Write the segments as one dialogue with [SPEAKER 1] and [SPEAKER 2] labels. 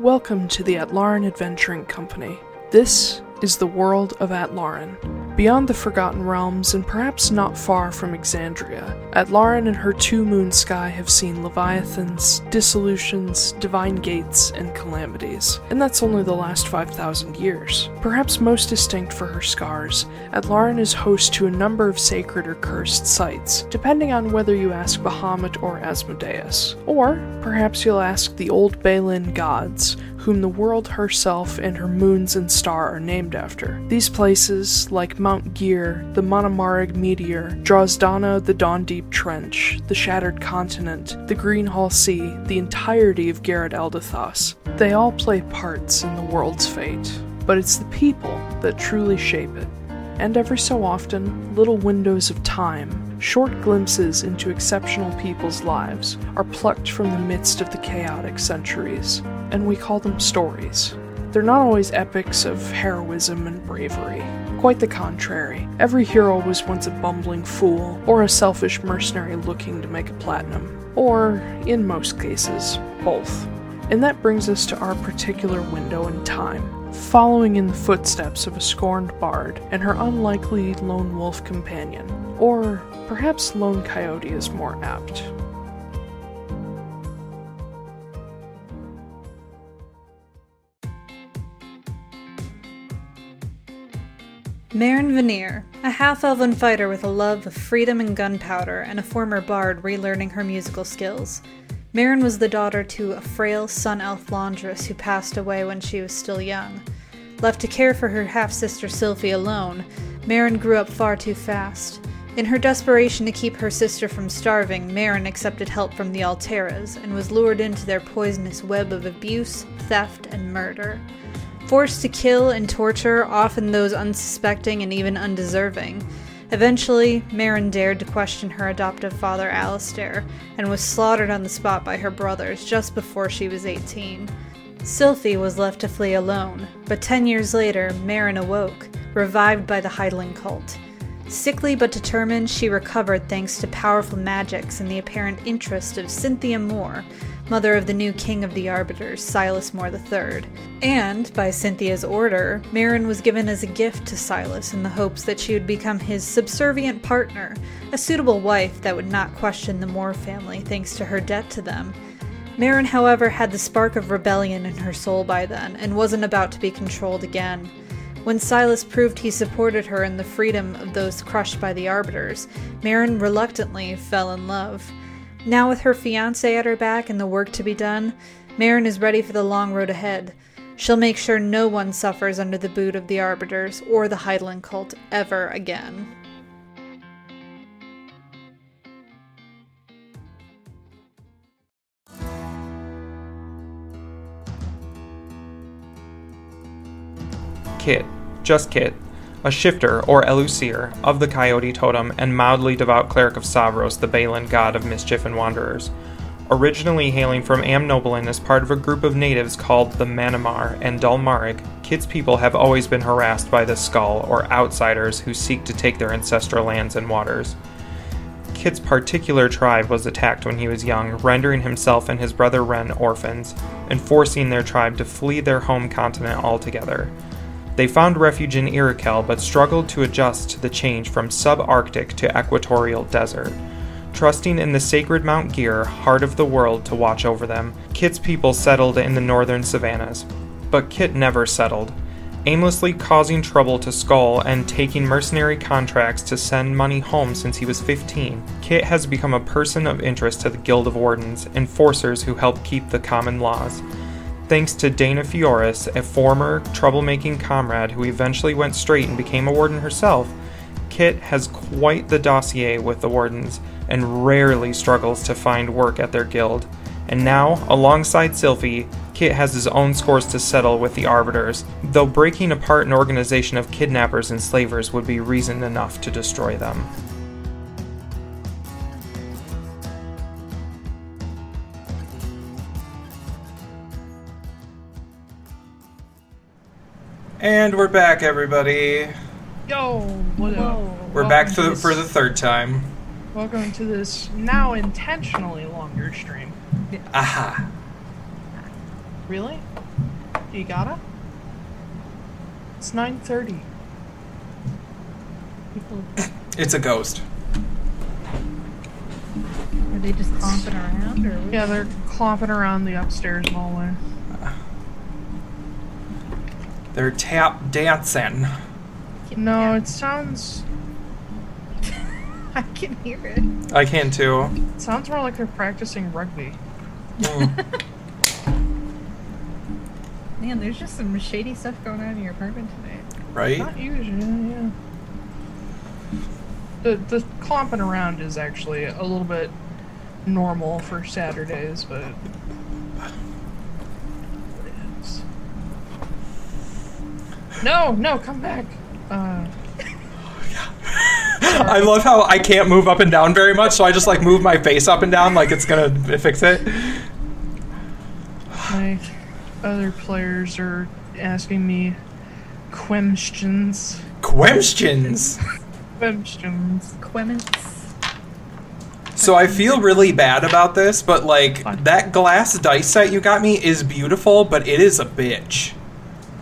[SPEAKER 1] Welcome to the Atlaran Adventuring Company. This is the world of Atlaran. Beyond the Forgotten Realms and perhaps not far from Exandria, Atlaran and her two moon sky have seen leviathans, dissolutions, divine gates, and calamities. And that's only the last 5,000 years. Perhaps most distinct for her scars, Atlaran is host to a number of sacred or cursed sites, depending on whether you ask Bahamut or Asmodeus. Or perhaps you'll ask the old Balin gods, whom the world herself and her moons and star are named after. These places, like Mount Gear, the Monomarig meteor, Drozdana, the Dawn Deep Trench, the Shattered Continent, the Greenhall Sea, the entirety of Garrett Eldathos, they all play parts in the world's fate. But it's the people that truly shape it and every so often, little windows of time, short glimpses into exceptional people's lives, are plucked from the midst of the chaotic centuries, and we call them stories. They're not always epics of heroism and bravery. Quite the contrary. Every hero was once a bumbling fool, or a selfish mercenary looking to make a platinum. Or, in most cases, both. And that brings us to our particular window in time, following in the footsteps of a scorned bard and her unlikely lone wolf companion. Or perhaps lone coyote is more apt.
[SPEAKER 2] Marin Veneer, a half elven fighter with a love of freedom and gunpowder, and a former bard relearning her musical skills. Marin was the daughter to a frail sun elf laundress who passed away when she was still young. Left to care for her half sister Sylvie alone, Marin grew up far too fast. In her desperation to keep her sister from starving, Marin accepted help from the Alteras and was lured into their poisonous web of abuse, theft, and murder forced to kill and torture often those unsuspecting and even undeserving. Eventually, Marin dared to question her adoptive father Alistair and was slaughtered on the spot by her brothers just before she was 18. Sylphie was left to flee alone, but 10 years later, Marin awoke, revived by the Heidling cult. Sickly but determined, she recovered thanks to powerful magics and the apparent interest of Cynthia Moore, mother of the new king of the Arbiters, Silas Moore III. And, by Cynthia's order, Marin was given as a gift to Silas in the hopes that she would become his subservient partner, a suitable wife that would not question the Moore family thanks to her debt to them. Marin, however, had the spark of rebellion in her soul by then and wasn't about to be controlled again. When Silas proved he supported her in the freedom of those crushed by the Arbiters, Marin reluctantly fell in love. Now, with her fiance at her back and the work to be done, Marin is ready for the long road ahead. She'll make sure no one suffers under the boot of the Arbiters or the Heidling cult ever again.
[SPEAKER 3] Kit, just Kit, a shifter or Elusir of the Coyote Totem and mildly devout cleric of Savros, the Balin god of mischief and wanderers. Originally hailing from Amnoblin as part of a group of natives called the Manamar and Dalmaric, Kit's people have always been harassed by the Skull or outsiders who seek to take their ancestral lands and waters. Kit's particular tribe was attacked when he was young, rendering himself and his brother Ren orphans, and forcing their tribe to flee their home continent altogether. They found refuge in Iroquel but struggled to adjust to the change from subarctic to equatorial desert. Trusting in the sacred Mount Gear, heart of the world, to watch over them, Kit's people settled in the northern savannas. But Kit never settled, aimlessly causing trouble to Skull and taking mercenary contracts to send money home since he was 15. Kit has become a person of interest to the Guild of Wardens, enforcers who help keep the common laws thanks to Dana Fioris, a former troublemaking comrade who eventually went straight and became a warden herself, Kit has quite the dossier with the wardens and rarely struggles to find work at their guild. And now, alongside Sylphie, Kit has his own scores to settle with the Arbiters, though breaking apart an organization of kidnappers and slavers would be reason enough to destroy them. And we're back, everybody.
[SPEAKER 1] Yo, what up?
[SPEAKER 3] We're
[SPEAKER 1] Welcome
[SPEAKER 3] back to the,
[SPEAKER 1] this-
[SPEAKER 3] for the third time.
[SPEAKER 1] Welcome to this now intentionally longer stream.
[SPEAKER 3] Aha.
[SPEAKER 1] Really? You gotta? It's 9.30. People,
[SPEAKER 3] It's a ghost.
[SPEAKER 2] Are they just clomping around, or
[SPEAKER 1] yeah, they're clomping around the upstairs hallway.
[SPEAKER 3] They're tap dancing.
[SPEAKER 1] No, it sounds...
[SPEAKER 2] I can hear it.
[SPEAKER 3] I can too.
[SPEAKER 1] It sounds more like they're practicing rugby.
[SPEAKER 3] Mm.
[SPEAKER 2] Man, there's just some shady stuff going on in your apartment today.
[SPEAKER 3] right?
[SPEAKER 1] Not usually, yeah. The the clomping around is actually a little bit normal for Saturdays, but it's... no, no, come back. Uh,
[SPEAKER 3] I love how I can't move up and down very much, so I just like move my face up and down like it's gonna fix it.
[SPEAKER 1] my other players are asking me questions.
[SPEAKER 3] Questions.
[SPEAKER 1] Questions.
[SPEAKER 2] Quemens.
[SPEAKER 3] So I feel really bad about this, but like that glass dice set you got me is beautiful, but it is a bitch.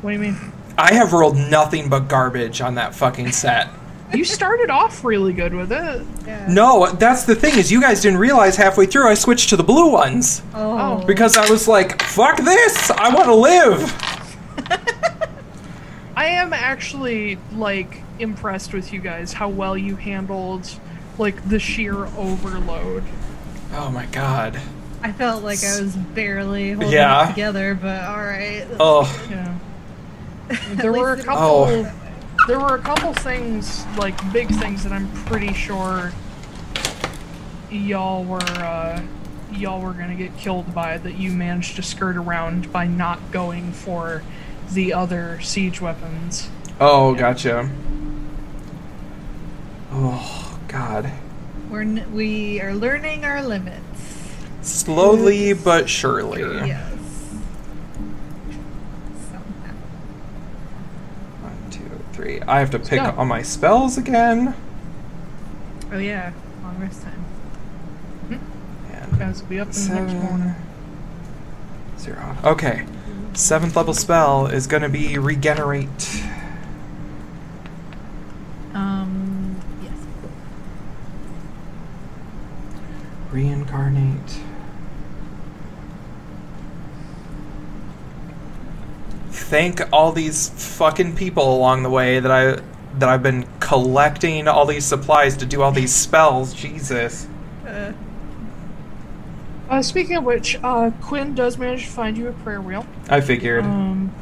[SPEAKER 1] What do you mean?
[SPEAKER 3] I have rolled nothing but garbage on that fucking set.
[SPEAKER 1] You started off really good with it.
[SPEAKER 2] Yeah.
[SPEAKER 3] No, that's the thing is you guys didn't realize halfway through I switched to the blue ones
[SPEAKER 2] Oh.
[SPEAKER 3] because I was like, fuck this, I want to live.
[SPEAKER 1] I am actually like impressed with you guys how well you handled like the sheer overload.
[SPEAKER 3] Oh my god.
[SPEAKER 2] I felt like I was barely holding
[SPEAKER 3] Yeah.
[SPEAKER 2] it together, but all right.
[SPEAKER 3] Oh,
[SPEAKER 1] Yeah.
[SPEAKER 2] At
[SPEAKER 1] There were a
[SPEAKER 2] least it-
[SPEAKER 1] couple
[SPEAKER 3] Oh.
[SPEAKER 1] there were a couple things like big things that I'm pretty sure y'all were uh y'all were going to get killed by that you managed to skirt around by not going for the other siege weapons.
[SPEAKER 3] oh, gotcha. Oh god.
[SPEAKER 2] We're n- we are learning our limits.
[SPEAKER 3] Slowly but surely.
[SPEAKER 2] Yes. Somehow.
[SPEAKER 3] One, two, three. I have to pick
[SPEAKER 1] go.
[SPEAKER 3] on my spells again.
[SPEAKER 2] Oh yeah, long rest time.
[SPEAKER 3] And
[SPEAKER 1] Guys will be up in the next
[SPEAKER 3] seven,
[SPEAKER 1] morning.
[SPEAKER 3] zero. Okay. Seventh level spell is gonna be regenerate.
[SPEAKER 2] Um. Yes.
[SPEAKER 3] Reincarnate. Thank all these fucking people along the way that I that I've been collecting all these supplies to do all these spells. Jesus.
[SPEAKER 2] Uh,
[SPEAKER 1] Uh, speaking of which, uh, Quinn does manage to find you a prayer wheel.
[SPEAKER 3] I figured.
[SPEAKER 1] Um,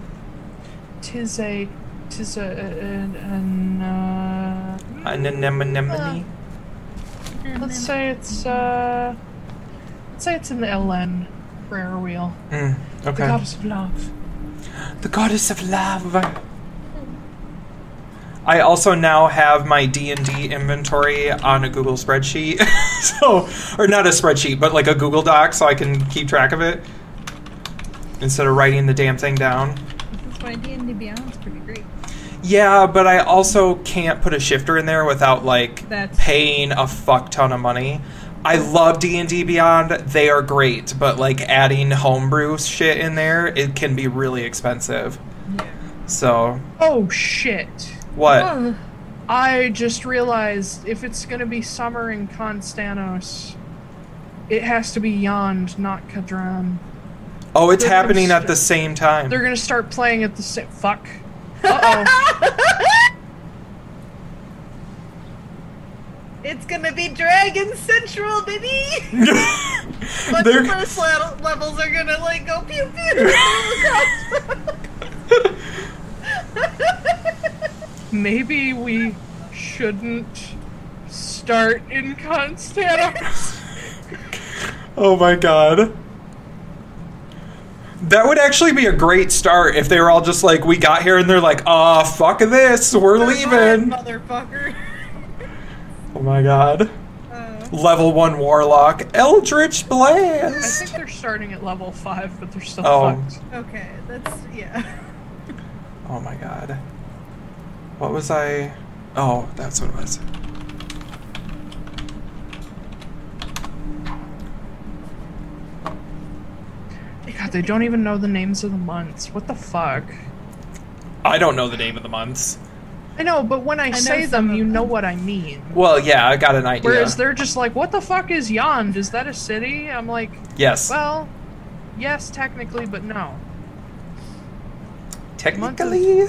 [SPEAKER 1] tis a, tis a, an, an uh,
[SPEAKER 3] Anemonemone.
[SPEAKER 1] let's say it's, uh, let's say it's an LN prayer wheel.
[SPEAKER 3] Mm,
[SPEAKER 1] The
[SPEAKER 3] okay.
[SPEAKER 1] goddess of love.
[SPEAKER 3] The goddess of love. I also now have my D and D inventory on a Google spreadsheet, so or not a spreadsheet, but like a Google Doc, so I can keep track of it instead of writing the damn thing down.
[SPEAKER 2] that's why D and D Beyond's pretty great.
[SPEAKER 3] Yeah, but I also can't put a shifter in there without like
[SPEAKER 2] That's-
[SPEAKER 3] paying a fuck ton of money. I love D and D Beyond; they are great, but like adding homebrew shit in there, it can be really expensive.
[SPEAKER 2] Yeah.
[SPEAKER 3] So
[SPEAKER 1] Oh shit!
[SPEAKER 3] what?
[SPEAKER 1] I just realized if it's gonna be summer in Constanos, it has to be Yond, not Kadran.
[SPEAKER 3] Oh, it's
[SPEAKER 1] They're gonna
[SPEAKER 3] happening at
[SPEAKER 1] start-
[SPEAKER 3] the same time.
[SPEAKER 1] They're gonna start playing at the same. Fuck. Uh oh.
[SPEAKER 2] It's gonna be Dragon Central, baby. But
[SPEAKER 3] They're-
[SPEAKER 2] the first le- levels are gonna like go pew pew.
[SPEAKER 1] Maybe we shouldn't start in Constantinus.
[SPEAKER 3] oh my god. That would actually be a great start if they were all just like, we got here and they're like, ah, fuck this, we're leaving.
[SPEAKER 2] motherfucker.
[SPEAKER 3] Oh my god.
[SPEAKER 2] Uh,
[SPEAKER 3] Level 1 Warlock, Eldritch
[SPEAKER 1] I think
[SPEAKER 3] Blast.
[SPEAKER 1] they're starting at level five, but they're still
[SPEAKER 3] Oh.
[SPEAKER 1] fucked.
[SPEAKER 2] okay, that's yeah.
[SPEAKER 3] Oh my god. What was I. Oh, that's what it was.
[SPEAKER 1] They got They don't even know the names of the months. What the fuck?
[SPEAKER 3] I don't know the name of the months.
[SPEAKER 1] I know, but when I,
[SPEAKER 4] know
[SPEAKER 1] say
[SPEAKER 4] some
[SPEAKER 1] them,
[SPEAKER 4] of
[SPEAKER 1] you know
[SPEAKER 4] them.
[SPEAKER 1] what I mean.
[SPEAKER 3] Well, yeah, I got an idea.
[SPEAKER 1] Whereas they're just like, what the fuck is Yond? Is that a city? I'm like,
[SPEAKER 3] Yes.
[SPEAKER 1] well, yes, technically, but no.
[SPEAKER 3] Technically,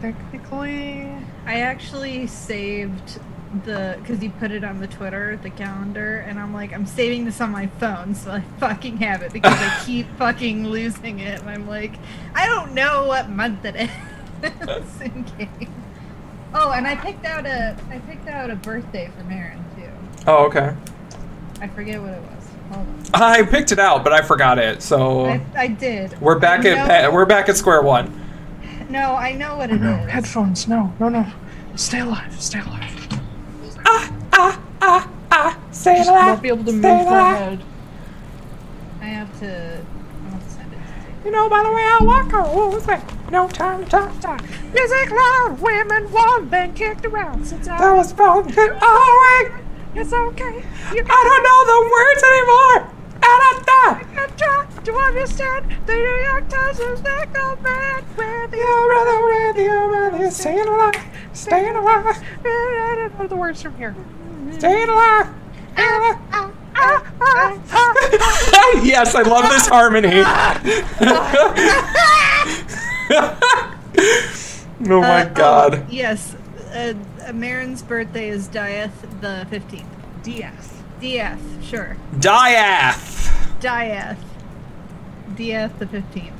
[SPEAKER 1] Technically.
[SPEAKER 2] I actually saved the because you put it on the Twitter, the calendar, and I'm like, I'm saving this on my phone, so I fucking have it because I keep fucking losing it. And I'm like, I don't know what month it is in game. Oh, and I picked out a I picked out a birthday for Marin too.
[SPEAKER 3] Oh, okay.
[SPEAKER 2] I forget what it was. Hold on.
[SPEAKER 3] I picked it out, but I forgot it. So
[SPEAKER 2] I, I did.
[SPEAKER 3] we're back at
[SPEAKER 2] No-
[SPEAKER 3] pa- we're back at square one.
[SPEAKER 2] No, I know what it
[SPEAKER 1] No,
[SPEAKER 2] is.
[SPEAKER 1] headphones, no, no, no. Stay alive, stay alive.
[SPEAKER 3] Say
[SPEAKER 1] Just won't be able to move their head.
[SPEAKER 2] I have to. I'll have to send it to you.
[SPEAKER 3] You know, by the way, I walk on rules with no time to talk. talk. Music loud, women want been kicked around since I that was fun. Oh wait, it's okay. I don't know the words anymore. And I die. I try to understand the New York Times is not go bad with you, brother, with you, brother. Staying alive, staying alive,
[SPEAKER 1] I don't know the words from here.
[SPEAKER 3] staying alive. ah. yes, I love this harmony. oh my
[SPEAKER 2] Uh, oh,
[SPEAKER 3] god.
[SPEAKER 2] yes, uh, uh, Marin's birthday is Dieth the 15th. DF. DF, sure.
[SPEAKER 3] Diath.
[SPEAKER 2] Dieth. DF the 15th.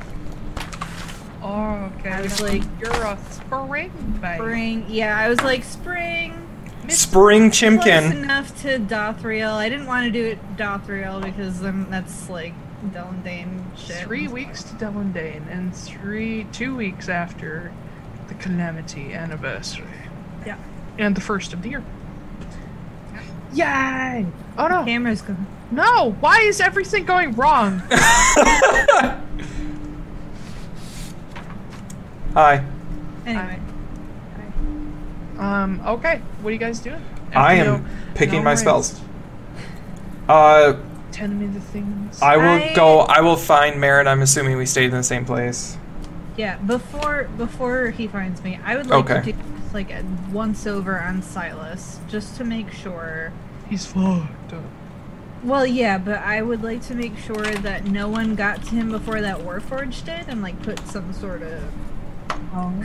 [SPEAKER 1] Oh, okay.
[SPEAKER 2] I was like,
[SPEAKER 1] you're a spring babe.
[SPEAKER 2] Spring. e- Yeah, I was like, spring.
[SPEAKER 3] Spring
[SPEAKER 2] Close
[SPEAKER 3] Chimkin.
[SPEAKER 2] enough to Dothriel. I didn't want to do it Dothriel because then that's like Delendane shit.
[SPEAKER 1] Three weeks to Delendane, and three, two weeks after the Calamity anniversary.
[SPEAKER 2] Yeah.
[SPEAKER 1] And the first of the year. Yay! Oh no!
[SPEAKER 2] Camera's going.
[SPEAKER 1] No! Why is everything going wrong?
[SPEAKER 3] Hi.
[SPEAKER 2] Anyway.
[SPEAKER 1] um, okay. What are you guys doing?
[SPEAKER 3] I
[SPEAKER 1] After
[SPEAKER 3] am
[SPEAKER 1] no-
[SPEAKER 3] picking
[SPEAKER 1] no
[SPEAKER 3] my
[SPEAKER 1] rain.
[SPEAKER 3] spells. Uh,
[SPEAKER 1] Tell me the things.
[SPEAKER 3] I will
[SPEAKER 2] I-
[SPEAKER 3] go. I will find Merritt. I'm assuming we stayed in the same place.
[SPEAKER 2] Yeah, before before he finds me, I would like to
[SPEAKER 3] Okay.
[SPEAKER 2] do just like a once over on Silas, just to make sure.
[SPEAKER 1] He's fucked up.
[SPEAKER 2] Well, yeah, but I would like to make sure that no one got to him before that Warforged did, and like put some sort of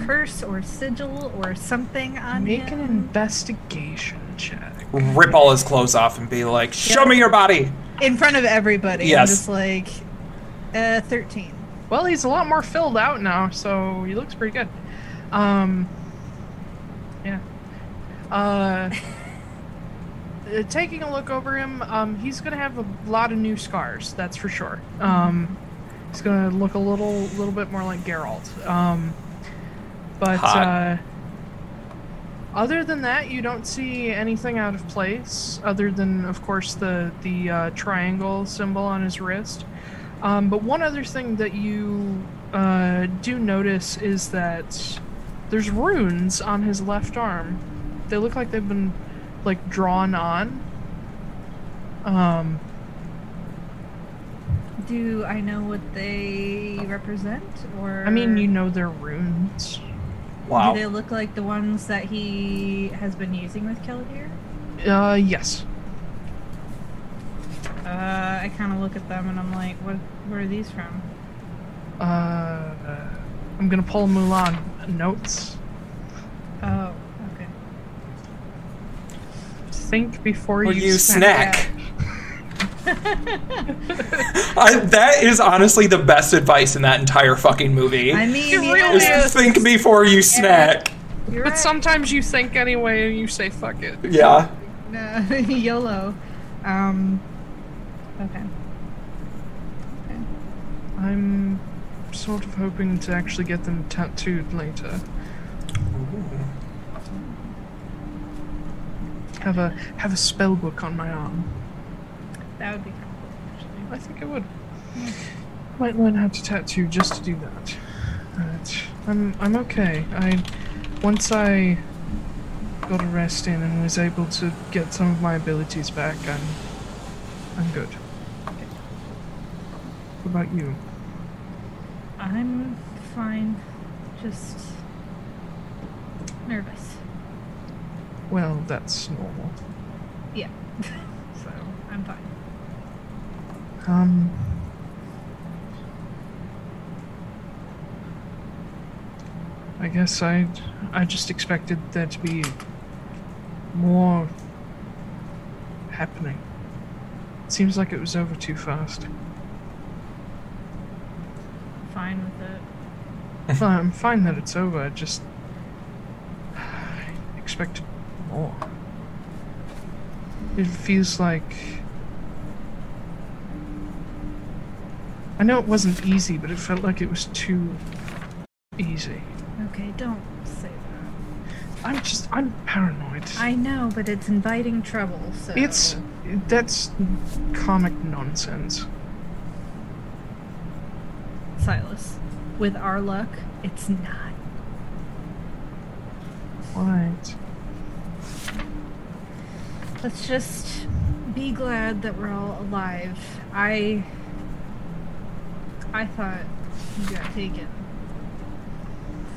[SPEAKER 2] curse or sigil or something on
[SPEAKER 1] Make an
[SPEAKER 2] him.
[SPEAKER 1] investigation check.
[SPEAKER 3] Rip all his clothes off and be like, "Show me your body."
[SPEAKER 2] in front of everybody. I'm
[SPEAKER 3] Yes.
[SPEAKER 2] just like uh, thirteen.
[SPEAKER 1] Well, he's a lot more filled out now, so he looks pretty good. Um, yeah. Uh, uh, taking a look over him, um, he's gonna have a lot of new scars. That's for sure. Um, he's gonna look a little, little bit more like Geralt. Um, but
[SPEAKER 3] Hot.
[SPEAKER 1] uh, other than that, you don't see anything out of place. Other than, of course, the the uh, triangle symbol on his wrist. Um, but one other thing that you uh, do notice is that there's runes on his left arm. They look like they've been like drawn on. Um,
[SPEAKER 2] Do I know what they represent, or
[SPEAKER 1] I mean, you know they're runes.
[SPEAKER 2] do they
[SPEAKER 3] Wow.
[SPEAKER 2] look like the ones that he has been using with Keldir?
[SPEAKER 1] Uh, yes.
[SPEAKER 2] Uh, I kind of look at them and I'm like, what? Where are these from?
[SPEAKER 1] Uh, I'm gonna pull Mulan notes.
[SPEAKER 2] Oh, okay.
[SPEAKER 1] Think before
[SPEAKER 3] Will
[SPEAKER 1] you,
[SPEAKER 3] you snack? I, that is honestly the best advice in that entire fucking movie.
[SPEAKER 2] I mean,
[SPEAKER 1] It
[SPEAKER 2] you know,
[SPEAKER 1] really is.
[SPEAKER 2] it's-
[SPEAKER 3] Is think before you snack.
[SPEAKER 2] You're
[SPEAKER 1] But
[SPEAKER 2] right.
[SPEAKER 1] sometimes you think anyway, and you say "fuck it."
[SPEAKER 3] Yeah.
[SPEAKER 2] No, YOLO. Um. Okay.
[SPEAKER 1] I'm sort of hoping to actually get them tattooed later. Have a have a spell book on my arm.
[SPEAKER 2] That would be kind of cool,
[SPEAKER 1] I
[SPEAKER 2] actually.
[SPEAKER 1] think I would. Hmm. Might learn how to tattoo just to do that. But I'm I'm okay. I once I got a rest in and was able to get some of my abilities back, I'm I'm good. What about you?
[SPEAKER 5] I'm fine. Just nervous.
[SPEAKER 1] Well, that's normal.
[SPEAKER 5] Yeah. so I'm fine.
[SPEAKER 1] Um. I guess I I just expected there to be more happening. Seems like it was over too fast.
[SPEAKER 5] Fine with it.
[SPEAKER 1] Well, I'm fine that it's over. I just I expected more. It feels like I know it wasn't easy, but it felt like it was too easy.
[SPEAKER 5] Okay, don't say that.
[SPEAKER 1] I'm just I'm paranoid.
[SPEAKER 5] I know, but it's inviting trouble. So
[SPEAKER 1] It's that's comic nonsense.
[SPEAKER 5] Silas. With our luck, it's not.
[SPEAKER 1] Right.
[SPEAKER 5] Let's just be glad that we're all alive. I I thought you got taken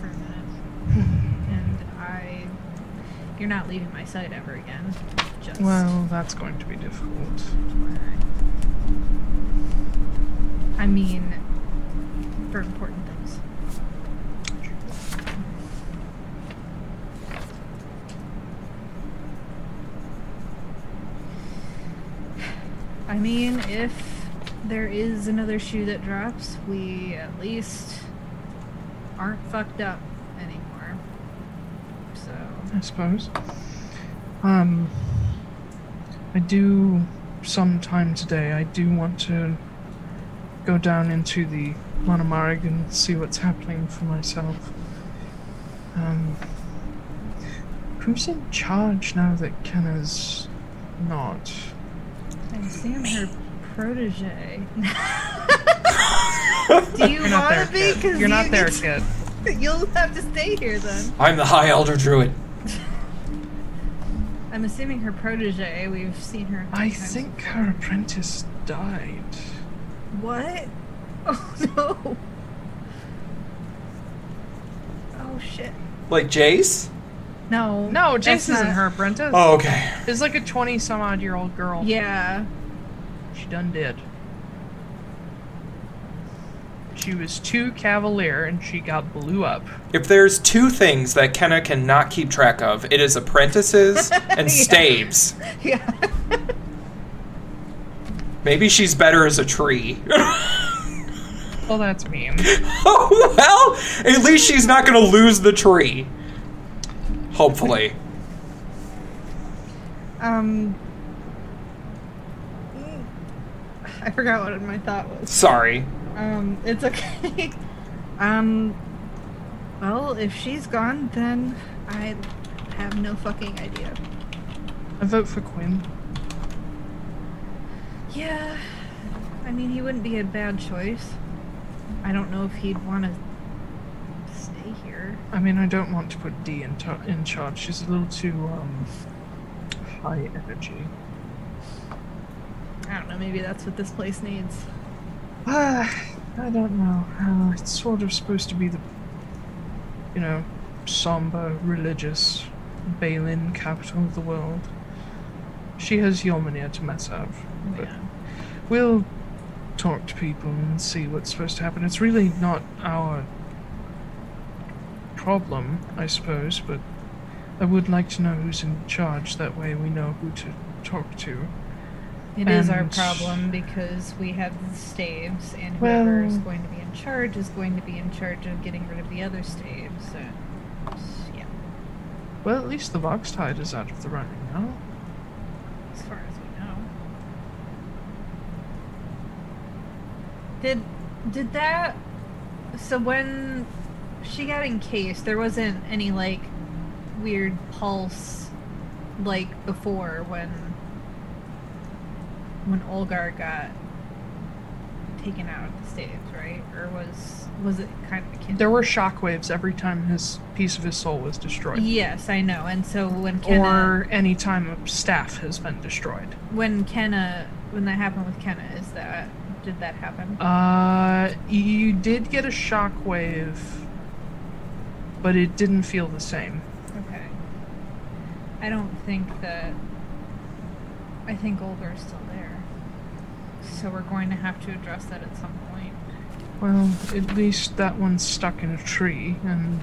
[SPEAKER 5] for a minute. and I you're not leaving my sight ever again. Just
[SPEAKER 1] Well, that's going to be difficult.
[SPEAKER 5] I mean for important things. I mean, if there is another shoe that drops, we at least aren't fucked up anymore. So,
[SPEAKER 1] I suppose. Um, I do sometime today. I do want to go down into the Lanamarig and see what's happening for myself. Um, who's in charge now that Kenna's not?
[SPEAKER 5] I assume her protege. Do you
[SPEAKER 1] not
[SPEAKER 5] want
[SPEAKER 1] there,
[SPEAKER 5] to be?
[SPEAKER 1] kid.
[SPEAKER 5] 'Cause
[SPEAKER 1] You're not
[SPEAKER 5] you-
[SPEAKER 1] there, kid.
[SPEAKER 5] You'll have to stay here then.
[SPEAKER 3] I'm the High Elder Druid.
[SPEAKER 5] I'm assuming her protege. We've seen her. a few
[SPEAKER 1] I
[SPEAKER 5] times
[SPEAKER 1] think
[SPEAKER 5] before.
[SPEAKER 1] her apprentice died.
[SPEAKER 5] What? Oh no. Oh shit.
[SPEAKER 3] Like Jace?
[SPEAKER 5] No.
[SPEAKER 1] No,
[SPEAKER 5] that's
[SPEAKER 1] Jace isn't
[SPEAKER 5] not-
[SPEAKER 1] her apprentice.
[SPEAKER 3] Oh, okay.
[SPEAKER 1] It's like a 20 some odd year old girl.
[SPEAKER 5] Yeah.
[SPEAKER 1] She done did. She was too cavalier and she got blew up.
[SPEAKER 3] If there's two things that Kenna cannot keep track of, it is apprentices and staves.
[SPEAKER 5] Yeah.
[SPEAKER 3] Maybe she's better as a tree.
[SPEAKER 1] Well, that's mean.
[SPEAKER 3] oh, well, at least she's not going to lose the tree. Hopefully.
[SPEAKER 5] Um. I forgot what my thought was.
[SPEAKER 3] Sorry.
[SPEAKER 5] Um, it's okay. um, well, if she's gone, then I have no fucking idea.
[SPEAKER 1] I vote for Quinn.
[SPEAKER 5] Yeah, I mean, he wouldn't be a bad choice. I don't know if he'd want to stay here.
[SPEAKER 1] I mean, I don't want to put D in, to- in charge. She's a little too um, high energy.
[SPEAKER 5] I don't know, maybe that's what this place needs.
[SPEAKER 1] Ah, I don't know. Uh, it's sort of supposed to be the, you know, somber, religious Balin capital of the world. She has Yormanir to mess up. But
[SPEAKER 5] Yeah.
[SPEAKER 1] We'll talk to people and see what's supposed to happen. It's really not our problem, I suppose, but I would like to know who's in charge. That way we know who to talk to.
[SPEAKER 5] It is our
[SPEAKER 1] And-
[SPEAKER 5] problem because we have the staves, and
[SPEAKER 1] Well-
[SPEAKER 5] whoever is going to be in charge is going to be in charge of getting rid of the other staves. And, yeah,
[SPEAKER 1] Well, at least the Vox Tide is out of the running now.
[SPEAKER 5] as far as we know. Did did that? So when she got encased, there wasn't any like weird pulse like before when when Olgar got taken out of the staves, right? Or was was it kind of akin?
[SPEAKER 1] There were shockwaves every time his piece of his soul was destroyed.
[SPEAKER 5] Yes, I know. And so when Kenna,
[SPEAKER 1] Or any time a staff has been destroyed.
[SPEAKER 5] when Kenna when that happened with Kenna, is that did that happen?
[SPEAKER 1] Uh, you did get a shockwave, but it didn't feel the same.
[SPEAKER 5] Okay. I don't think that. I think Olga's still there. So we're going to have to address that at some point.
[SPEAKER 1] Well, at least that one's stuck in a tree and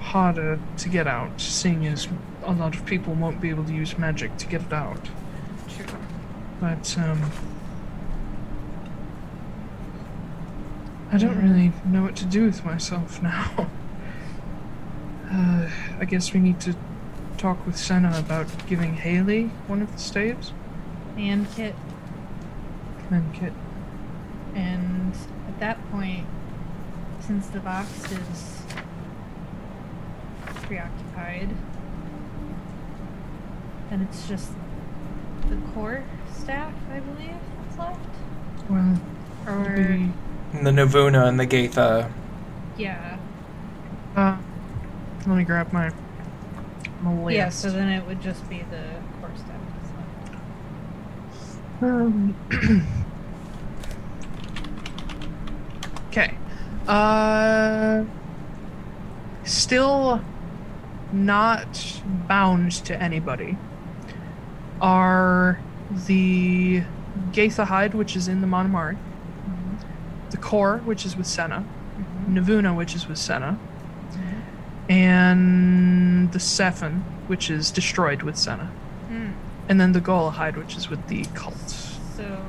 [SPEAKER 1] harder to get out, seeing as a lot of people won't be able to use magic to get it out.
[SPEAKER 5] Sure.
[SPEAKER 1] But, um. I don't really know what to do with myself now. Uh, I guess we need to talk with Senna about giving Haley one of the staves.
[SPEAKER 5] And Kit.
[SPEAKER 1] And Kit.
[SPEAKER 5] And at that point, since the box is preoccupied, then it's just the core staff, I believe, that's left.
[SPEAKER 1] Well,
[SPEAKER 5] Or
[SPEAKER 1] we.
[SPEAKER 3] And the Navuna and the Gaitha.
[SPEAKER 5] yeah,
[SPEAKER 1] Uh, let me grab my. my list.
[SPEAKER 5] yeah. So then it would just be the core staff. that's left.
[SPEAKER 1] okay. Uh, still not bound to anybody are the Gaitha hide, which is in the Monomari, the Core, which is with Senna, Navuna, which is with Senna, and the Sephon, which is destroyed with Senna,
[SPEAKER 5] Hmm.
[SPEAKER 1] and then the Gola hide, which is with the cult.
[SPEAKER 5] So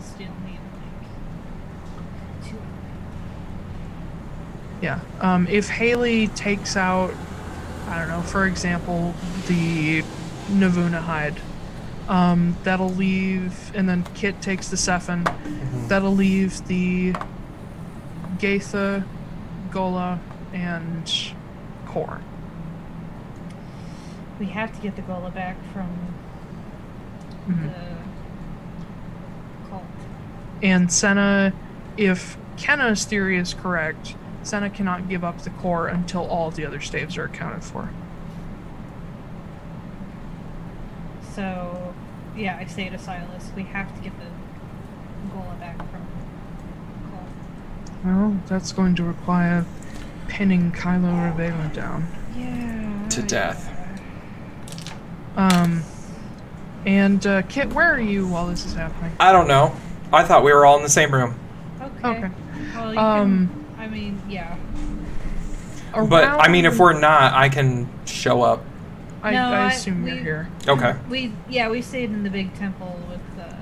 [SPEAKER 5] still need like two.
[SPEAKER 1] Yeah. Um, if Haley takes out, I don't know, for example, the Navuna hide, um, that'll leave, and then Kit takes the Sephon, that'll leave the Gaitha, Gola, and Kor.
[SPEAKER 5] We have to get the Gola back from Mm-hmm.
[SPEAKER 1] Mhm.
[SPEAKER 5] the cult.
[SPEAKER 1] And Senna, if Kenna's theory is correct, Senna cannot give up the core until all the other staves are accounted for.
[SPEAKER 5] So, yeah, I say to Silas, we have to get the Gola back from Cole.
[SPEAKER 1] Well, that's going to require pinning Kylo Ravela down.
[SPEAKER 5] Yeah.
[SPEAKER 3] To death.
[SPEAKER 1] Um, and uh, Kit, where are you while this is happening?
[SPEAKER 3] I don't know. I thought we were all in the same room.
[SPEAKER 5] Okay.
[SPEAKER 1] Okay.
[SPEAKER 5] Well, you
[SPEAKER 1] Um,
[SPEAKER 5] can, I mean, yeah.
[SPEAKER 3] But I mean, if
[SPEAKER 1] Around-
[SPEAKER 3] we're not, I can show up.
[SPEAKER 1] I,
[SPEAKER 5] No,
[SPEAKER 1] I
[SPEAKER 5] I-
[SPEAKER 1] assume you're
[SPEAKER 5] we-
[SPEAKER 1] here.
[SPEAKER 3] Okay.
[SPEAKER 5] We, yeah, we stayed in the big temple with, uh,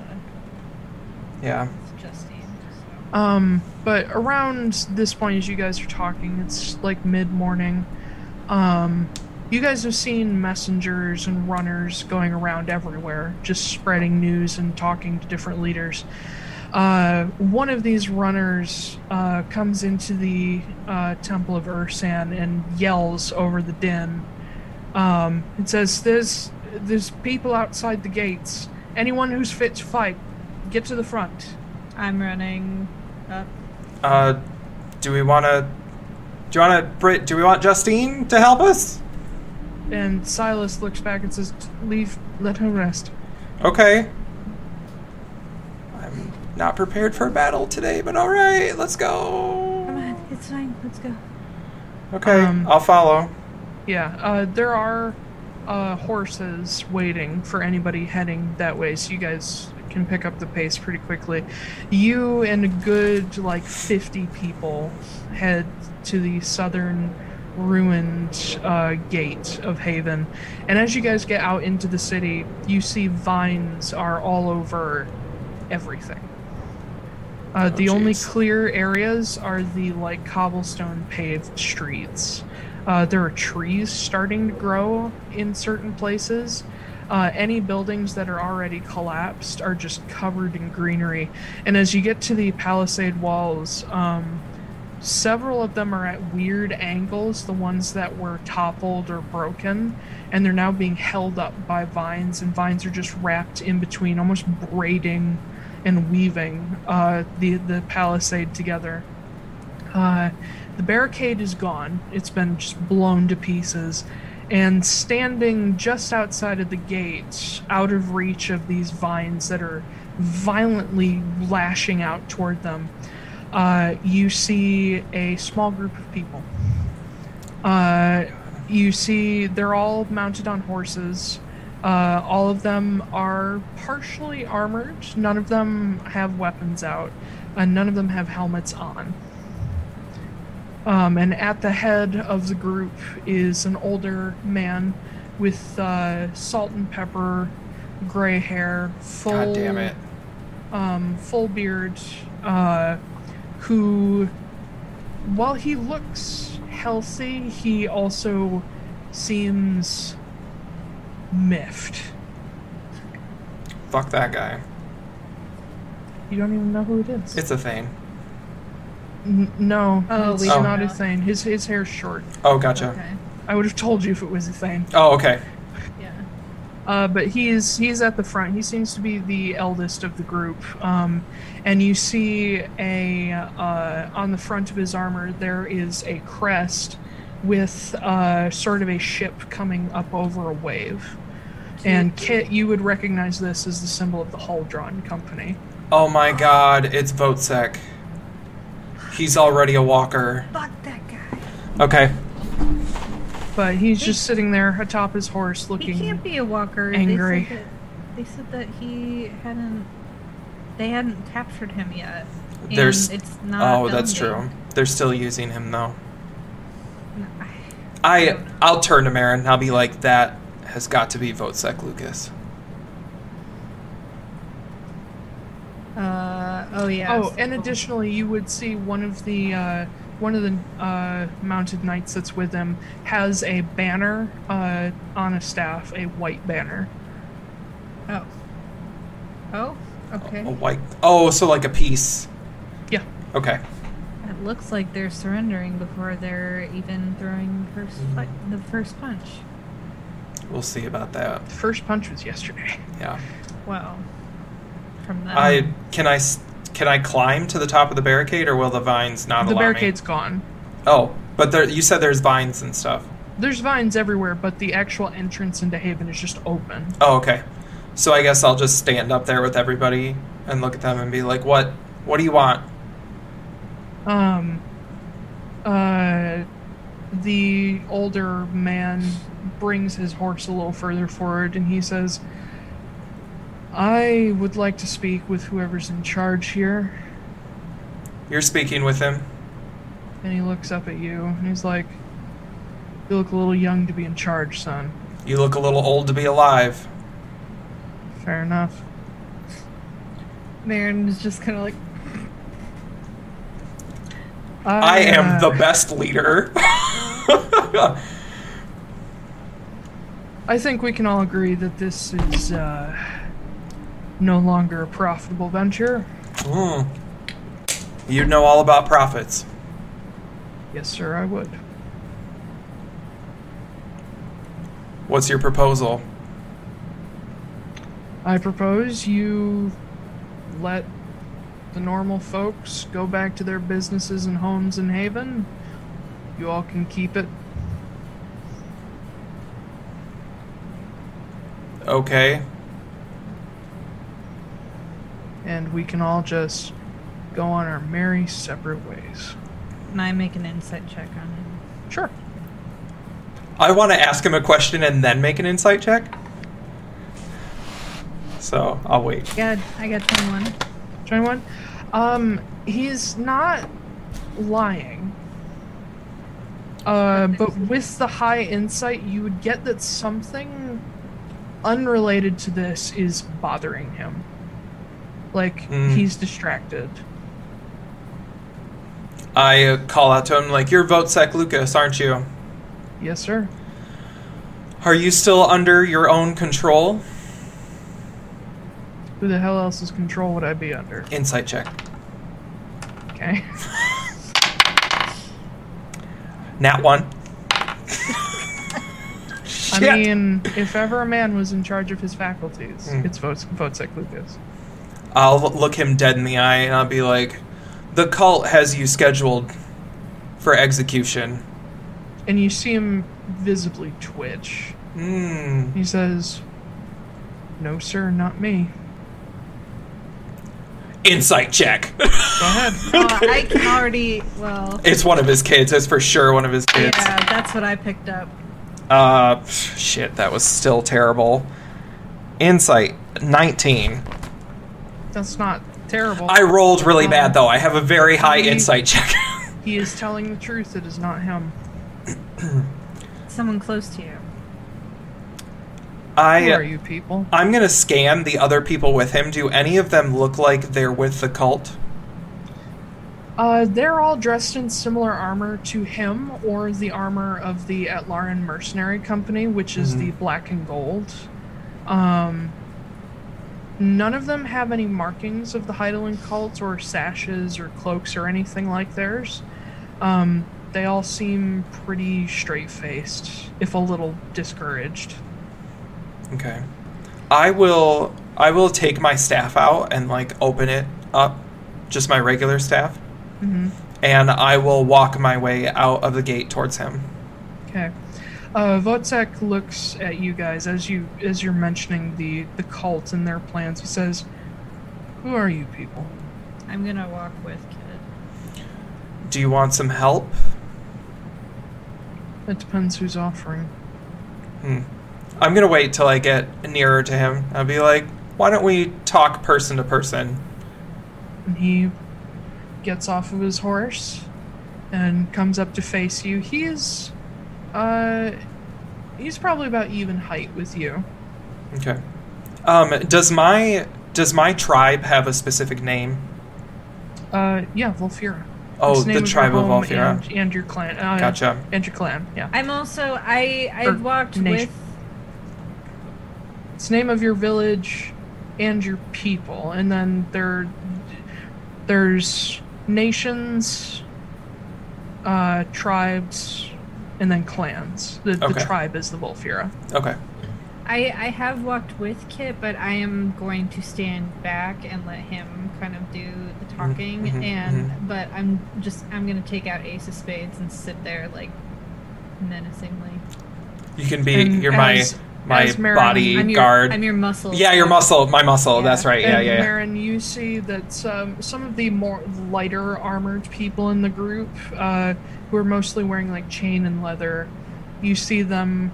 [SPEAKER 3] Yeah.
[SPEAKER 5] with Justine. So.
[SPEAKER 1] Um, but around this point, as you guys are talking, it's like mid morning. Um, you guys have seen messengers and runners going around everywhere, just spreading news and talking to different leaders. Uh, one of these runners uh, comes into the uh, Temple of Ursan and yells over the din. Um, it says, "There's there's people outside the gates. Anyone who's fit to fight, get to the front."
[SPEAKER 5] I'm running up.
[SPEAKER 3] Uh, do we want to? Do you want to, Brit? Do we want Justine to help us?
[SPEAKER 1] And Silas looks back and says, "Leave. Let her rest."
[SPEAKER 3] Okay. I'm not prepared for a battle today, but all right, let's
[SPEAKER 5] Come
[SPEAKER 3] go.
[SPEAKER 5] on, it's fine. Let's go.
[SPEAKER 3] Okay,
[SPEAKER 1] Um,
[SPEAKER 3] I'll follow.
[SPEAKER 1] Yeah. Uh, there are uh, horses waiting for anybody heading that way, so you guys can pick up the pace pretty quickly. You and a good like fifty people head to the southern ruined uh, gate of Haven, and as you guys get out into the city, you see vines are all over everything. Uh, the only
[SPEAKER 3] jeez.
[SPEAKER 1] clear areas are the like cobblestone paved streets. Uh, there are trees starting to grow in certain places. Uh, any buildings that are already collapsed are just covered in greenery. And as you get to the palisade walls, um, several of them are at weird angles, the ones that were toppled or broken, and they're now being held up by vines, and vines are just wrapped in between, almost braiding and weaving uh, the, the palisade together. Uh, the barricade is gone, it's been just blown to pieces. And standing just outside of the gate, out of reach of these vines that are violently lashing out toward them, uh, you see a small group of people. Uh, you see they're all mounted on horses. Uh, all of them are partially armored. None of them have weapons out, and none of them have helmets on. Um, and at the head of the group is an older man with uh, salt and pepper, gray hair, full
[SPEAKER 3] God damn it.
[SPEAKER 1] um, full beard, uh, who, while he looks healthy, he also seems miffed.
[SPEAKER 3] Fuck that guy.
[SPEAKER 1] You don't even know who it is.
[SPEAKER 3] It's a thing.
[SPEAKER 1] N- no,
[SPEAKER 5] Oh,
[SPEAKER 1] it's
[SPEAKER 5] we
[SPEAKER 3] don't
[SPEAKER 1] not
[SPEAKER 5] know.
[SPEAKER 1] a thing. His his hair's short.
[SPEAKER 3] Oh, gotcha.
[SPEAKER 5] Okay.
[SPEAKER 1] I would have told you if it was a thing.
[SPEAKER 3] Oh, okay.
[SPEAKER 5] Yeah.
[SPEAKER 1] Uh, but he's he's at the front. He seems to be the eldest of the group. Um, and you see a uh, on the front of his armor there is a crest with uh, sort of a ship coming up over a wave. And Kit, you would recognize this as the symbol of the Huldron Company.
[SPEAKER 3] Oh my god, it's Votsek. He's already a walker.
[SPEAKER 5] Fuck that guy.
[SPEAKER 3] Okay.
[SPEAKER 1] But he's just sitting there atop his horse,
[SPEAKER 5] He
[SPEAKER 1] looking.
[SPEAKER 5] can't be a walker.
[SPEAKER 1] angry.
[SPEAKER 5] They said, that, they said that he hadn't. They hadn't captured him yet. And
[SPEAKER 3] There's-
[SPEAKER 5] It's not.
[SPEAKER 3] Oh, that's
[SPEAKER 5] done
[SPEAKER 3] true. They're still using him though.
[SPEAKER 5] yet. No, I-
[SPEAKER 3] I
[SPEAKER 5] don't know.
[SPEAKER 3] I'll turn to Marin and I'll be like, that has got to be Votsek Lucas.
[SPEAKER 5] Uh, oh yeah.
[SPEAKER 1] Oh, and additionally, you would see one of the uh, one of the uh, mounted knights that's with him has a banner uh, on a staff, a white banner.
[SPEAKER 5] Oh. Oh. Okay.
[SPEAKER 3] A white Oh, so like a piece.
[SPEAKER 1] Yeah,
[SPEAKER 3] Okay.
[SPEAKER 5] It looks like they're surrendering before they're even throwing the first
[SPEAKER 3] Mm.
[SPEAKER 5] pu- the first punch.
[SPEAKER 3] We'll see about that.
[SPEAKER 1] the first punch was yesterday.
[SPEAKER 3] Yeah.
[SPEAKER 5] Wow. From that.
[SPEAKER 3] I can I s- can I climb to the top of the barricade or will the vines not
[SPEAKER 1] the
[SPEAKER 3] allow
[SPEAKER 1] barricade's gone.
[SPEAKER 3] me? Oh, but there you said there's vines and stuff.
[SPEAKER 1] There's vines everywhere, but the actual entrance into Haven is just open.
[SPEAKER 3] Oh, okay. So I guess I'll just stand up there with everybody and look at them and be like, "What? What do you want?"
[SPEAKER 1] Um, uh, the older man brings his horse a little further forward and he says, I would like to speak with whoever's in charge here.
[SPEAKER 3] You're speaking with him.
[SPEAKER 1] And he looks up at you and he's like, You look a little young to be in charge, son.
[SPEAKER 3] You look a little old to be alive.
[SPEAKER 1] Fair enough.
[SPEAKER 5] Marin is just kind of like.
[SPEAKER 3] I
[SPEAKER 1] uh,
[SPEAKER 3] am the best leader.
[SPEAKER 1] I think we can all agree that this is uh, no longer a profitable venture.
[SPEAKER 3] Hmm. You know all about profits.
[SPEAKER 1] Yes, sir, I would.
[SPEAKER 3] What's your proposal?
[SPEAKER 1] I propose you let the normal folks go back to their businesses and homes in Haven. You all can keep it.
[SPEAKER 3] Okay.
[SPEAKER 1] and we can all just go on our merry separate ways.
[SPEAKER 5] And I make an insight check on him.
[SPEAKER 1] Sure.
[SPEAKER 3] I want to ask him a question and then make an insight check. So I'll wait.
[SPEAKER 5] God, I got twenty-one.
[SPEAKER 1] 21. Um, he's not lying. Uh, but with the high insight, you would get that something unrelated to this is bothering him. Like,
[SPEAKER 3] Mm.
[SPEAKER 1] he's distracted.
[SPEAKER 3] I uh, call out to him like, "You're Votsek Lucas, aren't you?
[SPEAKER 1] Yes, sir.
[SPEAKER 3] Are you still under your own control?"
[SPEAKER 1] Who the hell else's control would I be under?
[SPEAKER 3] Insight check.
[SPEAKER 1] Okay.
[SPEAKER 3] Nat one.
[SPEAKER 1] I mean, if ever a man was in charge of his faculties,
[SPEAKER 3] Mm.
[SPEAKER 1] it's Votes- Votsek Lucas.
[SPEAKER 3] I'll look him dead in the eye and I'll be like, "The cult has you scheduled for execution."
[SPEAKER 1] and you see him visibly twitch.
[SPEAKER 3] Hmm.
[SPEAKER 1] He says, No, sir, not me.
[SPEAKER 3] Insight check.
[SPEAKER 1] Go ahead.
[SPEAKER 5] Well, I can already. Well,
[SPEAKER 3] it's one of his kids. It's for sure one of his kids.
[SPEAKER 5] yeah, that's what I picked up.
[SPEAKER 3] Uh, pff, shit, that was still terrible. Insight 19.
[SPEAKER 1] That's not terrible.
[SPEAKER 3] I rolled really bad though. I have a very high
[SPEAKER 1] Mm.
[SPEAKER 3] insight check.
[SPEAKER 1] he is telling the truth. It is not him.
[SPEAKER 5] Someone close to you.
[SPEAKER 1] Who
[SPEAKER 3] I uh,
[SPEAKER 1] are you people?
[SPEAKER 3] I'm gonna scan the other people with him. Do any of them look like they're with the cult?
[SPEAKER 1] Uh, they're all dressed in similar armor to him or the armor of the Atlaran Mercenary Company, which is the black and gold. Um, none of them have any markings of the Heidelin cult or sashes or cloaks or anything like theirs. Um, they all seem pretty straight faced, if a little discouraged.
[SPEAKER 3] Okay. I will I will take my staff out and like open it up, just my regular staff,
[SPEAKER 1] hmm
[SPEAKER 3] and I will walk my way out of the gate towards him.
[SPEAKER 1] Okay. Uh, Votzek looks at you guys as you as you're mentioning the the cult and their plans. He says, "Who are you people?"
[SPEAKER 5] I'm gonna walk with Kid.
[SPEAKER 3] Do you want some help?
[SPEAKER 1] It depends who's offering.
[SPEAKER 3] Hmm. I'm gonna wait till I get nearer to him. I'll be like, why don't we talk person to person?
[SPEAKER 1] And he gets off of his horse and comes up to face you. He is, uh, he's probably about even height with you.
[SPEAKER 3] Okay. Um, does my does my tribe have a specific name?
[SPEAKER 1] Uh, yeah, Volfira.
[SPEAKER 3] Oh,
[SPEAKER 1] It's
[SPEAKER 3] the
[SPEAKER 1] name your
[SPEAKER 3] tribe of
[SPEAKER 1] home
[SPEAKER 3] Volfira.
[SPEAKER 1] And, and your clan. Uh,
[SPEAKER 3] Gotcha.
[SPEAKER 1] And your clan. Yeah.
[SPEAKER 5] I'm also. I I
[SPEAKER 1] Or
[SPEAKER 5] walked
[SPEAKER 1] nation.
[SPEAKER 5] with.
[SPEAKER 1] It's name of your village and your people, and then there, there's nations, uh, tribes, and then clans. The, the
[SPEAKER 3] Okay.
[SPEAKER 1] tribe is the Volfira.
[SPEAKER 3] Okay.
[SPEAKER 5] I I have walked with Kit, but I am going to stand back and let him kind of do the talking.
[SPEAKER 3] mhm,
[SPEAKER 5] and but I'm just I'm gonna take out Ace of Spades and sit there like menacingly.
[SPEAKER 3] You can be.
[SPEAKER 1] And
[SPEAKER 3] you're my
[SPEAKER 1] as-
[SPEAKER 3] my
[SPEAKER 1] as Marin,
[SPEAKER 3] body
[SPEAKER 5] I'm your
[SPEAKER 3] guard.
[SPEAKER 5] I'm your muscle.
[SPEAKER 3] yeah, your muscle. My muscle.
[SPEAKER 5] Yeah.
[SPEAKER 3] That's right. Yeah,
[SPEAKER 1] and
[SPEAKER 3] yeah. yeah.
[SPEAKER 1] Marin, you see that some, some of the more lighter armored people in the group, uh, who are mostly wearing like chain and leather, you see them.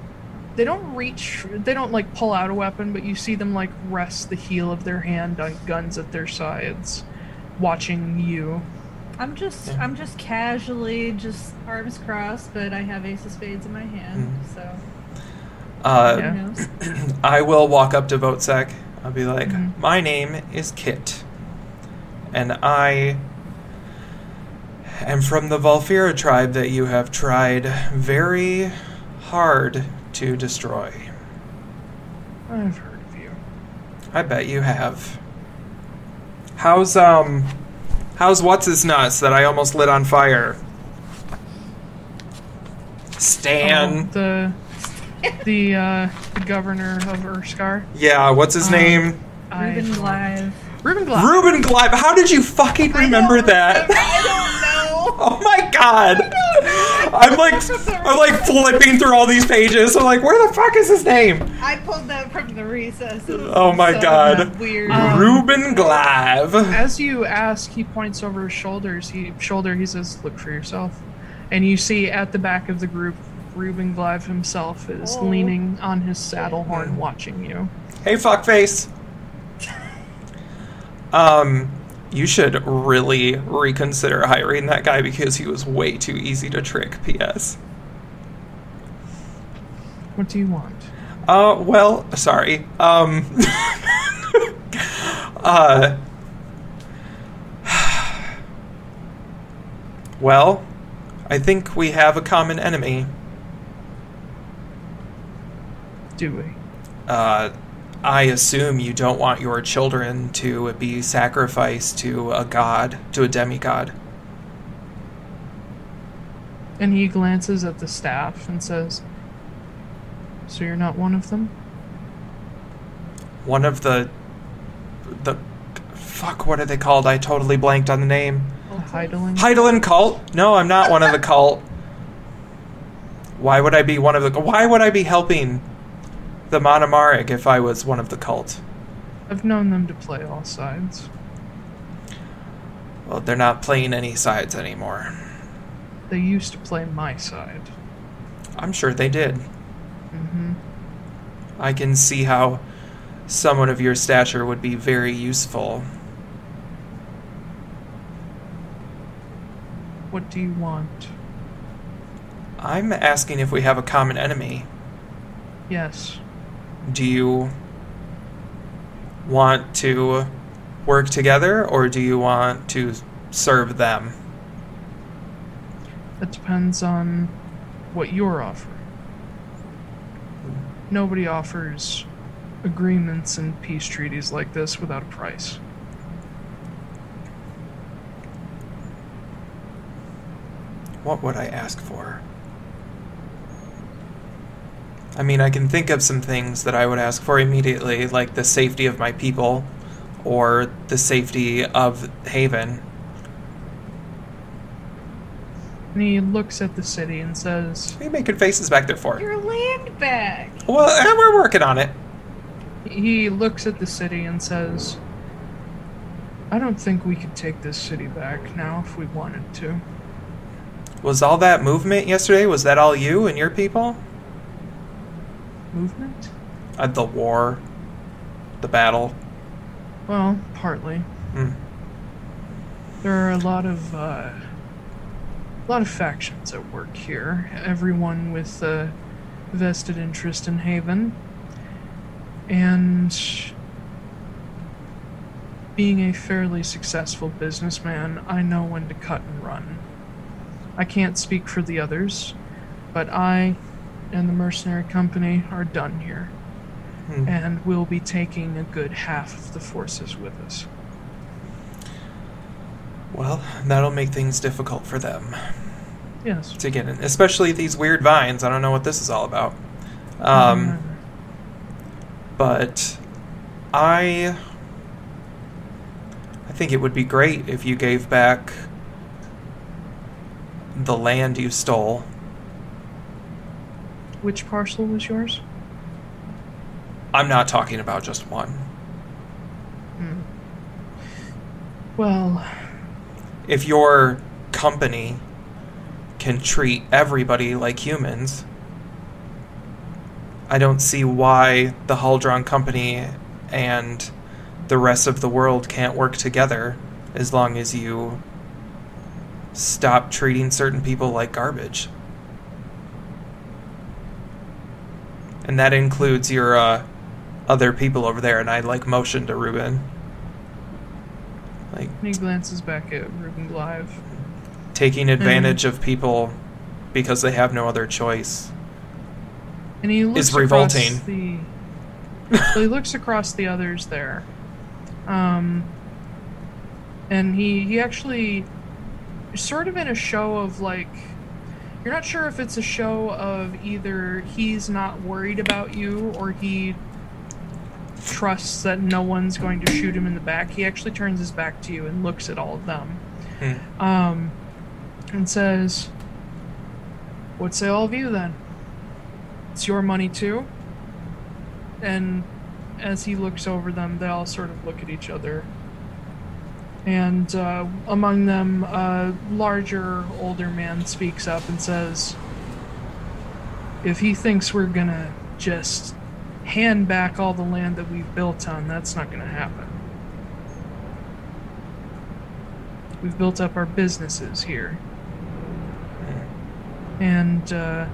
[SPEAKER 1] They don't reach. They don't like pull out a weapon, but you see them like rest the heel of their hand on guns at their sides, watching you.
[SPEAKER 5] I'm just
[SPEAKER 3] Yeah.
[SPEAKER 5] I'm just casually just arms crossed, but I have Ace of Spades in my hand, so
[SPEAKER 3] Mm. Uh,
[SPEAKER 1] Yeah.
[SPEAKER 5] who knows?
[SPEAKER 3] I will walk up to Votsek. I'll be like,
[SPEAKER 1] Mhm.
[SPEAKER 3] my name is Kit, and I am from the Valfira tribe that you have tried very hard to destroy.
[SPEAKER 1] I've heard of you.
[SPEAKER 3] I bet you have. How's um, how's what's his nuts that I almost lit on fire? Stan.
[SPEAKER 1] Oh, the the uh, the governor of Urskar.
[SPEAKER 3] Yeah, what's his
[SPEAKER 1] Um,
[SPEAKER 3] name?
[SPEAKER 5] Ruben Live.
[SPEAKER 1] Ruben Glass.
[SPEAKER 3] Ruben Glibe. How did you fucking remember that? Oh my god! I'm like, I'm like flipping through all these pages. I'm like, where the fuck is his name?
[SPEAKER 5] I pulled that from the recesses.
[SPEAKER 3] Oh my
[SPEAKER 5] So
[SPEAKER 3] God. Uh,
[SPEAKER 5] Weird.
[SPEAKER 1] Um,
[SPEAKER 3] Ruben Glive.
[SPEAKER 1] As you ask, he points over his shoulders. He shoulder. He says, "Look for yourself." And you see at the back of the group, Ruben Glive himself is
[SPEAKER 5] Oh.
[SPEAKER 1] leaning on his saddle horn, watching you.
[SPEAKER 3] Hey, fuckface. Um, you should really reconsider hiring that guy because he was way too easy to trick. P.S.
[SPEAKER 1] What do you want?
[SPEAKER 3] Uh, well, sorry. Um, uh, well, I think we have a common enemy.
[SPEAKER 1] Do we?
[SPEAKER 3] Uh, I assume you don't want your children to be sacrificed to a god, to a demigod.
[SPEAKER 1] And he glances at the staff and says, "So you're not one of them."
[SPEAKER 3] One of the, the, fuck, what are they called? I totally blanked on the name.
[SPEAKER 1] The Heidelin.
[SPEAKER 3] Heidelin cult? No, I'm not one of the cult. Why would I be one of the? Why would I be helping the Monomaric if I was one of the cult?
[SPEAKER 1] I've known them to play all sides.
[SPEAKER 3] Well, they're not playing any sides anymore.
[SPEAKER 1] They used to play my side.
[SPEAKER 3] I'm sure they did.
[SPEAKER 1] Mm-hmm.
[SPEAKER 3] I can see how someone of your stature would be very useful.
[SPEAKER 1] What do you want?
[SPEAKER 3] I'm asking if we have a common enemy.
[SPEAKER 1] Yes.
[SPEAKER 3] Do you want to work together or do you want to serve them?
[SPEAKER 1] It depends on what you're offering. Nobody offers agreements and peace treaties like this without a price.
[SPEAKER 3] What would I ask for? I mean, I can think of some things that I would ask for immediately, like the safety of my people or the safety of Haven.
[SPEAKER 1] And he looks at the city and says,
[SPEAKER 3] What are you making faces back there for?
[SPEAKER 5] Your land back.
[SPEAKER 3] Well, eh, we're working on it.
[SPEAKER 1] he looks at the city and says, I don't think we could take this city back now if we wanted to.
[SPEAKER 3] Was all that movement yesterday? Was that all you and your people?
[SPEAKER 1] Movement?
[SPEAKER 3] Uh, the war, the battle.
[SPEAKER 1] Well, partly.
[SPEAKER 3] Hmm.
[SPEAKER 1] There are a lot of uh, a lot of factions at work here. Everyone with uh, vested interest in Haven, and being a fairly successful businessman, I know when to cut and run. I can't speak for the others, but I and the mercenary company are done here,
[SPEAKER 3] Hmm.
[SPEAKER 1] and we'll be taking a good half of the forces with us.
[SPEAKER 3] Well, that'll make things difficult for them
[SPEAKER 1] Yes.
[SPEAKER 3] to get in, especially these weird vines. I don't know what this is all about. Um,
[SPEAKER 1] Mm-hmm.
[SPEAKER 3] but I I think it would be great if you gave back the land you stole.
[SPEAKER 1] Which parcel was yours?
[SPEAKER 3] I'm not talking about just one.
[SPEAKER 1] Well,
[SPEAKER 3] If your company can treat everybody like humans, I don't see why the Haldron company and the rest of the world can't work together as long as you stop treating certain people like garbage. And that includes your uh, other people over there. And I like motion to Ruben, like
[SPEAKER 1] he glances back at Ruben Glive.
[SPEAKER 3] taking advantage of people because they have no other choice.
[SPEAKER 1] And he looks
[SPEAKER 3] It's revolting.
[SPEAKER 1] across the so he looks across the others there. Um and he he actually sort of in a show of like you're not sure if it's a show of either he's not worried about you or he trusts that no one's going to shoot him in the back. He actually turns his back to you and looks at all of them.
[SPEAKER 3] Hmm.
[SPEAKER 1] Um and says what say all of you then? It's your money too. And as he looks over them, they all sort of look at each other. And uh, among them, a larger, older man speaks up and says, If he thinks we're gonna just hand back all the land that we've built on, that's not gonna happen. We've built up our businesses here
[SPEAKER 3] Mm.
[SPEAKER 1] and uh,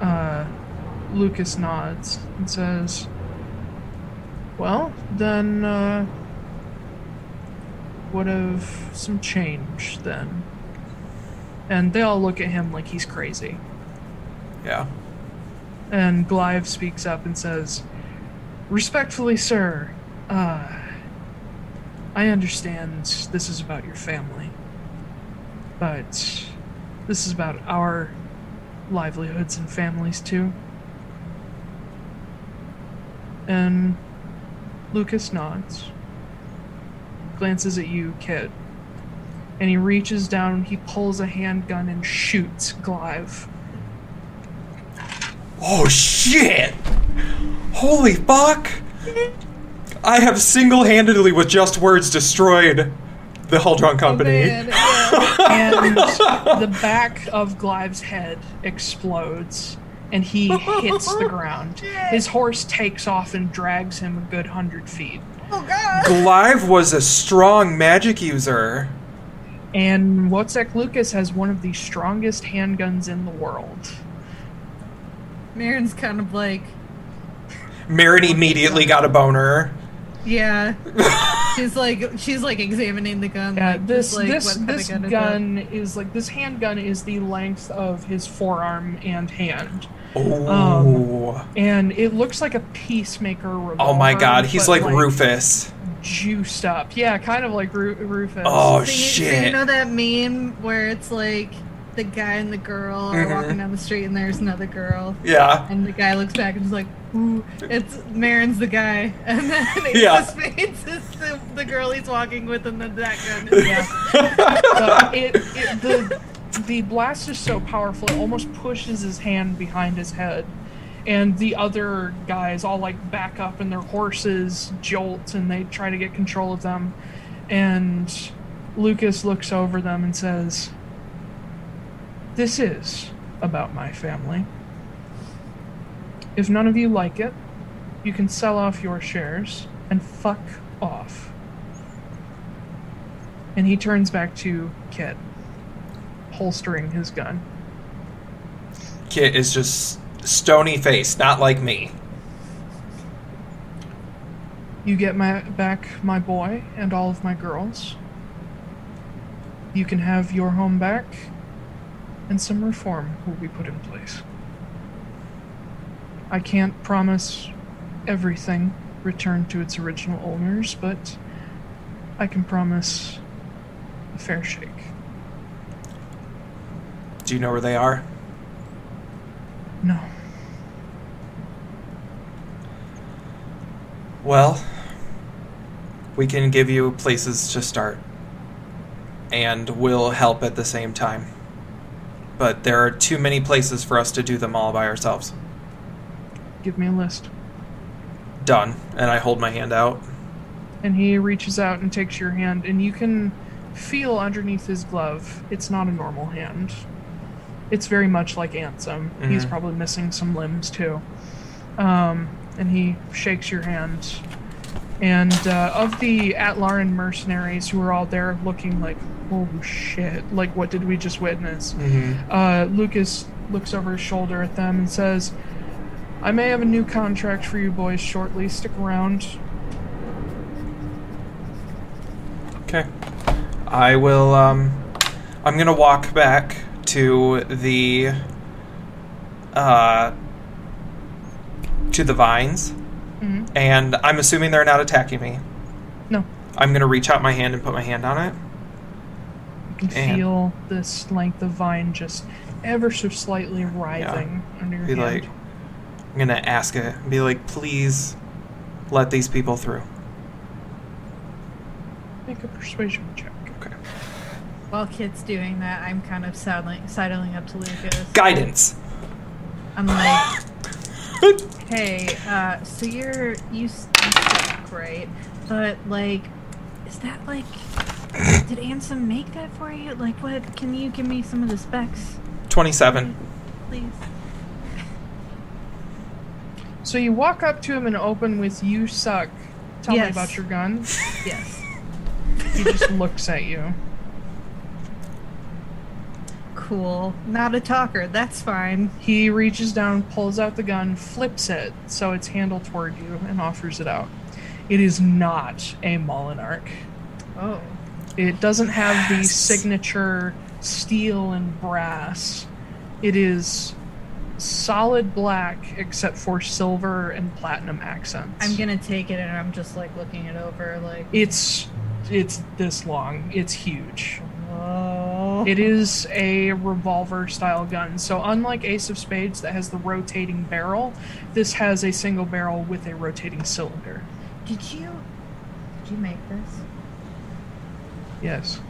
[SPEAKER 1] uh, Lucas nods and says, "Well, then, uh, what of some change then?" And they all look at him like he's crazy.
[SPEAKER 3] Yeah.
[SPEAKER 1] And Glive speaks up and says, Respectfully, sir, uh, I understand this is about your family, but this is about our livelihoods and families too. And Lucas nods, glances at you, kid, and he reaches down, he pulls a handgun and shoots Glive.
[SPEAKER 3] Oh shit! Holy fuck! I have single handedly, with just words, destroyed the whole drunk company.
[SPEAKER 5] Man, yeah.
[SPEAKER 1] and the back of Glive's head explodes, and he hits the ground. His horse takes off and drags him a good hundred feet.
[SPEAKER 5] Oh god.
[SPEAKER 3] Glive was a strong magic user.
[SPEAKER 1] And Wozzeck Lucas has one of the strongest handguns in the world.
[SPEAKER 5] Marin's kind of like,
[SPEAKER 3] Marin immediately got a boner.
[SPEAKER 5] yeah. she's like, she's like examining the gun.
[SPEAKER 1] Yeah,
[SPEAKER 5] like,
[SPEAKER 1] Uh, this
[SPEAKER 5] just like,
[SPEAKER 1] this
[SPEAKER 5] what
[SPEAKER 1] this
[SPEAKER 5] kind of gun.
[SPEAKER 1] gun is like this handgun is the length of his forearm and hand,
[SPEAKER 3] Oh,
[SPEAKER 1] and it looks like a peacemaker revolver.
[SPEAKER 3] oh my God, he's
[SPEAKER 1] but,
[SPEAKER 3] like Rufus.
[SPEAKER 1] juiced up. Yeah, kind of like Ru- Rufus.
[SPEAKER 3] Oh
[SPEAKER 5] So you, So you
[SPEAKER 3] shit.
[SPEAKER 5] know that meme where it's like the guy and the girl are
[SPEAKER 3] Mhm.
[SPEAKER 5] walking down the street and there's another girl.
[SPEAKER 3] Yeah.
[SPEAKER 5] And the guy looks back and is like, ooh, it's Marin's the guy. And then it
[SPEAKER 3] Yeah.
[SPEAKER 5] just fades to the, the girl he's walking with and then that gun. is-
[SPEAKER 1] Yeah. so it, it the the blast is so powerful it almost pushes his hand behind his head. And the other guys all like back up and their horses jolt and they try to get control of them. And Lucas looks over them and says, This is about my family. If none of you like it, you can sell off your shares and fuck off. And he turns back to Kit, holstering his gun.
[SPEAKER 3] Kit is just stony faced, not like me.
[SPEAKER 1] You get my back my boy and all of my girls. You can have your home back, and some reform will be put in place. I can't promise everything returned to its original owners, but I can promise a fair shake.
[SPEAKER 3] Do you know where they are?
[SPEAKER 1] No.
[SPEAKER 3] Well, we can give you places to start. And we'll help at the same time. But there are too many places for us to do them all by ourselves.
[SPEAKER 1] Give me a list.
[SPEAKER 3] Done. And I hold my hand out.
[SPEAKER 1] and he reaches out and takes your hand and you can feel underneath his glove it's not a normal hand it's very much like ansem he's
[SPEAKER 3] Mhm.
[SPEAKER 1] probably missing some limbs too um, and he shakes your hand and uh, of the atlaran mercenaries who are all there looking like oh shit like what did we just witness
[SPEAKER 3] Mm-hmm.
[SPEAKER 1] uh, Lucas looks over his shoulder at them and says, I may have a new contract for you boys shortly. Stick around.
[SPEAKER 3] Okay. I will, um. I'm gonna walk back to the. Uh. To the vines.
[SPEAKER 1] Mhm.
[SPEAKER 3] And I'm assuming they're not attacking me.
[SPEAKER 1] No,
[SPEAKER 3] I'm gonna reach out my hand and put my hand on it.
[SPEAKER 1] you can
[SPEAKER 3] And-
[SPEAKER 1] feel this length of vine just ever so slightly writhing under your
[SPEAKER 3] Be
[SPEAKER 1] hand.
[SPEAKER 3] like, I'm gonna ask it. Be like, please, let these people through.
[SPEAKER 1] Make a persuasion check.
[SPEAKER 3] Okay.
[SPEAKER 5] While Kit's doing that, I'm kind of sidling, sidling up to Lucas.
[SPEAKER 3] Guidance.
[SPEAKER 5] I'm like, hey, uh, so you're you s- you suck, right? But like, is that like? Did Ansem make that for you? Like, what? Can you give me some of the specs,
[SPEAKER 3] Twenty-seven.
[SPEAKER 5] please?
[SPEAKER 1] So you walk up to him and open with, You suck. Tell me
[SPEAKER 5] Yes.
[SPEAKER 1] about your gun.
[SPEAKER 5] Yes.
[SPEAKER 1] He just looks at you.
[SPEAKER 5] Cool. Not a talker. That's fine.
[SPEAKER 1] He reaches down, pulls out the gun, flips it so it's handled toward you, and offers it out. It is not a Molinarch.
[SPEAKER 5] Oh.
[SPEAKER 1] It doesn't have the
[SPEAKER 3] Yes.
[SPEAKER 1] signature steel and brass. It is solid black except for silver and platinum accents.
[SPEAKER 5] I'm gonna take it, and I'm just like looking it over, like,
[SPEAKER 1] it's it's this long. It's huge.
[SPEAKER 5] oh.
[SPEAKER 1] It is a revolver style gun. So unlike Ace of Spades that has the rotating barrel, this has a single barrel with a rotating cylinder.
[SPEAKER 5] Did you? Did you make this?
[SPEAKER 1] Yes.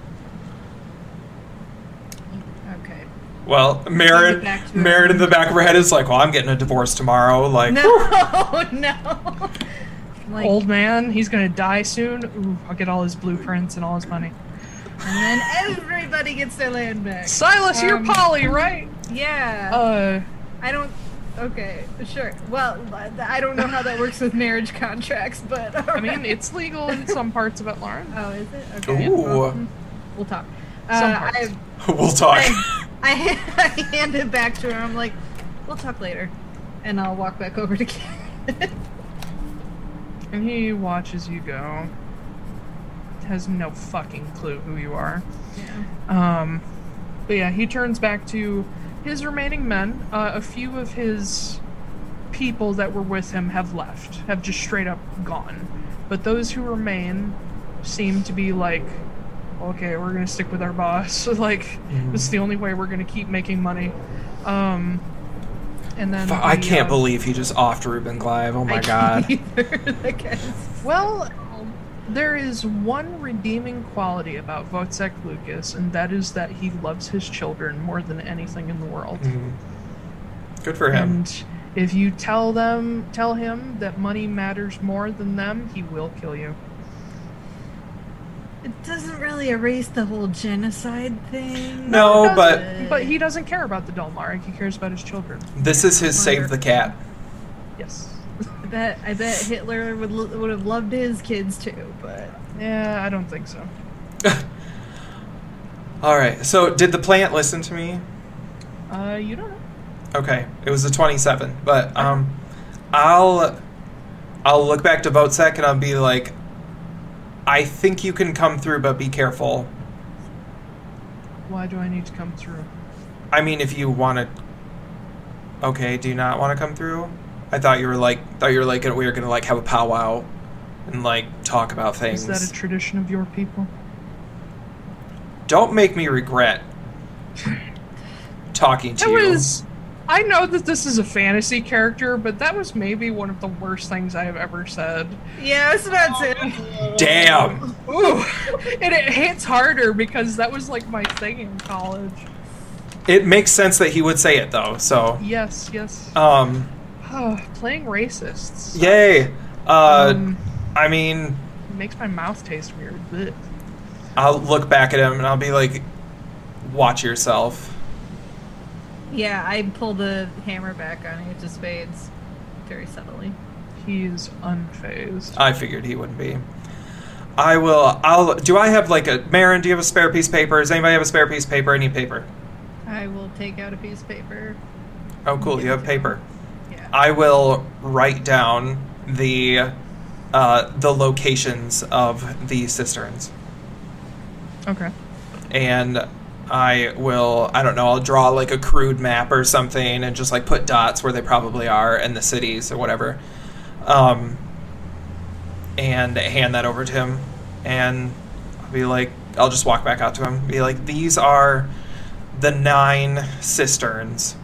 [SPEAKER 5] Okay.
[SPEAKER 3] Well, Merritt,
[SPEAKER 5] back to her.
[SPEAKER 3] Merritt in the back of her head is like, well, I'm getting a divorce tomorrow. Like,
[SPEAKER 5] No, no. Like,
[SPEAKER 1] Old man, he's gonna die soon. Ooh, I'll get all his blueprints and all his money.
[SPEAKER 5] And then everybody gets their land back.
[SPEAKER 1] Silas, you're
[SPEAKER 5] Um,
[SPEAKER 1] Polly, right?
[SPEAKER 5] Yeah.
[SPEAKER 1] Uh,
[SPEAKER 5] I don't. Okay, sure. Well, I don't know how that works with marriage contracts, but.
[SPEAKER 1] I mean, it's legal in some parts of it, Lauren.
[SPEAKER 5] Oh, is it? Okay.
[SPEAKER 3] Ooh.
[SPEAKER 5] well, hmm, we'll talk.
[SPEAKER 1] Some
[SPEAKER 5] Uh,
[SPEAKER 1] parts.
[SPEAKER 5] I,
[SPEAKER 3] we'll talk.
[SPEAKER 5] I, I hand it back to her. I'm like, we'll talk later. And I'll walk back over to Kid.
[SPEAKER 1] And he watches you go. Has no fucking clue who you are.
[SPEAKER 5] yeah.
[SPEAKER 1] Um, but yeah, he turns back to his remaining men. Uh, a few of his people that were with him have left, have just straight up gone. But those who remain seem to be like, okay, we're gonna stick with our boss. like, this
[SPEAKER 3] Mm-hmm.
[SPEAKER 1] is the only way we're gonna keep making money. Um, and then
[SPEAKER 3] Fu- I
[SPEAKER 1] the,
[SPEAKER 3] can't
[SPEAKER 1] uh,
[SPEAKER 3] believe he just offed Ruben Clive. Oh my
[SPEAKER 5] I
[SPEAKER 3] god.
[SPEAKER 5] can't either, I guess.
[SPEAKER 1] Well, there is one redeeming quality about Wojciech Lucas, and that is that he loves his children more than anything in the world.
[SPEAKER 3] Mhm. Mm-hmm. Good for him.
[SPEAKER 1] And if you tell them, tell him that money matters more than them, he will kill you.
[SPEAKER 5] It doesn't really erase the whole genocide thing.
[SPEAKER 3] No,
[SPEAKER 1] He
[SPEAKER 3] but
[SPEAKER 1] doesn't- but he doesn't care about the Dalmaric. He cares about his children.
[SPEAKER 5] Mm.
[SPEAKER 3] this is his save the cat.
[SPEAKER 1] Yes.
[SPEAKER 5] I bet, I bet Hitler would, lo- would have loved his kids too, but.
[SPEAKER 1] Yeah, I don't think so.
[SPEAKER 3] All right. So did the plant listen to me?
[SPEAKER 1] Uh, you don't know.
[SPEAKER 3] Okay, it was the 27, but um, I'll I'll look back to Votsec and I'll be like, I think you can come through, but be careful.
[SPEAKER 1] Why do I need to come through?
[SPEAKER 3] I mean, if you want to. Okay, do you not want to come through? I thought you were like thought you were like we were gonna like have a powwow, and like talk about things.
[SPEAKER 1] Is that a tradition of your people?
[SPEAKER 3] Don't make me regret talking to
[SPEAKER 1] That
[SPEAKER 3] you.
[SPEAKER 1] was. I know that this is a fantasy character, but that was maybe one of the worst things I have ever said.
[SPEAKER 5] Yeah, so that's it.
[SPEAKER 3] Damn.
[SPEAKER 1] Ooh, and it hits harder because that was like my thing in college.
[SPEAKER 3] It makes sense that he would say it though. So,
[SPEAKER 1] Yes, yes.
[SPEAKER 3] um,
[SPEAKER 1] Playing racists.
[SPEAKER 3] yay. Uh,
[SPEAKER 1] Um,
[SPEAKER 3] I mean,
[SPEAKER 1] makes my mouth taste weird. Blech.
[SPEAKER 3] I'll look back at him and I'll be like, "Watch yourself."
[SPEAKER 5] Yeah, I pull the hammer back on Ace of Spades very subtly.
[SPEAKER 1] He's unfazed.
[SPEAKER 3] I figured he wouldn't be. I will. I'll. Do I have like a Marin? Do you have a spare piece of paper? Does anybody have a spare piece of paper? I need paper.
[SPEAKER 5] I will take out a piece of paper.
[SPEAKER 3] Oh, cool. You have paper.
[SPEAKER 5] Yeah.
[SPEAKER 3] I will write down the uh, the locations of the cisterns,
[SPEAKER 1] Okay.
[SPEAKER 3] and I will. I don't know. I'll draw like a crude map or something, and just like put dots where they probably are, and the cities or whatever. Um, and hand that over to him, and I'll be like, I'll just walk back out to him, be like, these are the nine cisterns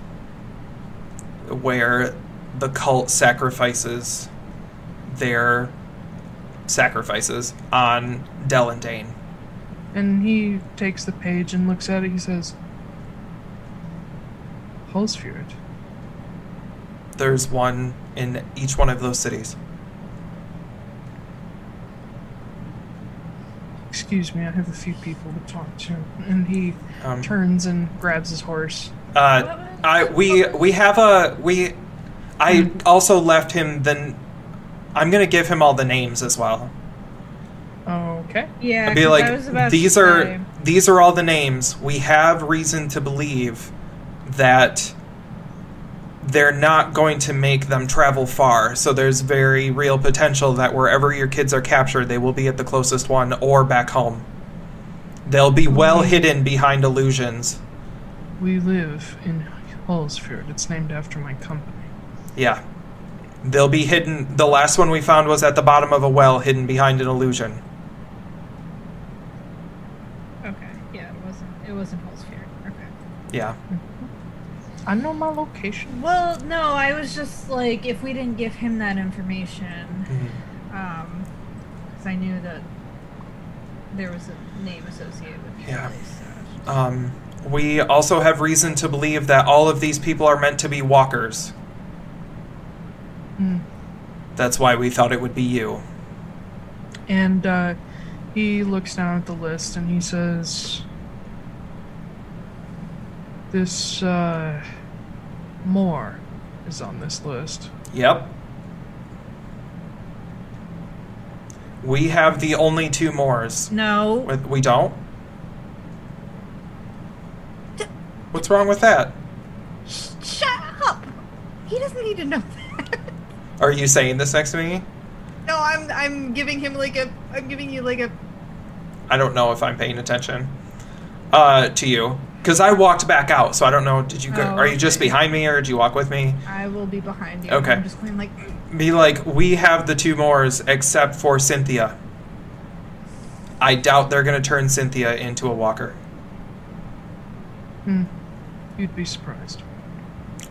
[SPEAKER 3] where the cult sacrifices their sacrifices on Delendane.
[SPEAKER 1] And he takes the page and looks at it. He says, Holsfjord.
[SPEAKER 3] There's one in each one of those cities.
[SPEAKER 1] Excuse me, I have a few people to talk to. And he
[SPEAKER 3] Um,
[SPEAKER 1] turns and grabs his horse.
[SPEAKER 3] Uh, I we we have a we. I also left him the. n- I'm gonna give him all the names as well.
[SPEAKER 1] Okay.
[SPEAKER 5] Yeah,
[SPEAKER 3] I'd be
[SPEAKER 5] 'cause
[SPEAKER 3] like,
[SPEAKER 5] I was about to
[SPEAKER 3] these are
[SPEAKER 5] say,
[SPEAKER 3] these are all the names. We have reason to believe that they're not going to make them travel far. So there's very real potential that wherever your kids are captured, they will be at the closest one or back home. They'll be
[SPEAKER 5] Mm-hmm.
[SPEAKER 3] well hidden behind illusions.
[SPEAKER 1] We live in Holsfjord. It's named after my company.
[SPEAKER 3] Yeah. They'll be hidden. The last one we found was at the bottom of a well, hidden behind an illusion.
[SPEAKER 5] Okay. Yeah, it wasn't. It wasn't Holzfear. Okay.
[SPEAKER 3] Yeah.
[SPEAKER 1] I know my location.
[SPEAKER 5] Well, no, I was just like, if we didn't give him that information, um, because I knew that there was a name associated with the
[SPEAKER 3] Yeah.
[SPEAKER 5] place. so-
[SPEAKER 3] Um, we also have reason to believe that all of these people are meant to be walkers.
[SPEAKER 1] Mm. Hmm.
[SPEAKER 3] That's why we thought it would be you.
[SPEAKER 1] And uh, He looks down at the list and he says, This, uh, more is on this list.
[SPEAKER 3] Yep. We have the only two Moors.
[SPEAKER 5] No.
[SPEAKER 3] With- We don't? What's wrong with that?
[SPEAKER 5] Sh- shut up! He doesn't need to know that.
[SPEAKER 3] Are you saying this next to me?
[SPEAKER 5] no, I'm I'm giving him like a I'm giving you like a
[SPEAKER 3] I don't know if I'm paying attention uh, to you. Because I walked back out, so I don't know. Did you go?
[SPEAKER 5] Oh,
[SPEAKER 3] are you just
[SPEAKER 5] okay.
[SPEAKER 3] behind me, or did you walk with me?
[SPEAKER 5] I will be behind you.
[SPEAKER 3] Okay.
[SPEAKER 5] I'm just going like
[SPEAKER 3] Be like, we have the two Moors except for Cynthia. I doubt they're going to turn Cynthia into a walker.
[SPEAKER 1] Hmm. You'd be surprised.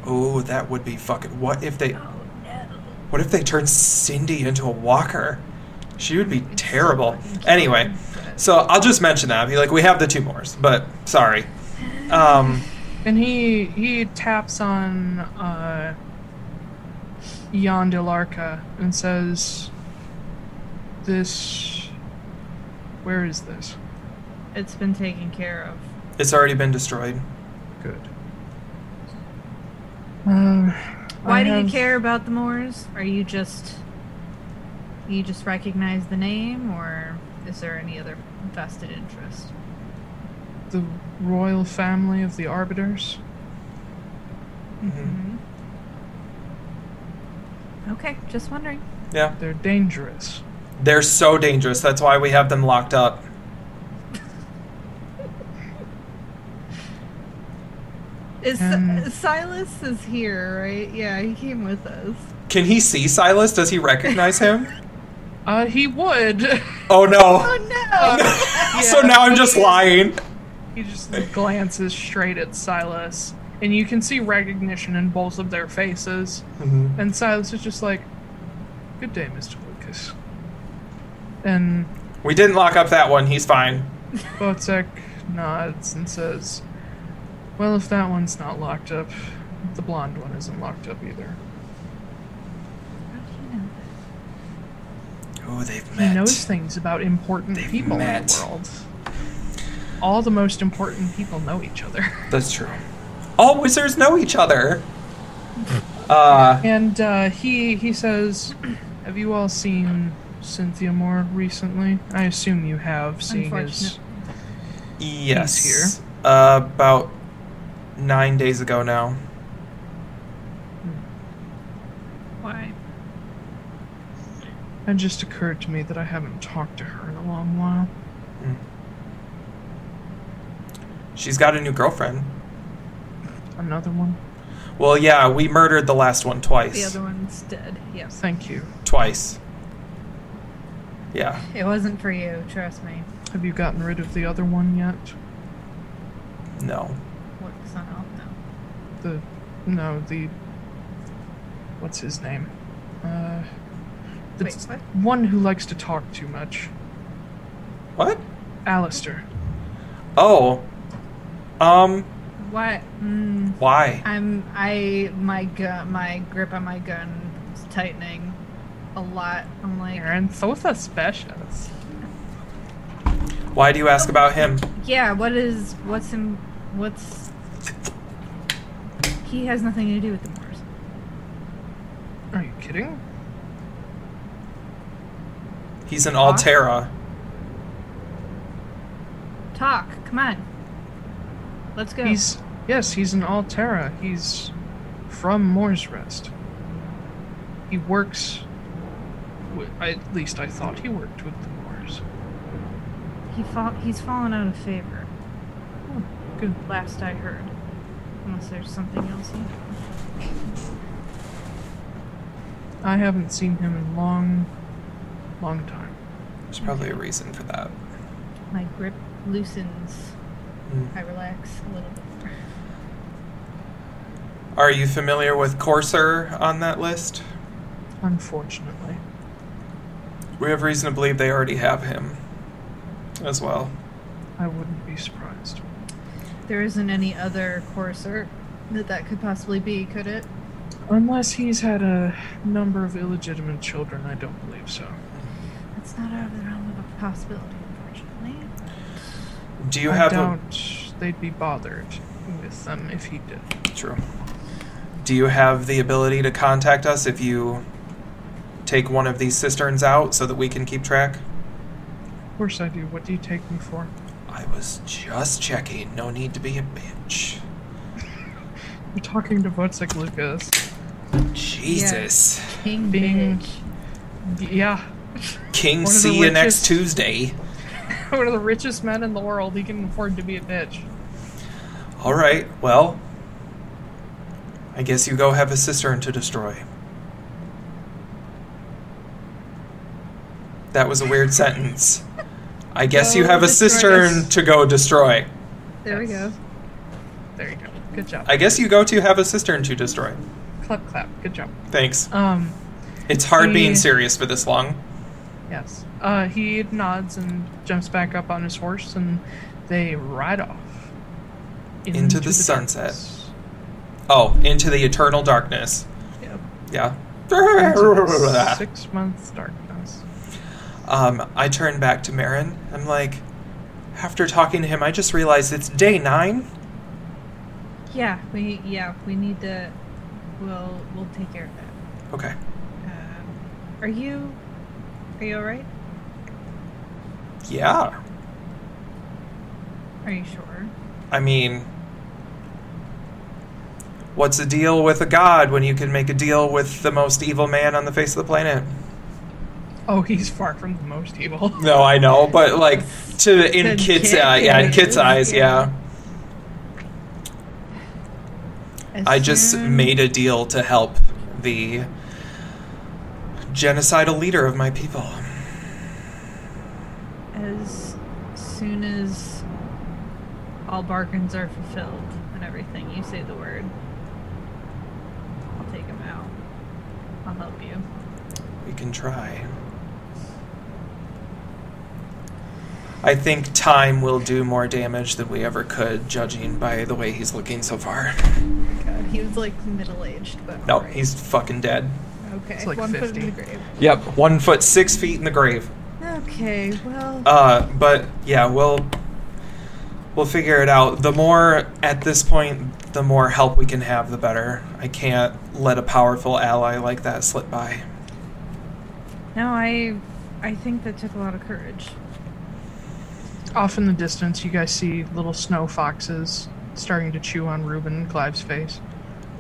[SPEAKER 3] Oh, that would be fucking. What if they?
[SPEAKER 5] oh no.
[SPEAKER 3] What if they turned Cindy into a walker? She would be terrible.
[SPEAKER 5] fucking cute.
[SPEAKER 3] Anyway, so I'll just mention that. I'll be like, we have the two Moors, but sorry. Um,
[SPEAKER 1] And he he taps on uh, Jan de Larca and says, "This, where is this?
[SPEAKER 5] It's been taken care of.
[SPEAKER 3] it's already been destroyed.
[SPEAKER 1] Good. Um,
[SPEAKER 5] Why
[SPEAKER 1] I
[SPEAKER 5] do you
[SPEAKER 1] have-
[SPEAKER 5] care about the Moors? Are you just you just recognize the name or is there any other vested interest?
[SPEAKER 1] The royal family of the Arbiters.
[SPEAKER 5] Mhm. Okay, just wondering.
[SPEAKER 3] Yeah,
[SPEAKER 1] They're dangerous.
[SPEAKER 3] they're so dangerous. That's why we have them locked up.
[SPEAKER 5] Is
[SPEAKER 1] Um,
[SPEAKER 5] Silas is here, right? Yeah, he came with us.
[SPEAKER 3] Can he see Silas? Does he recognize him?
[SPEAKER 1] Uh, he would. Um,
[SPEAKER 3] Oh no.
[SPEAKER 5] Oh no!
[SPEAKER 3] So now I'm just lying.
[SPEAKER 1] he just glances straight at Silas, and you can see recognition in both of their faces.
[SPEAKER 3] Mhm.
[SPEAKER 1] And Silas is just like, Good day, Mr. Lucas. And
[SPEAKER 3] We didn't lock up that one. He's fine.
[SPEAKER 1] Botzek nods and says, Well, if that one's not locked up, the blonde one isn't locked up either.
[SPEAKER 3] Oh, they've
[SPEAKER 1] He knows things about important
[SPEAKER 3] They've
[SPEAKER 1] people in
[SPEAKER 3] met.
[SPEAKER 1] the world. All the most important people know each other.
[SPEAKER 3] That's true. All wizards know each other. Uh,
[SPEAKER 1] And uh, he he says, "Have you all seen Cynthia Moore recently? I assume you have, seeing as
[SPEAKER 3] yes.
[SPEAKER 1] He's
[SPEAKER 3] here. Uh, about nine days ago now.
[SPEAKER 5] Why?
[SPEAKER 1] it just occurred to me that I haven't talked to her in a long while.
[SPEAKER 3] Hmm. She's got a new girlfriend.
[SPEAKER 1] Another one.
[SPEAKER 3] Well, yeah, we murdered the last one
[SPEAKER 5] The
[SPEAKER 3] twice.
[SPEAKER 5] other one's dead. Yes.
[SPEAKER 1] Thank you.
[SPEAKER 3] Twice. Yeah.
[SPEAKER 5] It wasn't for you, trust me.
[SPEAKER 1] Have you gotten rid of the other one yet?
[SPEAKER 3] No.
[SPEAKER 5] What son of no.
[SPEAKER 1] The no the what's his name? Uh, the
[SPEAKER 5] Wait, what?
[SPEAKER 1] one who likes to talk too much.
[SPEAKER 3] What?
[SPEAKER 1] Alistair.
[SPEAKER 3] Oh. Um.
[SPEAKER 5] What? Mm,
[SPEAKER 3] Why?
[SPEAKER 5] I'm I my gun my grip on my gun is tightening a lot. I'm like
[SPEAKER 1] Aaron Thotha Specials.
[SPEAKER 3] Why do you ask about him?
[SPEAKER 5] yeah, what is what's in what's he has nothing to do with the Moors.
[SPEAKER 1] Are you kidding?
[SPEAKER 3] He's an Altera.
[SPEAKER 5] Talk, come on. Let's go.
[SPEAKER 1] He's yes, he's an Altera. He's from Moore's Rest. He works. With, at least I thought he worked with the Moors.
[SPEAKER 5] he fall, he's fallen out of favor,
[SPEAKER 1] Oh, Good.
[SPEAKER 5] last I heard. Unless there's something else you know.
[SPEAKER 1] I haven't seen him in long, long time.
[SPEAKER 3] There's probably a reason for that.
[SPEAKER 5] My grip loosens.
[SPEAKER 3] Mm.
[SPEAKER 5] I relax a little bit more.
[SPEAKER 3] Are you familiar with Courser on that list?
[SPEAKER 1] Unfortunately,
[SPEAKER 3] We have reason to believe they already have him as well.
[SPEAKER 1] I wouldn't be surprised.
[SPEAKER 5] There isn't any other courser that that could possibly be, could it?
[SPEAKER 1] Unless he's had a number of illegitimate children, I don't believe so.
[SPEAKER 5] It's not out of the realm of possibility.
[SPEAKER 3] Do you
[SPEAKER 1] I
[SPEAKER 3] have a
[SPEAKER 1] doubt they'd be bothered with them if he did.
[SPEAKER 3] True. Do you have the ability to contact us if you take one of these cisterns out so that we can keep track?
[SPEAKER 1] Of course I do. What do you take me for?
[SPEAKER 3] I was just checking. No need to be a bitch.
[SPEAKER 1] I'm talking to Wojciech Lucas.
[SPEAKER 3] Jesus.
[SPEAKER 5] King
[SPEAKER 1] Being-
[SPEAKER 5] bitch.
[SPEAKER 1] Yeah,
[SPEAKER 3] King
[SPEAKER 1] One of the
[SPEAKER 3] see you next
[SPEAKER 1] richest-
[SPEAKER 3] Tuesday.
[SPEAKER 1] one of the richest men in the world. He can afford to be a bitch.
[SPEAKER 3] All right. Well, I guess you go have a cistern to destroy. That was a weird sentence. I guess you
[SPEAKER 5] Go
[SPEAKER 3] have a
[SPEAKER 5] destroy
[SPEAKER 3] cistern
[SPEAKER 5] this.
[SPEAKER 3] to go destroy.
[SPEAKER 5] There we go.
[SPEAKER 1] There you go. Good job.
[SPEAKER 3] I guess you go to have a cistern to destroy.
[SPEAKER 1] clap clap. Good job.
[SPEAKER 3] Thanks.
[SPEAKER 1] Um,
[SPEAKER 3] It's hard being
[SPEAKER 1] Yeah.
[SPEAKER 3] serious for this long.
[SPEAKER 1] yes. Uh, he nods and jumps back up on his horse, and they ride off
[SPEAKER 3] Into the sunset.
[SPEAKER 1] darkness.
[SPEAKER 3] Oh, into the eternal darkness.
[SPEAKER 1] Yep.
[SPEAKER 3] Yeah.
[SPEAKER 1] Into the six months darkness.
[SPEAKER 3] Um, I turn back to Marin. I'm like, after talking to him, I just realized it's day nine.
[SPEAKER 5] Yeah, we yeah we need to. We'll we'll take care of that.
[SPEAKER 3] Okay.
[SPEAKER 5] Um, are you are you all right?
[SPEAKER 3] Yeah.
[SPEAKER 5] Are you sure?
[SPEAKER 3] I mean, what's a deal with a god when you can make a deal with the most evil man on the face of the planet?
[SPEAKER 1] Oh, he's far from the most evil.
[SPEAKER 3] No, I know, but like to in
[SPEAKER 5] To
[SPEAKER 3] kids,
[SPEAKER 5] kid-
[SPEAKER 3] eye, yeah, in kids'
[SPEAKER 5] yeah.
[SPEAKER 3] eyes, yeah. I just
[SPEAKER 5] Assume-
[SPEAKER 3] made a deal to help the genocidal leader of my people.
[SPEAKER 5] as soon as all bargains are fulfilled and everything, you say the word. I'll take him out. I'll help you.
[SPEAKER 3] We can try. I think time will do more damage than we ever could, judging by the way he's looking so far.
[SPEAKER 5] God, he was like middle aged, but
[SPEAKER 3] No,
[SPEAKER 5] alright.
[SPEAKER 3] he's fucking dead.
[SPEAKER 5] okay.
[SPEAKER 1] It's like
[SPEAKER 5] one foot in the
[SPEAKER 1] 50.
[SPEAKER 5] grave.
[SPEAKER 3] Yep, one foot six feet in the grave.
[SPEAKER 5] Okay, well,
[SPEAKER 3] Uh, but yeah, we'll we'll figure it out. The more at this point, the more help we can have, the better. I can't let a powerful ally like that slip by.
[SPEAKER 5] no, I, I think that took a lot of courage.
[SPEAKER 1] Off in the distance, you guys see little snow foxes starting to chew on Reuben and Clive's face.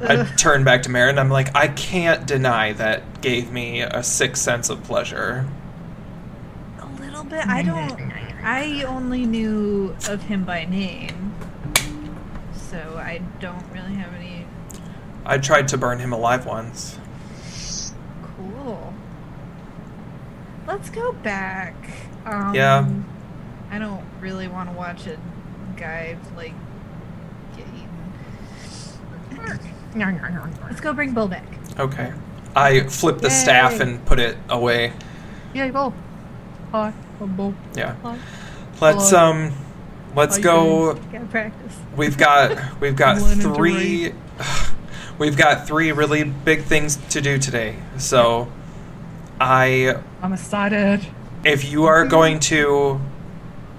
[SPEAKER 3] I
[SPEAKER 5] Ugh.
[SPEAKER 3] turn back to Marin. I'm like, I can't deny that gave me a sick sense of pleasure.
[SPEAKER 5] A little bit. I
[SPEAKER 1] Mm-hmm.
[SPEAKER 5] don't. I only knew of him by name, so I don't really have any.
[SPEAKER 3] I tried to burn him alive once.
[SPEAKER 5] Cool. Let's go back. Um,
[SPEAKER 3] Yeah.
[SPEAKER 5] I don't really want to watch a guy like get eaten. Let's go bring Bill back.
[SPEAKER 3] Okay. I flip the staff
[SPEAKER 1] Yay.
[SPEAKER 3] and put it away.
[SPEAKER 1] Yay, Bo. Hi, I'm Bo.
[SPEAKER 3] Yeah.
[SPEAKER 1] Hi.
[SPEAKER 3] Let's
[SPEAKER 1] Hello.
[SPEAKER 3] um let's
[SPEAKER 1] How you
[SPEAKER 3] go
[SPEAKER 5] Gotta practice.
[SPEAKER 3] We've got we've got
[SPEAKER 1] One and
[SPEAKER 3] three we've got three really big things to do today. So I
[SPEAKER 1] I'm excited.
[SPEAKER 3] if you
[SPEAKER 1] Mm-hmm.
[SPEAKER 3] are going to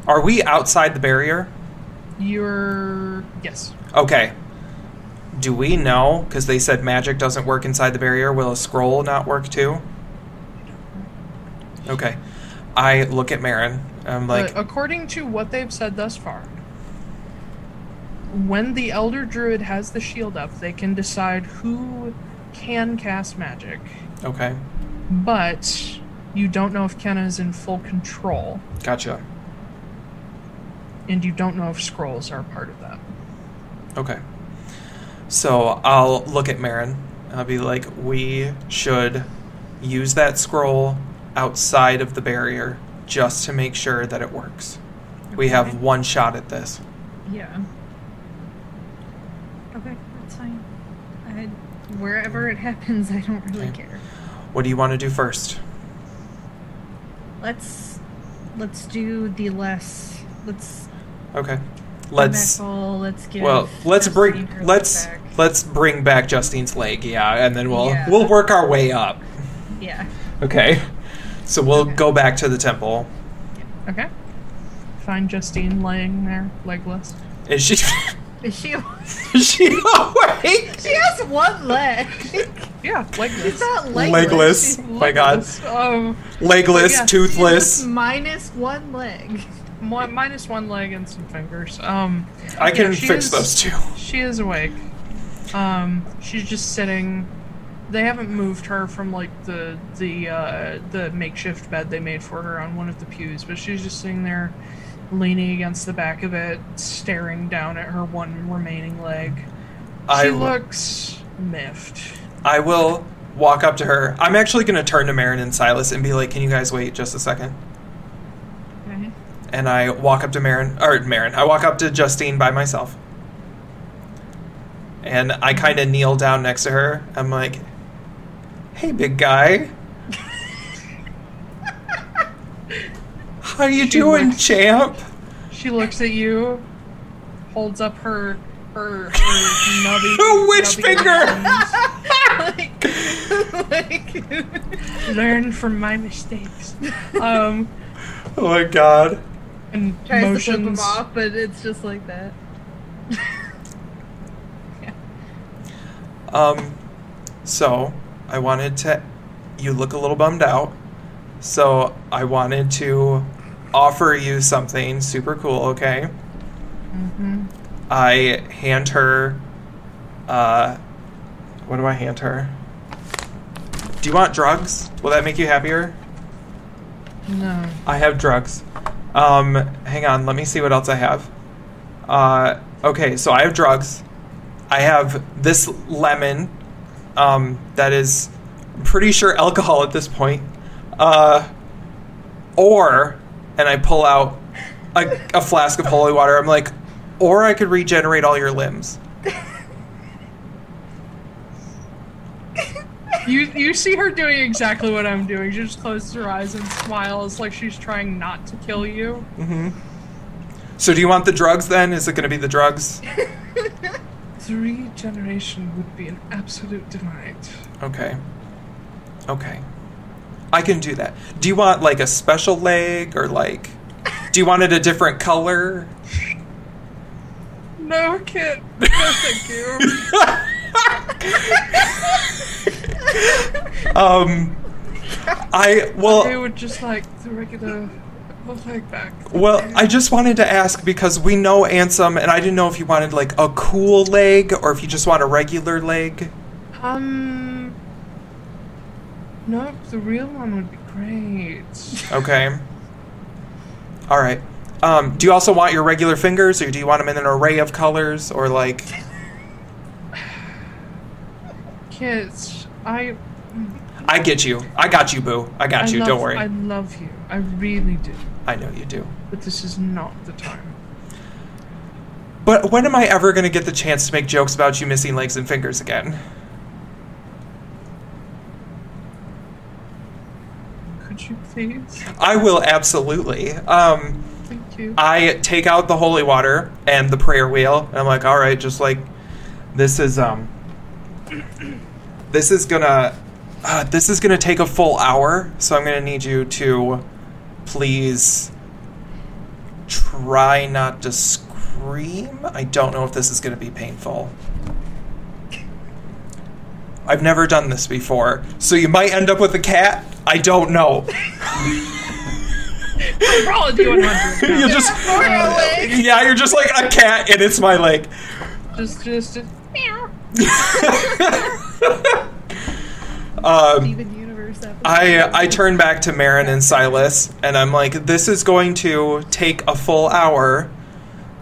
[SPEAKER 3] are we outside the barrier?
[SPEAKER 1] You're. Yes.
[SPEAKER 3] Okay. Do we know cuz they said magic doesn't work inside the barrier, will a scroll not work too? Okay. I look at Marin. I'm like,
[SPEAKER 1] but according to what they've said thus far, when the Elder Druid has the shield up, they can decide who can cast magic,
[SPEAKER 3] okay.
[SPEAKER 1] but you don't know if Kenna is in full control,
[SPEAKER 3] Gotcha.
[SPEAKER 1] and you don't know if scrolls are part of that.
[SPEAKER 3] Okay. So I'll look at Marin. I'll be like, we should use that scroll outside of the barrier just to make sure that it works. We have one shot at this.
[SPEAKER 5] Yeah. Okay, that's fine. I, wherever it happens, I don't really
[SPEAKER 3] Okay.
[SPEAKER 5] care.
[SPEAKER 3] What do you want to do first?
[SPEAKER 5] Let's let's do the less. Let's
[SPEAKER 3] Okay. Let's
[SPEAKER 5] Goal, let's give.
[SPEAKER 3] well, let's bring
[SPEAKER 5] Justine her
[SPEAKER 3] let's
[SPEAKER 5] back.
[SPEAKER 3] let's bring back Justine's leg, yeah, and then we'll
[SPEAKER 5] Yeah.
[SPEAKER 3] we'll work our way up.
[SPEAKER 5] yeah.
[SPEAKER 3] Okay. So we'll go back to the temple.
[SPEAKER 1] Okay? find Justine laying there, legless.
[SPEAKER 3] Is she?
[SPEAKER 5] Is she?
[SPEAKER 3] is she awake?
[SPEAKER 5] She has one leg.
[SPEAKER 1] Yeah,
[SPEAKER 5] She's
[SPEAKER 1] legless.
[SPEAKER 5] not
[SPEAKER 3] Legless.
[SPEAKER 5] legless. She's
[SPEAKER 3] Oh my God.
[SPEAKER 1] Um,
[SPEAKER 3] Legless,
[SPEAKER 1] Yeah.
[SPEAKER 5] legless
[SPEAKER 3] toothless.
[SPEAKER 5] minus one leg.
[SPEAKER 1] one, minus one leg and some fingers. Um,
[SPEAKER 3] I can
[SPEAKER 1] she
[SPEAKER 3] fix
[SPEAKER 1] is-
[SPEAKER 3] those two.
[SPEAKER 1] She is awake. Um, she's just sitting. They haven't moved her from like the the uh, the makeshift bed they made for her on one of the pews, but she's just sitting there, leaning against the back of it, staring down at her one remaining leg.
[SPEAKER 3] I
[SPEAKER 1] she
[SPEAKER 3] will-
[SPEAKER 1] looks miffed.
[SPEAKER 3] I will walk up to her. I'm actually going to turn to Marin and Silas and be like, "Can you guys wait just a second?
[SPEAKER 5] Okay.
[SPEAKER 3] And I walk up to Marin, or Marin. I walk up to Justine by myself, and I kind of kneel down next to her. I'm like, "Hey, big guy, how you
[SPEAKER 1] She
[SPEAKER 3] doing,
[SPEAKER 1] looks-
[SPEAKER 3] champ?"
[SPEAKER 1] She looks at you, holds up her her, her nubby,
[SPEAKER 3] Her witch
[SPEAKER 1] nubby
[SPEAKER 3] finger!
[SPEAKER 1] hands.
[SPEAKER 5] like, like,
[SPEAKER 1] Learn from my mistakes. Um,
[SPEAKER 3] Oh my god!
[SPEAKER 1] and
[SPEAKER 5] tries to flip him
[SPEAKER 1] motions.
[SPEAKER 5] off, but it's just like that.
[SPEAKER 3] Um, so I wanted to. You look a little bummed out. So I wanted to offer you something super cool, okay?
[SPEAKER 1] Mhm.
[SPEAKER 3] I hand her. Uh, what do I hand her? Do you want drugs? Will that make you happier?
[SPEAKER 1] No.
[SPEAKER 3] I have drugs. Um, hang on, let me see what else I have. Uh, okay, so I have drugs. I have this lemon um, that is I'm pretty sure alcohol at this point. Uh, or, and I pull out a, a flask of holy water. I'm like, or I could regenerate all your limbs.
[SPEAKER 1] You you see her doing exactly what I'm doing. She just closes her eyes and smiles like she's trying not to kill you.
[SPEAKER 3] hmm So, do you want the drugs then? Is it going to be the drugs?
[SPEAKER 1] Three generation would be an absolute delight.
[SPEAKER 3] Okay. Okay. I can do that. Do you want like a special leg or like do you want it a different color?
[SPEAKER 1] No, kid. No, thank you.
[SPEAKER 3] Um I
[SPEAKER 1] They
[SPEAKER 3] well
[SPEAKER 1] would just like the regular whole leg back.
[SPEAKER 3] well, I just wanted to ask because we know Ansem and I didn't know if you wanted like a cool leg or if you just want a regular leg.
[SPEAKER 1] Um. No, the real one would be great.
[SPEAKER 3] Okay. All right. Um, do you also want your regular fingers or do you want them in an array of colors or like
[SPEAKER 1] Kids, I
[SPEAKER 3] I get you. I got you, boo. I got
[SPEAKER 1] I
[SPEAKER 3] you.
[SPEAKER 1] love,
[SPEAKER 3] Don't worry.
[SPEAKER 1] I love you. I really do.
[SPEAKER 3] I know you do.
[SPEAKER 1] But this is not the time.
[SPEAKER 3] But when am I ever going to get the chance to make jokes about you missing legs and fingers again?
[SPEAKER 1] Could you please?
[SPEAKER 3] I will absolutely. Um,
[SPEAKER 1] Thank you.
[SPEAKER 3] I take out the holy water and the prayer wheel, and I'm like, all right, just like this is um, this is gonna uh, this is gonna take a full hour, so I'm gonna need you to please try not to scream. I don't know if this is gonna be painful. I've never done this before, so you might end up with a cat. I don't know.
[SPEAKER 1] Roll a d100.
[SPEAKER 3] You'll just yeah, you're just like a cat, and it's my leg.
[SPEAKER 1] Just, just, just meow.
[SPEAKER 3] Um,
[SPEAKER 5] Steven Universe episode.
[SPEAKER 3] I I turn back to Marin and Silas, and I'm like, this is going to take a full hour.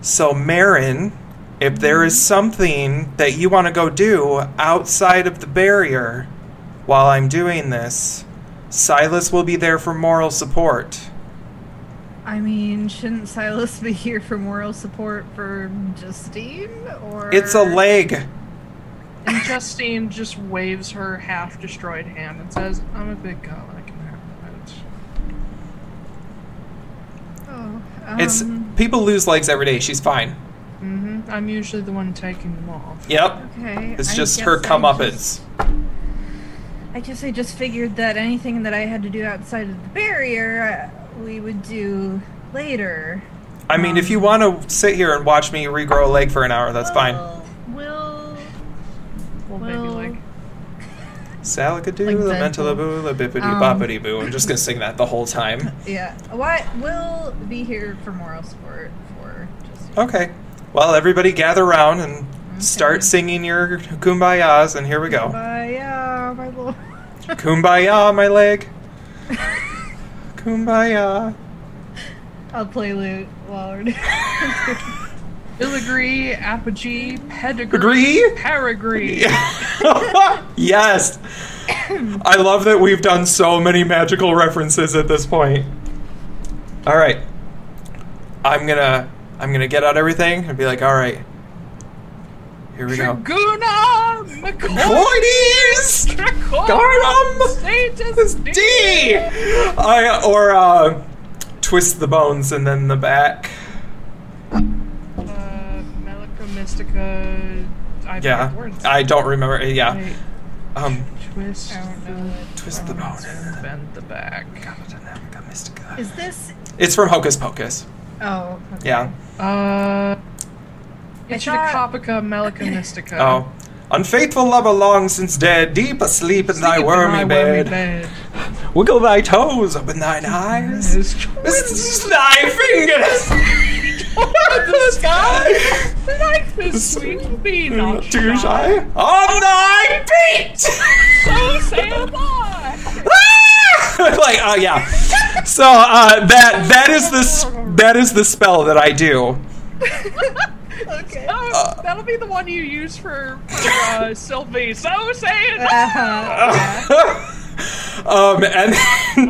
[SPEAKER 3] So Marin, if there is something that you want to go do outside of the barrier, while I'm doing this, Silas will be there for moral support.
[SPEAKER 5] I mean, shouldn't Silas be here for moral support for Justine? Or
[SPEAKER 3] It's a leg.
[SPEAKER 1] And Justine just waves her half destroyed hand and says, I'm a big girl and I can handle it.
[SPEAKER 5] Oh,
[SPEAKER 3] It's
[SPEAKER 5] um,
[SPEAKER 3] people lose legs every day. She's fine.
[SPEAKER 1] hmm I'm usually the one taking them off.
[SPEAKER 3] Yep.
[SPEAKER 5] okay.
[SPEAKER 3] It's
[SPEAKER 5] I
[SPEAKER 3] just her
[SPEAKER 5] guess I
[SPEAKER 3] comeuppance.
[SPEAKER 5] just- I guess I just figured that anything that I had to do outside of the barrier, uh, we would do later.
[SPEAKER 3] I mean, if you want to sit here and watch me regrow a leg for an hour, that's
[SPEAKER 5] Oh.
[SPEAKER 3] fine.
[SPEAKER 5] Will.
[SPEAKER 1] Little baby
[SPEAKER 5] Will.
[SPEAKER 1] leg.
[SPEAKER 3] Salakadoo,
[SPEAKER 5] Like
[SPEAKER 3] la
[SPEAKER 5] Deadpool.
[SPEAKER 3] mentalaboo, la bippity
[SPEAKER 5] Um,
[SPEAKER 3] boppity boo. I'm just gonna sing that the whole time.
[SPEAKER 5] Yeah. Why? Will be here for moral support for just.
[SPEAKER 3] Okay. Well, everybody gather round and
[SPEAKER 5] Okay.
[SPEAKER 3] start singing your kumbayas, and here we go.
[SPEAKER 5] Bye, yeah, my lord.
[SPEAKER 3] Kumbaya, my leg. Kumbaya.
[SPEAKER 5] I'll play loot while we're doing
[SPEAKER 1] Illigree, apogee, pedigree,
[SPEAKER 3] Agree?
[SPEAKER 1] paragree.
[SPEAKER 3] yes. I love that we've done so many magical references at this point. All right. I'm going to I'm going to get out everything and be like, "All right. Here we go."
[SPEAKER 1] Triguna, McCoy,
[SPEAKER 3] Coities! Garnum!
[SPEAKER 1] Status
[SPEAKER 3] D. I or uh twist the bones and then the back.
[SPEAKER 1] Uh, Melica Mystica. I
[SPEAKER 3] Yeah.
[SPEAKER 1] forget words.
[SPEAKER 3] I don't remember. Uh, Yeah.
[SPEAKER 1] Wait,
[SPEAKER 3] Um
[SPEAKER 1] twist.
[SPEAKER 5] I don't know it.
[SPEAKER 3] twist the bone. and then
[SPEAKER 1] Bend the back.
[SPEAKER 3] Mystica.
[SPEAKER 5] Is this?
[SPEAKER 3] It's from Hocus Pocus.
[SPEAKER 5] Oh. Okay.
[SPEAKER 3] Yeah.
[SPEAKER 1] Uh,
[SPEAKER 5] I
[SPEAKER 1] it's
[SPEAKER 5] thought-
[SPEAKER 1] Copica Melica Mystica.
[SPEAKER 3] Oh. Unfaithful lover long since dead, deep asleep in thy
[SPEAKER 1] Sleep in
[SPEAKER 3] wormy,
[SPEAKER 1] my
[SPEAKER 3] bed. Wiggle thy toes, open thine eyes.
[SPEAKER 1] Yes.
[SPEAKER 3] This is thy fingers toward the sky.
[SPEAKER 1] Like the sweet bee, not
[SPEAKER 3] Too
[SPEAKER 1] shy.
[SPEAKER 3] shy. On thy feet.
[SPEAKER 1] So say I.
[SPEAKER 3] like oh yeah so uh, that that is the s- that is the spell that i do
[SPEAKER 5] Okay.
[SPEAKER 1] Oh, that'll be the one you use for, for uh, Sylvie. So say it.
[SPEAKER 5] Uh-huh.
[SPEAKER 3] um and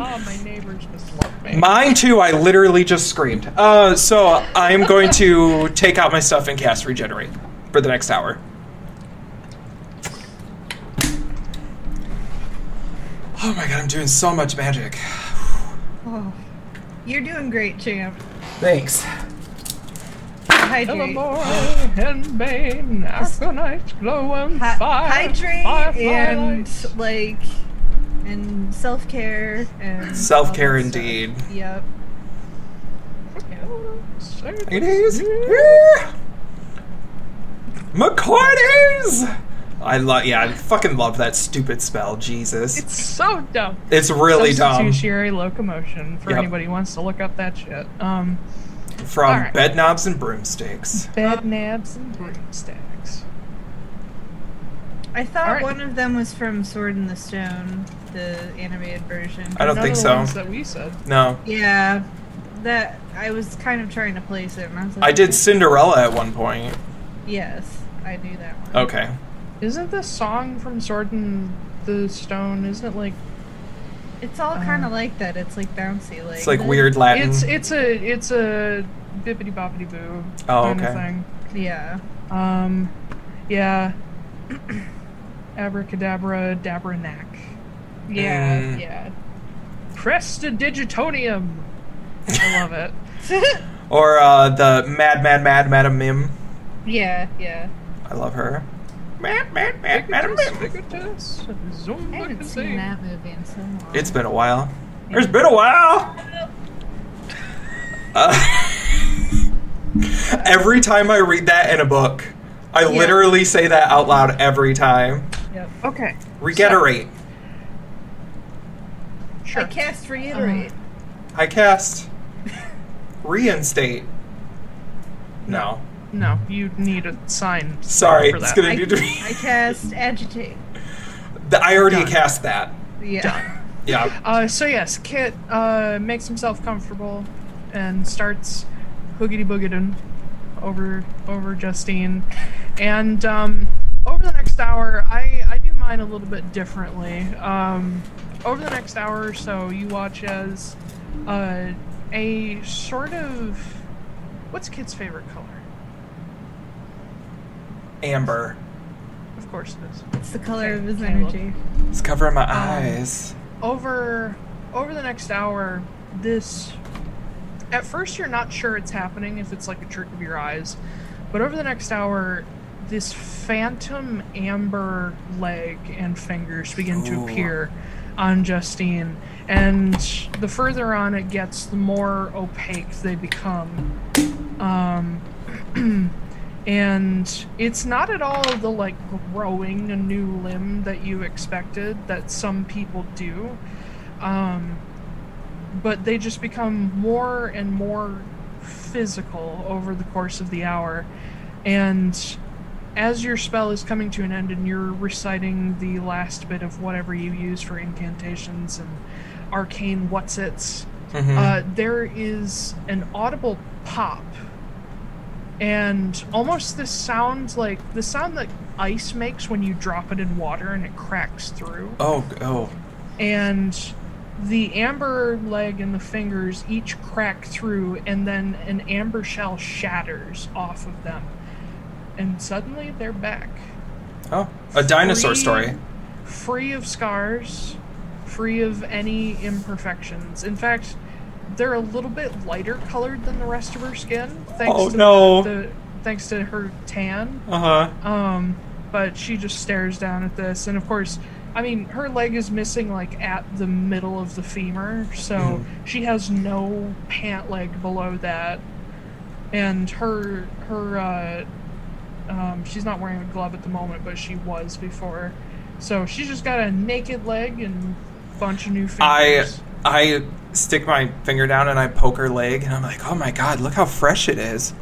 [SPEAKER 1] Oh, my neighbors just love me.
[SPEAKER 3] mine too i literally just screamed uh so i am going to take out my stuff and cast regenerate for the next hour oh my god i'm doing so much magic
[SPEAKER 5] Oh. You're doing great, champ.
[SPEAKER 3] thanks
[SPEAKER 5] Hydrate.
[SPEAKER 1] Elmore and Bane, Aconite, Glow and
[SPEAKER 5] Hy-
[SPEAKER 1] Fire.
[SPEAKER 5] hydrate
[SPEAKER 1] Firefly
[SPEAKER 5] and
[SPEAKER 1] lights.
[SPEAKER 5] like and self care and
[SPEAKER 3] self-care
[SPEAKER 5] all that stuff.
[SPEAKER 3] indeed
[SPEAKER 5] Yep.
[SPEAKER 3] It is. Yeah. McCartys! I love. Yeah, I fucking love that stupid spell. Jesus, it's,
[SPEAKER 1] It's so dumb.
[SPEAKER 3] really dumb.
[SPEAKER 1] Substitutionary locomotion for
[SPEAKER 3] Yep.
[SPEAKER 1] anybody who wants to look up that shit. Um,
[SPEAKER 3] From
[SPEAKER 1] Alright.
[SPEAKER 3] bed knobs and broomsticks.
[SPEAKER 1] bed nabs and broomsticks.
[SPEAKER 5] I thought
[SPEAKER 1] Alright.
[SPEAKER 5] one of them was from Sword in the Stone, the animated version.
[SPEAKER 3] I don't
[SPEAKER 1] None
[SPEAKER 3] think
[SPEAKER 1] of the
[SPEAKER 3] so.
[SPEAKER 1] ones that we said.
[SPEAKER 3] No,
[SPEAKER 5] Yeah, that I was kind of trying to place it, and I was like,
[SPEAKER 3] I did Cinderella at one point.
[SPEAKER 5] Yes, I knew that one.
[SPEAKER 3] Okay,
[SPEAKER 1] Isn't the song from Sword and the Stone? Isn't it like
[SPEAKER 5] It's all kind
[SPEAKER 1] Uh,
[SPEAKER 5] of like that. It's like bouncy, like
[SPEAKER 3] it's like weird Latin.
[SPEAKER 1] it's it's a it's a bippity boppity boo
[SPEAKER 3] Oh,
[SPEAKER 1] kind
[SPEAKER 3] okay.
[SPEAKER 1] of thing.
[SPEAKER 5] yeah,
[SPEAKER 1] Um, yeah. Abracadabra, dabranac. Yeah,
[SPEAKER 3] Mm.
[SPEAKER 1] yeah. Prestidigitonium. I love it.
[SPEAKER 3] or uh, the Mad Mad Mad Madam Mim.
[SPEAKER 5] yeah, yeah.
[SPEAKER 3] I love her. Mad Mad Mad Madam
[SPEAKER 1] Picatus,
[SPEAKER 3] Mim.
[SPEAKER 1] Picatus,
[SPEAKER 5] I haven't seen
[SPEAKER 1] Zumba
[SPEAKER 5] that movie in so long.
[SPEAKER 3] It's been a while. It's been a while. Uh, every time I read that in a book, I literally say that out loud every time.
[SPEAKER 5] Yep.
[SPEAKER 1] Okay,
[SPEAKER 3] Regenerate.
[SPEAKER 5] I
[SPEAKER 1] sure.
[SPEAKER 5] cast reiterate.
[SPEAKER 3] I cast. Reinstate. No.
[SPEAKER 1] No, you need a sign.
[SPEAKER 3] Sorry,
[SPEAKER 1] for
[SPEAKER 3] it's
[SPEAKER 1] that.
[SPEAKER 3] gonna
[SPEAKER 5] I,
[SPEAKER 3] need to
[SPEAKER 5] I
[SPEAKER 3] be.
[SPEAKER 5] cast agitate.
[SPEAKER 3] I already
[SPEAKER 1] Done.
[SPEAKER 3] cast that.
[SPEAKER 5] Yeah.
[SPEAKER 3] Yeah.
[SPEAKER 1] Uh, so yes, Kit uh, makes himself comfortable and starts hoogity boogiting over over Justine. And um, over the next hour, I, I do mine a little bit differently. Um, over the next hour or so, you watch as uh, a sort of what's Kit's favorite color?
[SPEAKER 3] Amber.
[SPEAKER 1] Of course it is.
[SPEAKER 5] It's the color
[SPEAKER 1] Okay,
[SPEAKER 5] of his
[SPEAKER 1] okay, well.
[SPEAKER 5] energy.
[SPEAKER 3] It's covering my
[SPEAKER 1] Um,
[SPEAKER 3] eyes.
[SPEAKER 1] over over the next hour this at first you're not sure it's happening if it's like a trick of your eyes but over the next hour this phantom amber leg and fingers begin to
[SPEAKER 3] Ooh.
[SPEAKER 1] appear on Justine. And the further on it gets, the more opaque they become. Um, and it's not at all the like growing a new limb that you expected that some people do. Um, but they just become more and more physical over the course of the hour. And as your spell is coming to an end and you're reciting the last bit of whatever you use for incantations and arcane what's its,
[SPEAKER 3] Mhm.
[SPEAKER 1] uh, there is an audible pop. And almost this sound like the sound that ice makes when you drop it in water and it cracks through
[SPEAKER 3] oh, oh.
[SPEAKER 1] and the amber leg and the fingers each crack through and then an amber shell shatters off of them and suddenly they're back
[SPEAKER 3] Oh, a dinosaur
[SPEAKER 1] Free-
[SPEAKER 3] story.
[SPEAKER 1] free of scars free of any imperfections in fact they're a little bit lighter colored than the rest of her skin thanks
[SPEAKER 3] Oh,
[SPEAKER 1] to
[SPEAKER 3] no.
[SPEAKER 1] the, thanks to her tan
[SPEAKER 3] Uh huh.
[SPEAKER 1] um, but she just stares down at this, and of course, I mean, her leg is missing like at the middle of the femur, so
[SPEAKER 3] Hmm.
[SPEAKER 1] she has no pant leg below that, and her her uh, um, she's not wearing a glove at the moment, but she was before, so she's just got a naked leg and bunch of new
[SPEAKER 3] I
[SPEAKER 1] fingers.
[SPEAKER 3] I stick my finger down and I poke her leg and I'm like, oh my god, look how fresh it is,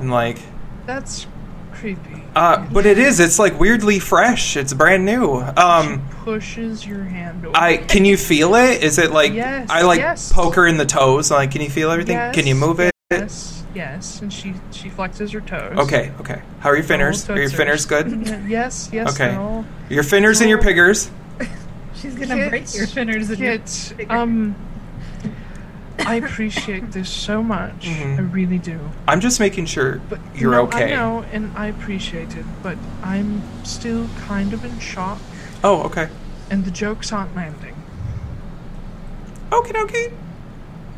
[SPEAKER 3] and like,
[SPEAKER 1] That's creepy.
[SPEAKER 3] uh, but it is. It's like weirdly fresh. It's brand new. Um,
[SPEAKER 1] Pushes your hand away.
[SPEAKER 3] I can you feel it? Is it like
[SPEAKER 1] Yes,
[SPEAKER 3] I like
[SPEAKER 1] yes.
[SPEAKER 3] poke her in the toes? Like, can you feel everything? can you
[SPEAKER 1] Yes,
[SPEAKER 3] move it?
[SPEAKER 1] Yes, yes, and she she flexes her toes.
[SPEAKER 3] Okay, okay. How are your finners?
[SPEAKER 1] All
[SPEAKER 3] Are your
[SPEAKER 1] tootsers.
[SPEAKER 3] finners good?
[SPEAKER 1] Yes, yes,
[SPEAKER 3] Okay.
[SPEAKER 1] no.
[SPEAKER 3] Your finners and your piggers.
[SPEAKER 5] She's gonna break your fingers and your
[SPEAKER 1] Kit, um, I appreciate this so much.
[SPEAKER 3] Mhm.
[SPEAKER 1] I really do.
[SPEAKER 3] I'm just making sure
[SPEAKER 1] But
[SPEAKER 3] you're
[SPEAKER 1] no,
[SPEAKER 3] okay.
[SPEAKER 1] I know, and I appreciate it, but I'm still kind of in shock,
[SPEAKER 3] Oh, okay.
[SPEAKER 1] and the jokes aren't landing.
[SPEAKER 3] Okay, okay.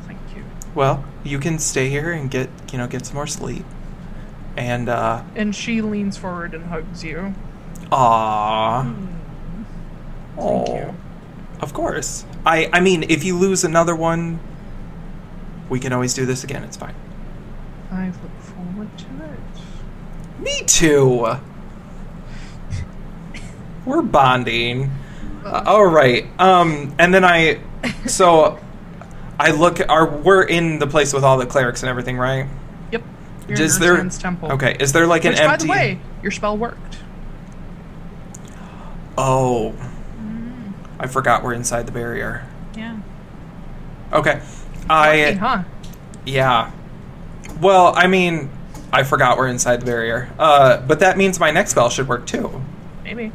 [SPEAKER 1] Thank you.
[SPEAKER 3] Well, you can stay here and get you know get some more sleep. And uh,
[SPEAKER 1] And she leans forward and hugs you.
[SPEAKER 3] Aww.
[SPEAKER 1] Hmm. Thank
[SPEAKER 3] Aw.
[SPEAKER 1] you.
[SPEAKER 3] Of course. I I mean, if you lose another one, we can always do this again. It's fine.
[SPEAKER 1] I look forward to it.
[SPEAKER 3] Me too. We're bonding. Uh, all right. Um, and then I, so I look. Are we're in the place with all the clerics and everything, right?
[SPEAKER 1] Yep. You're
[SPEAKER 3] Is
[SPEAKER 1] in
[SPEAKER 3] there-
[SPEAKER 1] Urson's temple.
[SPEAKER 3] Okay. Is there like an
[SPEAKER 1] Which, by
[SPEAKER 3] empty?
[SPEAKER 1] the way, your spell worked.
[SPEAKER 3] Oh,
[SPEAKER 1] Mm.
[SPEAKER 3] I forgot we're inside the barrier.
[SPEAKER 5] yeah.
[SPEAKER 3] Okay. I.
[SPEAKER 1] Lucky, huh?
[SPEAKER 3] Yeah. Well, I mean, I forgot we're inside the barrier. Uh, but that means my next spell should work too.
[SPEAKER 1] Maybe.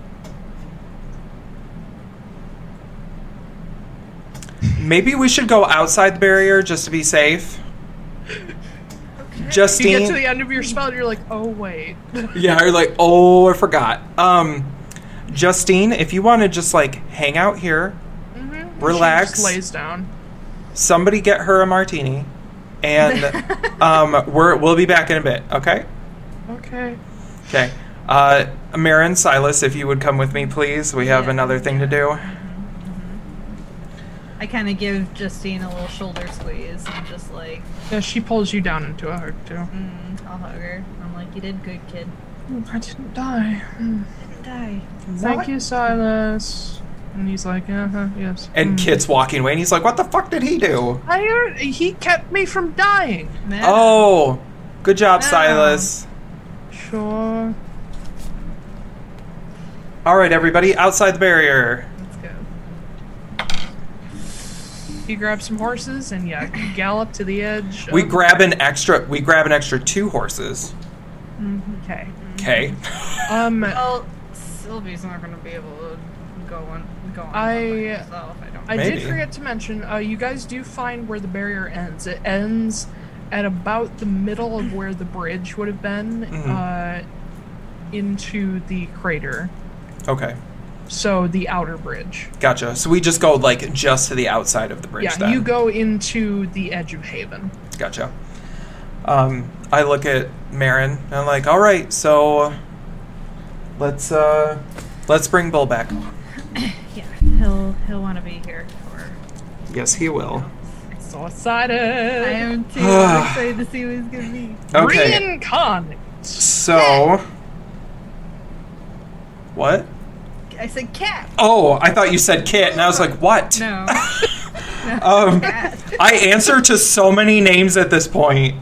[SPEAKER 3] Maybe we should go outside the barrier just to be safe.
[SPEAKER 1] You get to
[SPEAKER 3] Justine,
[SPEAKER 1] the end of your spell, you're like, oh wait.
[SPEAKER 3] yeah, you're like, oh, I forgot. Um, Justine, if you want to just like hang out here,
[SPEAKER 1] She
[SPEAKER 3] relax,
[SPEAKER 1] just lays down.
[SPEAKER 3] somebody get her a martini, and um, we're we'll be back in a bit. Okay,
[SPEAKER 1] Okay.
[SPEAKER 3] okay. Uh, Marin, Silas, if you would come with me, please. We have another thing to do.
[SPEAKER 5] I kind of give Justine a little shoulder squeeze and just like,
[SPEAKER 1] Yeah, she pulls you down into a hug too.
[SPEAKER 5] mm, I'll hug her. I'm like, you did good, kid.
[SPEAKER 1] Mm, I didn't die. Mm,
[SPEAKER 5] Didn't die.
[SPEAKER 1] Thank you, Silas. And he's like, uh huh, yes.
[SPEAKER 3] And Kit's walking away, and he's like, "What the fuck did he do?"
[SPEAKER 1] I heard he kept me from dying.
[SPEAKER 5] Man,
[SPEAKER 3] Oh, good job,
[SPEAKER 5] Ah.
[SPEAKER 3] Silas.
[SPEAKER 1] Sure.
[SPEAKER 3] All right, everybody, outside the barrier.
[SPEAKER 5] let's go.
[SPEAKER 1] You grab some horses and yeah, gallop to the edge.
[SPEAKER 3] We
[SPEAKER 1] of-
[SPEAKER 3] grab an extra. We grab an extra two horses.
[SPEAKER 5] Mm-hmm.
[SPEAKER 1] Okay.
[SPEAKER 3] Okay.
[SPEAKER 1] Um,
[SPEAKER 5] Well, Sylvie's not gonna be able to go on. Go on.
[SPEAKER 1] I-
[SPEAKER 5] Herself. I don't.
[SPEAKER 1] I
[SPEAKER 3] Maybe.
[SPEAKER 1] did forget to mention, uh, you guys do find where the barrier ends. It ends at about the middle of where the bridge would have been
[SPEAKER 3] Mm-hmm.
[SPEAKER 1] uh, into the crater.
[SPEAKER 3] Okay.
[SPEAKER 1] So the outer bridge.
[SPEAKER 3] Gotcha. So we just go like just to the outside of the bridge.
[SPEAKER 1] yeah,
[SPEAKER 3] then.
[SPEAKER 1] you go into the edge of Haven.
[SPEAKER 3] Gotcha. Um, I look at Marin and I'm like, "All right, so let's uh, let's bring Bull back."
[SPEAKER 5] Yeah, he'll he'll want to be here for.
[SPEAKER 3] Yes, he will.
[SPEAKER 1] So
[SPEAKER 5] I
[SPEAKER 1] excited.
[SPEAKER 5] am too I'm excited to see what he's gonna be.
[SPEAKER 3] Okay.
[SPEAKER 1] Reincarnate.
[SPEAKER 3] So. What?
[SPEAKER 5] I said cat.
[SPEAKER 3] Oh, I thought you said Kit, and I was like, what?
[SPEAKER 5] No.
[SPEAKER 3] Um,
[SPEAKER 5] Cat.
[SPEAKER 3] I answer to so many names at this point.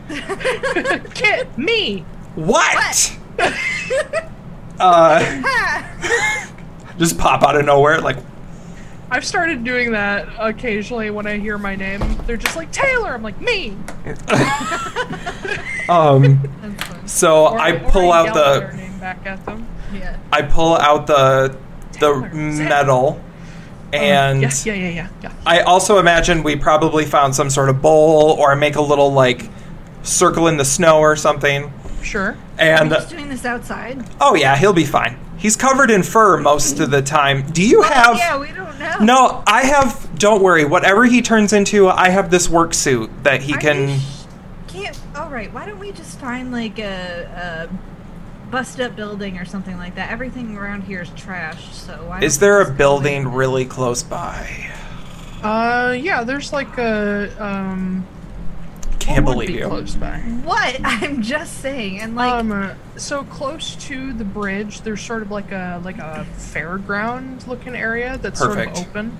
[SPEAKER 1] Kit, me.
[SPEAKER 3] What? uh, just pop out of nowhere, like,
[SPEAKER 1] I've started doing that occasionally when I hear my name. They're just like Taylor. I'm like me.
[SPEAKER 3] um.
[SPEAKER 5] That's fun.
[SPEAKER 3] So
[SPEAKER 1] Or-
[SPEAKER 3] I
[SPEAKER 1] or
[SPEAKER 3] pull
[SPEAKER 1] I
[SPEAKER 3] out
[SPEAKER 1] yell
[SPEAKER 3] the
[SPEAKER 1] their name back at them.
[SPEAKER 5] Yeah.
[SPEAKER 3] I pull out the the
[SPEAKER 1] Taylor, Sam.
[SPEAKER 3] metal, and
[SPEAKER 1] yeah, yeah, yeah, yeah, yeah.
[SPEAKER 3] I also imagine we probably found some sort of bowl or make a little like circle in the snow or something.
[SPEAKER 1] Sure.
[SPEAKER 3] And
[SPEAKER 5] Are we just doing this outside.
[SPEAKER 3] oh yeah, he'll be fine. He's covered in fur most of the time. Do you have?
[SPEAKER 5] yeah, we don't know.
[SPEAKER 3] No, I have. Don't worry. Whatever he turns into, I have this work suit that he
[SPEAKER 5] Are
[SPEAKER 3] can.
[SPEAKER 5] you sh- can't. All right. Why don't we just find like a, a busted up building or something like that? Everything around here is trash. So why
[SPEAKER 3] Is
[SPEAKER 5] don't
[SPEAKER 3] there
[SPEAKER 5] we
[SPEAKER 3] a
[SPEAKER 5] just go
[SPEAKER 3] building
[SPEAKER 5] in?
[SPEAKER 3] really close by?
[SPEAKER 1] Uh, yeah. There's like a um.
[SPEAKER 3] Can't
[SPEAKER 1] what would
[SPEAKER 3] believe
[SPEAKER 1] be
[SPEAKER 3] you.
[SPEAKER 1] Close by.
[SPEAKER 5] What? I'm just saying. And like,
[SPEAKER 1] um, uh, so close to the bridge, there's sort of like a like a fairground looking area that's
[SPEAKER 3] Perfect.
[SPEAKER 1] sort of open.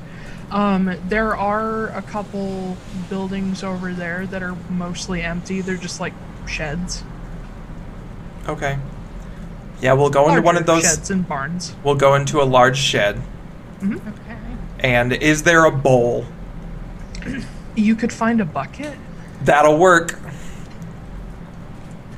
[SPEAKER 1] Um, there are a couple buildings over there that are mostly empty. They're just like sheds.
[SPEAKER 3] Okay. Yeah, we'll go into one
[SPEAKER 1] Larger
[SPEAKER 3] of those.
[SPEAKER 1] sheds and barns.
[SPEAKER 3] We'll go into a large shed.
[SPEAKER 5] okay.
[SPEAKER 3] And is there a bowl?
[SPEAKER 1] You could find a bucket.
[SPEAKER 3] That'll work. I.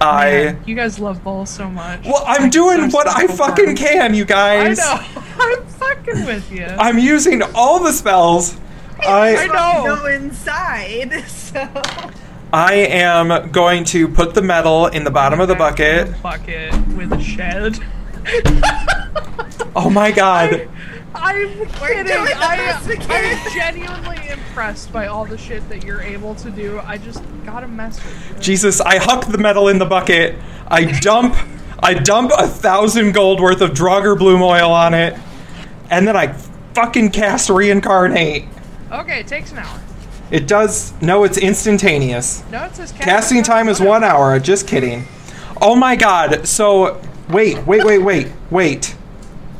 [SPEAKER 1] Man, you guys love bowls so much.
[SPEAKER 3] Well, I'm
[SPEAKER 1] I'm
[SPEAKER 3] doing
[SPEAKER 1] so
[SPEAKER 3] what I
[SPEAKER 1] simple
[SPEAKER 3] fucking
[SPEAKER 1] barn.
[SPEAKER 3] can, you
[SPEAKER 1] I
[SPEAKER 3] guys.
[SPEAKER 1] know. I'm fucking with you.
[SPEAKER 3] I'm using all the spells.
[SPEAKER 1] I
[SPEAKER 3] I
[SPEAKER 1] know.
[SPEAKER 5] Go inside. So
[SPEAKER 3] I am going to put the metal in the bottom of the
[SPEAKER 1] Back
[SPEAKER 3] bucket.
[SPEAKER 1] to the bucket with a shed.
[SPEAKER 3] Oh my god.
[SPEAKER 1] I'm kidding.
[SPEAKER 5] doing the
[SPEAKER 1] I,
[SPEAKER 5] best we can.
[SPEAKER 1] I'm genuinely impressed by all the shit that you're able to do. I just got a message.
[SPEAKER 3] Jesus, I huck the metal in the bucket. I dump I dump a thousand gold worth of Draugr Bloom oil on it. And then I fucking cast reincarnate.
[SPEAKER 1] Okay, it takes an hour.
[SPEAKER 3] It does no, it's instantaneous.
[SPEAKER 1] No, it says casting,
[SPEAKER 3] Casting time is one hour, just kidding. Oh my god, so wait, wait, wait, wait, wait.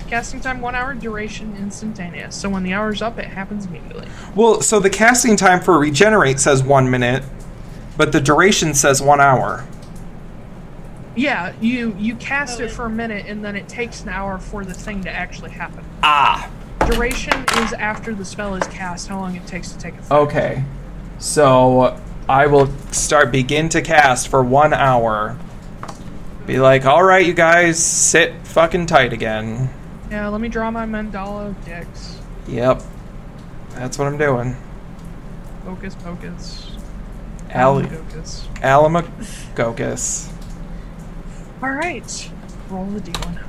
[SPEAKER 1] Casting time one hour, duration instantaneous. So when the hour's up, it happens immediately.
[SPEAKER 3] Well, so the casting time for regenerate says one minute, but the duration says one hour.
[SPEAKER 1] Yeah, you you cast it for a minute, and then it takes an hour for the thing to actually happen.
[SPEAKER 3] Ah,
[SPEAKER 1] Duration is after the spell is cast, how long it takes to take effect.
[SPEAKER 3] Okay. So I will start begin to cast for one hour. Be like, all right, you guys, sit fucking tight again.
[SPEAKER 1] Yeah, let me draw my mandala of dicks.
[SPEAKER 3] Yep. That's what I'm doing.
[SPEAKER 1] Focus, focus.
[SPEAKER 3] Al-
[SPEAKER 1] Focus.
[SPEAKER 3] Alamagogus.
[SPEAKER 1] All right. Roll the d1.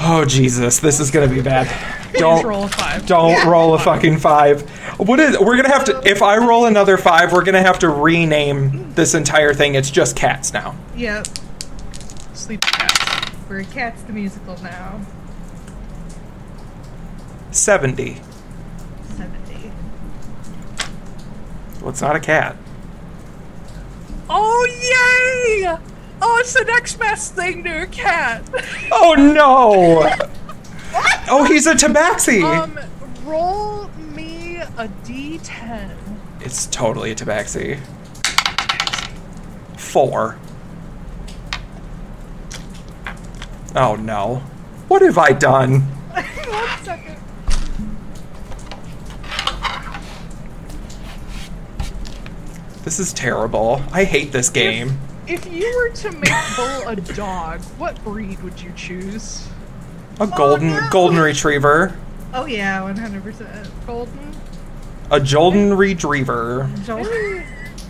[SPEAKER 3] Oh, Jesus, this is going to be bad.
[SPEAKER 1] Please roll a
[SPEAKER 3] Don't.
[SPEAKER 1] five.
[SPEAKER 3] Don't roll a fucking five. What is? We're gonna have to. If I roll another five, we're gonna have to rename this entire thing. It's just cats now.
[SPEAKER 5] yep,
[SPEAKER 1] Sleep cat.
[SPEAKER 5] we're Cats the musical now.
[SPEAKER 3] Seventy.
[SPEAKER 5] Seventy.
[SPEAKER 3] Well, it's not a cat.
[SPEAKER 1] Oh yay! Oh, it's the next best thing to a cat.
[SPEAKER 3] Oh no! Oh, he's a tabaxi.
[SPEAKER 1] um, roll me a d10.
[SPEAKER 3] it's totally a tabaxi. Four. Oh no! What have I done?
[SPEAKER 5] One second.
[SPEAKER 3] This is terrible. I hate this game.
[SPEAKER 1] If you were to make Bull a dog, what breed would you choose?
[SPEAKER 3] A golden
[SPEAKER 5] no.
[SPEAKER 3] golden retriever.
[SPEAKER 5] Oh yeah, one hundred percent.
[SPEAKER 1] Golden.
[SPEAKER 3] A golden retriever.
[SPEAKER 5] Joel.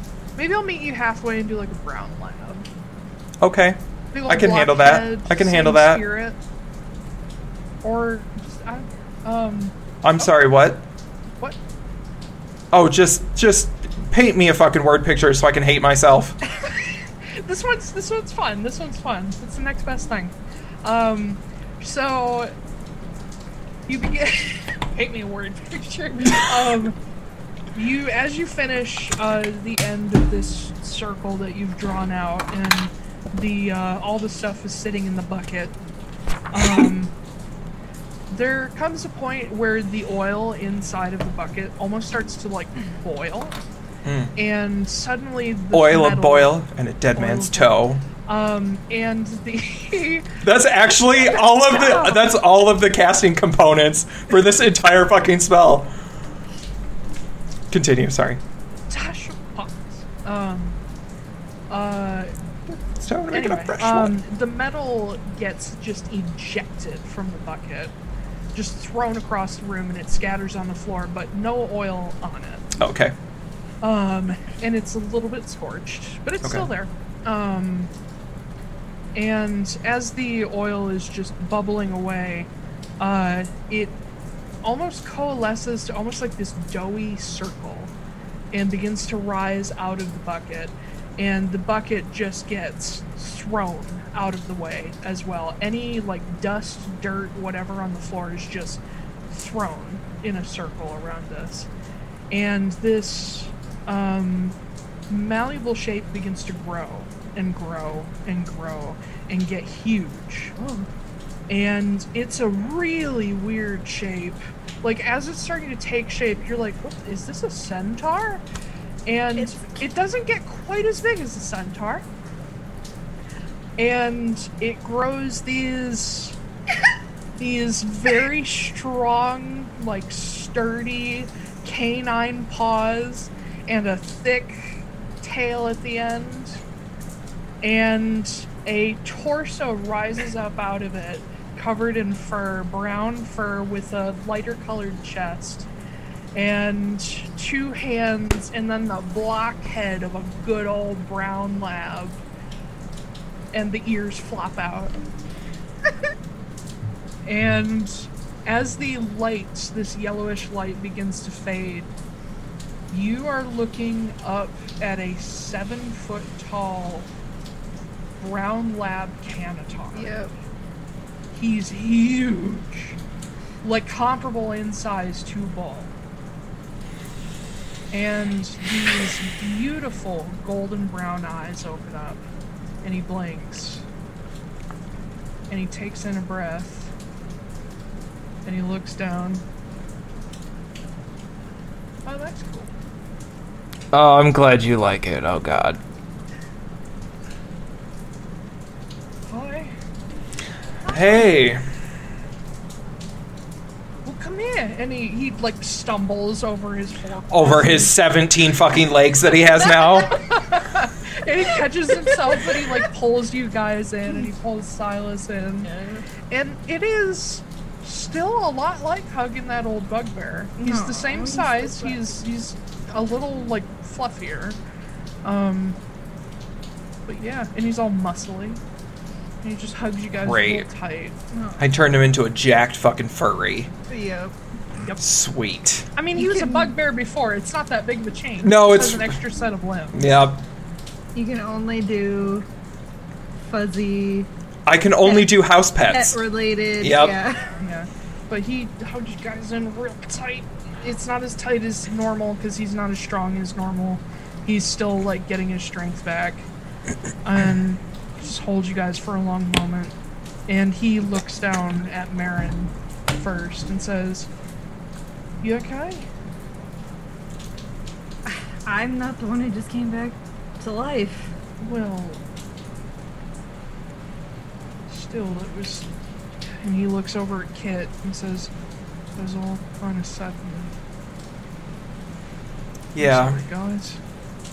[SPEAKER 1] Maybe I'll meet you halfway and do like a brown lab.
[SPEAKER 3] Okay.
[SPEAKER 1] Big
[SPEAKER 3] I can
[SPEAKER 1] old
[SPEAKER 3] handle that.
[SPEAKER 1] blockhead,
[SPEAKER 3] I can
[SPEAKER 1] same
[SPEAKER 3] handle that.
[SPEAKER 1] Spirit. Or just, I, um,
[SPEAKER 3] I'm sorry. What?
[SPEAKER 1] what?
[SPEAKER 3] Oh, just just paint me a fucking word picture so I can hate myself.
[SPEAKER 1] This one's this one's fun. This one's fun. It's the next best thing. Um, so You begin. paint me a word picture. Um, you as you finish uh, the end of this circle that you've drawn out, and the uh, all the stuff is sitting in the bucket. Um, there comes a point where the oil inside of the bucket almost starts to like boil, and suddenly the
[SPEAKER 3] Oil
[SPEAKER 1] metal,
[SPEAKER 3] of boil and a dead man's toe.
[SPEAKER 1] Um, and the
[SPEAKER 3] That's actually all of the. That's all of the casting components for this entire fucking spell. Continue. Sorry.
[SPEAKER 1] Tasha Potts. Um, uh,
[SPEAKER 3] Start making
[SPEAKER 1] anyway,
[SPEAKER 3] a fresh
[SPEAKER 1] um,
[SPEAKER 3] one.
[SPEAKER 1] the metal gets just ejected from the bucket, just thrown across the room, and it scatters on the floor, but no oil on it.
[SPEAKER 3] Okay.
[SPEAKER 1] Um, and it's a little bit scorched, but it's
[SPEAKER 3] Okay.
[SPEAKER 1] still there. Um, and as the oil is just bubbling away, uh, it almost coalesces to almost like this doughy circle and begins to rise out of the bucket. And the bucket just gets thrown out of the way as well. Any like dust, dirt, whatever on the floor is just thrown in a circle around us. And this um, malleable shape begins to grow and grow and grow and get huge and it's a really weird shape. Like as it's starting to take shape, you're like, what, "Is this a centaur?" And
[SPEAKER 5] It's-
[SPEAKER 1] it doesn't get quite as big as a centaur, and it grows these these very strong, like sturdy canine paws and a thick tail at the end and a torso rises up out of it, covered in fur, brown fur with a lighter colored chest, and two hands, and then the block head of a good old brown lab, and the ears flop out. and as the light, this yellowish light, begins to fade, you are looking up at a seven foot tall brown lab canatar.
[SPEAKER 5] Yep.
[SPEAKER 1] He's huge, like comparable in size to Ball. And these beautiful golden brown eyes open up, and he blinks, and he takes in a breath, and he looks down. Oh, that's cool.
[SPEAKER 6] Oh, I'm glad you like it. Oh God.
[SPEAKER 1] Hi.
[SPEAKER 3] Hey.
[SPEAKER 1] Well, come here. And he, he like stumbles over his fork.
[SPEAKER 3] Over his seventeen fucking legs that he has now.
[SPEAKER 1] and he catches himself and he like pulls you guys in and he pulls Silas in. And it is still a lot like hugging that old bugbear. He's
[SPEAKER 5] Aw,
[SPEAKER 1] the same
[SPEAKER 5] he's the
[SPEAKER 1] size.
[SPEAKER 5] best.
[SPEAKER 1] He's he's a little like fluffier. Um but yeah, and he's all muscly. And he just hugs you guys real
[SPEAKER 3] Great.
[SPEAKER 1] tight.
[SPEAKER 3] I turned him into a jacked fucking furry.
[SPEAKER 5] Yep.
[SPEAKER 3] Sweet.
[SPEAKER 1] I mean, he
[SPEAKER 5] You
[SPEAKER 1] was
[SPEAKER 5] can-
[SPEAKER 1] a bugbear before. It's not that big of a change.
[SPEAKER 3] No,
[SPEAKER 1] It
[SPEAKER 3] it's-
[SPEAKER 1] has an extra set of limbs.
[SPEAKER 3] Yep.
[SPEAKER 5] You can only do fuzzy
[SPEAKER 3] I can only do house
[SPEAKER 5] pet
[SPEAKER 3] pets.
[SPEAKER 5] related.
[SPEAKER 3] Yep.
[SPEAKER 5] Yeah.
[SPEAKER 1] Yeah, but he hugged you guys in real tight. It's not as tight as normal because he's not as strong as normal. He's still like getting his strength back, and he just holds you guys for a long moment. And he looks down at Marin first and says, "You okay?"
[SPEAKER 5] I'm not the one who just came back to life.
[SPEAKER 1] Well, still, it was. And he looks over at Kit and says, "It was all kind of sudden." I'm
[SPEAKER 3] Yeah.
[SPEAKER 1] sorry, guys.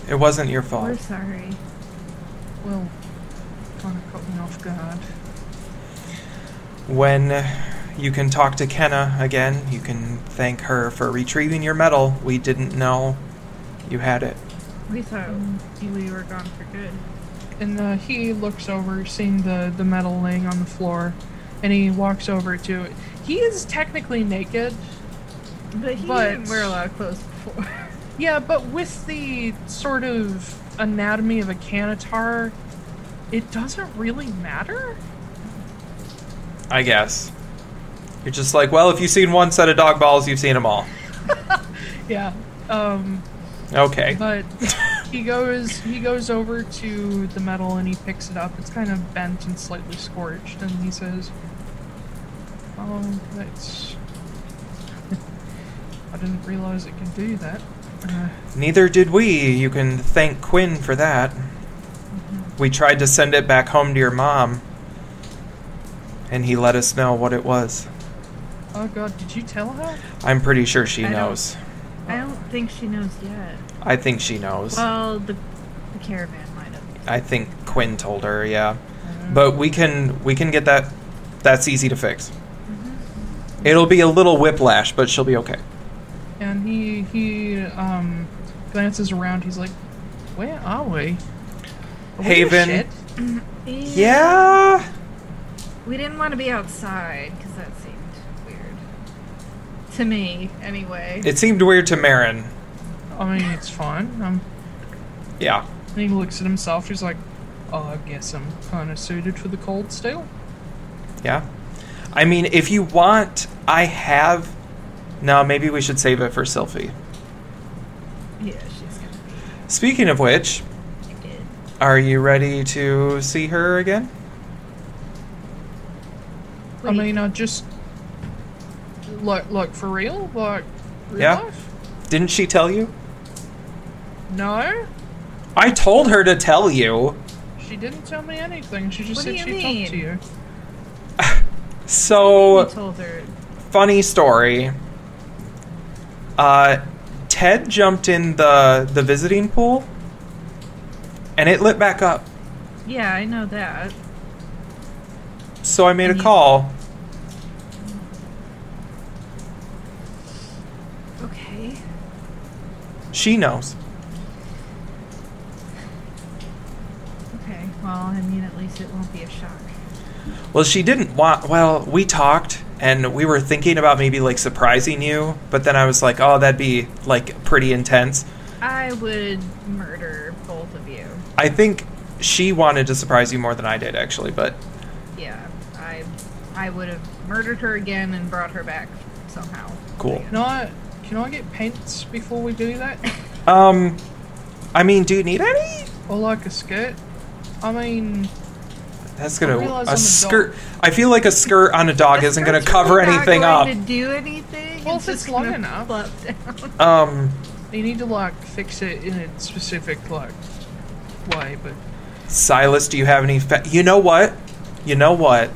[SPEAKER 3] It wasn't your
[SPEAKER 5] We're
[SPEAKER 3] fault.
[SPEAKER 5] sorry.
[SPEAKER 1] Well, kind of caught me off guard.
[SPEAKER 3] When you can talk to Kenna again, you can thank her for retrieving your medal. We didn't know you had it.
[SPEAKER 5] We thought
[SPEAKER 1] Mm.
[SPEAKER 5] we Oh, were gone for good.
[SPEAKER 1] And uh, he looks over, seeing the, the metal laying on the floor, and he walks over to it. He is technically naked.
[SPEAKER 5] But he
[SPEAKER 1] But-
[SPEAKER 5] didn't wear a lot of clothes before.
[SPEAKER 1] Yeah, but with the sort of anatomy of a canitar, it doesn't really matter.
[SPEAKER 3] I guess. You're just like, well, if you've seen one set of dog balls, you've seen them all.
[SPEAKER 1] Yeah. Um,
[SPEAKER 3] Okay.
[SPEAKER 1] but he goes he goes over to the metal and he picks it up. It's kind of bent and slightly scorched, and he says, "Oh, that's I didn't realize it can do that." Uh,
[SPEAKER 3] Neither did we. You can thank Quinn for that. We tried to send it back home to your mom, and he let us know what it was.
[SPEAKER 1] oh God, did you tell her?
[SPEAKER 3] I'm pretty sure she
[SPEAKER 5] I don't-
[SPEAKER 3] knows.
[SPEAKER 5] I don't think she knows yet.
[SPEAKER 3] I think she knows.
[SPEAKER 5] Well, the, the caravan might have.
[SPEAKER 3] I think Quinn told her, yeah. But we can we can get that that's easy to fix. It'll be a little whiplash, but she'll be okay.
[SPEAKER 1] And he he um, glances around. He's like, "Where are we?" Are we in
[SPEAKER 3] Haven.
[SPEAKER 1] shit?"
[SPEAKER 3] Yeah.
[SPEAKER 5] We didn't want to be outside because that seemed weird. To me, anyway.
[SPEAKER 3] It seemed weird to Marin.
[SPEAKER 1] I mean, it's fine. Um,
[SPEAKER 3] Yeah.
[SPEAKER 1] and he looks at himself. He's like, "Oh, I guess I'm kind of suited for the cold still."
[SPEAKER 3] Yeah. I mean, if you want, I have No, maybe we should save it for Sylphie.
[SPEAKER 5] yeah, she's gonna
[SPEAKER 3] Speaking of which,
[SPEAKER 5] be naked.
[SPEAKER 3] are you ready to see her again?
[SPEAKER 1] I
[SPEAKER 5] Wait.
[SPEAKER 1] mean, I just like like for real, like real
[SPEAKER 3] Yeah.
[SPEAKER 1] life?
[SPEAKER 3] Didn't she tell you?
[SPEAKER 1] No,
[SPEAKER 3] I told her to tell you.
[SPEAKER 1] she didn't tell me anything. She just
[SPEAKER 5] What
[SPEAKER 1] said
[SPEAKER 5] do
[SPEAKER 1] she
[SPEAKER 5] you
[SPEAKER 1] talked to
[SPEAKER 5] mean?
[SPEAKER 1] you.
[SPEAKER 3] So
[SPEAKER 5] You told her.
[SPEAKER 3] funny story. Uh, Ted jumped in the the visiting pool, and it lit back up.
[SPEAKER 5] Yeah, I know that.
[SPEAKER 3] So I made a
[SPEAKER 5] Mhm.
[SPEAKER 3] call.
[SPEAKER 5] Okay.
[SPEAKER 3] She knows.
[SPEAKER 5] Okay. Well, I mean, at least it won't be a shock.
[SPEAKER 3] Well, she didn't want. Well, we talked, and we were thinking about maybe like surprising you, but then I was like, oh, that'd be like pretty intense.
[SPEAKER 5] I would murder both of you.
[SPEAKER 3] I think she wanted to surprise you more than I did, actually. But
[SPEAKER 5] Yeah, I, I would have murdered her again and brought her back somehow.
[SPEAKER 3] cool.
[SPEAKER 1] Can I can I get pants before we do that,
[SPEAKER 3] Um, I mean, do you need any?
[SPEAKER 1] or like a skirt? I mean,
[SPEAKER 3] That's gonna
[SPEAKER 1] I realize
[SPEAKER 3] a
[SPEAKER 1] I'm a dog.
[SPEAKER 3] skirt. I feel like a skirt on a dog isn't gonna
[SPEAKER 5] It's
[SPEAKER 3] cover
[SPEAKER 5] really not
[SPEAKER 3] anything up.
[SPEAKER 5] going To do anything.
[SPEAKER 1] Well, if it's
[SPEAKER 5] just
[SPEAKER 1] long
[SPEAKER 5] gonna
[SPEAKER 1] enough.
[SPEAKER 5] flop down.
[SPEAKER 3] Um,
[SPEAKER 1] you need to like fix it in a specific like way, but
[SPEAKER 3] Silas, do you have any? Fa- you know what? You know what?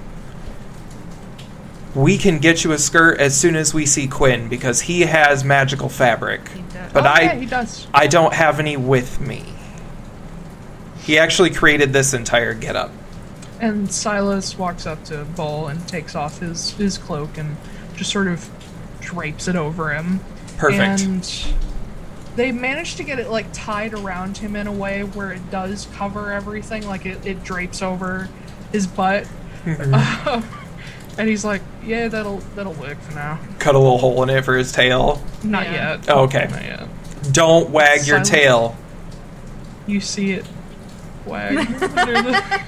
[SPEAKER 3] We can get you a skirt as soon as we see Quinn because he has magical fabric.
[SPEAKER 5] He does.
[SPEAKER 3] But
[SPEAKER 1] Oh,
[SPEAKER 3] I,
[SPEAKER 1] yeah, he does.
[SPEAKER 3] I don't have any with me. He actually created this entire getup.
[SPEAKER 1] And Silas walks up to Bull and takes off his, his cloak and just sort of drapes it over him.
[SPEAKER 3] Perfect.
[SPEAKER 1] And they managed to get it like tied around him in a way where it does cover everything, like it, it drapes over his butt.
[SPEAKER 3] Mm-hmm.
[SPEAKER 1] and he's like, Yeah, that'll that'll work for now.
[SPEAKER 3] Cut a little hole in it for his tail.
[SPEAKER 1] Not
[SPEAKER 5] Yeah.
[SPEAKER 1] yet.
[SPEAKER 3] Oh, okay.
[SPEAKER 1] Not yet.
[SPEAKER 3] Don't wag your
[SPEAKER 1] Silas-
[SPEAKER 3] tail.
[SPEAKER 1] You see it wag under the-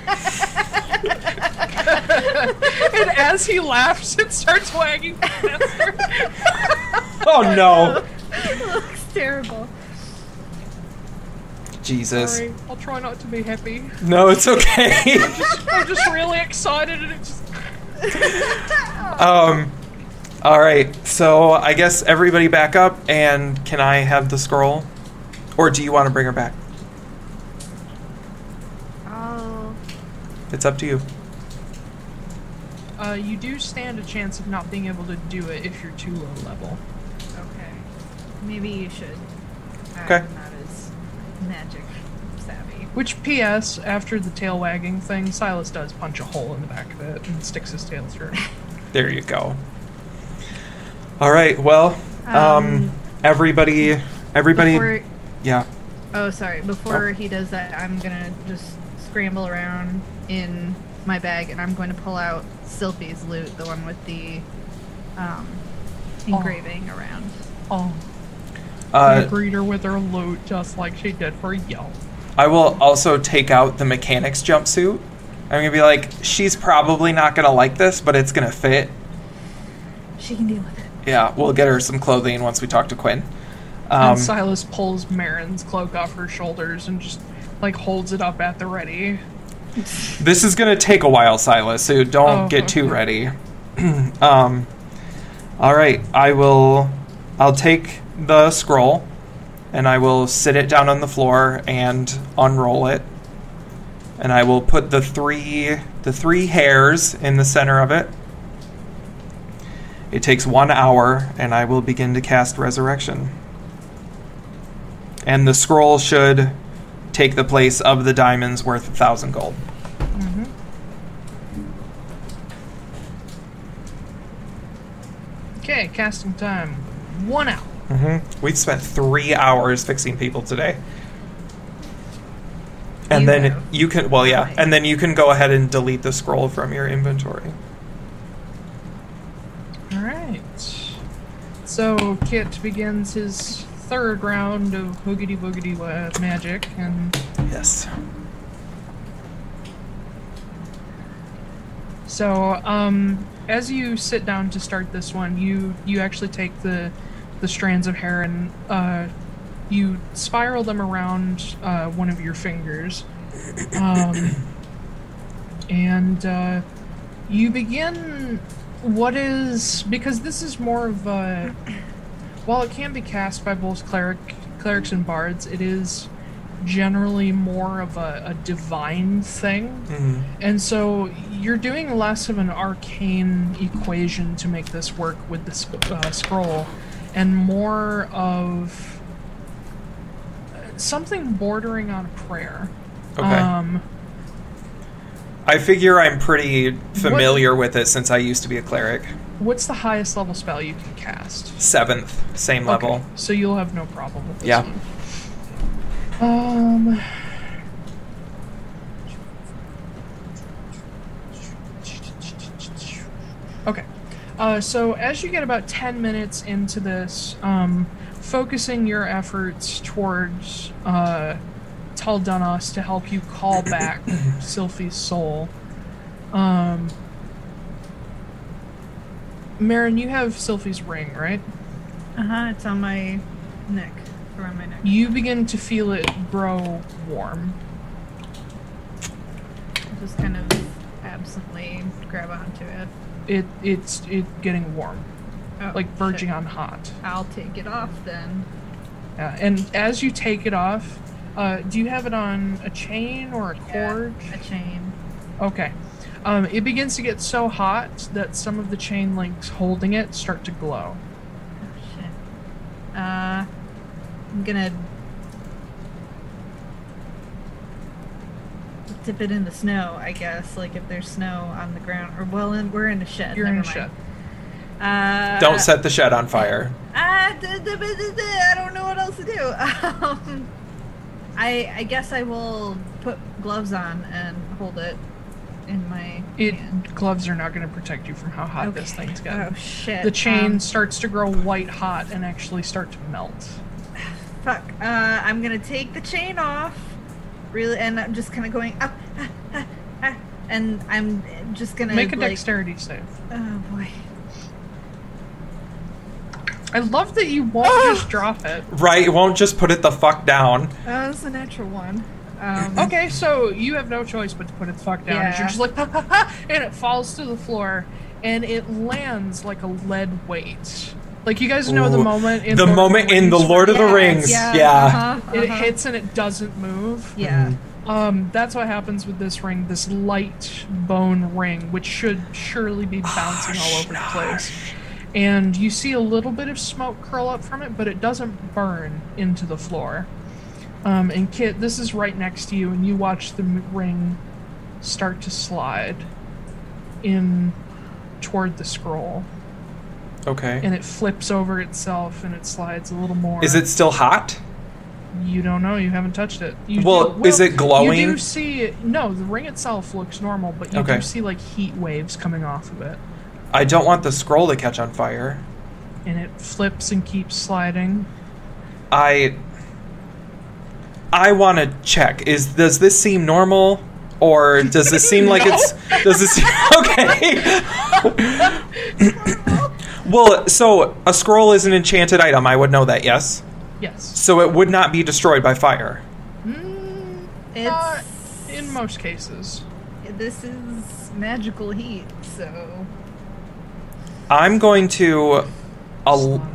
[SPEAKER 1] and as he laughs, it starts wagging faster.
[SPEAKER 3] Oh no,
[SPEAKER 5] looks terrible.
[SPEAKER 3] Jesus.
[SPEAKER 1] Sorry, I'll try not to be happy.
[SPEAKER 3] No, it's okay.
[SPEAKER 1] I'm just really excited, and it just
[SPEAKER 3] Um, all right. So I guess everybody back up, and can I have the scroll, or do you want to bring her back?
[SPEAKER 5] Oh,
[SPEAKER 3] It's up to you.
[SPEAKER 1] uh, you do stand a chance of not being able to do it if you're too low level.
[SPEAKER 5] okay. Maybe you should.
[SPEAKER 3] Okay.
[SPEAKER 5] I'm not as magic savvy.
[SPEAKER 1] Which, P.S. After the tail wagging thing, Silas does punch a hole in the back of it and sticks his tail through.
[SPEAKER 3] There you go. All right. Well, um,
[SPEAKER 5] Um,
[SPEAKER 3] everybody, everybody,
[SPEAKER 5] Before,
[SPEAKER 3] yeah.
[SPEAKER 5] oh, sorry. Before he does that, I'm gonna just scramble around in my bag, and I'm going to pull out Sylphie's loot, the one with the um, engraving around.
[SPEAKER 1] Oh, I
[SPEAKER 3] Uh,
[SPEAKER 1] greet her with her loot just like she did for Yelp.
[SPEAKER 3] I will also take out the mechanics jumpsuit. I'm gonna be like, she's probably not gonna like this, but it's gonna fit.
[SPEAKER 5] She can deal with it.
[SPEAKER 3] Yeah, we'll get her some clothing once we talk to Quinn.
[SPEAKER 1] And
[SPEAKER 3] Um,
[SPEAKER 1] Silas pulls Marin's cloak off her shoulders and just like holds it up at the ready.
[SPEAKER 3] this is gonna take a while, Silas, so don't
[SPEAKER 1] Oh,
[SPEAKER 3] get too
[SPEAKER 1] okay.
[SPEAKER 3] ready. um, all right, I will. I'll take the scroll, and I will sit it down on the floor and unroll it, and I will put the three the three hairs in the center of it. It takes one hour, and I will begin to cast resurrection. And the scroll should take the place of the diamonds worth a thousand gold.
[SPEAKER 1] Okay, casting time. One hour.
[SPEAKER 3] hmm We've spent three hours fixing people today. And
[SPEAKER 5] You
[SPEAKER 3] then
[SPEAKER 5] have.
[SPEAKER 3] you can, well, yeah, and then you can go ahead and delete the scroll from your inventory.
[SPEAKER 1] Alright. So Kit begins his third round of hoogity boogity wa- magic and
[SPEAKER 3] Yes.
[SPEAKER 1] So, um, as you sit down to start this one, you you actually take the the strands of hair and uh, you spiral them around uh, one of your fingers, um, and uh, you begin what is because this is more of a while it can be cast by both cleric clerics and bards, it is generally more of a, a divine thing
[SPEAKER 3] Mm.
[SPEAKER 1] and so you're doing less of an arcane equation to make this work with the sc- uh, scroll, and more of uh, something bordering on prayer.
[SPEAKER 3] Okay.
[SPEAKER 1] Um,
[SPEAKER 3] I figure I'm pretty familiar with it since I used to be a cleric.
[SPEAKER 1] what's the highest level spell you can cast?
[SPEAKER 3] Seventh, same level.
[SPEAKER 1] Okay, so you'll have no problem with this
[SPEAKER 3] Yeah.
[SPEAKER 1] one. Um. Okay. Uh, so as you get about 10 minutes into this, um, focusing your efforts towards uh, Tal Dunas to help you call back Sylphie's soul, um, Marin, you have Sylphie's ring, right?
[SPEAKER 5] Uh huh. It's on my neck, around my neck.
[SPEAKER 1] You begin to feel it grow warm.
[SPEAKER 5] I just kind of absently grab onto it.
[SPEAKER 1] It it's it getting warm,
[SPEAKER 5] Oh,
[SPEAKER 1] like verging
[SPEAKER 5] shit.
[SPEAKER 1] on hot.
[SPEAKER 5] I'll take it off then.
[SPEAKER 1] Yeah. And as you take it off, uh, do you have it on a chain or a
[SPEAKER 5] Yeah,
[SPEAKER 1] cord?
[SPEAKER 5] a chain.
[SPEAKER 1] Okay. Um, it begins to get so hot that some of the chain links holding it start to glow.
[SPEAKER 5] Oh, shit. Uh, I'm gonna dip it in the snow. I guess, like if there's snow on the ground, or well, in, we're in a shed.
[SPEAKER 1] You're
[SPEAKER 5] never
[SPEAKER 1] in a
[SPEAKER 5] mind.
[SPEAKER 1] shed.
[SPEAKER 5] Uh,
[SPEAKER 3] Don't set the shed on fire.
[SPEAKER 5] Ah, duh, duh, duh, duh, duh, I don't know what else to do. Um, I I guess I will put gloves on and hold it in my
[SPEAKER 1] It
[SPEAKER 5] hand.
[SPEAKER 1] gloves are not going to protect you from how hot this
[SPEAKER 5] Okay.
[SPEAKER 1] thing's getting.
[SPEAKER 5] Oh shit!
[SPEAKER 1] the chain
[SPEAKER 5] Um,
[SPEAKER 1] starts to grow white hot and actually start to melt.
[SPEAKER 5] fuck. Uh, I'm gonna take the chain off. Really, and I'm just kind of going up, ah, ah, ah, and I'm just gonna
[SPEAKER 1] Make a
[SPEAKER 5] like,
[SPEAKER 1] dexterity save.
[SPEAKER 5] Oh boy.
[SPEAKER 1] I love that you won't
[SPEAKER 5] Ah!
[SPEAKER 1] just drop it.
[SPEAKER 3] Right? You won't just put it the fuck down.
[SPEAKER 5] Oh, that's a natural one. Um,
[SPEAKER 1] Okay, so you have no choice but to put it the fuck down.
[SPEAKER 5] Yeah.
[SPEAKER 1] You're just like, ha, ha, ha, and it falls to the floor, and it lands like a lead weight. Like you guys know the
[SPEAKER 3] Ooh,
[SPEAKER 1] moment in
[SPEAKER 3] the moment in The
[SPEAKER 1] Rings
[SPEAKER 3] Lord of Oh, the
[SPEAKER 5] Yes,
[SPEAKER 3] Rings,
[SPEAKER 5] Yeah.
[SPEAKER 3] yeah.
[SPEAKER 5] uh-huh,
[SPEAKER 1] it
[SPEAKER 5] uh-huh.
[SPEAKER 1] hits and it doesn't move.
[SPEAKER 5] Yeah.
[SPEAKER 1] Um, that's what happens with this ring, this light bone ring, which should surely be bouncing all over the place. And you see a little bit of smoke curl up from it, but it doesn't burn into the floor. Um, and Kit, this is right next to you, and you watch the m- ring start to slide in toward the scroll,
[SPEAKER 3] Okay.
[SPEAKER 1] and it flips over itself and it slides a little more.
[SPEAKER 3] Is it still hot?
[SPEAKER 1] You don't know. You haven't touched it. You
[SPEAKER 3] Well, is it glowing?
[SPEAKER 1] You do see. No, the ring itself looks normal, but you
[SPEAKER 3] Okay.
[SPEAKER 1] do see like heat waves coming off of it,
[SPEAKER 3] I don't want the scroll to catch on fire.
[SPEAKER 1] and it flips and keeps sliding.
[SPEAKER 3] I I want to check. Is does this seem normal, or does this seem like it's does this okay? Well, so a scroll is an enchanted item. I would know that, yes?
[SPEAKER 1] Yes.
[SPEAKER 3] So it would not be destroyed by fire.
[SPEAKER 1] Mm,
[SPEAKER 3] Mm-hmm.
[SPEAKER 1] not
[SPEAKER 5] It's
[SPEAKER 1] in most cases.
[SPEAKER 5] this is magical heat, so
[SPEAKER 3] I'm going to. Al-
[SPEAKER 1] Slide.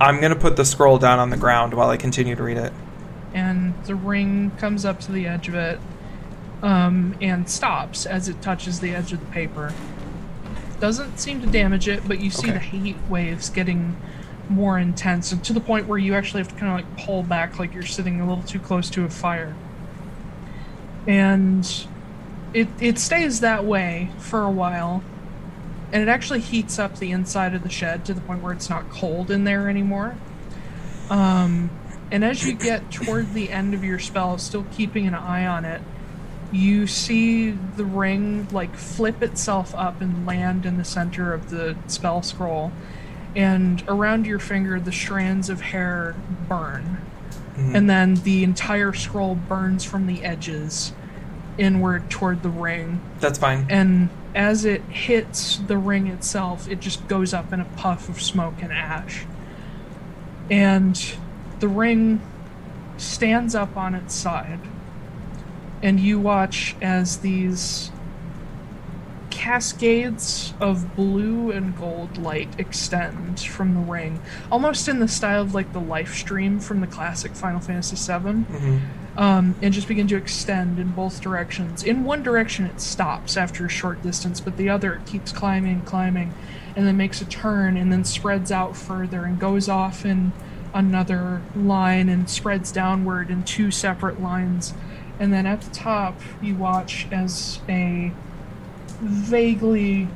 [SPEAKER 3] I'm going to put the scroll down on the ground while I continue to read it.
[SPEAKER 1] and the ring comes up to the edge of it um, and stops as it touches the edge of the paper. Doesn't seem to damage it, but you see
[SPEAKER 3] Okay.
[SPEAKER 1] the heat waves getting more intense and to the point where you actually have to kind of like pull back like you're sitting a little too close to a fire. And it, it stays that way for a while. And it actually heats up the inside of the shed to the point where it's not cold in there anymore. Um, and as you get toward the end of your spell, still keeping an eye on it, you see the ring like flip itself up and land in the center of the spell scroll. And around your finger, the strands of hair burn. And then the entire scroll burns from the edges inward toward the ring.
[SPEAKER 3] That's fine.
[SPEAKER 1] And as it hits the ring itself, it just goes up in a puff of smoke and ash. And the ring stands up on its side. And you watch as these cascades of blue and gold light extend from the ring, almost in the style of like the life stream from the classic Final Fantasy VII
[SPEAKER 3] hmm
[SPEAKER 1] um, and just begin to extend in both directions. In one direction, it stops after a short distance, but the other it keeps climbing, climbing, and then makes a turn and then spreads out further and goes off in another line and spreads downward in two separate lines. And then at the top, you watch as a vaguely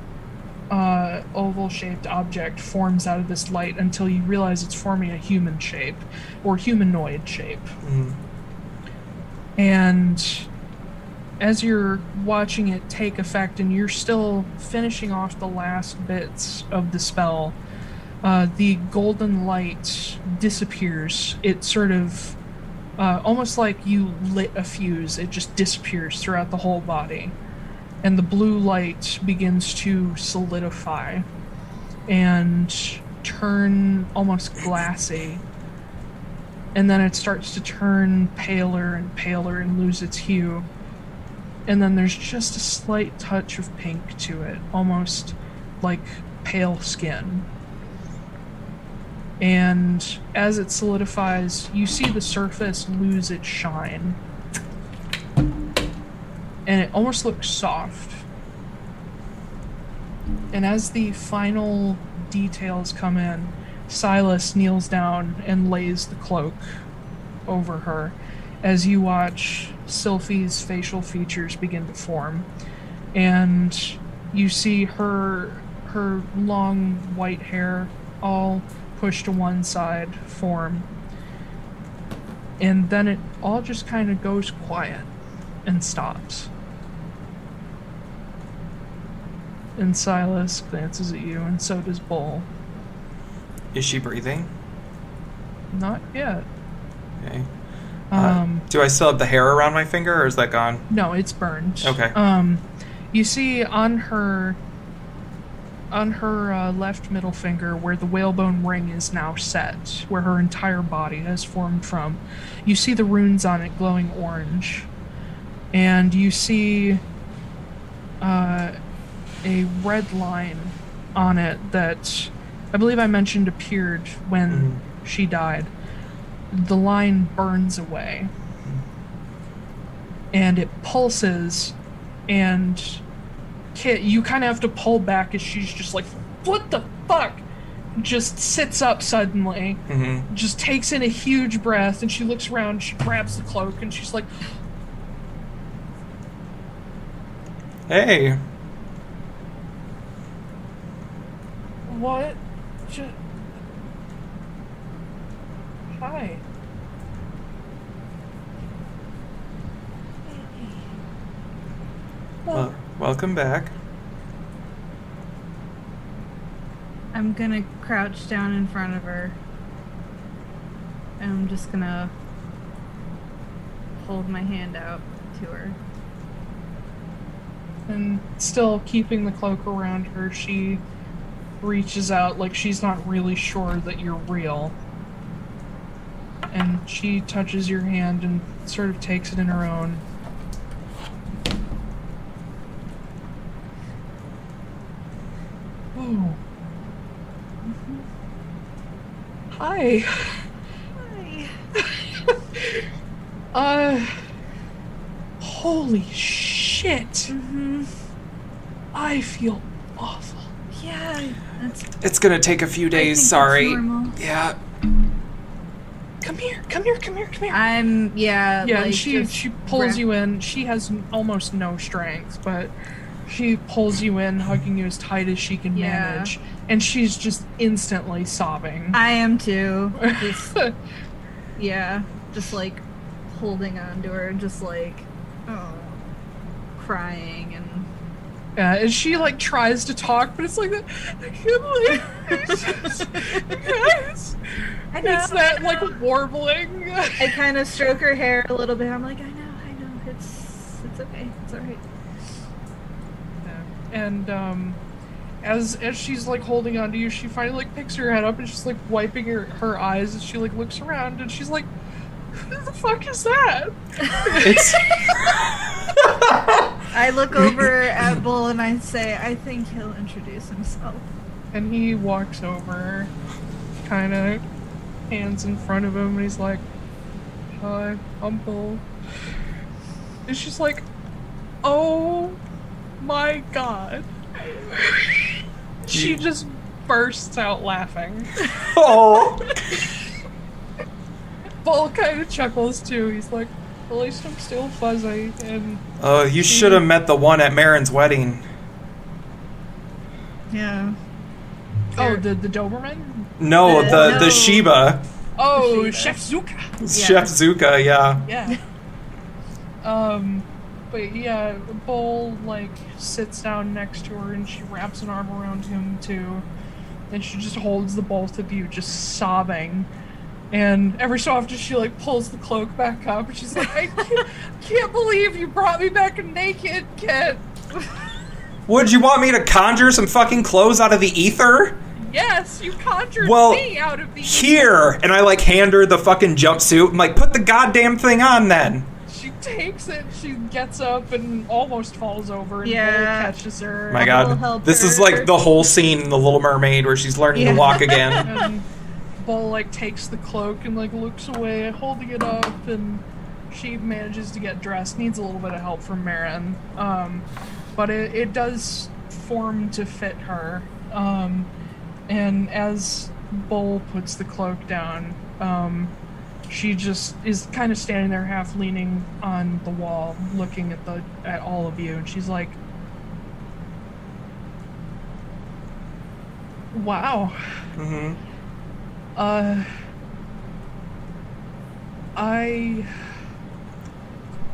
[SPEAKER 1] uh, oval shaped object forms out of this light until you realize it's forming a human shape or humanoid shape.
[SPEAKER 3] Mm-hmm.
[SPEAKER 1] And as you're watching it take effect and you're still finishing off the last bits of the spell, uh, the golden light disappears. It sort of, uh, almost like you lit a fuse, it just disappears throughout the whole body. And the blue light begins to solidify and turn almost glassy and then it starts to turn paler and paler and lose its hue. And then there's just a slight touch of pink to it, almost like pale skin. And as it solidifies, you see the surface lose its shine. And it almost looks soft. And as the final details come in, Silas kneels down and lays the cloak over her as you watch Sylphie's facial features begin to form. And you see her her long white hair all pushed to one side form. And then it all just kind of goes quiet and stops. And Silas glances at you, and so does Bull.
[SPEAKER 3] Is she breathing?
[SPEAKER 1] Not yet.
[SPEAKER 3] Okay. Uh,
[SPEAKER 1] Um,
[SPEAKER 3] do I still have the hair around my finger, or is that gone?
[SPEAKER 1] no, it's burned.
[SPEAKER 3] Okay.
[SPEAKER 1] Um, you see on her, on her uh, left middle finger, where the whalebone ring is now set, where her entire body has formed from, you see the runes on it glowing orange, and you see uh, a red line on it that I believe I mentioned appeared when she died. The line burns away and it pulses and Kit, you kind of have to pull back as she's just like, what the fuck? Just sits up suddenly,
[SPEAKER 3] hmm
[SPEAKER 1] just takes in a huge breath, and she looks around, she grabs the cloak, and she's like,
[SPEAKER 3] Hey,
[SPEAKER 1] what? Ju- Hi.
[SPEAKER 3] well, welcome back.
[SPEAKER 5] I'm gonna crouch down in front of her. And I'm just gonna hold my hand out to her.
[SPEAKER 1] And still keeping the cloak around her, she reaches out, like she's not really sure that you're real. And she touches your hand and sort of takes it in her own. Oh. Mm-hmm. Hi.
[SPEAKER 5] Hi.
[SPEAKER 1] Uh. Holy shit.
[SPEAKER 5] Mm-hmm.
[SPEAKER 1] I feel awful.
[SPEAKER 5] Yeah. That's
[SPEAKER 3] It's gonna take a few
[SPEAKER 5] I think
[SPEAKER 3] days.
[SPEAKER 5] that's
[SPEAKER 3] Sorry.
[SPEAKER 5] normal.
[SPEAKER 3] Yeah.
[SPEAKER 1] Come here, come here, come here, come here.
[SPEAKER 5] I'm yeah.
[SPEAKER 1] yeah,
[SPEAKER 5] like,
[SPEAKER 1] and she
[SPEAKER 5] just
[SPEAKER 1] she pulls
[SPEAKER 5] wrap-
[SPEAKER 1] you in. She has n- almost no strength, but she pulls you in, hugging you as tight as she can
[SPEAKER 5] Yeah.
[SPEAKER 1] manage, and she's just instantly sobbing.
[SPEAKER 5] I am too. Just, yeah, just like holding on to her, just like oh, crying and
[SPEAKER 1] Yeah, and she like tries to talk, but it's like that. I can't believe it's just- it's-
[SPEAKER 5] I know.
[SPEAKER 1] it's that like warbling.
[SPEAKER 5] I kind of stroke her hair a little bit. I'm like, I know, I know. It's it's okay. It's all right.
[SPEAKER 1] and um, as as she's like holding on to you, she finally like picks her head up and she's like wiping her her eyes, and she like looks around and she's like, "Who the fuck is that?"
[SPEAKER 3] It's
[SPEAKER 5] I look over at Bull and I say, I think he'll introduce himself.
[SPEAKER 1] And he walks over, kind of hands in front of him, and he's like, Hi, I'm Bull. And she's like, Oh my god. she just bursts out laughing.
[SPEAKER 3] oh.
[SPEAKER 1] Bull kind of chuckles too. He's like, At least I'm still fuzzy. And
[SPEAKER 3] Uh, you should have met the one at Marin's wedding.
[SPEAKER 5] Yeah.
[SPEAKER 1] oh,
[SPEAKER 5] There-
[SPEAKER 1] the, the Doberman?
[SPEAKER 3] No, the
[SPEAKER 5] Oh, No.
[SPEAKER 3] the Sheba,
[SPEAKER 1] Oh,
[SPEAKER 5] Shiva.
[SPEAKER 1] Chef Zuka.
[SPEAKER 3] Chef Zuka. Yeah.
[SPEAKER 1] Yeah. um, but yeah, Bull like sits down next to her and she wraps an arm around him too. And she just holds the both of you, just sobbing. And every so often she like pulls the cloak back up and she's like, I can't, can't believe you brought me back naked, kid.
[SPEAKER 3] Would you want me to conjure some fucking clothes out of the ether?
[SPEAKER 1] Yes, you conjured
[SPEAKER 3] Well,
[SPEAKER 1] me out of the
[SPEAKER 3] Here, and I like hand her the fucking jumpsuit. I'm like, put the goddamn thing on then.
[SPEAKER 1] She takes it, she gets up and almost falls over and Bull
[SPEAKER 5] Yeah.
[SPEAKER 1] catches her.
[SPEAKER 3] My
[SPEAKER 5] Little
[SPEAKER 3] God,
[SPEAKER 5] helper.
[SPEAKER 3] this is like the whole scene in The Little Mermaid where she's learning
[SPEAKER 5] Yeah.
[SPEAKER 3] to walk again.
[SPEAKER 1] and Bull like takes the cloak and like looks away, holding it up, and she manages to get dressed. Needs a little bit of help from Marin, um, but it, it does form to fit her. Um, and as Bull puts the cloak down, um, she just is kind of standing there, half leaning on the wall, looking at the at all of you, and she's like. Wow.
[SPEAKER 3] hmm
[SPEAKER 1] Uh, I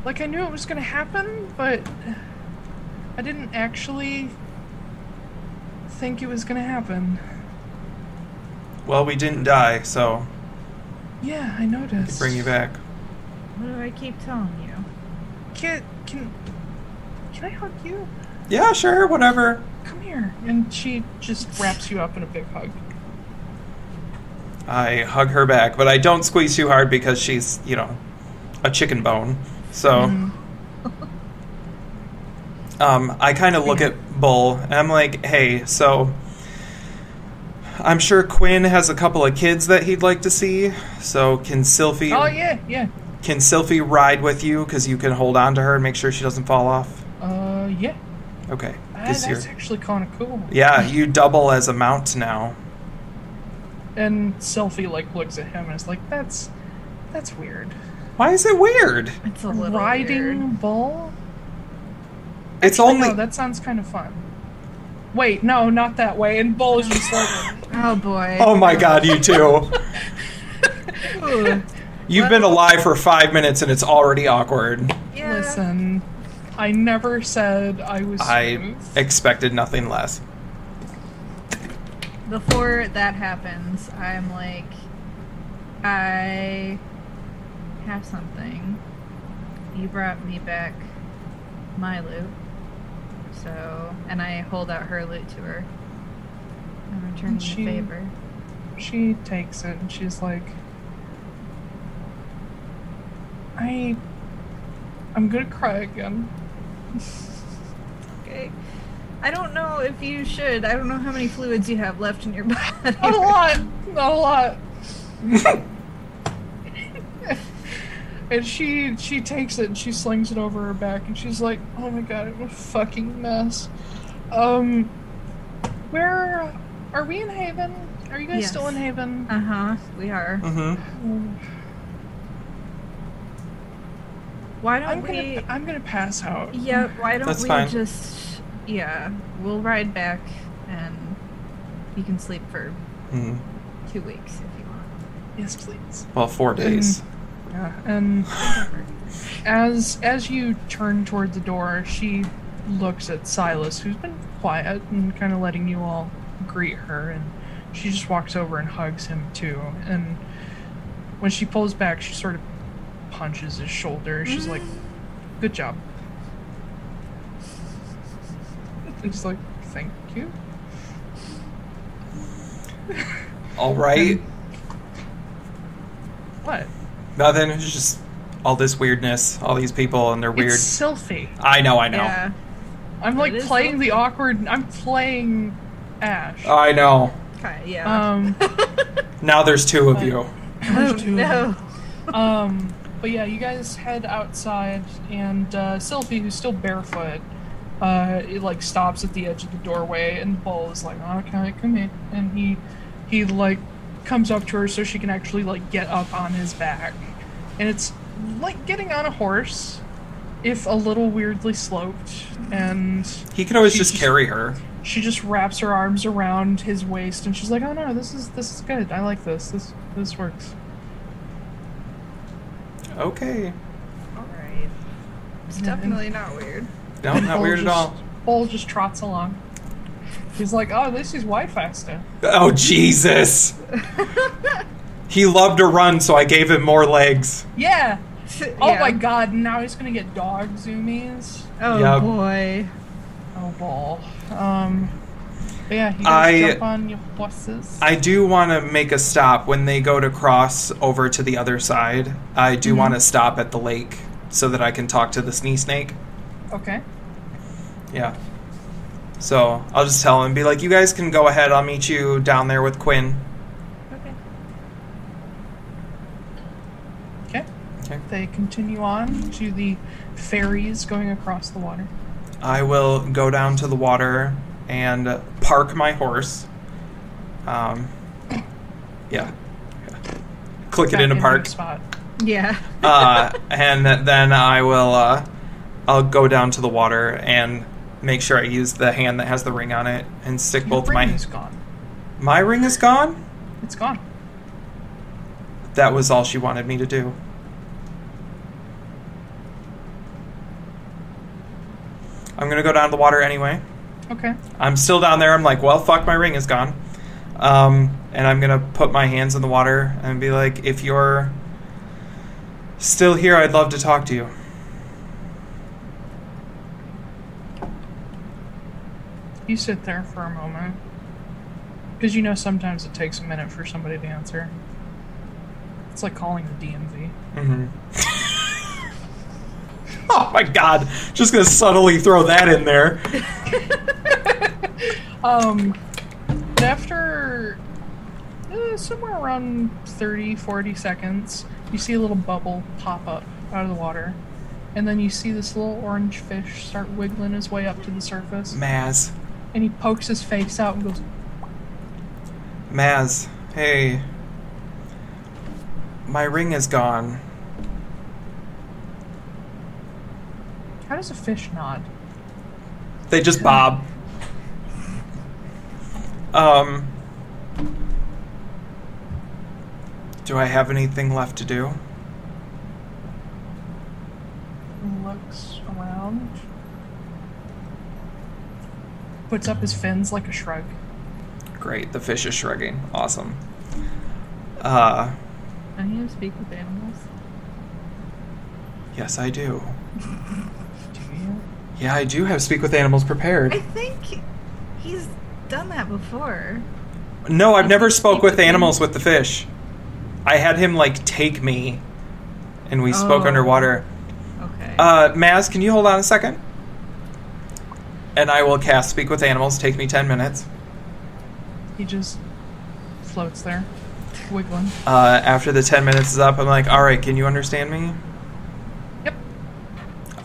[SPEAKER 1] like I knew it was gonna happen, but I didn't actually think it was gonna happen.
[SPEAKER 3] Well, we didn't die, so
[SPEAKER 1] Yeah, I
[SPEAKER 3] we
[SPEAKER 1] noticed.
[SPEAKER 3] bring you back.
[SPEAKER 5] What do I keep telling you?
[SPEAKER 1] Can can can I hug you?
[SPEAKER 3] Yeah, sure, whatever.
[SPEAKER 1] Come here. And she just wraps you up in a big hug.
[SPEAKER 3] I hug her back, but I don't squeeze too hard because she's, you know, a chicken bone. So,
[SPEAKER 1] Mm. Mm-hmm.
[SPEAKER 3] um, I kind of look at Bull and I'm like, hey, so I'm sure Quinn has a couple of kids that he'd like to see. So, can Sylphie
[SPEAKER 1] Oh yeah, yeah.
[SPEAKER 3] can Sylphie ride with you because you can hold on to her and make sure she doesn't fall off?
[SPEAKER 1] Uh yeah.
[SPEAKER 3] Okay,
[SPEAKER 1] Ah,
[SPEAKER 3] this
[SPEAKER 1] that's
[SPEAKER 3] year.
[SPEAKER 1] actually kind of cool.
[SPEAKER 3] Yeah, you double as a mount now.
[SPEAKER 1] And Selfie like looks at him and is like, "That's that's weird."
[SPEAKER 3] Why is it weird?
[SPEAKER 5] It's a little
[SPEAKER 1] Riding
[SPEAKER 5] weird.
[SPEAKER 1] bull?
[SPEAKER 3] It's
[SPEAKER 1] Oh,
[SPEAKER 3] only
[SPEAKER 1] no, that sounds kind of fun. Wait, no, not that way. And bull is just like,
[SPEAKER 5] Oh boy.
[SPEAKER 3] Oh my god, you two.
[SPEAKER 5] Ooh.
[SPEAKER 3] You've been alive for five minutes and it's already awkward.
[SPEAKER 5] Yeah.
[SPEAKER 1] listen, I never said I was
[SPEAKER 3] I
[SPEAKER 1] smooth.
[SPEAKER 3] expected nothing less.
[SPEAKER 5] Before that happens, I'm like, I have something. You brought me back my loot. So, and I hold out her loot to her. I'm returning
[SPEAKER 1] She-
[SPEAKER 5] the favor.
[SPEAKER 1] She takes it and she's like, I. I'm gonna cry again.
[SPEAKER 5] Okay. I don't know if you should. I don't know how many fluids you have left in your body.
[SPEAKER 1] Not a lot! Not a lot!
[SPEAKER 3] Mm-hmm.
[SPEAKER 1] and she she takes it and she slings it over her back and she's like, oh my god, what a fucking mess. Um. Where. Are we in Haven? Are you guys
[SPEAKER 5] Yes.
[SPEAKER 1] still in Haven?
[SPEAKER 5] Uh huh. We are.
[SPEAKER 3] Mm-hmm.
[SPEAKER 5] Why don't
[SPEAKER 1] I'm
[SPEAKER 5] we?
[SPEAKER 1] gonna I'm gonna pass out.
[SPEAKER 5] Yeah. Why don't
[SPEAKER 3] That's
[SPEAKER 5] we
[SPEAKER 3] fine.
[SPEAKER 5] just? Yeah. We'll ride back, and you can sleep for two weeks if you want.
[SPEAKER 1] Yes, please.
[SPEAKER 3] Well, four
[SPEAKER 1] Mm-hmm.
[SPEAKER 3] days.
[SPEAKER 1] Yeah, and as as you turn toward the door, she looks at Silas, who's been quiet and kind of letting you all greet her, and she just walks over and hugs him too. And when she pulls back, she sort of punches his shoulder. She's like, "Good job," and she's like, "Thank you."
[SPEAKER 3] All right.
[SPEAKER 1] What?
[SPEAKER 3] Nothing. It's just all this weirdness, all these people and their weird.
[SPEAKER 1] It's Sylphie.
[SPEAKER 3] I know, I know.
[SPEAKER 5] Yeah.
[SPEAKER 1] I'm like
[SPEAKER 5] is
[SPEAKER 1] playing the awkward. I'm playing Ash.
[SPEAKER 3] I know.
[SPEAKER 5] Okay. Yeah.
[SPEAKER 1] um.
[SPEAKER 3] Now there's two of you.
[SPEAKER 5] oh,
[SPEAKER 1] two.
[SPEAKER 5] no.
[SPEAKER 1] Um, but yeah, you guys head outside, and uh, Sylphie, who's still barefoot, uh, it, like stops at the edge of the doorway, and Bull is like, "Oh, can I come in?" And he, he like, comes up to her so she can actually like get up on his back, and it's like getting on a horse, if a little weirdly sloped, and
[SPEAKER 3] He could always
[SPEAKER 1] She
[SPEAKER 3] just
[SPEAKER 1] just-
[SPEAKER 3] carry her.
[SPEAKER 1] she just wraps her arms around his waist, and she's like, "Oh no, this is this is good. I like this. This this works."
[SPEAKER 3] Okay.
[SPEAKER 5] All right. It's definitely not weird.
[SPEAKER 3] No, not
[SPEAKER 1] Bull
[SPEAKER 3] weird at
[SPEAKER 1] Oh, just-
[SPEAKER 3] all.
[SPEAKER 1] Bull just trots along. He's like, oh, this is way faster.
[SPEAKER 3] Oh, Jesus. he loved to run, so I gave him more legs.
[SPEAKER 1] Yeah. Oh
[SPEAKER 5] Yeah.
[SPEAKER 1] my god, now he's gonna get dog zoomies.
[SPEAKER 5] Oh
[SPEAKER 3] Yeah.
[SPEAKER 5] boy.
[SPEAKER 1] Oh, Bull. Um, but yeah, you
[SPEAKER 3] I-
[SPEAKER 1] guys jump on your horses.
[SPEAKER 3] I do want to make a stop when they go to cross over to the other side. I do want to stop at the lake so that I can talk to the snee snake.
[SPEAKER 1] okay.
[SPEAKER 3] Yeah. So I'll just tell him, be like, you guys can go ahead. I'll meet you down there with Quinn.
[SPEAKER 5] Okay.
[SPEAKER 1] Okay.
[SPEAKER 3] Okay.
[SPEAKER 1] They continue on to the ferries going across the water.
[SPEAKER 3] I will go down to the water and park my horse. Um, yeah. Click it
[SPEAKER 1] Back
[SPEAKER 3] in a
[SPEAKER 1] your
[SPEAKER 3] park.
[SPEAKER 1] Spot.
[SPEAKER 5] Yeah.
[SPEAKER 3] uh, and then I will uh, I'll go down to the water and make sure I use the hand that has the ring on it and stick
[SPEAKER 1] Your
[SPEAKER 3] both
[SPEAKER 1] ring
[SPEAKER 3] my
[SPEAKER 1] is gone.
[SPEAKER 3] my ring is gone.
[SPEAKER 1] It's gone.
[SPEAKER 3] That was all she wanted me to do. I'm gonna go down to the water anyway.
[SPEAKER 1] Okay.
[SPEAKER 3] I'm still down there. I'm like, well, fuck, my ring is gone. Um, and I'm gonna put my hands in the water and be like, if you're still here, I'd love to talk to you.
[SPEAKER 1] You sit there for a moment. Because you know sometimes it takes a minute for somebody to answer. It's like calling the DMV.
[SPEAKER 3] hmm Mm-hmm. oh my god! Just gonna subtly throw that in there.
[SPEAKER 1] Um, and after uh, somewhere around 30, 40 seconds, you see a little bubble pop up out of the water. And then you see this little orange fish start wiggling his way up to the surface.
[SPEAKER 3] Maz,
[SPEAKER 1] And he pokes his face out and goes,
[SPEAKER 3] Maz, hey. My ring is gone.
[SPEAKER 1] How does a fish nod?
[SPEAKER 3] They just bob. Um. Do I have anything left to do?
[SPEAKER 1] and looks around, puts up his fins like a shrug.
[SPEAKER 3] Great, the fish is shrugging. Awesome. Uh,
[SPEAKER 5] I need to speak with animals.
[SPEAKER 3] yes, I do.
[SPEAKER 1] Do you?
[SPEAKER 3] Yeah, I do have Speak with Animals prepared.
[SPEAKER 5] I think he's done that before.
[SPEAKER 3] No, I've never spoke with animals with the fish. I had him like take me, and we spoke
[SPEAKER 5] Oh.
[SPEAKER 3] underwater.
[SPEAKER 5] Okay.
[SPEAKER 3] Uh, Maz, can you hold on a second? And I will cast Speak with Animals. Take me ten minutes.
[SPEAKER 1] He just floats there, wiggling.
[SPEAKER 3] Uh, after the ten minutes is up, I'm like, all right, can you understand me?
[SPEAKER 1] Yep.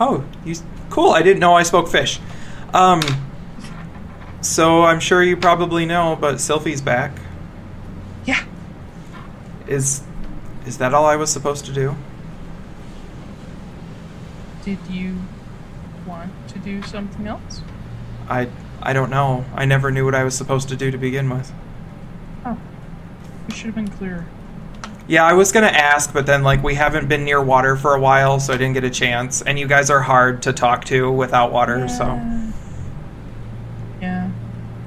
[SPEAKER 3] Oh, you s- cool. I didn't know I spoke fish. Um, so I'm sure you probably know, but Sylphie's back.
[SPEAKER 1] Yeah.
[SPEAKER 3] Is is that all I was supposed to do?
[SPEAKER 1] Did you want to do something else?
[SPEAKER 3] I I don't know. I never knew what I was supposed to do to begin with.
[SPEAKER 1] Oh, we should have been clearer.
[SPEAKER 3] Yeah, I was gonna ask, but then like we haven't been near water for a while, so I didn't get a chance. And you guys are hard to talk to without water, so
[SPEAKER 1] Yeah. Yeah.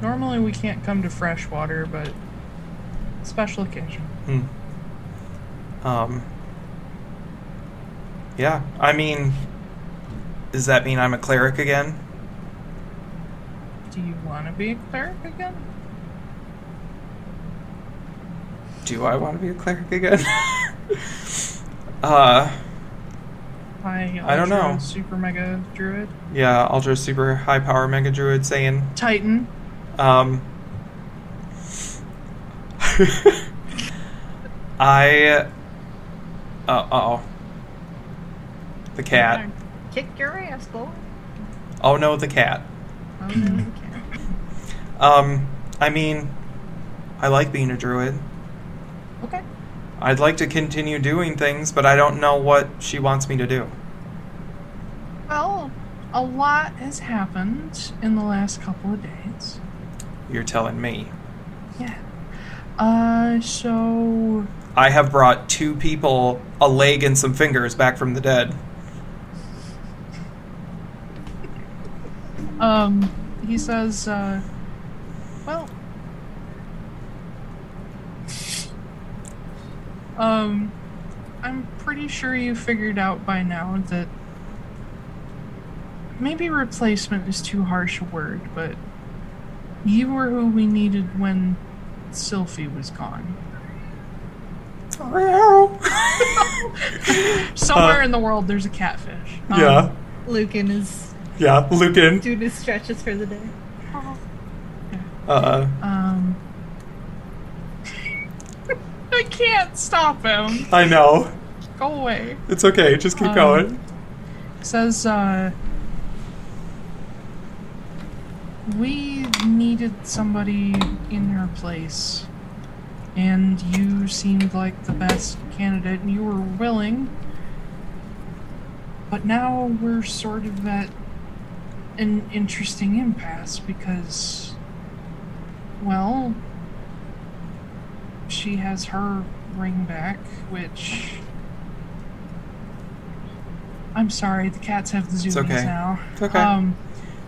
[SPEAKER 1] Normally we can't come to fresh water, but special occasion.
[SPEAKER 3] hmm. um. Yeah, I mean, does that mean I'm a cleric again?
[SPEAKER 1] Do you want to be a cleric again?
[SPEAKER 3] Do I want to be a cleric again? uh,
[SPEAKER 1] I,
[SPEAKER 3] I don't
[SPEAKER 1] ultra
[SPEAKER 3] know.
[SPEAKER 1] Super mega druid.
[SPEAKER 3] yeah, ultra super high power mega druid saying,
[SPEAKER 1] Titan.
[SPEAKER 3] Um, I. Uh oh. The cat.
[SPEAKER 5] Kick your ass, boy.
[SPEAKER 3] Oh no, the cat.
[SPEAKER 5] Oh, no, you can't.
[SPEAKER 3] Um, I mean, I like being a druid.
[SPEAKER 5] Okay.
[SPEAKER 3] I'd like to continue doing things, but I don't know what she wants me to do.
[SPEAKER 1] Well, a lot has happened in the last couple of days.
[SPEAKER 3] You're telling me.
[SPEAKER 1] Yeah. Uh, so
[SPEAKER 3] I have brought two people, a leg and some fingers, back from the dead.
[SPEAKER 1] Um, he says, uh, well, um, I'm pretty sure you figured out by now that maybe replacement is too harsh a word, but you were who we needed when Sylphie was gone. Somewhere
[SPEAKER 3] Uh,
[SPEAKER 1] in the world, there's a catfish. Um,
[SPEAKER 3] Yeah,
[SPEAKER 5] Lucan is
[SPEAKER 3] yeah, Lucan.
[SPEAKER 5] doing his stretches for the day.
[SPEAKER 3] Uh,
[SPEAKER 1] Um, I can't stop him.
[SPEAKER 3] I know.
[SPEAKER 1] Go away.
[SPEAKER 3] It's okay. Just keep
[SPEAKER 1] Um,
[SPEAKER 3] going.
[SPEAKER 1] Says, uh, we needed somebody in her place, and you seemed like the best candidate, and you were willing. But now we're sort of at an interesting impasse because, well, she has her ring back, which I'm sorry, the cats have the zoomies
[SPEAKER 3] okay.
[SPEAKER 1] now.
[SPEAKER 3] It's okay.
[SPEAKER 1] Um,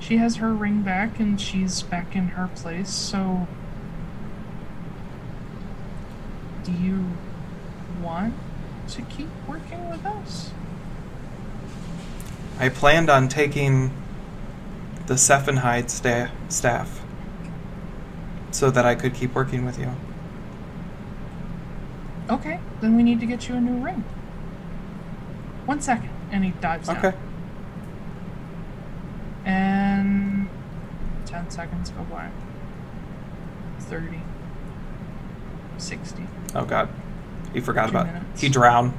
[SPEAKER 1] she has her ring back, and she's back in her place. So, do you want to keep working with us?
[SPEAKER 3] I planned on taking the Seffenhide sta- staff so that I could keep working with you.
[SPEAKER 1] Okay, then we need to get you a new ring. One second, and he dives
[SPEAKER 3] Okay.
[SPEAKER 1] down. And ten seconds go by. Thirty. Sixty.
[SPEAKER 3] Oh God, he forgot
[SPEAKER 1] Two
[SPEAKER 3] about.
[SPEAKER 1] minutes.
[SPEAKER 3] He drowned.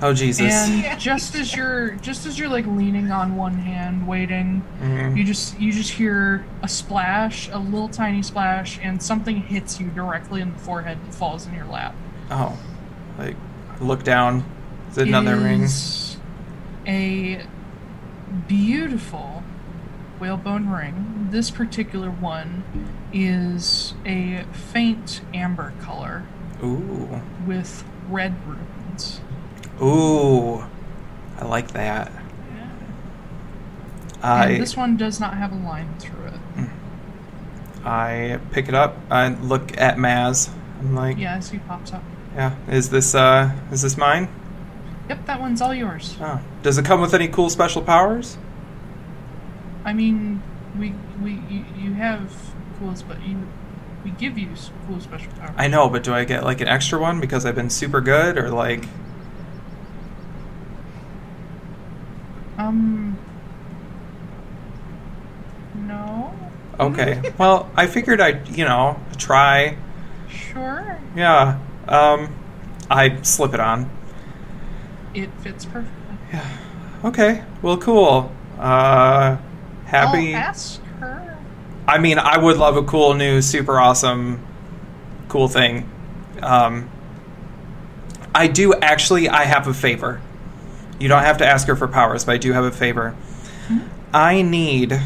[SPEAKER 3] Oh Jesus.
[SPEAKER 1] And just as you're just as you're like leaning on one hand, waiting,
[SPEAKER 3] Mhm.
[SPEAKER 1] You just you just hear a splash, a little tiny splash, and something hits you directly in the forehead and falls in your lap.
[SPEAKER 3] Oh, like look down. Is it another
[SPEAKER 1] It
[SPEAKER 3] ring?
[SPEAKER 1] is A beautiful whalebone ring. This particular one is a faint amber color
[SPEAKER 3] Ooh,
[SPEAKER 1] with red runes.
[SPEAKER 3] ooh, I like that.
[SPEAKER 1] and
[SPEAKER 3] I
[SPEAKER 1] this one does not have a line through it.
[SPEAKER 3] I pick it up. I look at Maz. I'm like,
[SPEAKER 1] Yeah, as he pops up.
[SPEAKER 3] yeah. Is this uh, is this mine?
[SPEAKER 1] Yep, that one's all yours.
[SPEAKER 3] Oh. Does it come with any cool special powers?
[SPEAKER 1] I mean, we we you, you have cools, but you We give you s- cool special powers.
[SPEAKER 3] I know, but do I get like an extra one because I've been super good, or like
[SPEAKER 1] Um. No.
[SPEAKER 3] okay? well, I figured I'd you know try.
[SPEAKER 1] Sure.
[SPEAKER 3] Yeah. Um, I slip it on.
[SPEAKER 1] It fits perfectly.
[SPEAKER 3] Okay. Well, cool. Uh, happy.
[SPEAKER 1] I'll ask her.
[SPEAKER 3] I mean, I would love a cool new, super awesome, cool thing. Um, I do actually. I have a favor. You don't have to ask her for powers, but I do have a favor. I need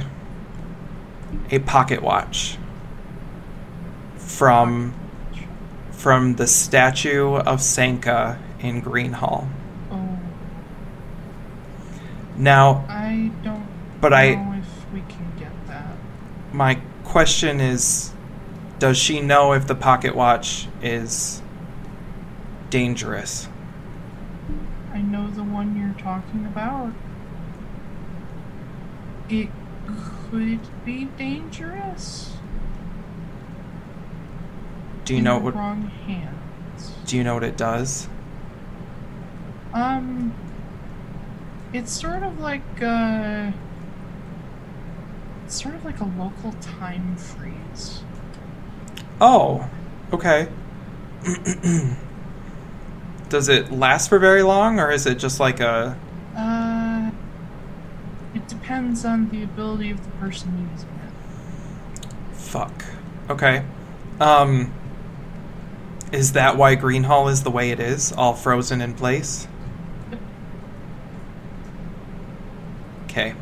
[SPEAKER 3] a pocket watch from from the statue of Sanka in Greenhall.
[SPEAKER 1] Oh,
[SPEAKER 3] Now,
[SPEAKER 1] I don't.
[SPEAKER 3] But
[SPEAKER 1] know
[SPEAKER 3] I-
[SPEAKER 1] if we can get that.
[SPEAKER 3] my question is does she know if the pocket watch is dangerous
[SPEAKER 1] I know the one you're talking about. It could be dangerous.
[SPEAKER 3] do you know
[SPEAKER 1] in
[SPEAKER 3] what
[SPEAKER 1] Wrong hands.
[SPEAKER 3] do you know what it does
[SPEAKER 1] Um, it's sort of like uh, it's sort of like a local time freeze.
[SPEAKER 3] oh okay does it last for very long or is it just like a
[SPEAKER 1] Uh, it depends on the ability of the person using it.
[SPEAKER 3] fuck okay um is that why greenhall is the way it is all frozen in place okay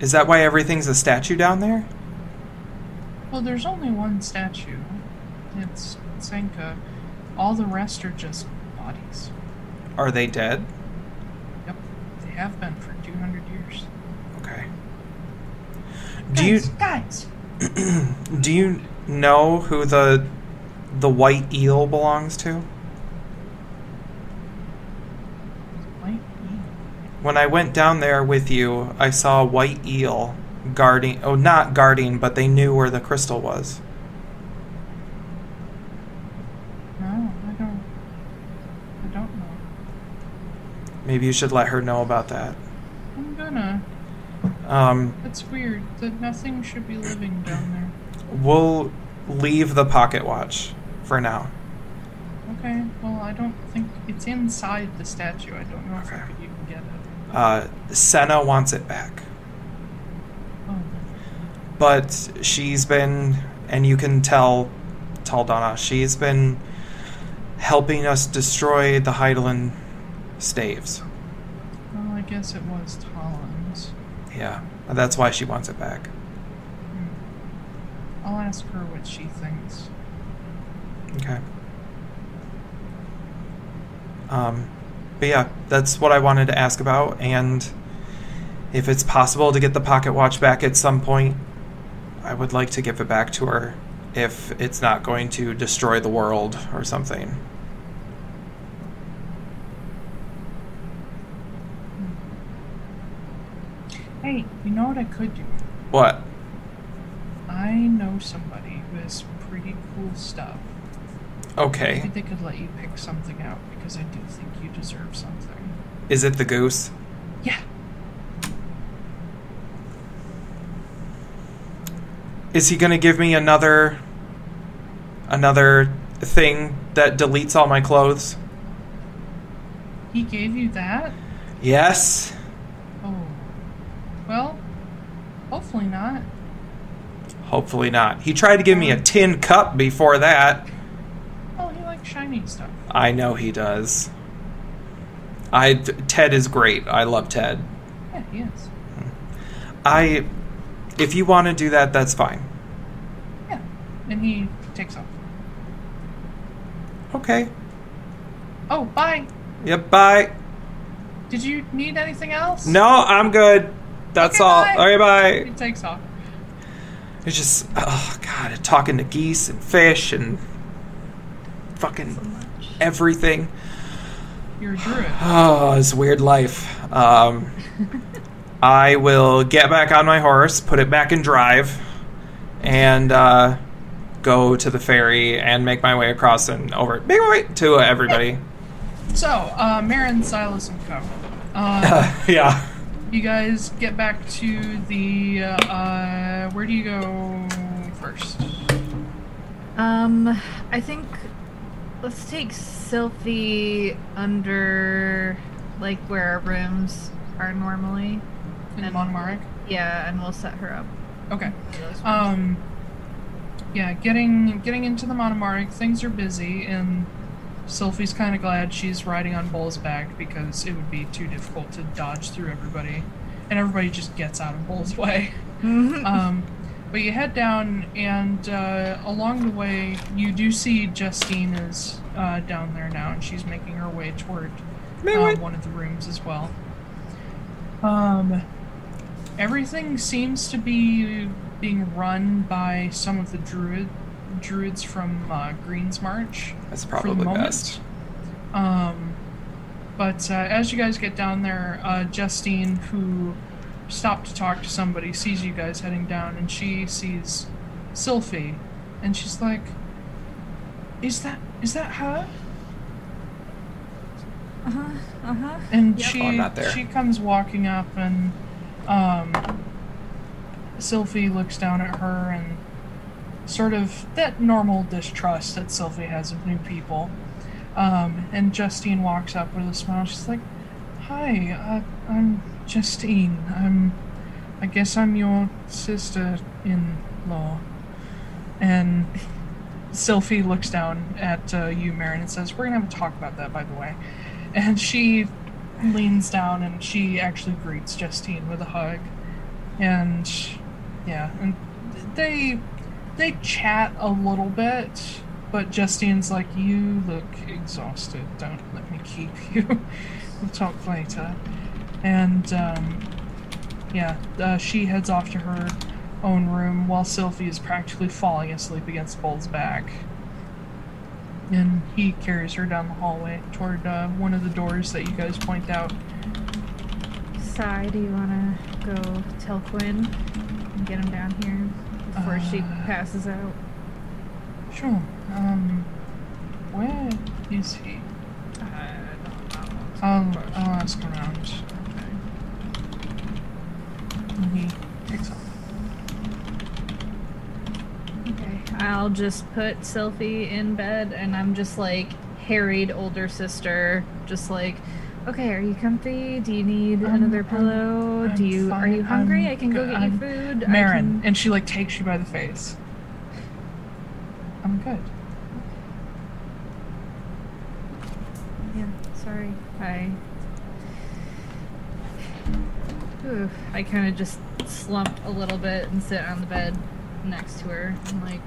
[SPEAKER 3] is that why everything's a statue down there
[SPEAKER 1] Well, there's only one statue. It's Senka. All the rest are just bodies.
[SPEAKER 3] are they dead
[SPEAKER 1] Yep, they have been for 200 years.
[SPEAKER 3] okay do you
[SPEAKER 1] guys?
[SPEAKER 3] do you know who the the white eel belongs to
[SPEAKER 1] Like,
[SPEAKER 3] When I went down there with you, I saw a white eel guarding. Oh, not guarding, but they knew where the crystal was.
[SPEAKER 1] no, I don't. I don't know.
[SPEAKER 3] Maybe you should let her know about that.
[SPEAKER 1] I'm gonna.
[SPEAKER 3] Um,
[SPEAKER 1] That's weird. That nothing should be living down there.
[SPEAKER 3] we'll leave the pocket watch for now.
[SPEAKER 1] Okay. Well, I don't think it's inside the statue. I don't know if I
[SPEAKER 3] Okay.
[SPEAKER 1] could even get it.
[SPEAKER 3] Uh, Senna wants it back.
[SPEAKER 1] Oh,
[SPEAKER 3] but she's been, and you can tell Taldana, she's been helping us destroy the Heidelin staves.
[SPEAKER 1] well, I guess it was Tollins.
[SPEAKER 3] Yeah, that's why she wants it back.
[SPEAKER 1] Hmm. I'll ask her what she thinks.
[SPEAKER 3] Okay. Um, but yeah, that's what I wanted to ask about, and if it's possible to get the pocket watch back at some point, I would like to give it back to her if it's not going to destroy the world or something.
[SPEAKER 1] Hey, you know what I could do?
[SPEAKER 3] What?
[SPEAKER 1] I know somebody who has some pretty cool stuff. Maybe
[SPEAKER 3] Okay.
[SPEAKER 1] they could let you pick something out because I do think you deserve something.
[SPEAKER 3] Is it the goose?
[SPEAKER 1] Yeah.
[SPEAKER 3] Is he going to give me another another thing that deletes all my clothes?
[SPEAKER 1] He gave you that?
[SPEAKER 3] Yes.
[SPEAKER 1] Oh. Well, hopefully not.
[SPEAKER 3] Hopefully not. He tried to give me a tin cup before that.
[SPEAKER 1] Oh, he likes shiny stuff.
[SPEAKER 3] I know he does. I Ted is great. I love Ted.
[SPEAKER 1] Yeah, he is.
[SPEAKER 3] I if you want to do that, that's fine.
[SPEAKER 1] Yeah. And he takes off.
[SPEAKER 3] Okay.
[SPEAKER 1] Oh, bye.
[SPEAKER 3] Yep, bye.
[SPEAKER 1] Did you need anything else?
[SPEAKER 3] No, I'm good. That's
[SPEAKER 1] Okay,
[SPEAKER 3] all.
[SPEAKER 1] bye.
[SPEAKER 3] Okay,
[SPEAKER 1] He
[SPEAKER 3] bye.
[SPEAKER 1] takes off.
[SPEAKER 3] It's just oh god, talking to geese and fish and fucking everything.
[SPEAKER 1] You're a druid.
[SPEAKER 3] Ah, Oh, this weird life. Um, I will get back on my horse, put it back in drive, and uh, go to the ferry and make my way across and over. Make my way to everybody.
[SPEAKER 1] So, uh, Marin, Silas, and Co. Uh,
[SPEAKER 3] yeah.
[SPEAKER 1] you guys get back to the. Uh, uh, where do you go first?
[SPEAKER 5] Um, I think let's take Sylphie under like where our rooms are normally.
[SPEAKER 1] In
[SPEAKER 5] And-
[SPEAKER 1] Montmartre?
[SPEAKER 5] Yeah, and we'll set her up.
[SPEAKER 1] Okay.
[SPEAKER 5] for those ones.
[SPEAKER 1] Um, yeah, getting getting into the Monomark, things are busy, and Sylphie's kind of glad she's riding on Bull's back because it would be too difficult to dodge through everybody, and everybody just gets out of Bull's way. um, but you head down, and uh, along the way, you do see Justine is uh, down there now, and she's making her way toward uh, one of the rooms as well. Um, everything seems to be being run by some of the druid druids from uh, Greens March.
[SPEAKER 3] That's
[SPEAKER 1] for the
[SPEAKER 3] probably
[SPEAKER 1] moment.
[SPEAKER 3] best.
[SPEAKER 1] Um, but uh, as you guys get down there, uh, Justine, who stopped to talk to somebody, sees you guys heading down, and she sees Sylphie, and she's like, "Is that is that her?" Uh-huh,
[SPEAKER 5] Uh huh.
[SPEAKER 1] And
[SPEAKER 5] Yep.
[SPEAKER 1] she
[SPEAKER 3] Oh, I'm not there.
[SPEAKER 1] she comes walking up, and um, Sylphie looks down at her, and sort of that normal distrust that Sylphie has of new people. Um, and Justine walks up with a smile. She's like, "Hi, uh, I'm Justine. I'm, I guess I'm your sister-in-law." And Sylphie looks down at uh, you, Marin, and says, "We're gonna have a talk about that, by the way." And she leans down and she actually greets Justine with a hug. And yeah, and they they chat a little bit, but Justine's like, "You look exhausted. Don't let me keep you. we'll talk later." And um, yeah, uh, she heads off to her own room while Sylphie is practically falling asleep against Bull's back. And he carries her down the hallway toward uh, one of the doors that you guys point out.
[SPEAKER 5] Sai, do you wanna go tell Quinn and get him down here before she
[SPEAKER 1] Uh,
[SPEAKER 5] passes out?
[SPEAKER 1] Sure. Um, where is he?
[SPEAKER 5] Um,
[SPEAKER 1] I'll, I'll ask around. And he takes off.
[SPEAKER 5] Okay. I'll just put Sylphie in bed, and I'm just like harried older sister, just like, okay, are you comfy? Do you need
[SPEAKER 1] Um,
[SPEAKER 5] another
[SPEAKER 1] um,
[SPEAKER 5] pillow?
[SPEAKER 1] I'm
[SPEAKER 5] Do you are
[SPEAKER 1] fine.
[SPEAKER 5] you hungry?
[SPEAKER 1] I'm
[SPEAKER 5] i can go
[SPEAKER 1] good.
[SPEAKER 5] get
[SPEAKER 1] I'm-
[SPEAKER 5] you food. I
[SPEAKER 1] Marin,
[SPEAKER 5] can-
[SPEAKER 1] and she like takes you by the face. I'm good.
[SPEAKER 5] yeah. Sorry. I. Oof. I kind of just slumped a little bit and sit on the bed next to her. I'm like,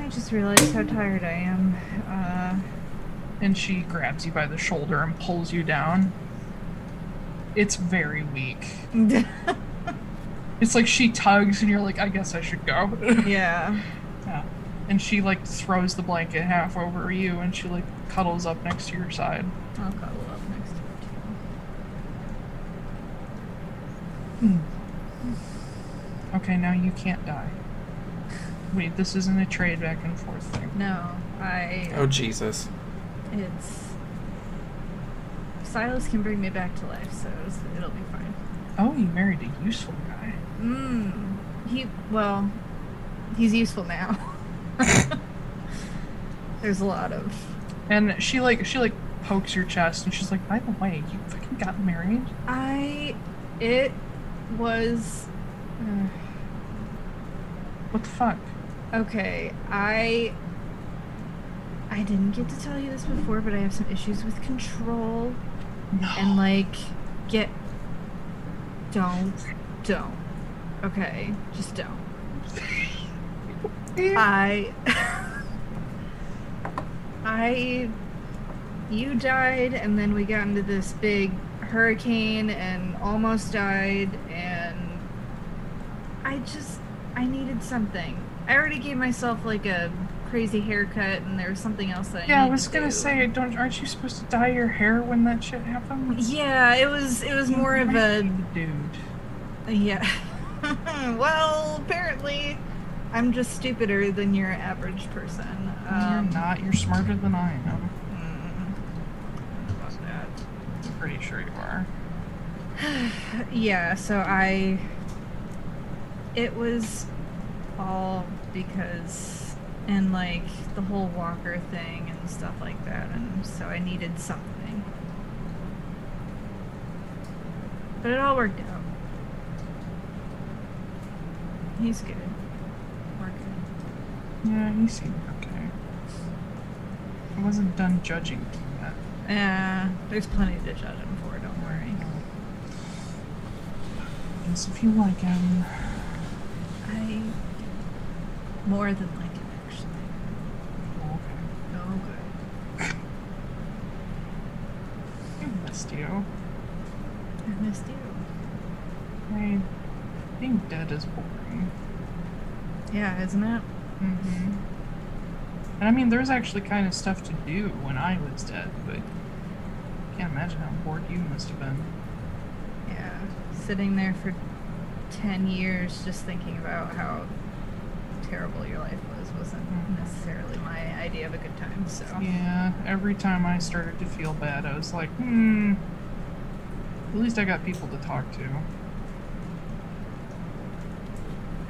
[SPEAKER 5] I just realized how tired I am. Uh,
[SPEAKER 1] and she grabs you by the shoulder and pulls you down. It's very weak. It's like she tugs and you're like, I guess I should go.
[SPEAKER 5] yeah.
[SPEAKER 1] yeah. And she like throws the blanket half over you and she like cuddles up next to your side.
[SPEAKER 5] I'll cuddle up next to her too.
[SPEAKER 1] Okay, now you can't die. Wait, this isn't a trade back and forth thing.
[SPEAKER 5] No, I.
[SPEAKER 3] Oh Jesus.
[SPEAKER 5] It's Silas can bring me back to life, so it's- it'll be fine.
[SPEAKER 1] Oh, you married a useful guy.
[SPEAKER 5] Mm. He well, he's useful now. There's a lot of
[SPEAKER 1] And she like she like pokes your chest and she's like, by the way, you fucking got married?
[SPEAKER 5] I. It was uh,
[SPEAKER 1] What the fuck?
[SPEAKER 5] okay. I. I didn't get to tell you this before, but I have some issues with control
[SPEAKER 1] No.
[SPEAKER 5] and like get. Don't, don't. Okay, just don't. I. I. You died, and then we got into this big hurricane and almost died, and. I just. I needed something. I already gave myself like a crazy haircut, and there was something else that I
[SPEAKER 1] Yeah, I
[SPEAKER 5] needed
[SPEAKER 1] was
[SPEAKER 5] to
[SPEAKER 1] gonna
[SPEAKER 5] do.
[SPEAKER 1] say, don't aren't you supposed to dye your hair when that shit happens?
[SPEAKER 5] Yeah, it was it was more of a
[SPEAKER 1] dude.
[SPEAKER 5] yeah. well, apparently, I'm just stupider than your average person. Um,
[SPEAKER 1] you're not. You're smarter than I am.
[SPEAKER 5] mm, I don't know about that.
[SPEAKER 1] I'm pretty sure you are.
[SPEAKER 5] Yeah, so I. It was all because. And like the whole Walker thing and stuff like that, and so I needed something. But it all worked out. He's good. We're good.
[SPEAKER 1] Yeah, he seemed okay. I wasn't done judging him yet.
[SPEAKER 5] Uh, there's plenty to judge him for, don't worry.
[SPEAKER 1] Yes, if you like him.
[SPEAKER 5] I. More than like him, actually.
[SPEAKER 1] Okay.
[SPEAKER 5] Oh, good.
[SPEAKER 1] I missed you.
[SPEAKER 5] I missed you.
[SPEAKER 1] I, being dead is boring.
[SPEAKER 5] Yeah, isn't it?
[SPEAKER 1] Mm-hmm. And I mean, there's actually kind of stuff to do when I was dead, but can't imagine how bored you must have been.
[SPEAKER 5] Yeah. Sitting there for 10 years just thinking about how terrible your life was wasn't
[SPEAKER 1] Mhm.
[SPEAKER 5] necessarily my idea of a good time, so.
[SPEAKER 1] Yeah, every time I started to feel bad, I was like, hmm. At least I got people to talk to.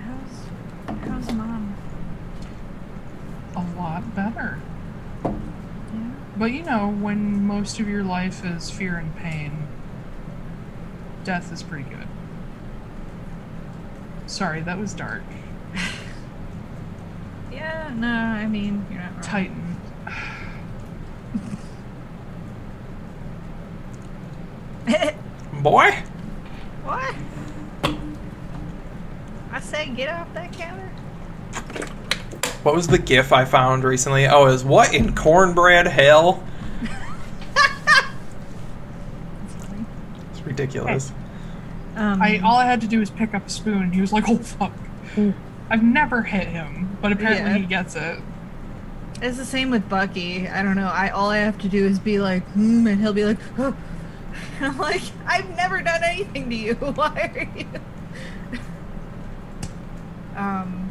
[SPEAKER 5] How's, how's mom?
[SPEAKER 1] A lot better.
[SPEAKER 5] Yeah.
[SPEAKER 1] But you know, when most of your life is fear and pain, death is pretty good. Sorry, that was dark.
[SPEAKER 5] Yeah, no, I mean, you're not wrong.
[SPEAKER 1] Titan.
[SPEAKER 3] Boy,
[SPEAKER 5] What? I said get off that counter.
[SPEAKER 3] what was the gif I found recently? Oh, is what in cornbread hell?
[SPEAKER 5] That's funny.
[SPEAKER 3] It's ridiculous.
[SPEAKER 5] Um,
[SPEAKER 1] I all I had to do was pick up a spoon, and he was like, "Oh fuck!" I've never hit him, but apparently
[SPEAKER 5] Yeah.
[SPEAKER 1] he gets it.
[SPEAKER 5] It's the same with Bucky. I don't know. I all I have to do is be like, hmm, and he'll be like, oh. I'm like, I've never done anything to you. Why are you? Um,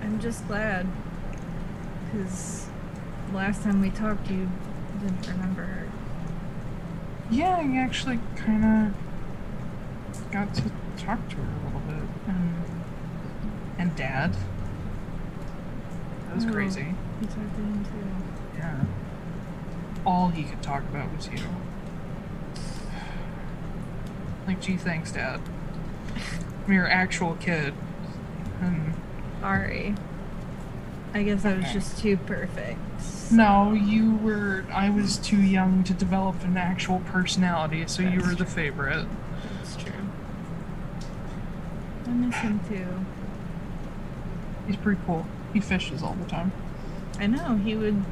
[SPEAKER 5] I'm just glad because last time we talked, you didn't remember her.
[SPEAKER 1] Yeah, I actually kind of got to talk to her a little bit, and and Dad. That was
[SPEAKER 5] Oh.
[SPEAKER 1] crazy.
[SPEAKER 5] You talked to him too.
[SPEAKER 1] Yeah. All he could talk about was you. Like, gee, thanks, Dad. I'm your actual kid. Hmm. And
[SPEAKER 5] Sorry. I guess I was
[SPEAKER 1] Okay.
[SPEAKER 5] just too perfect.
[SPEAKER 1] No, you were. I was too young to develop an actual personality, so you
[SPEAKER 5] That's
[SPEAKER 1] were the favorite.
[SPEAKER 5] That's true. I miss him too.
[SPEAKER 1] He's pretty cool. He fishes all the time.
[SPEAKER 5] I know he would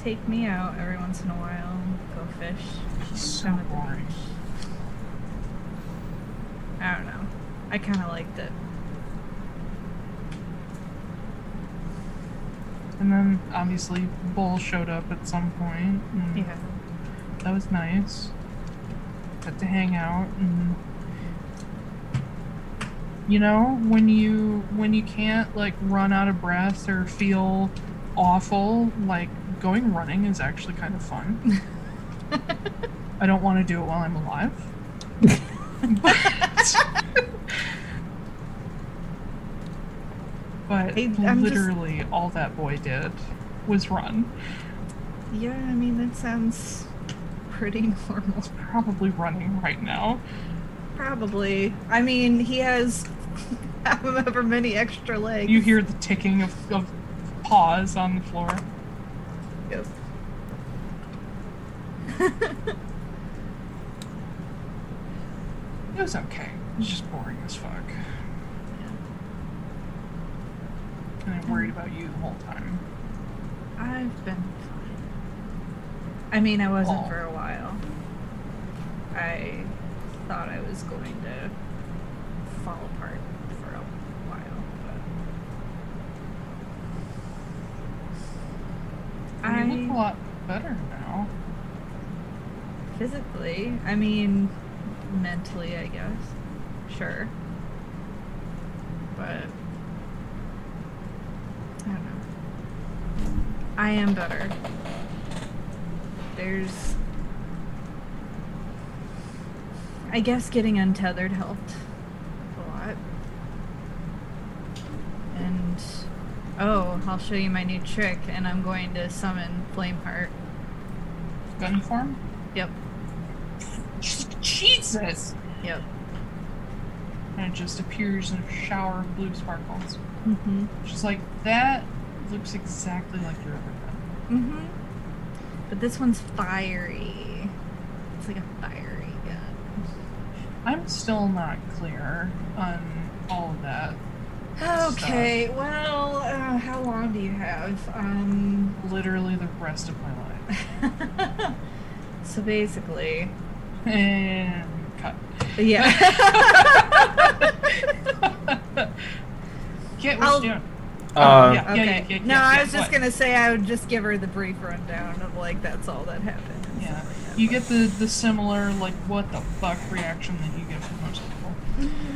[SPEAKER 5] take me out every once in a while, go fish.
[SPEAKER 1] He's so
[SPEAKER 5] down at the
[SPEAKER 1] boring.
[SPEAKER 5] beach. I don't know. I kind of liked it.
[SPEAKER 1] And then obviously Bull showed up at some point. And
[SPEAKER 5] Yeah.
[SPEAKER 1] That was nice. Got to hang out and you know when you when you can't like run out of breath or feel awful like going running is actually kind of fun i don't want to do it while i'm alive but, but
[SPEAKER 5] Hey, I'm just-
[SPEAKER 1] literally all that boy did was run
[SPEAKER 5] Yeah, I mean that sounds pretty normal.
[SPEAKER 1] probably running right now
[SPEAKER 5] Probably. I mean he has however many extra legs.
[SPEAKER 1] You hear the ticking of, of paws on the floor.
[SPEAKER 5] Yep.
[SPEAKER 1] It was okay. It was just boring as fuck. And I worried about you the whole time.
[SPEAKER 5] I've been fine. I mean, I wasn't
[SPEAKER 1] Oh.
[SPEAKER 5] for a while. I thought I was going to fall apart for a while, but I
[SPEAKER 1] You look a lot better now.
[SPEAKER 5] physically, I mean, mentally, I guess. Sure. But I don't know. I am better. There's I guess getting untethered helped a lot. And oh, I'll show you my new trick and I'm going to summon Flameheart.
[SPEAKER 1] Gun form?
[SPEAKER 5] Yep.
[SPEAKER 1] Jesus!
[SPEAKER 5] Yep.
[SPEAKER 1] And it just appears in a shower of blue sparkles.
[SPEAKER 5] Mhm.
[SPEAKER 1] She's like, that looks exactly like your other gun.
[SPEAKER 5] Mm-hmm. But this one's fiery. It's like a fiery gun.
[SPEAKER 1] I'm still not clear on all of that.
[SPEAKER 5] Okay, well, uh, how long do you have? Um,
[SPEAKER 1] Literally the rest of my life.
[SPEAKER 5] so basically,
[SPEAKER 1] And cut.
[SPEAKER 5] yeah.
[SPEAKER 1] Get
[SPEAKER 5] I'll-
[SPEAKER 1] what you doing.
[SPEAKER 3] Uh,
[SPEAKER 1] yeah.
[SPEAKER 5] okay.
[SPEAKER 1] yeah,
[SPEAKER 5] No,
[SPEAKER 1] yeah,
[SPEAKER 5] I
[SPEAKER 1] yeah,
[SPEAKER 5] was
[SPEAKER 1] what?
[SPEAKER 5] just gonna say I would just give her the brief rundown of like that's all that happened. and
[SPEAKER 1] Yeah.
[SPEAKER 5] stuff like that,
[SPEAKER 1] You
[SPEAKER 5] but-
[SPEAKER 1] get the, the similar, like, what the fuck reaction that you get from most people.
[SPEAKER 5] Mm-hmm.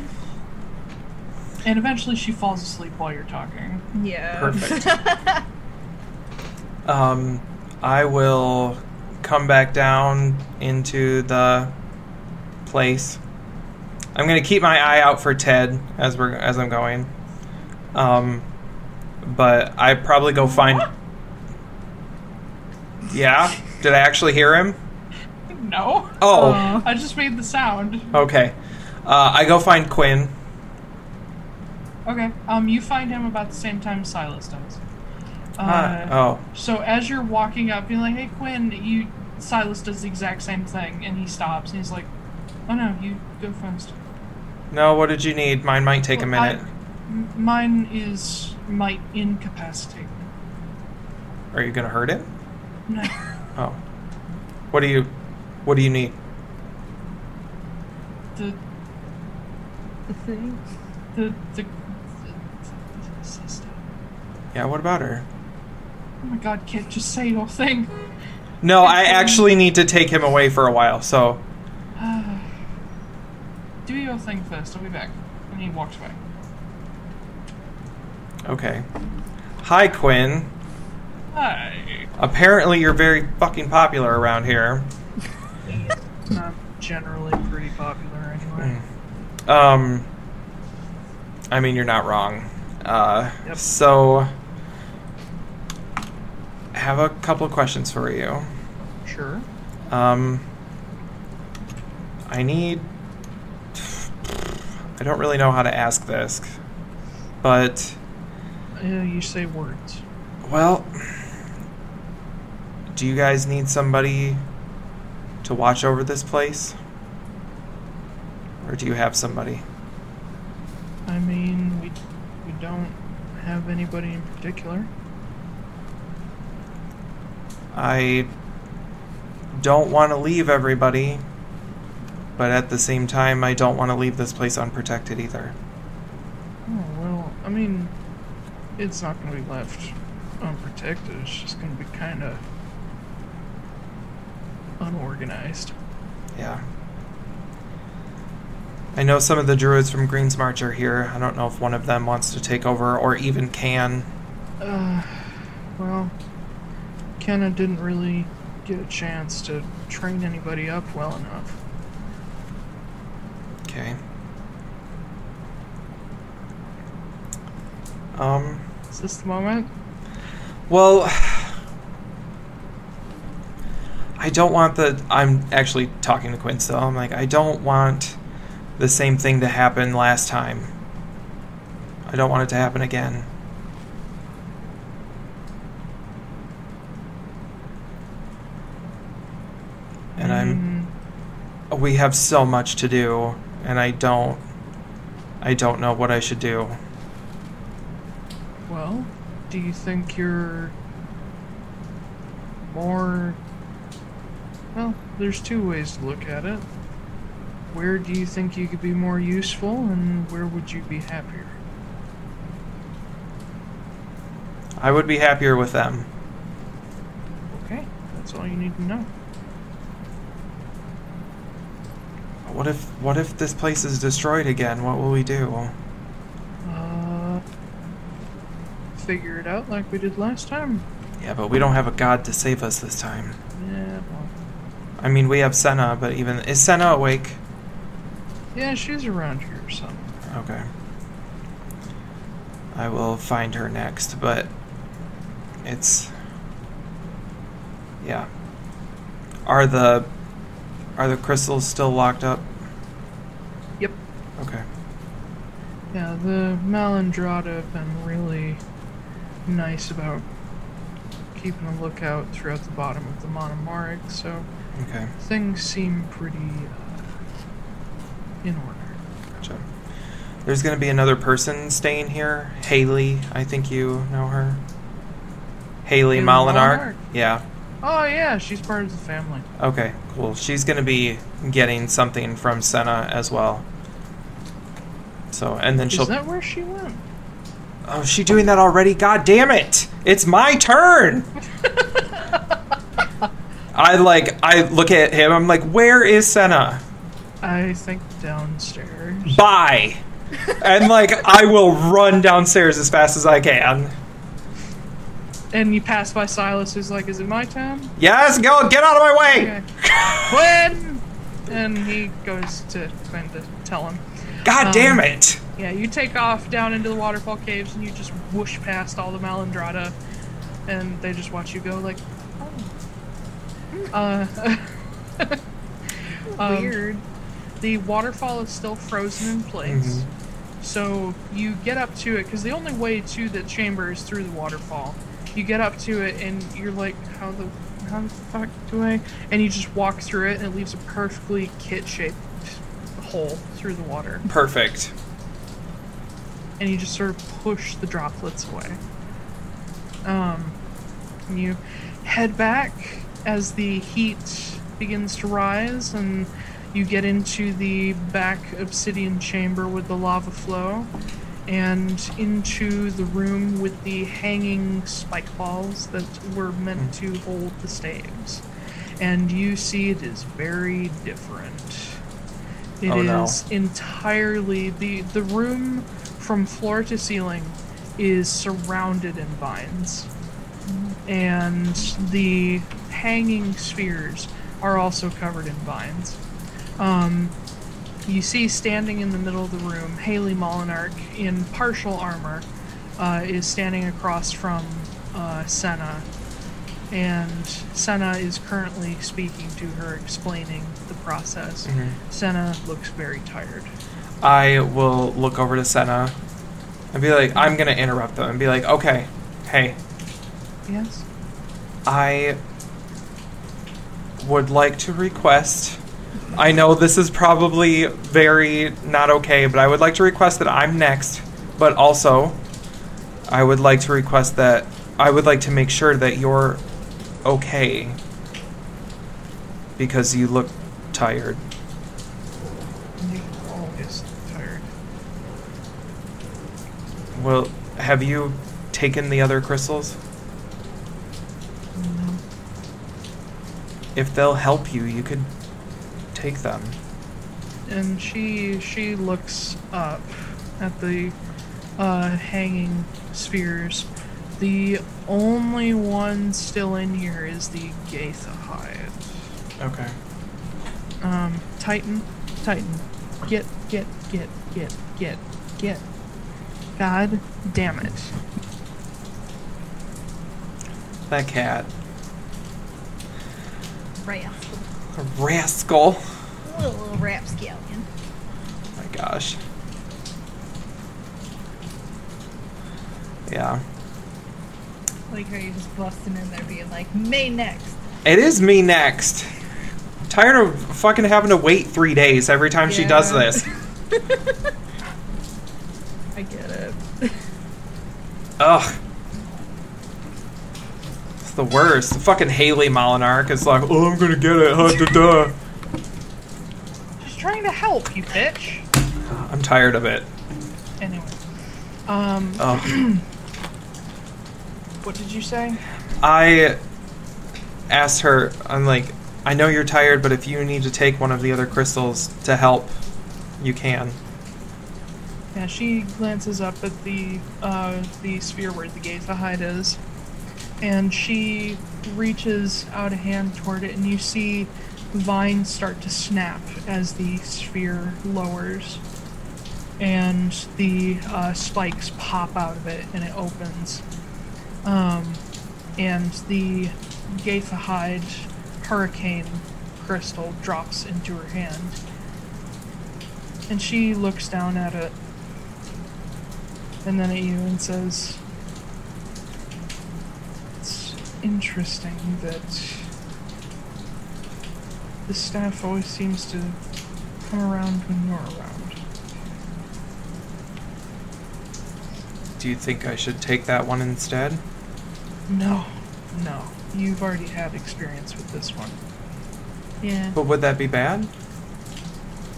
[SPEAKER 1] And eventually she falls asleep while you're talking.
[SPEAKER 5] yeah.
[SPEAKER 3] Perfect. Um, I will come back down into the place. I'm gonna keep my eye out for Ted as we're as I'm going. Um, but I probably go find. Yeah, did I actually hear him?
[SPEAKER 1] No.
[SPEAKER 3] Oh,
[SPEAKER 5] Aw.
[SPEAKER 1] I just made the sound.
[SPEAKER 3] okay. Uh, I go find Quinn.
[SPEAKER 1] Okay. Um, you find him about the same time Silas does. Uh,
[SPEAKER 3] Hi. oh,
[SPEAKER 1] So as you're walking up, you're like, "Hey, Quinn," you Silas does the exact same thing, and he stops, and he's like, "Oh no, you go first."
[SPEAKER 3] no. What did you need? Mine might take a
[SPEAKER 1] Well, I-
[SPEAKER 3] minute.
[SPEAKER 1] m- mine is might incapacitate.
[SPEAKER 3] Are you gonna hurt him?
[SPEAKER 1] No.
[SPEAKER 3] Oh, what do you, what do you need?
[SPEAKER 1] the
[SPEAKER 5] The thing.
[SPEAKER 1] the the. the- the sister.
[SPEAKER 3] Yeah, what about her?
[SPEAKER 1] Oh my god, kid, just say your thing.
[SPEAKER 3] No, I actually need to take him away for a while, so
[SPEAKER 1] Do your thing first, I'll be back. And he walked away.
[SPEAKER 3] okay. Hi, Quinn.
[SPEAKER 1] Hi.
[SPEAKER 3] Apparently, you're very fucking popular around here.
[SPEAKER 1] I'm generally pretty popular anyway.
[SPEAKER 3] Um, I mean, you're not wrong. Uh,
[SPEAKER 1] Yep.
[SPEAKER 3] so I have a couple of questions for you.
[SPEAKER 1] Sure.
[SPEAKER 3] Um, I need. I don't really know how to ask this, but
[SPEAKER 1] Uh, you say words.
[SPEAKER 3] Well, do you guys need somebody to watch over this place? Or do you have somebody?
[SPEAKER 1] I mean, we we don't have anybody in particular.
[SPEAKER 3] I don't want to leave everybody, but at the same time, I don't want to leave this place unprotected either.
[SPEAKER 1] Oh well, I mean, it's not going to be left unprotected. It's just going to be kind of unorganized.
[SPEAKER 3] Yeah. I know some of the druids from Greensmarch are here. I don't know if one of them wants to take over or even can.
[SPEAKER 1] Uh, well, Kenna didn't really get a chance to train anybody up well enough.
[SPEAKER 3] Okay. Um.
[SPEAKER 1] Is this the moment?
[SPEAKER 3] Well, I don't want the. I'm actually talking to Quinn still. I'm like, I don't want the same thing to happen last time. I don't want it to happen again. And
[SPEAKER 1] Hmm.
[SPEAKER 3] I'm.
[SPEAKER 1] Mm-hmm.
[SPEAKER 3] We have so much to do, and I don't. I don't know what I should do.
[SPEAKER 1] Mm, Well, do you think you're more. Well, there's two ways to look at it. Where do you think you could be more useful, and where would you be happier?
[SPEAKER 3] I would be happier with them.
[SPEAKER 1] That's all you need to know.
[SPEAKER 3] What if what if this place is destroyed again? What will we do?
[SPEAKER 1] Uh, figure it out like we did last time.
[SPEAKER 3] Yeah, but we don't have a god to save us this time.
[SPEAKER 1] Yeah, well,
[SPEAKER 3] I mean, we have Senna, but even is Senna awake?
[SPEAKER 1] yeah, she's around here somewhere.
[SPEAKER 3] Okay. I will find her next, but it's yeah. Are the are the crystals still locked up?
[SPEAKER 1] Yep.
[SPEAKER 3] Okay.
[SPEAKER 1] Yeah, the Malandrata have been really nice about keeping a lookout throughout the bottom of the Monomaric, so
[SPEAKER 3] Okay.
[SPEAKER 1] things seem pretty uh, in order.
[SPEAKER 3] Gotcha. There's going to be another person staying here. Haley, I think you know her. Haley
[SPEAKER 1] Haley
[SPEAKER 3] Molinar.
[SPEAKER 1] Molinar?
[SPEAKER 3] Yeah.
[SPEAKER 1] Oh yeah, she's part of the family.
[SPEAKER 3] Okay, cool. She's going to be getting something from Senna as well. So, and then she'll
[SPEAKER 1] Is that where she went?
[SPEAKER 3] Oh, is she doing that already? God damn it! It's my turn. I like. I look at him. I'm like, where is Senna?
[SPEAKER 1] I think downstairs.
[SPEAKER 3] Bye. And like, I will run downstairs as fast as I can.
[SPEAKER 1] And you pass by Silas, who's like, "Is it my time?"
[SPEAKER 3] Yes, go get out of my way.
[SPEAKER 1] Okay. Quinn. And he goes to Quinn to tell him.
[SPEAKER 3] God
[SPEAKER 1] Um,
[SPEAKER 3] damn it.
[SPEAKER 1] Yeah, you take off down into the waterfall caves, and you just whoosh past all the Malandrata, and they just watch you go like, "Oh." Uh, um,
[SPEAKER 5] Weird.
[SPEAKER 1] the waterfall is still frozen in place. So you get up to it because the only way to the chamber is through the waterfall. You get up to it and you're like, how the how the fuck do I? And you just walk through it and it leaves a perfectly kit-shaped hole through the water.
[SPEAKER 3] Perfect.
[SPEAKER 1] And you just sort of push the droplets away. Um, and you head back as the heat begins to rise and you get into the back obsidian chamber with the lava flow and into the room with the hanging spike balls that were meant to hold the staves and you see it is very different It is
[SPEAKER 3] Oh, no.
[SPEAKER 1] entirely the the room from floor to ceiling is surrounded in vines and the hanging spheres are also covered in vines. Um, you see standing in the middle of the room, Haley Molinark in partial armor uh, is standing across from uh, Senna. And Senna is currently speaking to her, explaining the process. Senna looks very tired.
[SPEAKER 3] I will look over to Senna and be like, I'm gonna interrupt them and be like, okay, hey,
[SPEAKER 1] Yes?
[SPEAKER 3] I would like to request. I know this is probably very not okay, but I would like to request that I'm next. But also, I would like to request that I would like to make sure that you're okay because you look tired.
[SPEAKER 1] You're always tired.
[SPEAKER 3] Well, have you taken the other crystals?
[SPEAKER 1] No.
[SPEAKER 3] If they'll help you, you could take them.
[SPEAKER 1] and she she looks up at the uh, hanging spheres. The only one still in here is the Gaitha Hive.
[SPEAKER 3] Okay.
[SPEAKER 1] Um, Titan, Titan, get, get, get, get, get, get. God damn it.
[SPEAKER 3] That cat.
[SPEAKER 5] Rascal.
[SPEAKER 3] Rascal.
[SPEAKER 5] Little, little rapscallion.
[SPEAKER 3] my gosh. Yeah.
[SPEAKER 5] Like, are you just busting in there being like, May next?
[SPEAKER 3] It is me next. I'm tired of fucking having to wait three days every time she does
[SPEAKER 5] Yeah.
[SPEAKER 3] this.
[SPEAKER 5] I get it.
[SPEAKER 3] Ugh. It's the worst. Fucking Haley Molinar is like, oh, I'm gonna get it. Huh, da, da.
[SPEAKER 1] She's trying to help, you bitch.
[SPEAKER 3] I'm tired of it.
[SPEAKER 1] Anyway. Um,
[SPEAKER 3] Ugh.
[SPEAKER 1] what did you say?
[SPEAKER 3] I asked her, I'm like, I know you're tired, but if you need to take one of the other crystals to help, you can.
[SPEAKER 1] Yeah, she glances up at the uh, the sphere where the Geza hide is, and she reaches out a hand toward it, and you see vines start to snap as the sphere lowers, and the uh, spikes pop out of it, and it opens, um, and the Gaetha hide hurricane crystal drops into her hand and she looks down at it and then at you and says it's interesting that the staff always seems to come around when you're around
[SPEAKER 3] Do you think I should take that one instead?
[SPEAKER 1] no no you've already had experience with this one yeah
[SPEAKER 3] But would that be bad?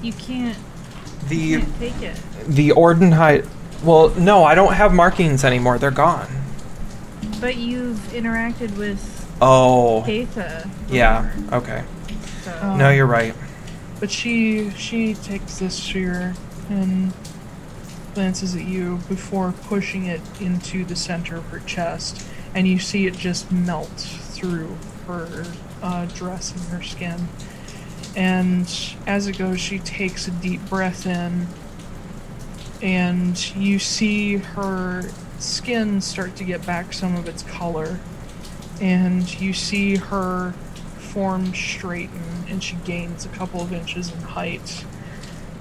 [SPEAKER 5] You can't, you
[SPEAKER 3] The
[SPEAKER 5] can't take it.
[SPEAKER 3] the Ordenheit. Well, no, I don't have markings anymore. They're gone.
[SPEAKER 5] But you've interacted with
[SPEAKER 3] Oh,
[SPEAKER 5] Datha.
[SPEAKER 3] yeah. Okay.
[SPEAKER 5] So.
[SPEAKER 1] Um,
[SPEAKER 3] No, you're right.
[SPEAKER 1] But she she takes this sphere and glances at you before pushing it into the center of her chest, and you see it just melt through her uh, dress and her skin. And as it goes, she takes a deep breath in, and you see her skin start to get back some of its color, and you see her form straighten and she gains a couple of inches in height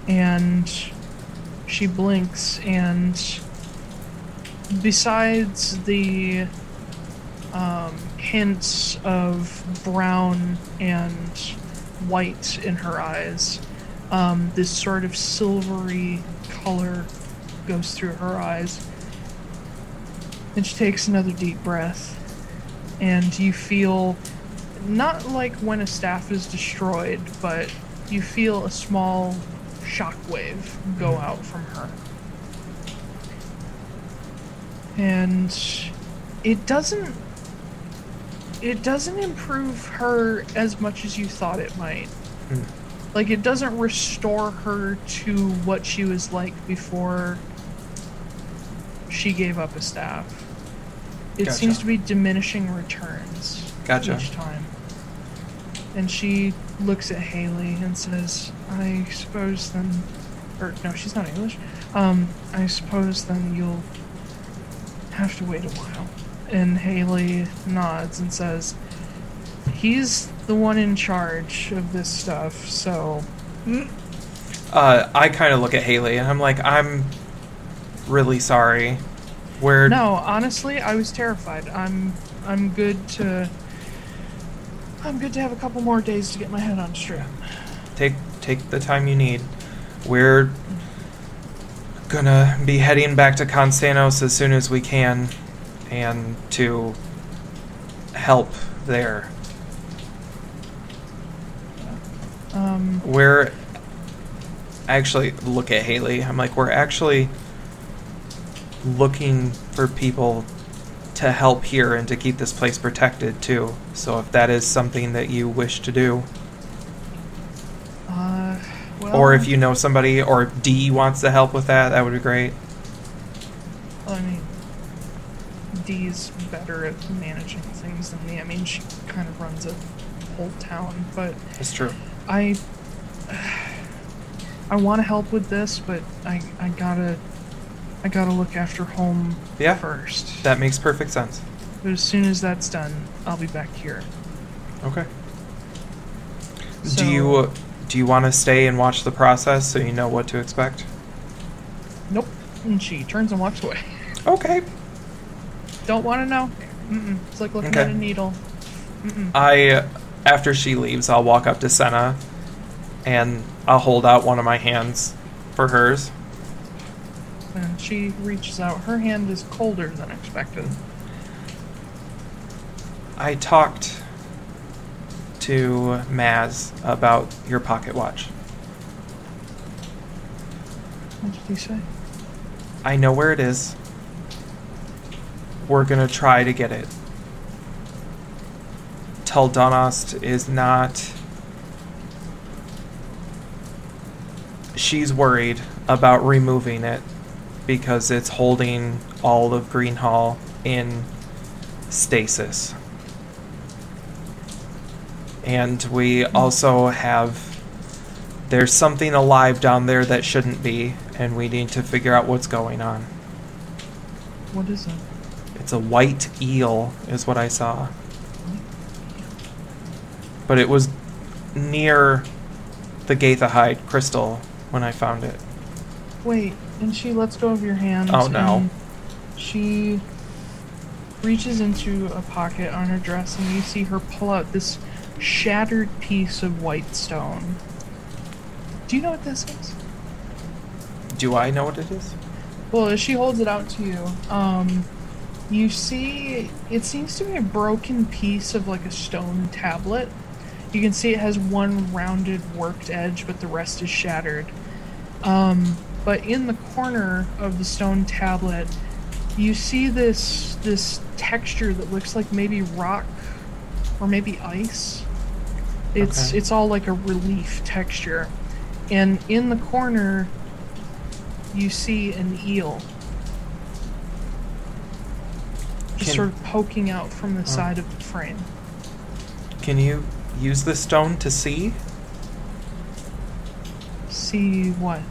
[SPEAKER 1] and she blinks and besides the um, hints of brown and white in her eyes um, this sort of silvery color goes through her eyes and she takes another deep breath and you feel not like when a staff is destroyed, but you feel a small shockwave go out from her. And it doesn't it doesn't improve her as much as you thought it might. Like it doesn't restore her to what she was like before she gave up a staff. It
[SPEAKER 3] Gotcha.
[SPEAKER 1] seems to be diminishing returns
[SPEAKER 3] Gotcha.
[SPEAKER 1] each time. And she looks at Haley and says, I suppose then. Or, no, she's not English. Um, I suppose then you'll have to wait a while. And Haley nods and says, He's the one in charge of this stuff, so.
[SPEAKER 3] Uh, I kind of look at Haley and I'm like, I'm really sorry. We're
[SPEAKER 1] No, honestly, I was terrified. I'm I'm good to I'm good to have a couple more days to get my head on straight.
[SPEAKER 3] take take the time you need. We're gonna be heading back to Constanos as soon as we can, and to help there.
[SPEAKER 1] Um,
[SPEAKER 3] We're actually look at Haley. I'm like, we're actually looking for people to help here and to keep this place protected too. So if that is something that you wish to do,
[SPEAKER 1] uh, well,
[SPEAKER 3] or if you know somebody, or if D wants to help with that, that would be great.
[SPEAKER 1] I mean, Dee's better at managing things than me. I mean, she kind of runs a whole town, but
[SPEAKER 3] That's true.
[SPEAKER 1] I I want to help with this, but I I gotta I gotta look after home
[SPEAKER 3] Yeah.
[SPEAKER 1] first.
[SPEAKER 3] That makes perfect sense.
[SPEAKER 1] but as soon as that's done, I'll be back here.
[SPEAKER 3] Okay.
[SPEAKER 1] So-
[SPEAKER 3] do you do you want to stay and watch the process so you know what to expect?
[SPEAKER 1] Nope. And she turns and walks away.
[SPEAKER 3] Okay.
[SPEAKER 1] Don't want to know. Mm-mm. It's like looking at
[SPEAKER 3] Okay.
[SPEAKER 1] a needle.
[SPEAKER 3] I after she leaves, I'll walk up to Senna and I'll hold out one of my hands for hers.
[SPEAKER 1] And she reaches out. Her hand is colder than expected.
[SPEAKER 3] I talked to Maz about your pocket watch.
[SPEAKER 1] What did he say?
[SPEAKER 3] I know where it is. We're gonna try to get it. Tel Dunost is not. She's worried about removing it because it's holding all of Greenhall in stasis. And we also have. There's something alive down there that shouldn't be, and we need to figure out what's going on.
[SPEAKER 1] What is it?
[SPEAKER 3] It's a white eel, is what I saw. But it was near the Gaethahide crystal when I found it.
[SPEAKER 1] Wait, and she lets go of your hand.
[SPEAKER 3] Oh, no.
[SPEAKER 1] and She reaches into a pocket on her dress, and you see her pull out this shattered piece of white stone. Do you know what this is?
[SPEAKER 3] Do I know what it is?
[SPEAKER 1] Well, as she holds it out to you, um, you see it seems to be a broken piece of like a stone tablet. You can see it has one rounded, worked edge, but the rest is shattered. Um, but in the corner of the stone tablet, you see this this texture that looks like maybe rock or maybe ice. It's
[SPEAKER 3] Okay.
[SPEAKER 1] it's all like a relief texture, and in the corner, you see an eel. Just
[SPEAKER 3] Can- Uh.
[SPEAKER 1] sort of poking out from the side of the frame.
[SPEAKER 3] Can you use the stone to see?
[SPEAKER 1] See what?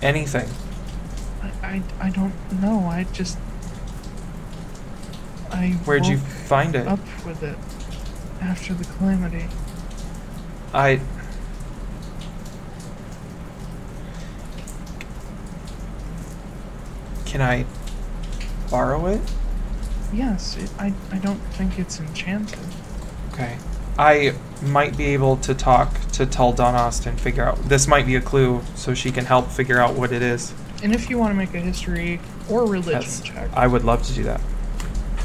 [SPEAKER 3] Anything.
[SPEAKER 1] I, I, I don't know. I just. I
[SPEAKER 3] Where'd you
[SPEAKER 1] woke
[SPEAKER 3] find it?
[SPEAKER 1] up with it after the calamity.
[SPEAKER 3] I. Can I borrow it?
[SPEAKER 1] Yes, it, I, I don't think it's enchanted.
[SPEAKER 3] Okay. I might be able to talk to Tal Donost and figure out. This might be a clue, so she can help figure out what it is.
[SPEAKER 1] And if you want to make a history or religion
[SPEAKER 3] That's-
[SPEAKER 1] check,
[SPEAKER 3] I would love to do that.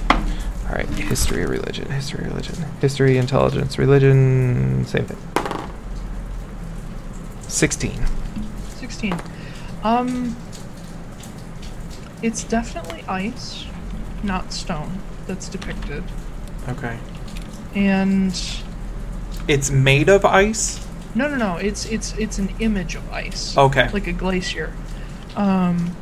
[SPEAKER 3] All right, history, religion, history, religion, history, intelligence, religion, same thing. Sixteen.
[SPEAKER 1] 16. Um, it's definitely ice, not stone, that's depicted.
[SPEAKER 3] Okay.
[SPEAKER 1] And
[SPEAKER 3] It's made of ice.
[SPEAKER 1] no, no, no, it's it's it's an image of ice.
[SPEAKER 3] Okay.
[SPEAKER 1] like a glacier. Um,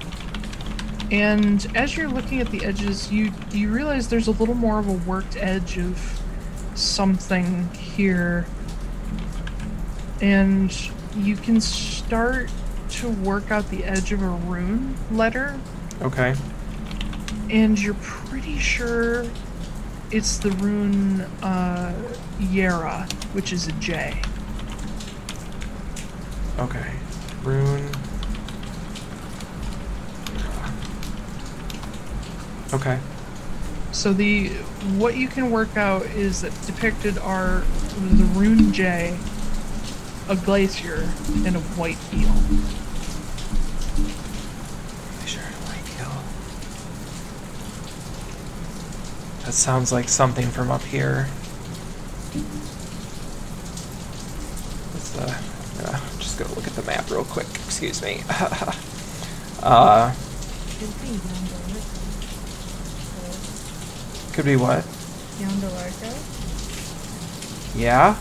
[SPEAKER 1] and as you're looking at the edges, you you realize there's a little more of a worked edge of something here, and you can start to work out the edge of a rune letter,
[SPEAKER 3] Okay.
[SPEAKER 1] and you're pretty sure it's the rune uh, Yera, which is a J.
[SPEAKER 3] Okay. Rune. Okay.
[SPEAKER 1] So the what you can work out is that depicted are the rune J, a glacier, and a white eel.
[SPEAKER 3] Sure, white hill. That sounds like something from up here. What's the? I'm gonna uh, just go look at the map real quick. Excuse me. uh, could be what?
[SPEAKER 5] Yandalarka?
[SPEAKER 3] Yeah.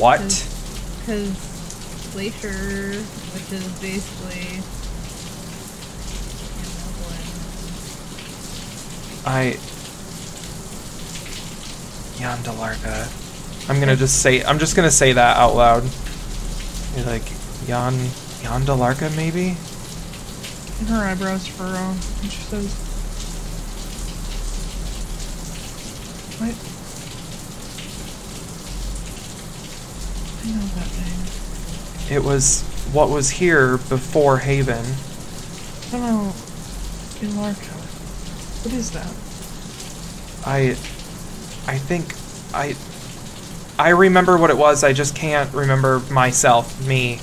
[SPEAKER 3] What?
[SPEAKER 5] Hmm. Because Glacier, which is basically. you
[SPEAKER 3] I. Yandalarga. I'm gonna just say. I'm just gonna say that out loud. You're like Yan Yandalarga, maybe.
[SPEAKER 1] And her eyebrows furrow, and she says, "What? I know that name.
[SPEAKER 3] It was what was here before Haven.
[SPEAKER 1] No, no, Ilarka. What is that?
[SPEAKER 3] I. I think. I. I remember what it was. I just can't remember myself. Me.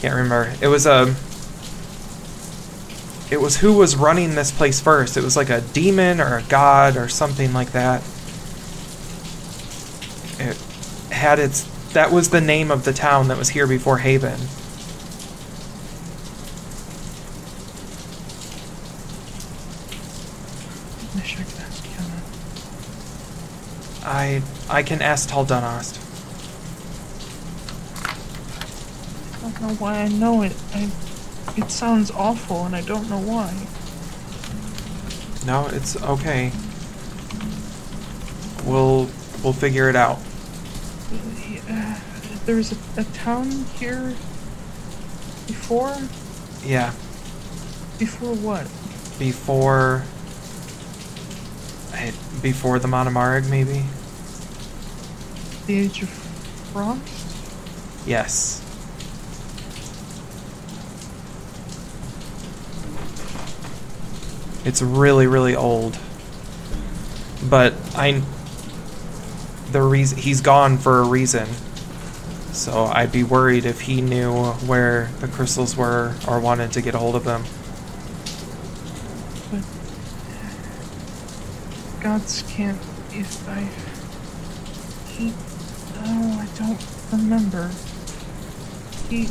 [SPEAKER 3] Can't remember. It was a. It was who was running this place first. It was like a demon or a god or something like that. It had its. That was the name of the town that was here before Haven.
[SPEAKER 1] I should ask Yana.
[SPEAKER 3] I I can ask Tal Dunast.
[SPEAKER 1] I don't know why I know it. I, it sounds awful, and I don't know why.
[SPEAKER 3] No, it's okay. We'll we'll figure it out.
[SPEAKER 1] Uh, there was a, a town here before.
[SPEAKER 3] Yeah.
[SPEAKER 1] Before what?
[SPEAKER 3] Before I- before the Monomarg maybe?
[SPEAKER 1] The Age of Frost?
[SPEAKER 3] Yes. It's really, really old. But I. The reason he's gone for a reason. So I'd be worried if he knew where the crystals were or wanted to get a hold of them.
[SPEAKER 1] But gods can't. If I he, oh, I don't remember. He.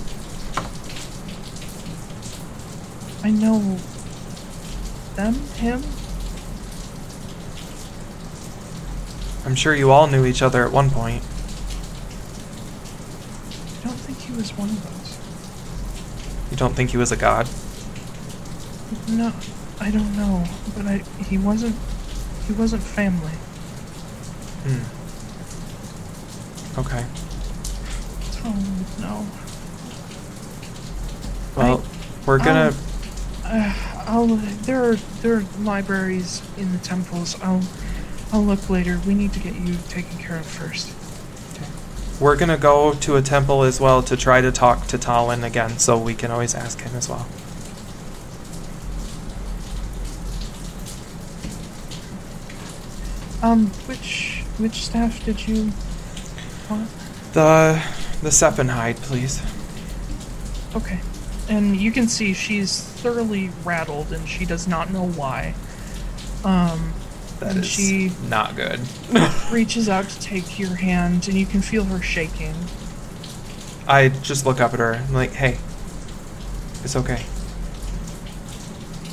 [SPEAKER 1] I know. Them, him.
[SPEAKER 3] I'm sure you all knew each other at one point.
[SPEAKER 1] I don't think he was one of those.
[SPEAKER 3] You don't think he was a god?
[SPEAKER 1] No, I don't know, but I he wasn't he wasn't family.
[SPEAKER 3] Hmm. Okay.
[SPEAKER 1] So no.
[SPEAKER 3] Well, we're gonna.
[SPEAKER 1] um, Uh, I'll there are there are libraries in the temples. I'll I'll look later. We need to get you taken care of first.
[SPEAKER 3] We're gonna go to a temple as well to try to talk to Talon again, so we can always ask him as well.
[SPEAKER 1] Um, which which staff did you want?
[SPEAKER 3] The the Seppenhide, please.
[SPEAKER 1] Okay. And you can see she's thoroughly rattled and she does not know why. Um,
[SPEAKER 3] That
[SPEAKER 1] and
[SPEAKER 3] is
[SPEAKER 1] she
[SPEAKER 3] not good.
[SPEAKER 1] reaches out to take your hand and you can feel her shaking.
[SPEAKER 3] I just look up at her. I'm like, hey, it's okay.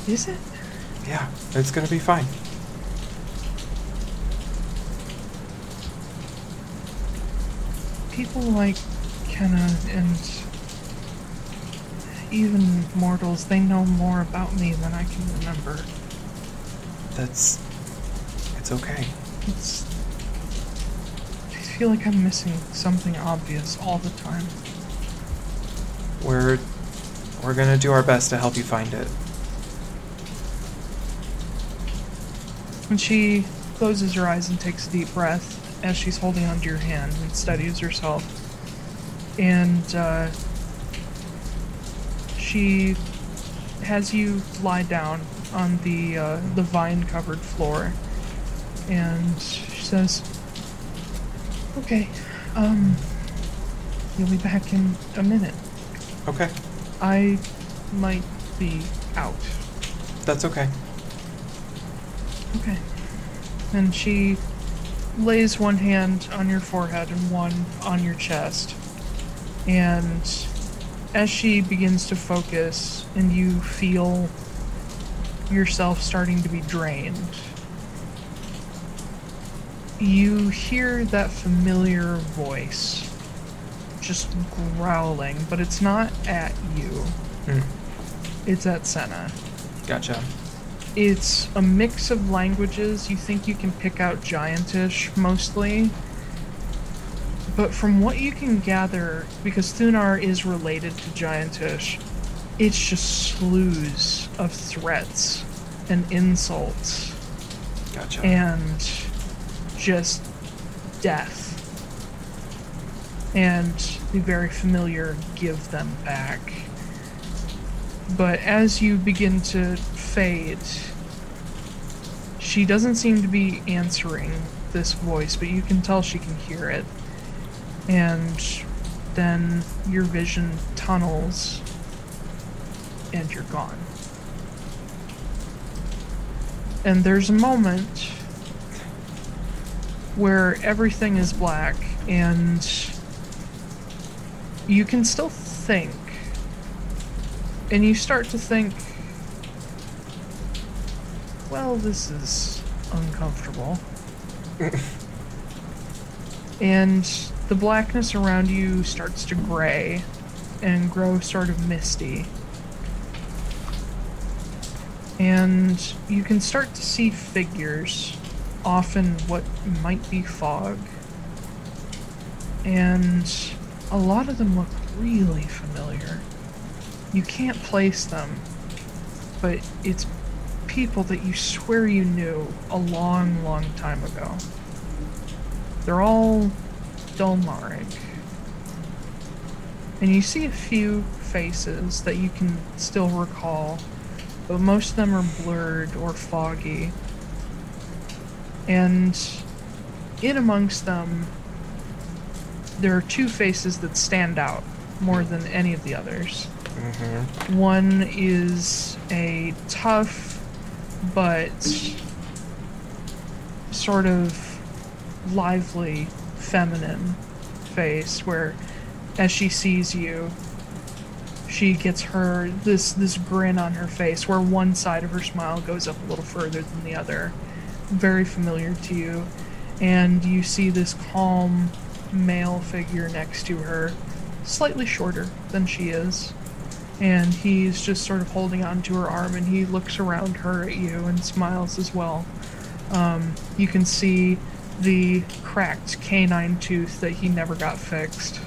[SPEAKER 1] Is it?
[SPEAKER 3] Yeah, it's gonna be fine.
[SPEAKER 1] People like Kenna and even mortals, they know more about me than I can remember.
[SPEAKER 3] That's it's okay.
[SPEAKER 1] It's. I feel like I'm missing something obvious all the time.
[SPEAKER 3] We're we're gonna do our best to help you find it.
[SPEAKER 1] And she closes her eyes and takes a deep breath as she's holding onto your hand and studies herself. And uh, she has you lie down on the uh, the vine covered floor, and she says, "Okay, um, you'll be back in a minute.
[SPEAKER 3] Okay,
[SPEAKER 1] I might be out."
[SPEAKER 3] that's okay.
[SPEAKER 1] Okay. And she lays one hand on your forehead and one on your chest. And as she begins to focus and you feel yourself starting to be drained, you hear that familiar voice just growling, but it's not at you,
[SPEAKER 3] Hmm.
[SPEAKER 1] it's at Senna
[SPEAKER 3] Gotcha.
[SPEAKER 1] it's a mix of languages. You think you can pick out giantish mostly. But from what you can gather, because Thunar is related to giantish, it's just slews of threats and insults
[SPEAKER 3] Gotcha.
[SPEAKER 1] and just death. And the very familiar give them back. But as you begin to fade, she doesn't seem to be answering this voice, but you can tell she can hear it. And then your vision tunnels and you're gone. And there's a moment where everything is black and you can still think. And you start to think well, this is uncomfortable. and the blackness around you starts to gray and grow sort of misty. And you can start to see figures, often what might be fog. And a lot of them look really familiar. You can't place them, but it's people that you swear you knew a long, long time ago. They're all Dolmaric. And you see a few faces that you can still recall, but most of them are blurred or foggy. And in amongst them, there are two faces that stand out more than any of the others.
[SPEAKER 3] Mm-hmm.
[SPEAKER 1] One is a tough but sort of lively feminine face where as she sees you she gets her this this grin on her face where one side of her smile goes up a little further than the other very familiar to you and you see this calm male figure next to her slightly shorter than she is and he's just sort of holding on to her arm and he looks around her at you and smiles as well um, you can see the cracked canine tooth that he never got fixed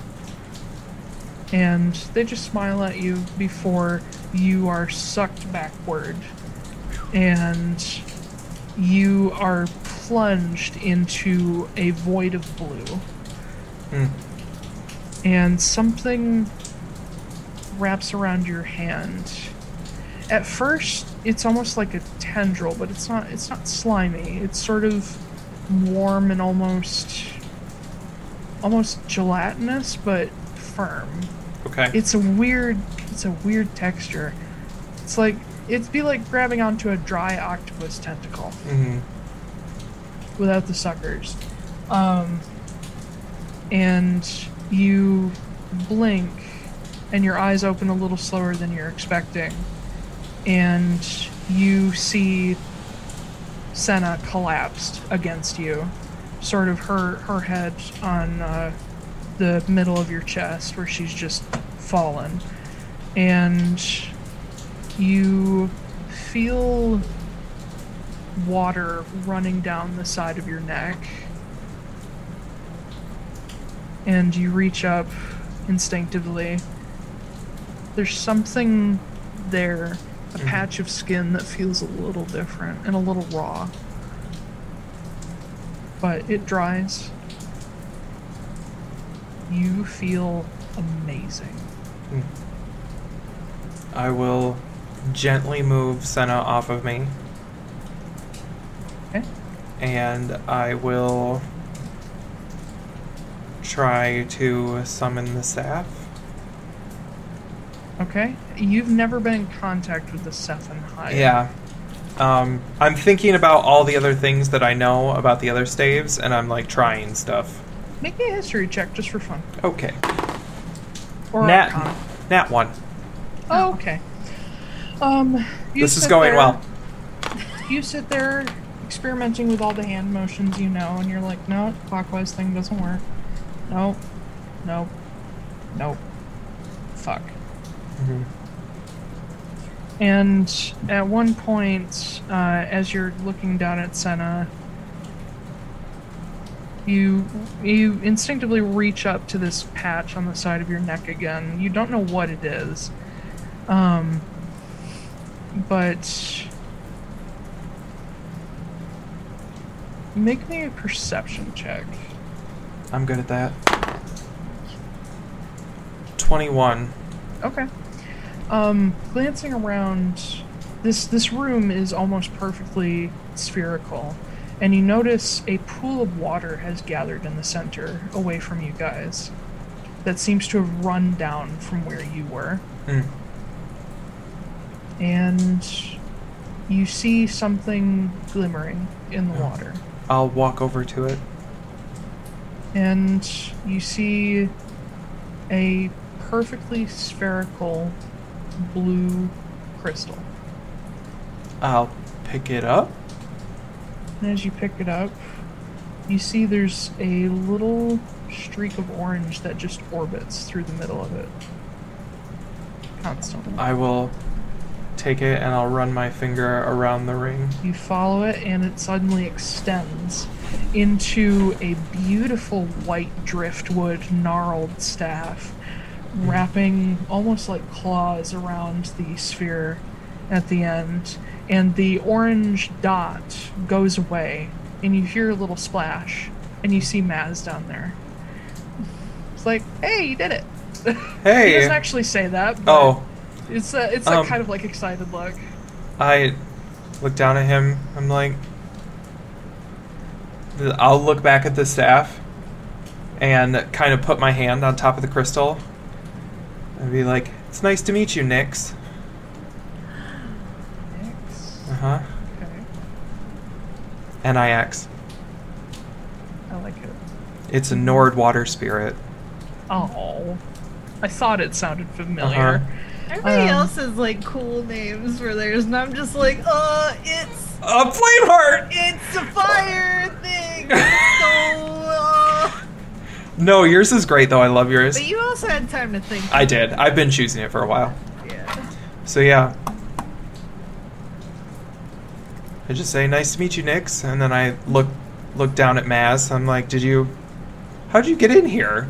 [SPEAKER 1] and they just smile at you before you are sucked backward and you are plunged into a void of blue
[SPEAKER 3] Mm.
[SPEAKER 1] and something wraps around your hand. At first, it's almost like a tendril, but it's not. It's not slimy. It's sort of warm and almost, almost gelatinous, but firm.
[SPEAKER 3] Okay.
[SPEAKER 1] It's a weird. It's a weird texture. It's like it'd be like grabbing onto a dry octopus tentacle
[SPEAKER 3] hmm
[SPEAKER 1] without the suckers. Um, and you blink, and your eyes open a little slower than you're expecting, and you see Senna collapsed against you, sort of her her head on uh, the middle of your chest where she's just fallen, and you feel water running down the side of your neck. And you reach up instinctively. There's something there, a patch of skin that feels a little different and a little raw. But it dries. You feel amazing.
[SPEAKER 3] Mm. I will gently move Senna off of me.
[SPEAKER 1] Okay.
[SPEAKER 3] And I will try to summon the staff.
[SPEAKER 1] Okay? You've never been in contact with the Sephenhide.
[SPEAKER 3] Yeah. Um, I'm thinking about all the other things that I know about the other staves, and I'm like trying stuff.
[SPEAKER 1] Make me a history check just for fun.
[SPEAKER 3] Okay.
[SPEAKER 1] Or
[SPEAKER 3] Nat,
[SPEAKER 1] Arcana.
[SPEAKER 3] nat one.
[SPEAKER 1] Oh, okay. Um, you
[SPEAKER 3] This is
[SPEAKER 1] sit
[SPEAKER 3] going
[SPEAKER 1] there-
[SPEAKER 3] well.
[SPEAKER 1] You sit there experimenting with all the hand motions you know, and you're like, no, clockwise thing doesn't work. Nope. Nope. Nope. Fuck.
[SPEAKER 3] Mm-hmm.
[SPEAKER 1] And at one point, uh, as you're looking down at Senna, you you instinctively reach up to this patch on the side of your neck again. You don't know what it is, um, but make me a perception check.
[SPEAKER 3] I'm good at that. 21.
[SPEAKER 1] Okay. Um, glancing around, this this room is almost perfectly spherical, and you notice a pool of water has gathered in the center, away from you guys, that seems to have run down from where you were.
[SPEAKER 3] Hmm.
[SPEAKER 1] And you see something glimmering in the water,
[SPEAKER 3] I'll walk over to it.
[SPEAKER 1] and you see a perfectly spherical blue crystal.
[SPEAKER 3] I'll pick it up.
[SPEAKER 1] And as you pick it up, you see there's a little streak of orange that just orbits through the middle of it. Constantly.
[SPEAKER 3] I will take it and I'll run my finger around the ring.
[SPEAKER 1] You follow it, and it suddenly extends into a beautiful white driftwood gnarled staff,
[SPEAKER 3] Hmm.
[SPEAKER 1] wrapping almost like claws around the sphere at the end. And the orange dot goes away, and you hear a little splash, and you see Maz down there. It's like, hey, you did it. he
[SPEAKER 3] Hey.
[SPEAKER 1] doesn't actually say that. But
[SPEAKER 3] Oh,
[SPEAKER 1] it's a, it's like
[SPEAKER 3] Um,
[SPEAKER 1] kind of like excited look.
[SPEAKER 3] I look down at him. I'm like, I'll look back at the staff and kind of put my hand on top of the crystal and be like, "It's nice to meet you, Nix."
[SPEAKER 1] Next.
[SPEAKER 3] Uh huh.
[SPEAKER 1] Okay,
[SPEAKER 3] N I X.
[SPEAKER 1] I like it.
[SPEAKER 3] It's a Nord water spirit.
[SPEAKER 1] Oh, I thought it sounded
[SPEAKER 3] Uh-huh.
[SPEAKER 1] familiar.
[SPEAKER 5] Everybody
[SPEAKER 1] Um,
[SPEAKER 5] else has like cool names for theirs, and I'm just like, uh, it's
[SPEAKER 3] A flame heart.
[SPEAKER 5] it's a fire thing. so, uh.
[SPEAKER 3] No, yours is great though. I love yours.
[SPEAKER 5] But you also had time to think.
[SPEAKER 3] I did. I've been choosing it for a while.
[SPEAKER 5] Yeah.
[SPEAKER 3] So yeah. I just say, "Nice to meet you, Nix," and then I look look down at Maz. I'm like, "Did you? How'd you get in here?"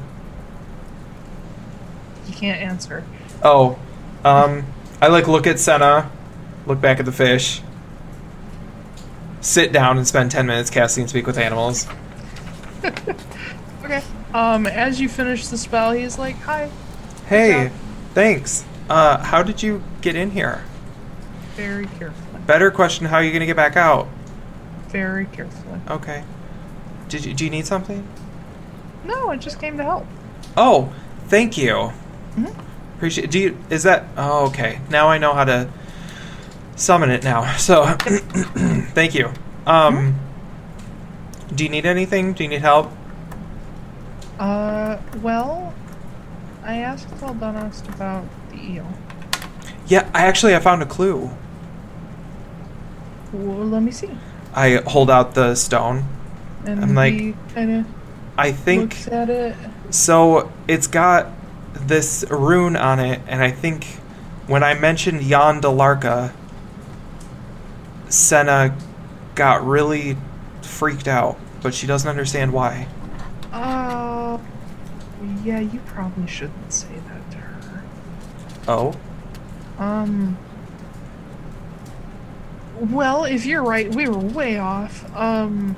[SPEAKER 1] You can't answer.
[SPEAKER 3] Oh, um, I like look at Senna, look back at the fish, sit down and spend ten minutes casting Speak with Animals.
[SPEAKER 1] Okay. Um, as you finish the spell, he's like, "Hi,
[SPEAKER 3] Hey,
[SPEAKER 1] job.
[SPEAKER 3] thanks. Uh, how did you get in here?
[SPEAKER 1] very carefully,
[SPEAKER 3] Better question: How are you gonna get back out?
[SPEAKER 1] very carefully."
[SPEAKER 3] Okay. Did you, do you need something?
[SPEAKER 1] No, I just came to help.
[SPEAKER 3] Oh, thank you.
[SPEAKER 1] Mhm.
[SPEAKER 3] Appreciate. Do you? Is that? Oh, okay. Now I know how to summon it. Now, so thank you. Um,
[SPEAKER 1] Mm-hmm.
[SPEAKER 3] do you need anything? Do you need help?
[SPEAKER 1] Uh, well, I asked Aldonost about the eel.
[SPEAKER 3] Yeah, I actually I found a clue.
[SPEAKER 1] Well, let me see.
[SPEAKER 3] I hold out the stone.
[SPEAKER 1] And
[SPEAKER 3] I'm like-
[SPEAKER 1] he kind
[SPEAKER 3] I
[SPEAKER 1] of
[SPEAKER 3] think
[SPEAKER 1] looks at it.
[SPEAKER 3] so. It's got this rune on it, and I think when I mentioned Jan Delarka, Senna got really freaked out, but she doesn't understand why.
[SPEAKER 1] Uh, yeah, you probably shouldn't say that to her.
[SPEAKER 3] Oh.
[SPEAKER 1] Um. Well, if you're right, we were way off. Um.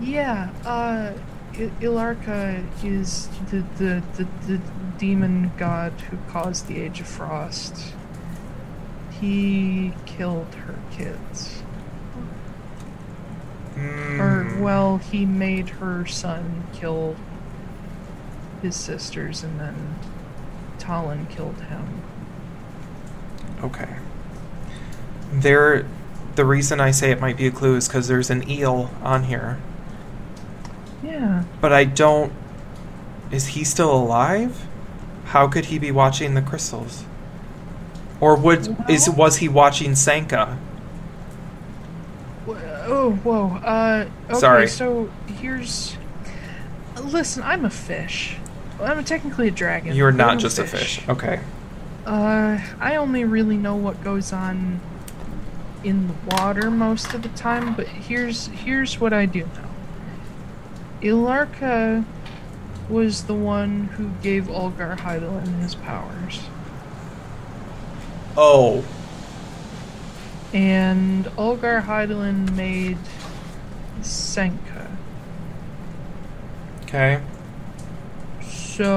[SPEAKER 1] Yeah. Uh, I- Ilarka is the, the the the demon god who caused the Age of Frost. He killed her kids,
[SPEAKER 3] Mm. Hmm.
[SPEAKER 1] or well, he made her son kill his sisters, and then Talon killed him.
[SPEAKER 3] Okay. There, the reason I say it might be a clue is because there's an eel on here,
[SPEAKER 1] Yeah.
[SPEAKER 3] but I don't. Is he still alive? How could he be watching the crystals? Or would is
[SPEAKER 1] Well-
[SPEAKER 3] was he watching Sanka?
[SPEAKER 1] Wh- Oh, whoa. Uh, okay,
[SPEAKER 3] Sorry.
[SPEAKER 1] So here's. Listen, I'm a fish. I'm technically a dragon.
[SPEAKER 3] You're
[SPEAKER 1] but I'm
[SPEAKER 3] not just a fish. Okay.
[SPEAKER 1] Uh, I only really know what goes on in the water most of the time, but here's here's what I do know. Ilarka was the one who gave Olgar Heidelin his powers.
[SPEAKER 3] Oh.
[SPEAKER 1] And Olgar Heidelin made Senka.
[SPEAKER 3] Okay.
[SPEAKER 1] So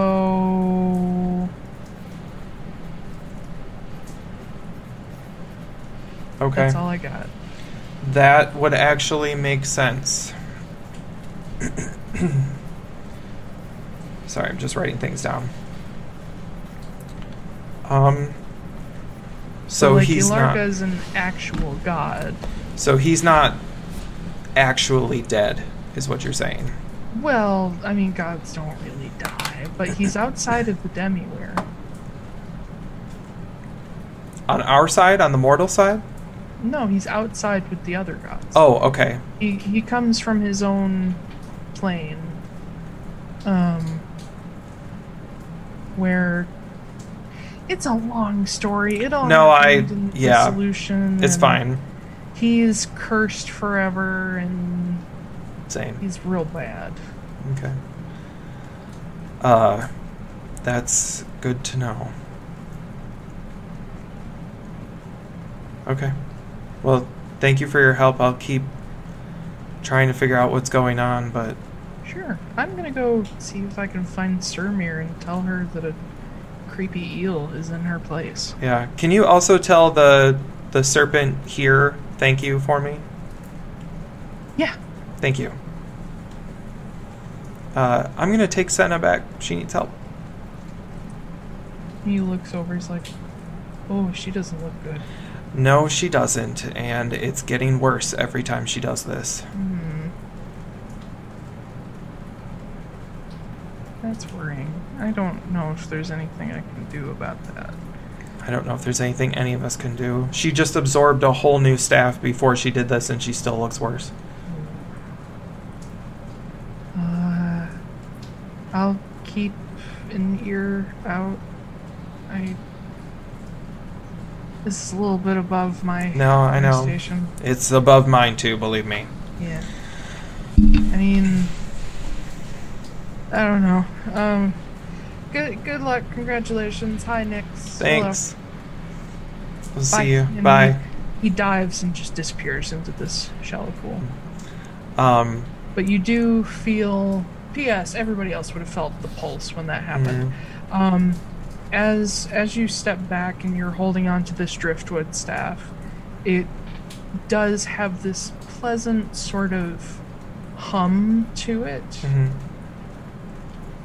[SPEAKER 3] Okay.
[SPEAKER 1] that's all I got.
[SPEAKER 3] That would actually make sense. Sorry, I'm just writing things down. Um. So,
[SPEAKER 1] like,
[SPEAKER 3] he's
[SPEAKER 1] Ilarka
[SPEAKER 3] not.
[SPEAKER 1] is an actual god.
[SPEAKER 3] So he's not actually dead, is what you're saying.
[SPEAKER 1] Well, I mean, gods don't really die, but he's outside of the demiware.
[SPEAKER 3] On our side, on the mortal side.
[SPEAKER 1] No, he's outside with the other gods.
[SPEAKER 3] Oh, okay.
[SPEAKER 1] He, he comes from his own plane, um, where it's a long story. It all
[SPEAKER 3] No, I-
[SPEAKER 1] happened and the
[SPEAKER 3] yeah.
[SPEAKER 1] solution
[SPEAKER 3] It's
[SPEAKER 1] and
[SPEAKER 3] fine.
[SPEAKER 1] He's cursed forever, and
[SPEAKER 3] Same.
[SPEAKER 1] he's real bad.
[SPEAKER 3] Okay. Uh, that's good to know. Okay. Well, thank you for your help. I'll keep trying to figure out what's going on, but
[SPEAKER 1] Sure, I'm gonna go see if I can find Surmir and tell her that a creepy eel is in her place.
[SPEAKER 3] yeah. Can you also tell the the serpent here thank you for me?
[SPEAKER 1] Yeah,
[SPEAKER 3] Thank you. Uh, I'm gonna take Senna back. She needs help.
[SPEAKER 1] he looks over. He's like, "Oh, she doesn't look good."
[SPEAKER 3] No, she doesn't, and it's getting worse every time she does this.
[SPEAKER 1] Hmm. That's worrying. I don't know if there's anything I can do about that.
[SPEAKER 3] I don't know if there's anything any of us can do. She just absorbed a whole new staff before she did this, and she still looks worse.
[SPEAKER 1] Uh, I'll keep an ear out. I. This is a little bit above my
[SPEAKER 3] No, I know.
[SPEAKER 1] station.
[SPEAKER 3] It's above mine, too, believe me.
[SPEAKER 1] Yeah. I mean, I don't know. Um, good good luck. Congratulations. Hi, Nix. Hello.
[SPEAKER 3] Thanks. We'll
[SPEAKER 1] Bye. Mm-hmm.
[SPEAKER 3] see you.
[SPEAKER 1] And
[SPEAKER 3] Bye.
[SPEAKER 1] He, he dives and just disappears into this shallow pool.
[SPEAKER 3] Um,
[SPEAKER 1] But you do feel. P.S. Everybody else would have felt the pulse when that
[SPEAKER 3] Mm-hmm.
[SPEAKER 1] happened. Um, as as you step back and you're holding on to this driftwood staff, it does have this pleasant sort of hum to it.
[SPEAKER 3] mhm.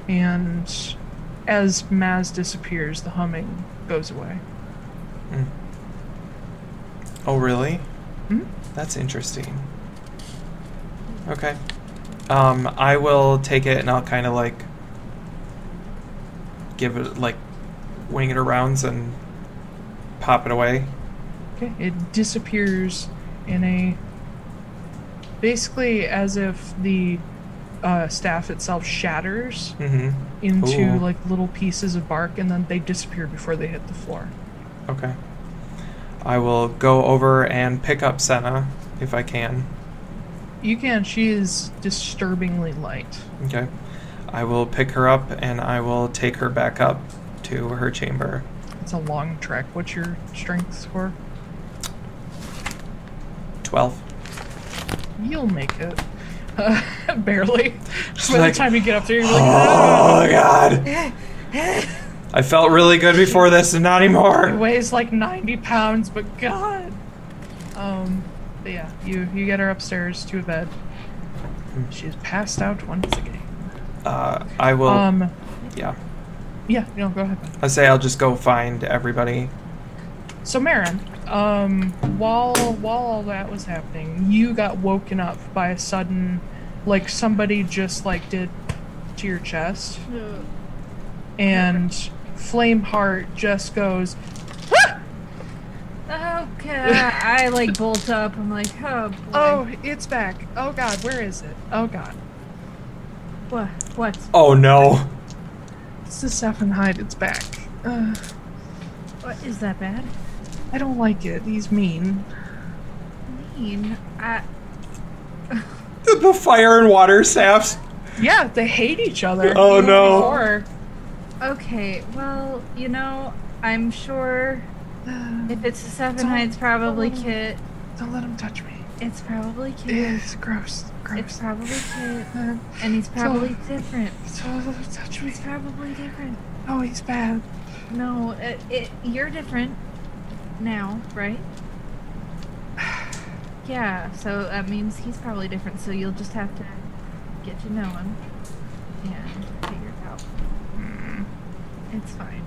[SPEAKER 1] and as Maz disappears, the humming goes away.
[SPEAKER 3] mm-hmm. Oh, really?
[SPEAKER 1] Mhm.
[SPEAKER 3] That's interesting. Okay. Um, I will take it and I'll kind of like give it, like, wing it around and pop it away.
[SPEAKER 1] Okay, it disappears in a basically as if the uh, staff itself shatters
[SPEAKER 3] Mm hmm.
[SPEAKER 1] into
[SPEAKER 3] Ooh.
[SPEAKER 1] like little pieces of bark, and then they disappear before they hit the floor.
[SPEAKER 3] Okay. I will go over and pick up Senna if I can.
[SPEAKER 1] You can. She is disturbingly light.
[SPEAKER 3] Okay. I will pick her up and I will take her back up to her chamber.
[SPEAKER 1] It's a long trek. What's your strength score?
[SPEAKER 3] 12.
[SPEAKER 1] You'll make it. Uh, barely. By
[SPEAKER 3] like-
[SPEAKER 1] the time you get up there, you're like, "Ah."
[SPEAKER 3] Oh, God. I felt really good before this and not
[SPEAKER 1] It
[SPEAKER 3] anymore.
[SPEAKER 1] "Ah." weighs like 90 pounds, but God. Um, but yeah, you you get her upstairs to a bed. She's passed out once again.
[SPEAKER 3] Uh, I will.
[SPEAKER 1] Um,
[SPEAKER 3] yeah.
[SPEAKER 1] yeah, no, go ahead.
[SPEAKER 3] I say I'll just go find everybody.
[SPEAKER 1] So, Marin, um, while while all that was happening, you got woken up by a sudden, like somebody just like did to your chest, and Flameheart just goes, "Ah!"
[SPEAKER 5] Okay. I like bolt up. I'm like, oh boy.
[SPEAKER 1] "Oh, it's back! Oh God, where is it? Oh God!"
[SPEAKER 5] What? What?
[SPEAKER 3] Oh, no.
[SPEAKER 1] It's the Saffenhide. It's back. Uh,
[SPEAKER 5] What is that bad?
[SPEAKER 1] I don't like it. He's mean.
[SPEAKER 5] Mean. I.
[SPEAKER 3] The fire and water staffs.
[SPEAKER 1] Yeah, they hate each other.
[SPEAKER 3] Oh, no.
[SPEAKER 1] Before.
[SPEAKER 5] Okay. Well, you know, I'm sure
[SPEAKER 1] Uh,
[SPEAKER 5] if it's a seven high, it's probably Kit.
[SPEAKER 1] don't let him touch me.
[SPEAKER 5] It's probably Kit.
[SPEAKER 1] It's gross.
[SPEAKER 5] It's
[SPEAKER 1] Gross.
[SPEAKER 5] probably Kit.
[SPEAKER 1] Uh,
[SPEAKER 5] And he's probably different.
[SPEAKER 1] don't let him touch me.
[SPEAKER 5] He's probably different.
[SPEAKER 1] Oh, he's bad.
[SPEAKER 5] No, it, it, you're different now, right? Yeah, so that means he's probably different, so you'll just have to get to know him and figure it out. It's fine.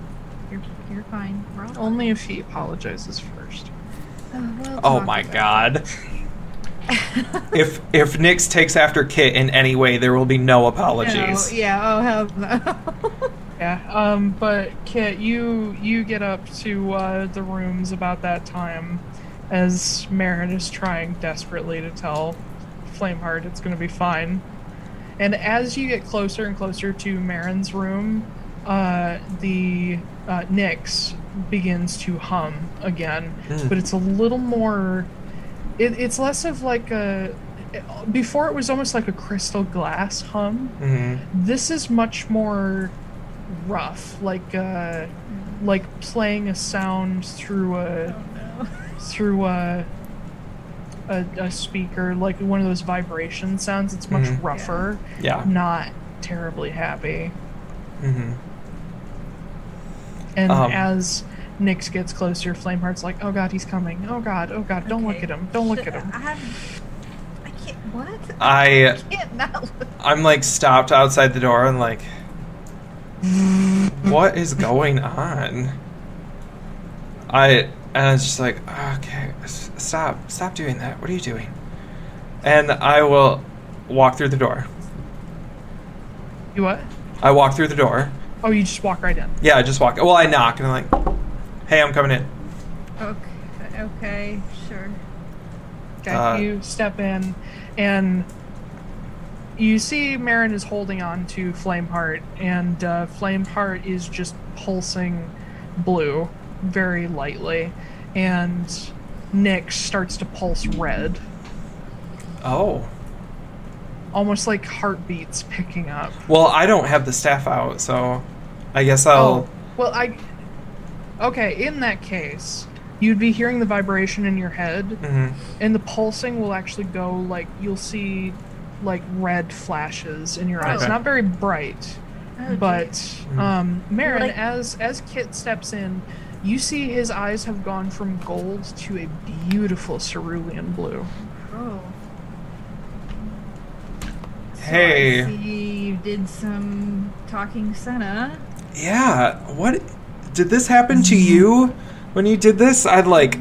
[SPEAKER 5] You're, you're fine. We're all
[SPEAKER 1] Only if he apologizes first.
[SPEAKER 5] fine. Uh, we'll
[SPEAKER 3] Oh,
[SPEAKER 5] talk
[SPEAKER 3] my
[SPEAKER 5] about
[SPEAKER 3] God. if if Nyx takes after Kit in any way, there will be no
[SPEAKER 5] it. No,
[SPEAKER 3] apologies.
[SPEAKER 5] yeah, oh, hell no.
[SPEAKER 1] Yeah. Um. But Kit, you you get up to uh, the rooms about that time, as Marin is trying desperately to tell Flameheart it's going to be fine. And as you get closer and closer to Marin's room, uh, the uh, Nyx begins to hum again,
[SPEAKER 3] Mm.
[SPEAKER 1] but it's a little more. It, it's less of like a. Before it was almost like a crystal glass hum,
[SPEAKER 3] Mm-hmm.
[SPEAKER 1] this is much more rough like uh like playing a sound through a through a a, a speaker like one of those vibration sounds it's much
[SPEAKER 3] Mhm.
[SPEAKER 1] rougher
[SPEAKER 3] Yeah.
[SPEAKER 1] not terribly happy
[SPEAKER 3] Mm-hmm.
[SPEAKER 1] and
[SPEAKER 3] Um.
[SPEAKER 1] as Nyx gets closer flameheart's like oh god he's coming oh god oh god don't look
[SPEAKER 5] Okay.
[SPEAKER 1] at him don't look
[SPEAKER 5] Shit,
[SPEAKER 1] at him
[SPEAKER 5] I'm, I can't.
[SPEAKER 3] Uh,
[SPEAKER 5] What?
[SPEAKER 3] I
[SPEAKER 5] can't not look.
[SPEAKER 3] I'm like stopped outside the door and like, what is going on? I and I was just like, okay, s- stop, stop doing that. What are you doing? And I will walk through the door.
[SPEAKER 1] you what
[SPEAKER 3] I walk through the door.
[SPEAKER 1] oh you just walk right in
[SPEAKER 3] Yeah, I just walk. Well, I knock and I'm like, hey, I'm coming in.
[SPEAKER 5] Okay, okay, sure.
[SPEAKER 1] Okay,
[SPEAKER 3] Uh,
[SPEAKER 1] you step in, and you see Marin is holding on to Flameheart, and uh, Flameheart is just pulsing blue very lightly, and Nick starts to pulse red,
[SPEAKER 3] Oh,
[SPEAKER 1] almost like heartbeats picking up.
[SPEAKER 3] well, I don't have the staff out, so I guess
[SPEAKER 1] Oh,
[SPEAKER 3] I'll.
[SPEAKER 1] well, I. Okay, in that case, you'd be hearing the vibration in your head,
[SPEAKER 5] Oh.
[SPEAKER 3] Mhm.
[SPEAKER 1] and the pulsing will actually go like you'll see like red flashes in your eyes
[SPEAKER 3] Okay. Mm.
[SPEAKER 1] not very bright
[SPEAKER 5] Oh,
[SPEAKER 1] but
[SPEAKER 5] geez.
[SPEAKER 1] um marin
[SPEAKER 5] Like-
[SPEAKER 1] as as kit steps in you see his eyes have gone from gold to a beautiful cerulean blue
[SPEAKER 5] Oh. So I
[SPEAKER 3] Hey.
[SPEAKER 5] see you did some talking Senna.
[SPEAKER 3] Yeah, what did this happen to
[SPEAKER 5] Mm-hmm.
[SPEAKER 3] you when you did this? I'd like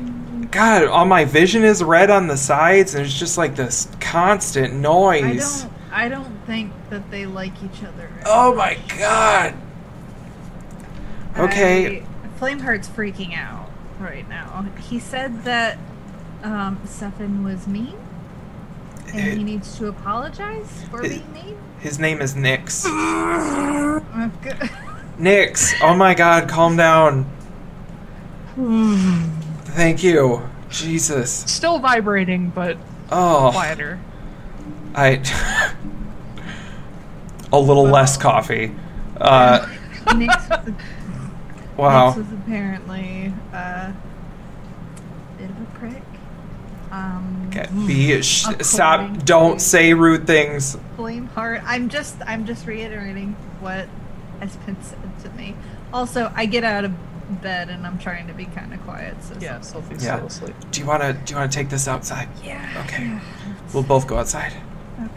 [SPEAKER 3] God, all my vision is red on the sides and it's just like this constant
[SPEAKER 5] I
[SPEAKER 3] noise.
[SPEAKER 5] don't. I don't think that they like each other.
[SPEAKER 3] Oh my god. okay.
[SPEAKER 5] I, Flameheart's freaking out right now. He said that um, Stefan was mean, and he needs to apologize for
[SPEAKER 3] It-
[SPEAKER 5] being mean.
[SPEAKER 3] His name is Nix.
[SPEAKER 5] Oh, good.
[SPEAKER 3] Nix, oh my god, calm down. Thank you. Jesus.
[SPEAKER 1] still vibrating but
[SPEAKER 3] Oh.
[SPEAKER 1] quieter
[SPEAKER 3] I a little less coffee. Uh
[SPEAKER 5] Nyx was,
[SPEAKER 3] wow.
[SPEAKER 5] Nyx was apparently uh, a bit of a prick. Um,
[SPEAKER 3] Okay. Be sh-
[SPEAKER 5] According
[SPEAKER 3] stop.
[SPEAKER 5] to-
[SPEAKER 3] Don't say rude things.
[SPEAKER 5] Blame heart. I'm just. I'm just reiterating what has been said to me. Also, I get out of bed and I'm trying to be kind of quiet. So
[SPEAKER 1] yeah sophie's
[SPEAKER 3] Yeah.
[SPEAKER 1] still asleep
[SPEAKER 3] Do you wanna do you wanna take this outside?
[SPEAKER 5] Yeah.
[SPEAKER 3] Okay.
[SPEAKER 5] yeah,
[SPEAKER 3] We'll both go outside.
[SPEAKER 5] okay.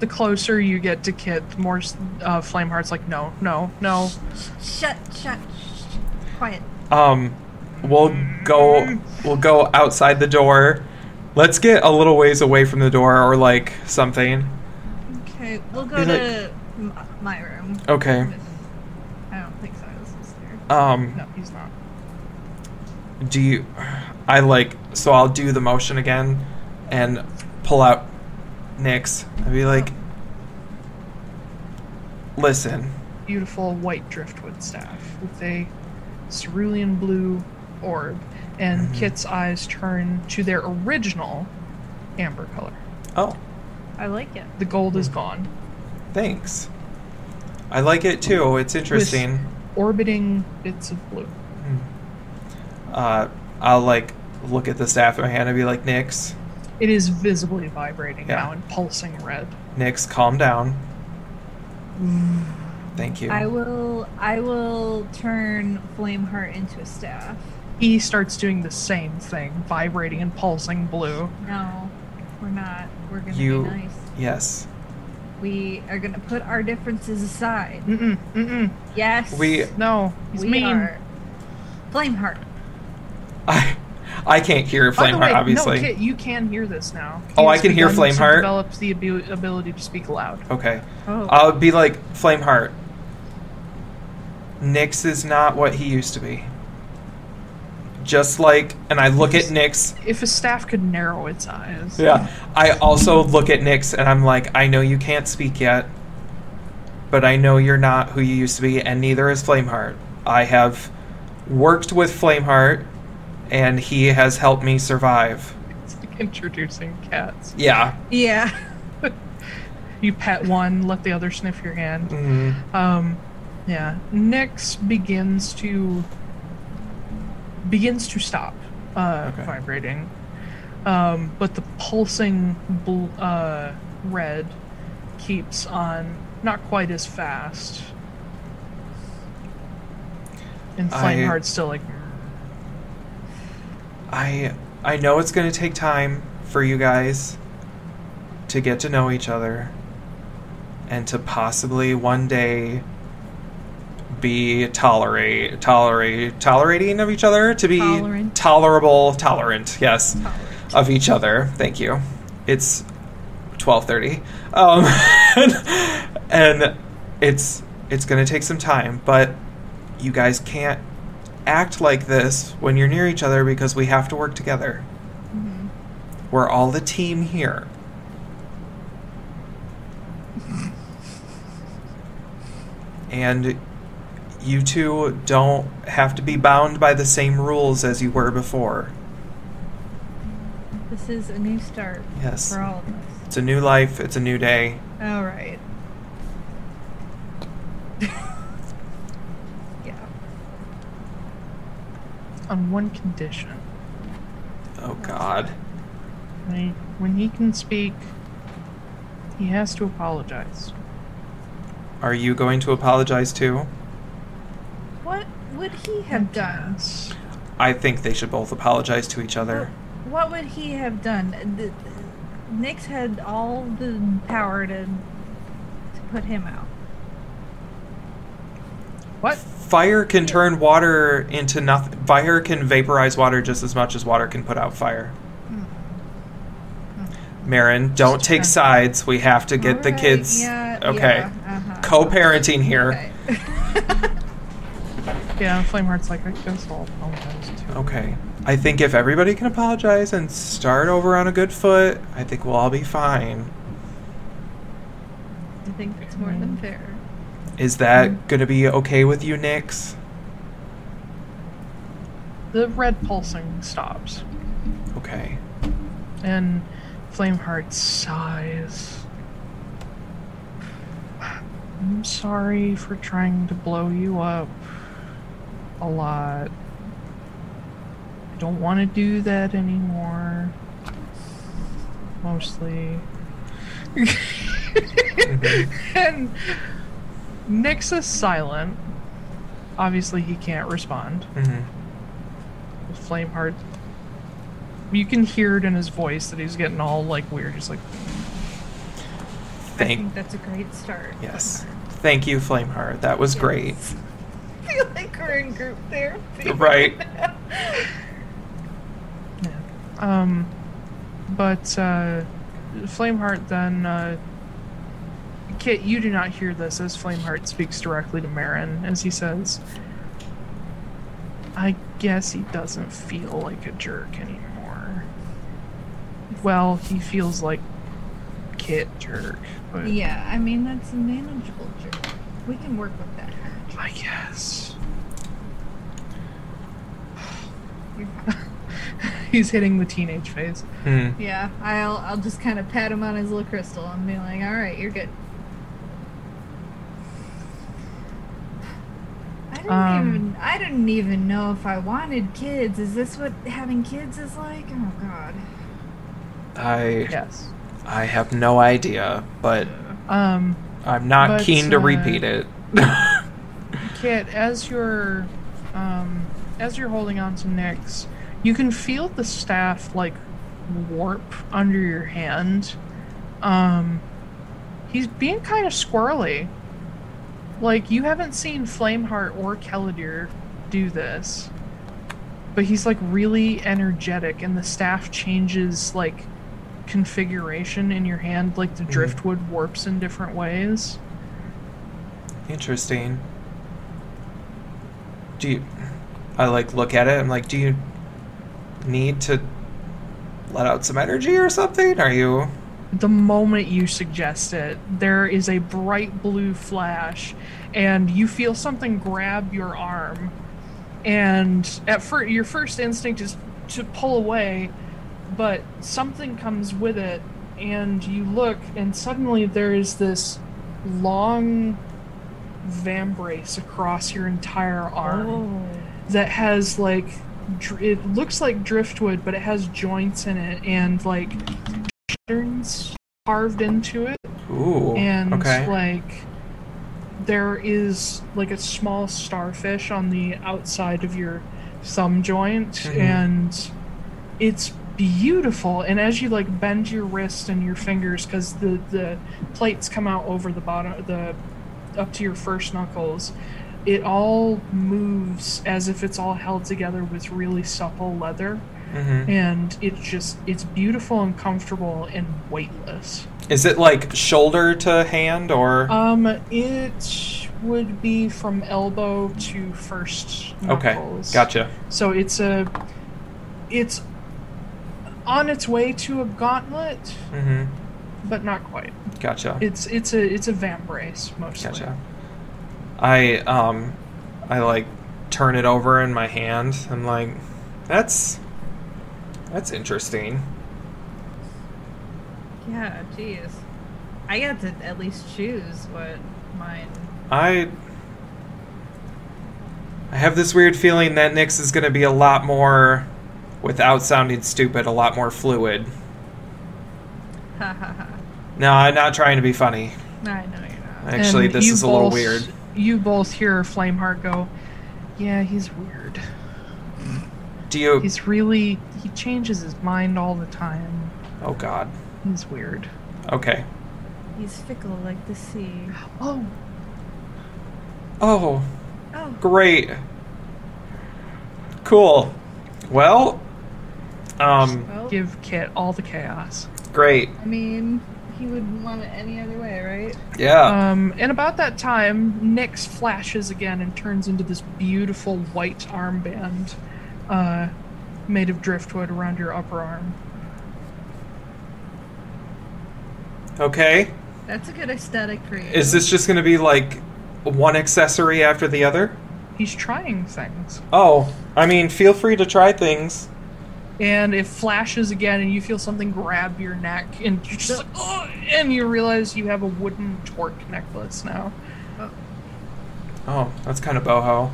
[SPEAKER 1] the closer you get to kit the more uh, flameheart's like no no no
[SPEAKER 5] Shut, shut, shh, quiet.
[SPEAKER 3] Um, we'll go we'll go outside the door. Let's get a little ways away from the door or like something.
[SPEAKER 5] Okay, we'll go
[SPEAKER 3] Is
[SPEAKER 5] to m- my room.
[SPEAKER 3] Okay.
[SPEAKER 5] I don't think Silas is there.
[SPEAKER 3] Um,
[SPEAKER 1] no he's not
[SPEAKER 3] do you? I like so I'll do the motion again, and pull out Nyx. I'll be like, listen.
[SPEAKER 1] beautiful white driftwood staff with a cerulean blue orb, and
[SPEAKER 3] Mm-hmm.
[SPEAKER 1] Kit's eyes turn to their original amber color.
[SPEAKER 3] Oh,
[SPEAKER 5] I like it.
[SPEAKER 1] The gold
[SPEAKER 3] Hmm.
[SPEAKER 1] is gone.
[SPEAKER 3] thanks. I like it too. It's interesting.
[SPEAKER 1] Orbiting bits of blue.
[SPEAKER 3] uh, I'll like look at the staff in my hand and be like, Nix,
[SPEAKER 1] It is visibly vibrating
[SPEAKER 3] Yeah.
[SPEAKER 1] now and pulsing red.
[SPEAKER 3] Nix, calm down.
[SPEAKER 1] Mm.
[SPEAKER 3] Thank you.
[SPEAKER 5] I will. I will turn Flameheart into a staff.
[SPEAKER 1] He starts doing the same thing, vibrating and pulsing blue.
[SPEAKER 5] No, we're not. We're gonna
[SPEAKER 3] You-
[SPEAKER 5] be nice.
[SPEAKER 3] yes.
[SPEAKER 5] We are gonna put our differences aside.
[SPEAKER 1] Mm-mm, mm-mm.
[SPEAKER 5] Yes.
[SPEAKER 3] We,
[SPEAKER 1] No, he's
[SPEAKER 5] we
[SPEAKER 1] mean.
[SPEAKER 5] are. Flameheart.
[SPEAKER 3] I, I can't hear
[SPEAKER 1] By the way,
[SPEAKER 3] Flameheart, obviously.
[SPEAKER 1] no, Kit, you can hear this now.
[SPEAKER 3] Oh,
[SPEAKER 1] He
[SPEAKER 3] I
[SPEAKER 1] has
[SPEAKER 3] can hear
[SPEAKER 1] begun to
[SPEAKER 3] Flameheart?
[SPEAKER 1] Develop the abu- ability to speak loud.
[SPEAKER 3] okay.
[SPEAKER 5] Oh.
[SPEAKER 3] I'll be like, Flameheart, Nix is not what he used to be. just like, and I look at Nyx.
[SPEAKER 1] If a staff could narrow its eyes.
[SPEAKER 3] Yeah. I also look at Nyx and I'm like, I know you can't speak yet, but I know you're not who you used to be, and neither is Flameheart. I have worked with Flameheart, and he has helped me survive.
[SPEAKER 1] It's like introducing cats.
[SPEAKER 3] Yeah.
[SPEAKER 5] Yeah.
[SPEAKER 1] You pet one, let the other sniff your hand.
[SPEAKER 3] hmm
[SPEAKER 1] Um, yeah. Nyx begins to begins to stop uh,
[SPEAKER 3] Okay.
[SPEAKER 1] vibrating, um, but the pulsing bl- uh, red keeps on not quite as fast. And
[SPEAKER 3] I-
[SPEAKER 1] Flameheart's still like,
[SPEAKER 3] I I know it's going to take time for you guys to get to know each other and to possibly one day be tolerate tolerate tolerating of each other to be
[SPEAKER 5] Tolerant.
[SPEAKER 3] tolerable tolerant yes
[SPEAKER 5] Tolerant.
[SPEAKER 3] of each other thank you it's 12:30 um and, and it's it's going to take some time but you guys can't act like this when you're near each other because we have to work together. We're all the team here. and you two don't have to be bound by the same rules as you were before.
[SPEAKER 5] This is a new start
[SPEAKER 3] Yes.
[SPEAKER 5] for all of us.
[SPEAKER 3] It's a new life, it's a new day.
[SPEAKER 5] All right. yeah.
[SPEAKER 1] on one condition.
[SPEAKER 3] Oh god.
[SPEAKER 1] When he, when he can speak, he has to apologize.
[SPEAKER 3] Are you going to apologize too?
[SPEAKER 5] What would he have done?
[SPEAKER 1] Yes.
[SPEAKER 3] I think they should both apologize to each other.
[SPEAKER 5] What would he have done? The, the- Nyx had all the power to to put him out.
[SPEAKER 1] What?
[SPEAKER 3] Fire can turn water into nothing. Fire can vaporize water just as much as water can put out fire.
[SPEAKER 5] Hmm.
[SPEAKER 3] Marin, don't take sides. We have to get the
[SPEAKER 5] Alright,
[SPEAKER 3] kids.
[SPEAKER 5] Yeah,
[SPEAKER 3] okay.
[SPEAKER 5] yeah, uh-huh.
[SPEAKER 3] Co-parenting here.
[SPEAKER 5] Okay.
[SPEAKER 1] Yeah, Flameheart's like, I guess I'll apologize too.
[SPEAKER 3] Okay. I think if everybody can apologize and start over on a good foot, I think we'll all be fine.
[SPEAKER 5] I think it's more than fair.
[SPEAKER 3] Is that going to be okay with you, Nyx?
[SPEAKER 1] The red pulsing stops,
[SPEAKER 3] Okay.
[SPEAKER 1] and Flameheart sighs. I'm sorry for trying to blow you up a lot. I don't want to do that anymore. Mostly.
[SPEAKER 3] Mm-hmm.
[SPEAKER 1] and Nyx is silent. Obviously, he can't respond.
[SPEAKER 3] hmm
[SPEAKER 1] Flameheart. You can hear it in his voice that he's getting all like weird. He's like,
[SPEAKER 5] I
[SPEAKER 3] Thank.
[SPEAKER 5] think that's a great start.
[SPEAKER 3] Yes. Thank you, Flameheart. That was great.
[SPEAKER 5] I feel like we're in group therapy.
[SPEAKER 3] Right.
[SPEAKER 1] yeah. um, but uh, Flameheart then, uh, Kit, you do not hear this as Flameheart speaks directly to Marin as he says, "I guess he doesn't feel like a jerk anymore. Well, he feels like Kit jerk, but
[SPEAKER 5] Yeah, I mean that's a manageable jerk. We can work with that. kind of jerk.
[SPEAKER 1] I guess."
[SPEAKER 5] You're fine.
[SPEAKER 1] He's hitting the teenage phase.
[SPEAKER 3] Hmm.
[SPEAKER 5] Yeah, I'll I'll just kind of pat him on his little crystal and be like, "All right, you're good." I didn't
[SPEAKER 1] Um,
[SPEAKER 5] even I didn't even know if I wanted kids. Is this what having kids is like? Oh God.
[SPEAKER 3] I
[SPEAKER 1] Yes.
[SPEAKER 3] I have no idea, but
[SPEAKER 1] Um,
[SPEAKER 3] I'm not
[SPEAKER 1] But,
[SPEAKER 3] keen to
[SPEAKER 1] uh,
[SPEAKER 3] repeat it.
[SPEAKER 1] Kit, as you're um, as you're holding on to Nyx, you can feel the staff like warp under your hand. Um, he's being kind of squirrely. Like you haven't seen Flameheart or Keladir do this, but he's like really energetic, and the staff changes like configuration in your hand. Like the driftwood warps in different ways.
[SPEAKER 3] Interesting. Do you? I like look at it. I'm like, do you need to let out some energy or something? Are you?
[SPEAKER 1] The moment you suggest it, there is a bright blue flash, and you feel something grab your arm. And at first, your first instinct is to pull away, but something comes with it, and you look, and suddenly there is this long vambrace across your entire arm that has like dr- it looks like driftwood but it has joints in it and like patterns carved into it
[SPEAKER 3] Ooh.
[SPEAKER 1] and
[SPEAKER 3] okay.
[SPEAKER 1] like there is like a small starfish on the outside of your thumb joint
[SPEAKER 3] Mhm.
[SPEAKER 1] and it's beautiful and as you like bend your wrist and your fingers because the the plates come out over the bottom the up to your first knuckles it all moves as if it's all held together with really supple leather
[SPEAKER 3] Mhm.
[SPEAKER 1] and it's just it's beautiful and comfortable and weightless
[SPEAKER 3] Is it like shoulder to hand or?
[SPEAKER 1] um, it would be from elbow to first
[SPEAKER 3] okay.
[SPEAKER 1] knuckles.
[SPEAKER 3] Gotcha.
[SPEAKER 1] So it's a, it's on its way to a gauntlet,
[SPEAKER 3] hmm
[SPEAKER 1] but not quite.
[SPEAKER 3] Gotcha.
[SPEAKER 1] Mm-hmm. It's it's a it's a vambrace mostly.
[SPEAKER 3] Gotcha. I um, I like turn it over in my hand. I'm like, that's that's interesting.
[SPEAKER 5] Yeah, jeez. I got to at least choose what mine.
[SPEAKER 3] I I have this weird feeling that Nyx is going to be a lot more, without sounding stupid, a lot more fluid.
[SPEAKER 5] Ha ha ha.
[SPEAKER 3] No, I'm not trying to be funny.
[SPEAKER 5] No, I know you're not.
[SPEAKER 3] Actually,
[SPEAKER 1] And
[SPEAKER 3] this
[SPEAKER 1] Um, you
[SPEAKER 3] is a little
[SPEAKER 1] both-
[SPEAKER 3] weird.
[SPEAKER 1] You both hear Flameheart go, "Yeah, he's weird.
[SPEAKER 3] Do you?
[SPEAKER 1] He's really he changes his mind all the time.
[SPEAKER 3] Oh God.
[SPEAKER 1] He's weird."
[SPEAKER 3] Okay.
[SPEAKER 5] He's fickle like the sea.
[SPEAKER 1] Oh,
[SPEAKER 3] Oh,
[SPEAKER 5] Oh,
[SPEAKER 3] great. Cool. Well, um,
[SPEAKER 5] well,
[SPEAKER 1] give Kit all the chaos.
[SPEAKER 3] great.
[SPEAKER 5] I mean, he wouldn't want it any other way, right?
[SPEAKER 3] Yeah.
[SPEAKER 1] Um, and about that time, Nyx flashes again and turns into this beautiful white armband uh, made of driftwood around your upper arm.
[SPEAKER 3] Okay.
[SPEAKER 5] That's a good aesthetic for you.
[SPEAKER 3] Is this just going to be like one accessory after the other?
[SPEAKER 1] He's trying things.
[SPEAKER 3] Oh, I mean, feel free to try things.
[SPEAKER 1] And it flashes again, and you feel something grab your neck, and you just like, oh, and you realize you have a wooden torque necklace now.
[SPEAKER 3] Oh, that's kind of boho.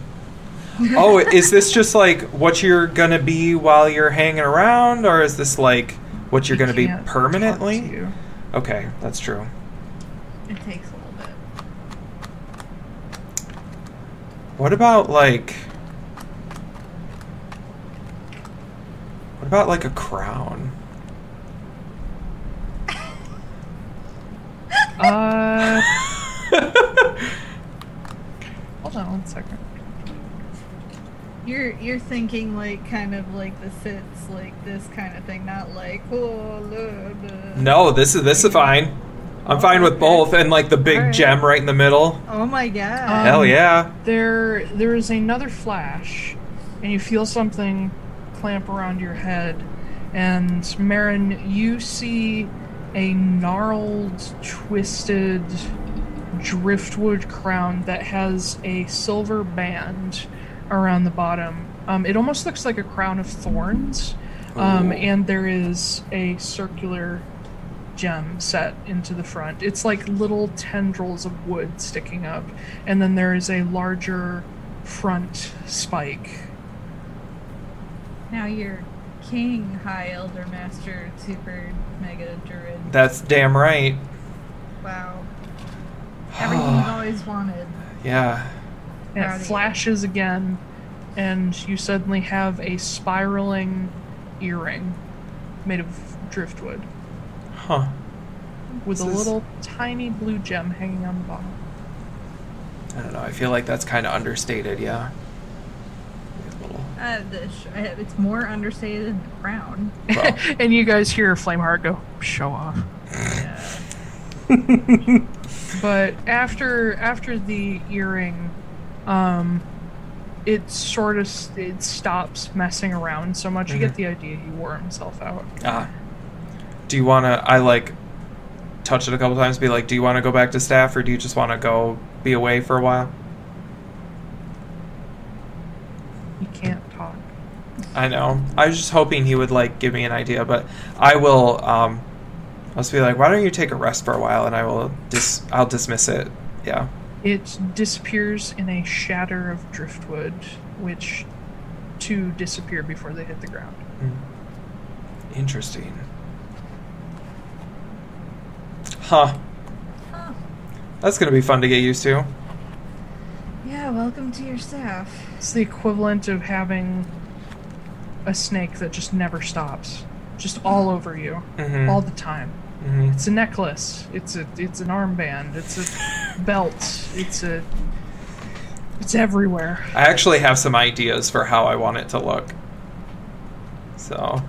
[SPEAKER 3] oh, is this just like what you're gonna be while you're hanging around, or is this like what you're
[SPEAKER 1] He
[SPEAKER 3] gonna be
[SPEAKER 1] can't talk to
[SPEAKER 3] permanently?
[SPEAKER 1] you.
[SPEAKER 3] Okay, that's true.
[SPEAKER 5] It takes a little bit.
[SPEAKER 3] What about like. What about like a crown?
[SPEAKER 1] Uh, hold on one second.
[SPEAKER 5] You're you're thinking like kind of like the sits, like this kind of thing, not like oh look. uh,
[SPEAKER 3] No, this is this is fine. I'm fine with both, and like the big
[SPEAKER 5] Alright.
[SPEAKER 3] gem right in the middle.
[SPEAKER 5] Oh my
[SPEAKER 1] Um,
[SPEAKER 5] god.
[SPEAKER 3] Hell yeah.
[SPEAKER 1] there there is another flash and you feel something clamp around your head and marin you see a gnarled twisted driftwood crown that has a silver band around the bottom um, it almost looks like a crown of thorns um,
[SPEAKER 3] Ooh.
[SPEAKER 1] and there is a circular gem set into the front. It's like little tendrils of wood sticking up, and then there is a larger front spike.
[SPEAKER 5] Now you're king, high elder master, super mega druid.
[SPEAKER 3] That's damn right.
[SPEAKER 5] Wow. Everything you've always wanted.
[SPEAKER 3] Yeah.
[SPEAKER 1] And
[SPEAKER 5] Proud
[SPEAKER 1] it
[SPEAKER 5] of you.
[SPEAKER 1] flashes again, and you suddenly have a spiraling earring made of driftwood
[SPEAKER 3] Huh.
[SPEAKER 1] with a
[SPEAKER 3] This is-
[SPEAKER 1] little tiny blue gem hanging on the bottom.
[SPEAKER 3] I don't know. I feel like that's kind of understated. Yeah. A little-
[SPEAKER 5] Uh, the sh- uh, it's more understated than the crown.
[SPEAKER 3] Well,
[SPEAKER 1] And you guys hear Flameheart go, show off.
[SPEAKER 5] Yeah.
[SPEAKER 1] But after after the earring, um, it sort of s- it stops messing around so much. You
[SPEAKER 3] Mm-hmm.
[SPEAKER 1] get the idea he wore himself out.
[SPEAKER 3] Ah. Do you want to? I like touch it a couple times. Be like, do you want to go back to staff, or do you just want to go be away for a while?
[SPEAKER 1] You can't talk.
[SPEAKER 3] I know. I was just hoping he would like give me an idea, but I will. Um, I'll just be like, why don't you take a rest for a while, and I will dis. I'll dismiss it. Yeah.
[SPEAKER 1] It disappears in a shatter of driftwood, which two disappear before they hit the ground.
[SPEAKER 3] Hmm. Interesting. Huh.
[SPEAKER 5] Huh.
[SPEAKER 3] That's gonna be fun to get used to.
[SPEAKER 5] Yeah, welcome to your staff.
[SPEAKER 1] It's the equivalent of having a snake that just never stops, just all over you,
[SPEAKER 3] Mhm.
[SPEAKER 1] all the time.
[SPEAKER 3] hmm
[SPEAKER 1] It's a necklace. It's a it's an armband. It's a belt. It's a it's everywhere.
[SPEAKER 3] I actually have some ideas for how I want it to look. So,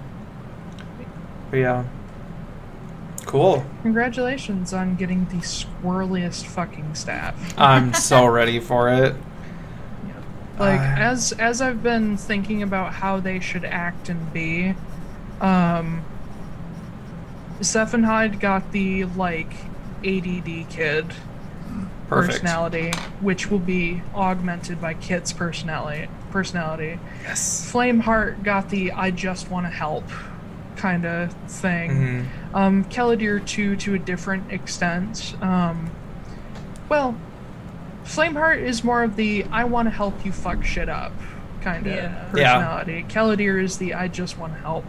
[SPEAKER 3] but yeah, cool.
[SPEAKER 1] Congratulations on getting the squirreliest fucking staff.
[SPEAKER 3] I'm so ready for it.
[SPEAKER 1] Like
[SPEAKER 3] I-
[SPEAKER 1] as as I've been thinking about how they should act and be, um Hyde got the like ADD kid
[SPEAKER 3] Perfect.
[SPEAKER 1] personality, which will be augmented by Kit's personality personality.
[SPEAKER 3] Yes.
[SPEAKER 1] Flameheart got the I just want to help kind of thing.
[SPEAKER 3] Mhm.
[SPEAKER 1] Um, Kaladir too, to a different extent. Um, well, Flameheart is more of the I want to help you fuck shit up kind of
[SPEAKER 5] Yeah.
[SPEAKER 3] Yeah.
[SPEAKER 1] personality. Kaladir is the I just want to help.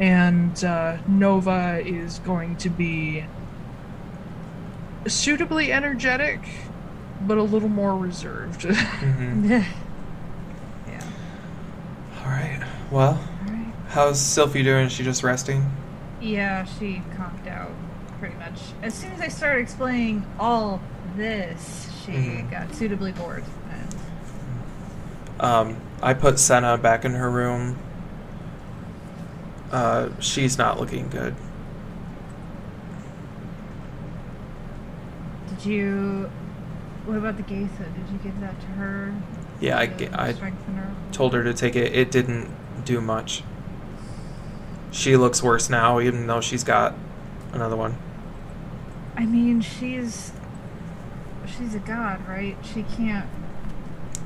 [SPEAKER 1] And uh, Nova is going to be suitably energetic, but a little more reserved.
[SPEAKER 3] Mhm.
[SPEAKER 5] yeah.
[SPEAKER 3] All right. Well,
[SPEAKER 5] Alright.
[SPEAKER 3] how's Sylphie doing? Is she just resting?
[SPEAKER 5] Yeah, she conked out pretty much. As soon as I started explaining all this, she
[SPEAKER 3] Mhm.
[SPEAKER 5] got suitably bored. And
[SPEAKER 3] Um, I put Senna back in her room. Uh, she's not looking good.
[SPEAKER 5] did you? What about the Gatha? Did you give that to her?
[SPEAKER 3] Yeah, I,
[SPEAKER 5] to
[SPEAKER 3] ge- I
[SPEAKER 5] strengthen her.
[SPEAKER 3] told her to take it. It didn't do much. She looks worse now, even though she's got another one.
[SPEAKER 5] I mean, she's she's a god, right? She can't.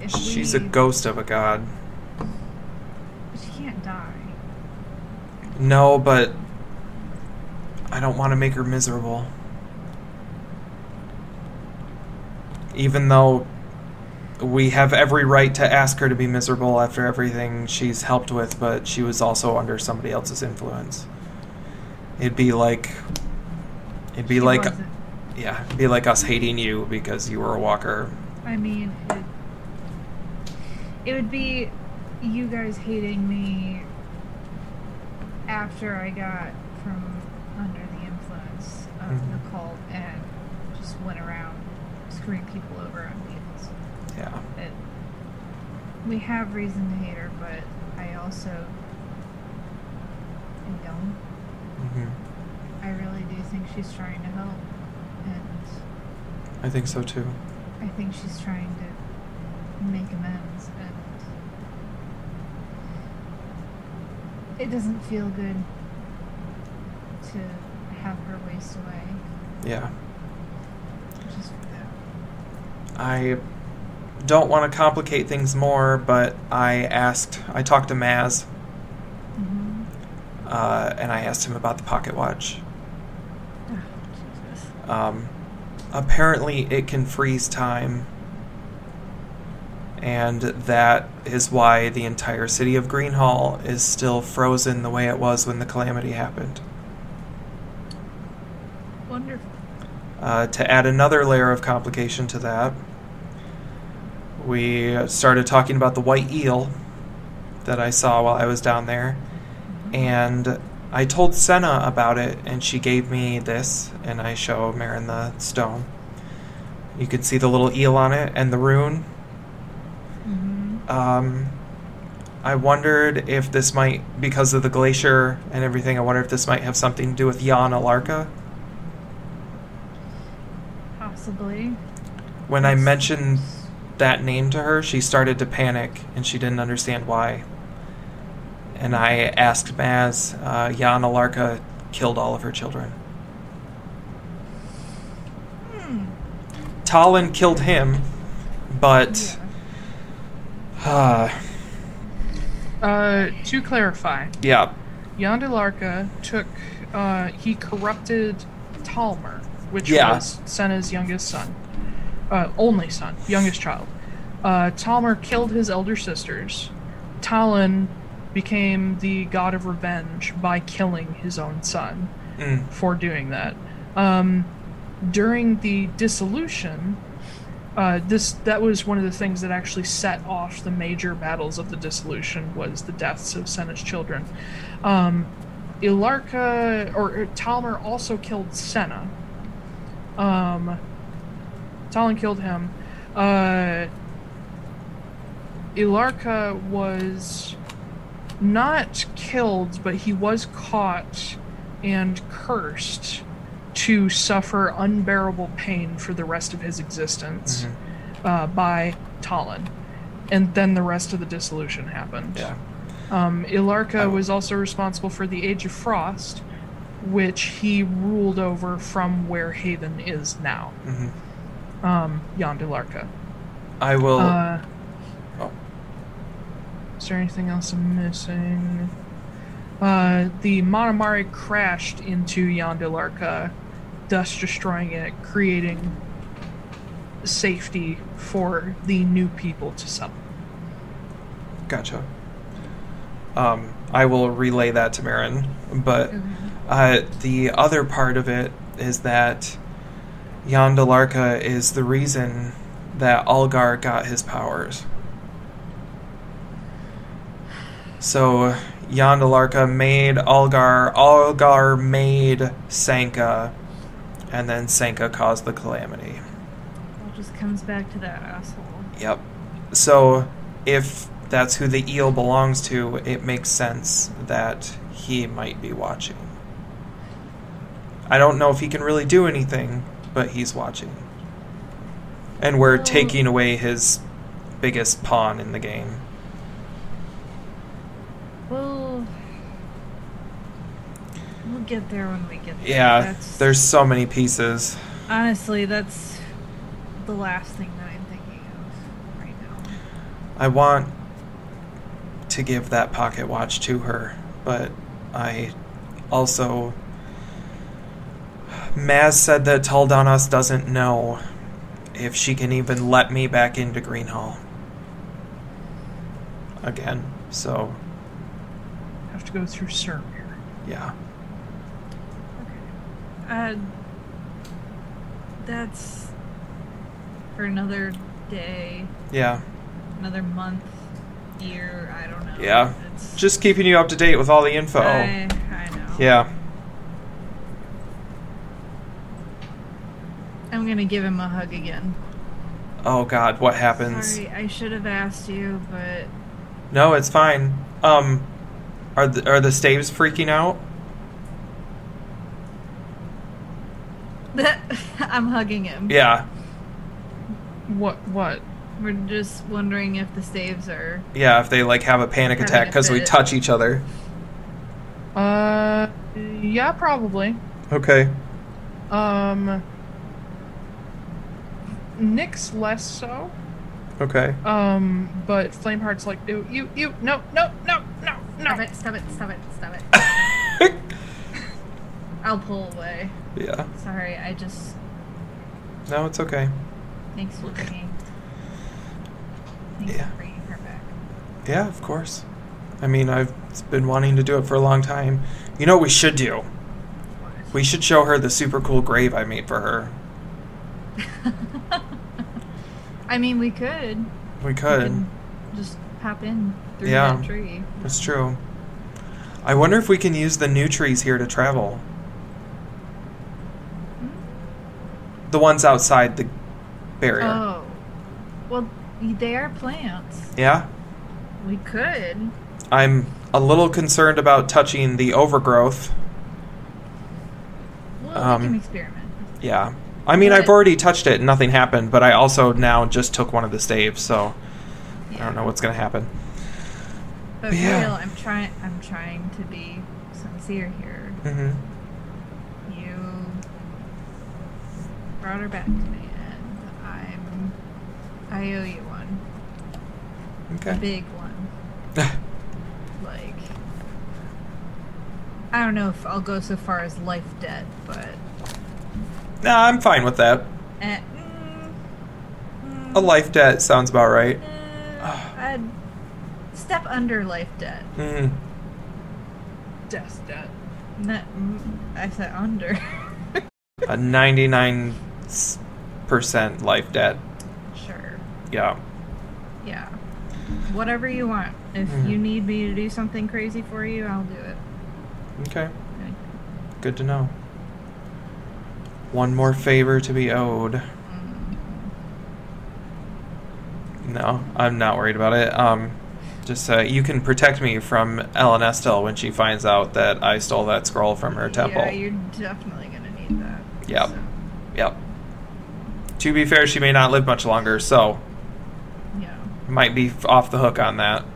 [SPEAKER 5] If
[SPEAKER 3] She's
[SPEAKER 5] we,
[SPEAKER 3] a ghost of a god.
[SPEAKER 5] She can't die.
[SPEAKER 3] No, but I don't want to make her miserable. Even though we have every right to ask her to be miserable after everything she's helped with, but she was also under somebody else's influence. It'd be like it'd be
[SPEAKER 5] She
[SPEAKER 3] like
[SPEAKER 5] wasn't.
[SPEAKER 3] yeah, it'd be like us hating you because you were a walker.
[SPEAKER 5] I mean, it, it would be you guys hating me after I got from under the influence of
[SPEAKER 3] Mhm.
[SPEAKER 5] the cult and just went around screwing people over on vehicles.
[SPEAKER 3] Yeah.
[SPEAKER 5] It, we have reason to hate her, but I also I don't.
[SPEAKER 3] hmm
[SPEAKER 5] I really do think she's trying to help, and
[SPEAKER 3] I think so too.
[SPEAKER 5] I think she's trying to make amends, and it doesn't feel good to have her waste away.
[SPEAKER 3] Yeah.
[SPEAKER 5] Just for that.
[SPEAKER 3] I don't want to complicate things more, but I asked, I talked to Maz,
[SPEAKER 5] Mm-hmm.
[SPEAKER 3] uh, and I asked him about the pocket watch.
[SPEAKER 5] Oh, Jesus.
[SPEAKER 3] Um, apparently, it can freeze time, and that is why the entire city of Greenhall is still frozen the way it was when the calamity happened.
[SPEAKER 5] Wonderful.
[SPEAKER 3] Uh, to add another layer of complication to that, we started talking about the white eel that I saw while I was down there. And I told Senna about it, and she gave me this, and I show Marin the stone. You can see the little eel on it and the rune.
[SPEAKER 5] Mm-hmm.
[SPEAKER 3] Um, I wondered if this might, because of the glacier and everything, I wonder if this might have something to do with Jan Alarka.
[SPEAKER 5] Possibly.
[SPEAKER 3] When I mentioned that name to her, she started to panic and she didn't understand why. And I asked Maz, uh, Yana Larka killed all of her children. Talon killed him, but. Uh,
[SPEAKER 1] Uh, to clarify,
[SPEAKER 3] yeah.
[SPEAKER 1] Yandelarka took, uh, he corrupted Talmer, which
[SPEAKER 3] Yeah.
[SPEAKER 1] was Senna's youngest son, uh, only son, youngest child. Uh, Talmer killed his elder sisters. Talon became the god of revenge by killing his own son
[SPEAKER 3] Mm.
[SPEAKER 1] for doing that. Um, during the dissolution, uh, this that was one of the things that actually set off the major battles of the dissolution was the deaths of Senna's children. Um, Ilarka or uh, Talmer also killed Senna. Um, Talon killed him. Uh, Ilarka was not killed, but he was caught and cursed to suffer unbearable pain for the rest of his existence
[SPEAKER 3] Mm-hmm.
[SPEAKER 1] uh, by Talon. And then the rest of the dissolution happened.
[SPEAKER 3] Yeah.
[SPEAKER 1] Um, Ilarka
[SPEAKER 3] Oh.
[SPEAKER 1] was also responsible for the Age of Frost, which he ruled over from where Haven is now.
[SPEAKER 3] Mhm.
[SPEAKER 1] Um, Yandelarka.
[SPEAKER 3] I will.
[SPEAKER 1] Uh,
[SPEAKER 3] oh.
[SPEAKER 1] Is there anything else I'm missing? Uh, the Monomari crashed into Yandelarka, thus destroying it, creating safety for the new people to summon.
[SPEAKER 3] Gotcha. Um, I will relay that to Marin, but uh, the other part of it is that Yandalarka is the reason that Algar got his powers. So Yandalarka made Algar, Algar made Sanka, and then Sanka caused the calamity.
[SPEAKER 5] It just comes back to that asshole.
[SPEAKER 3] Yep. So, if that's who the eel belongs to, it makes sense that he might be watching. I don't know if he can really do anything, but he's watching. And we're
[SPEAKER 5] Well-
[SPEAKER 3] taking away his biggest pawn in the game.
[SPEAKER 5] We'll we'll get there when we get there.
[SPEAKER 3] Yeah,
[SPEAKER 5] That's,
[SPEAKER 3] there's so many pieces.
[SPEAKER 5] honestly that's the last thing that I'm thinking of right now.
[SPEAKER 3] I want to give that pocket watch to her, but I also. Maz said that Taldanas doesn't know if she can even let me back into Greenhall. Again, so,
[SPEAKER 1] Have to go through Surmir.
[SPEAKER 3] yeah.
[SPEAKER 5] Uh, that's for another day,
[SPEAKER 3] Yeah.
[SPEAKER 5] another month, year. I don't know.
[SPEAKER 3] Yeah.
[SPEAKER 5] It's
[SPEAKER 3] Just keeping you up to date with all the info.
[SPEAKER 5] I, I know.
[SPEAKER 3] yeah.
[SPEAKER 5] I'm gonna give him a hug again.
[SPEAKER 3] Oh god, what happens?
[SPEAKER 5] Sorry, I should have asked you, but
[SPEAKER 3] No, it's fine. Um, are the, are the staves freaking out?
[SPEAKER 5] I'm hugging him.
[SPEAKER 3] Yeah,
[SPEAKER 1] What? What?
[SPEAKER 5] We're just wondering if the staves are.
[SPEAKER 3] Yeah, if they like have a panic
[SPEAKER 5] Having
[SPEAKER 3] attack
[SPEAKER 5] a
[SPEAKER 3] because we
[SPEAKER 5] fit.
[SPEAKER 3] touch each other.
[SPEAKER 1] Uh, yeah, probably.
[SPEAKER 3] Okay.
[SPEAKER 1] Um, Nick's less so.
[SPEAKER 3] Okay.
[SPEAKER 1] Um, but Flameheart's like, ew, ew, ew, no, no, no, no,
[SPEAKER 5] Stop
[SPEAKER 1] no.
[SPEAKER 5] it! Stop it! Stop it! Stop it! I'll pull away.
[SPEAKER 3] Yeah.
[SPEAKER 5] Sorry, I just.
[SPEAKER 3] No, it's okay.
[SPEAKER 5] Thanks for bringing. Thanks
[SPEAKER 3] Yeah.
[SPEAKER 5] for bringing her back.
[SPEAKER 3] Yeah, of course. I mean, I've been wanting to do it for a long time. You know what we should do? We should show her the super cool grave I made for her.
[SPEAKER 5] I mean, we could.
[SPEAKER 3] We could.
[SPEAKER 5] can just pop in through
[SPEAKER 3] Yeah.
[SPEAKER 5] that tree.
[SPEAKER 3] That's true. I wonder if we can use the new trees here to travel. The ones outside the barrier.
[SPEAKER 5] Oh, well, they are plants.
[SPEAKER 3] Yeah?
[SPEAKER 5] We could.
[SPEAKER 3] I'm a little concerned about touching the overgrowth.
[SPEAKER 5] Well,
[SPEAKER 3] Um,
[SPEAKER 5] we can experiment.
[SPEAKER 3] Yeah. I mean, I've
[SPEAKER 5] But-
[SPEAKER 3] already touched it and nothing happened, but I also now just took one of the staves, so I don't know what's gonna happen.
[SPEAKER 5] But
[SPEAKER 3] Yeah.
[SPEAKER 5] real, I'm trying. I'm trying to be sincere here.
[SPEAKER 3] hmm
[SPEAKER 5] You brought her back to me, and I'm. I owe you one, a
[SPEAKER 3] Okay.
[SPEAKER 5] big one. Like, I don't know if I'll go so far as life debt, but
[SPEAKER 3] No, I'm fine with that.
[SPEAKER 5] eh, mm,
[SPEAKER 3] A life debt sounds about right.
[SPEAKER 5] eh, I'd step under life debt.
[SPEAKER 3] Mm.
[SPEAKER 1] Death debt.
[SPEAKER 5] Not, mm, I said under.
[SPEAKER 3] A 99 percent life debt.
[SPEAKER 5] sure.
[SPEAKER 3] Yeah.
[SPEAKER 5] Yeah. Whatever you want. If you need me to do something crazy for you, I'll do it.
[SPEAKER 3] Okay.
[SPEAKER 5] Like,
[SPEAKER 3] Good to know. One more favor to be owed. No, I'm not worried about it. Um, just uh, you can protect me from Ellen Estelle when she finds out that I stole that scroll from her temple.
[SPEAKER 5] mm, Yeah, you're definitely gonna need that.
[SPEAKER 3] Yep.
[SPEAKER 5] So,
[SPEAKER 3] Yep. To be fair, she may not live much longer, so
[SPEAKER 5] yeah.
[SPEAKER 3] might be f- off the hook on that.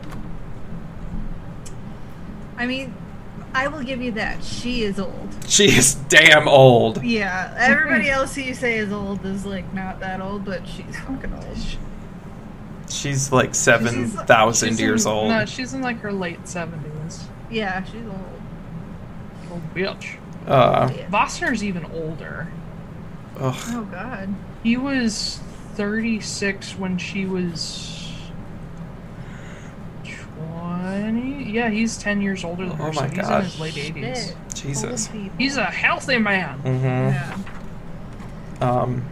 [SPEAKER 5] I mean, I will give you that. She is old.
[SPEAKER 3] She is damn old.
[SPEAKER 5] Yeah. Everybody else who you say is old is like not that old, but she's fucking old.
[SPEAKER 3] She's like seven thousand
[SPEAKER 1] She's
[SPEAKER 3] Oh, years
[SPEAKER 1] in-
[SPEAKER 3] old.
[SPEAKER 1] No, she's in like her late seventies.
[SPEAKER 5] Yeah, she's old.
[SPEAKER 1] Old bitch.
[SPEAKER 3] Uh,
[SPEAKER 5] Yeah.
[SPEAKER 1] Vossner's even older.
[SPEAKER 3] ugh.
[SPEAKER 5] Oh god.
[SPEAKER 1] He was 36 when she was 20. Yeah, he's 10 years older than her.
[SPEAKER 3] Oh my
[SPEAKER 1] so
[SPEAKER 3] God.
[SPEAKER 1] He's in his late 80s.
[SPEAKER 5] Shit.
[SPEAKER 3] Jesus.
[SPEAKER 5] Old people.
[SPEAKER 1] He's a healthy man.
[SPEAKER 3] Mm-hmm.
[SPEAKER 5] Yeah.
[SPEAKER 3] Um,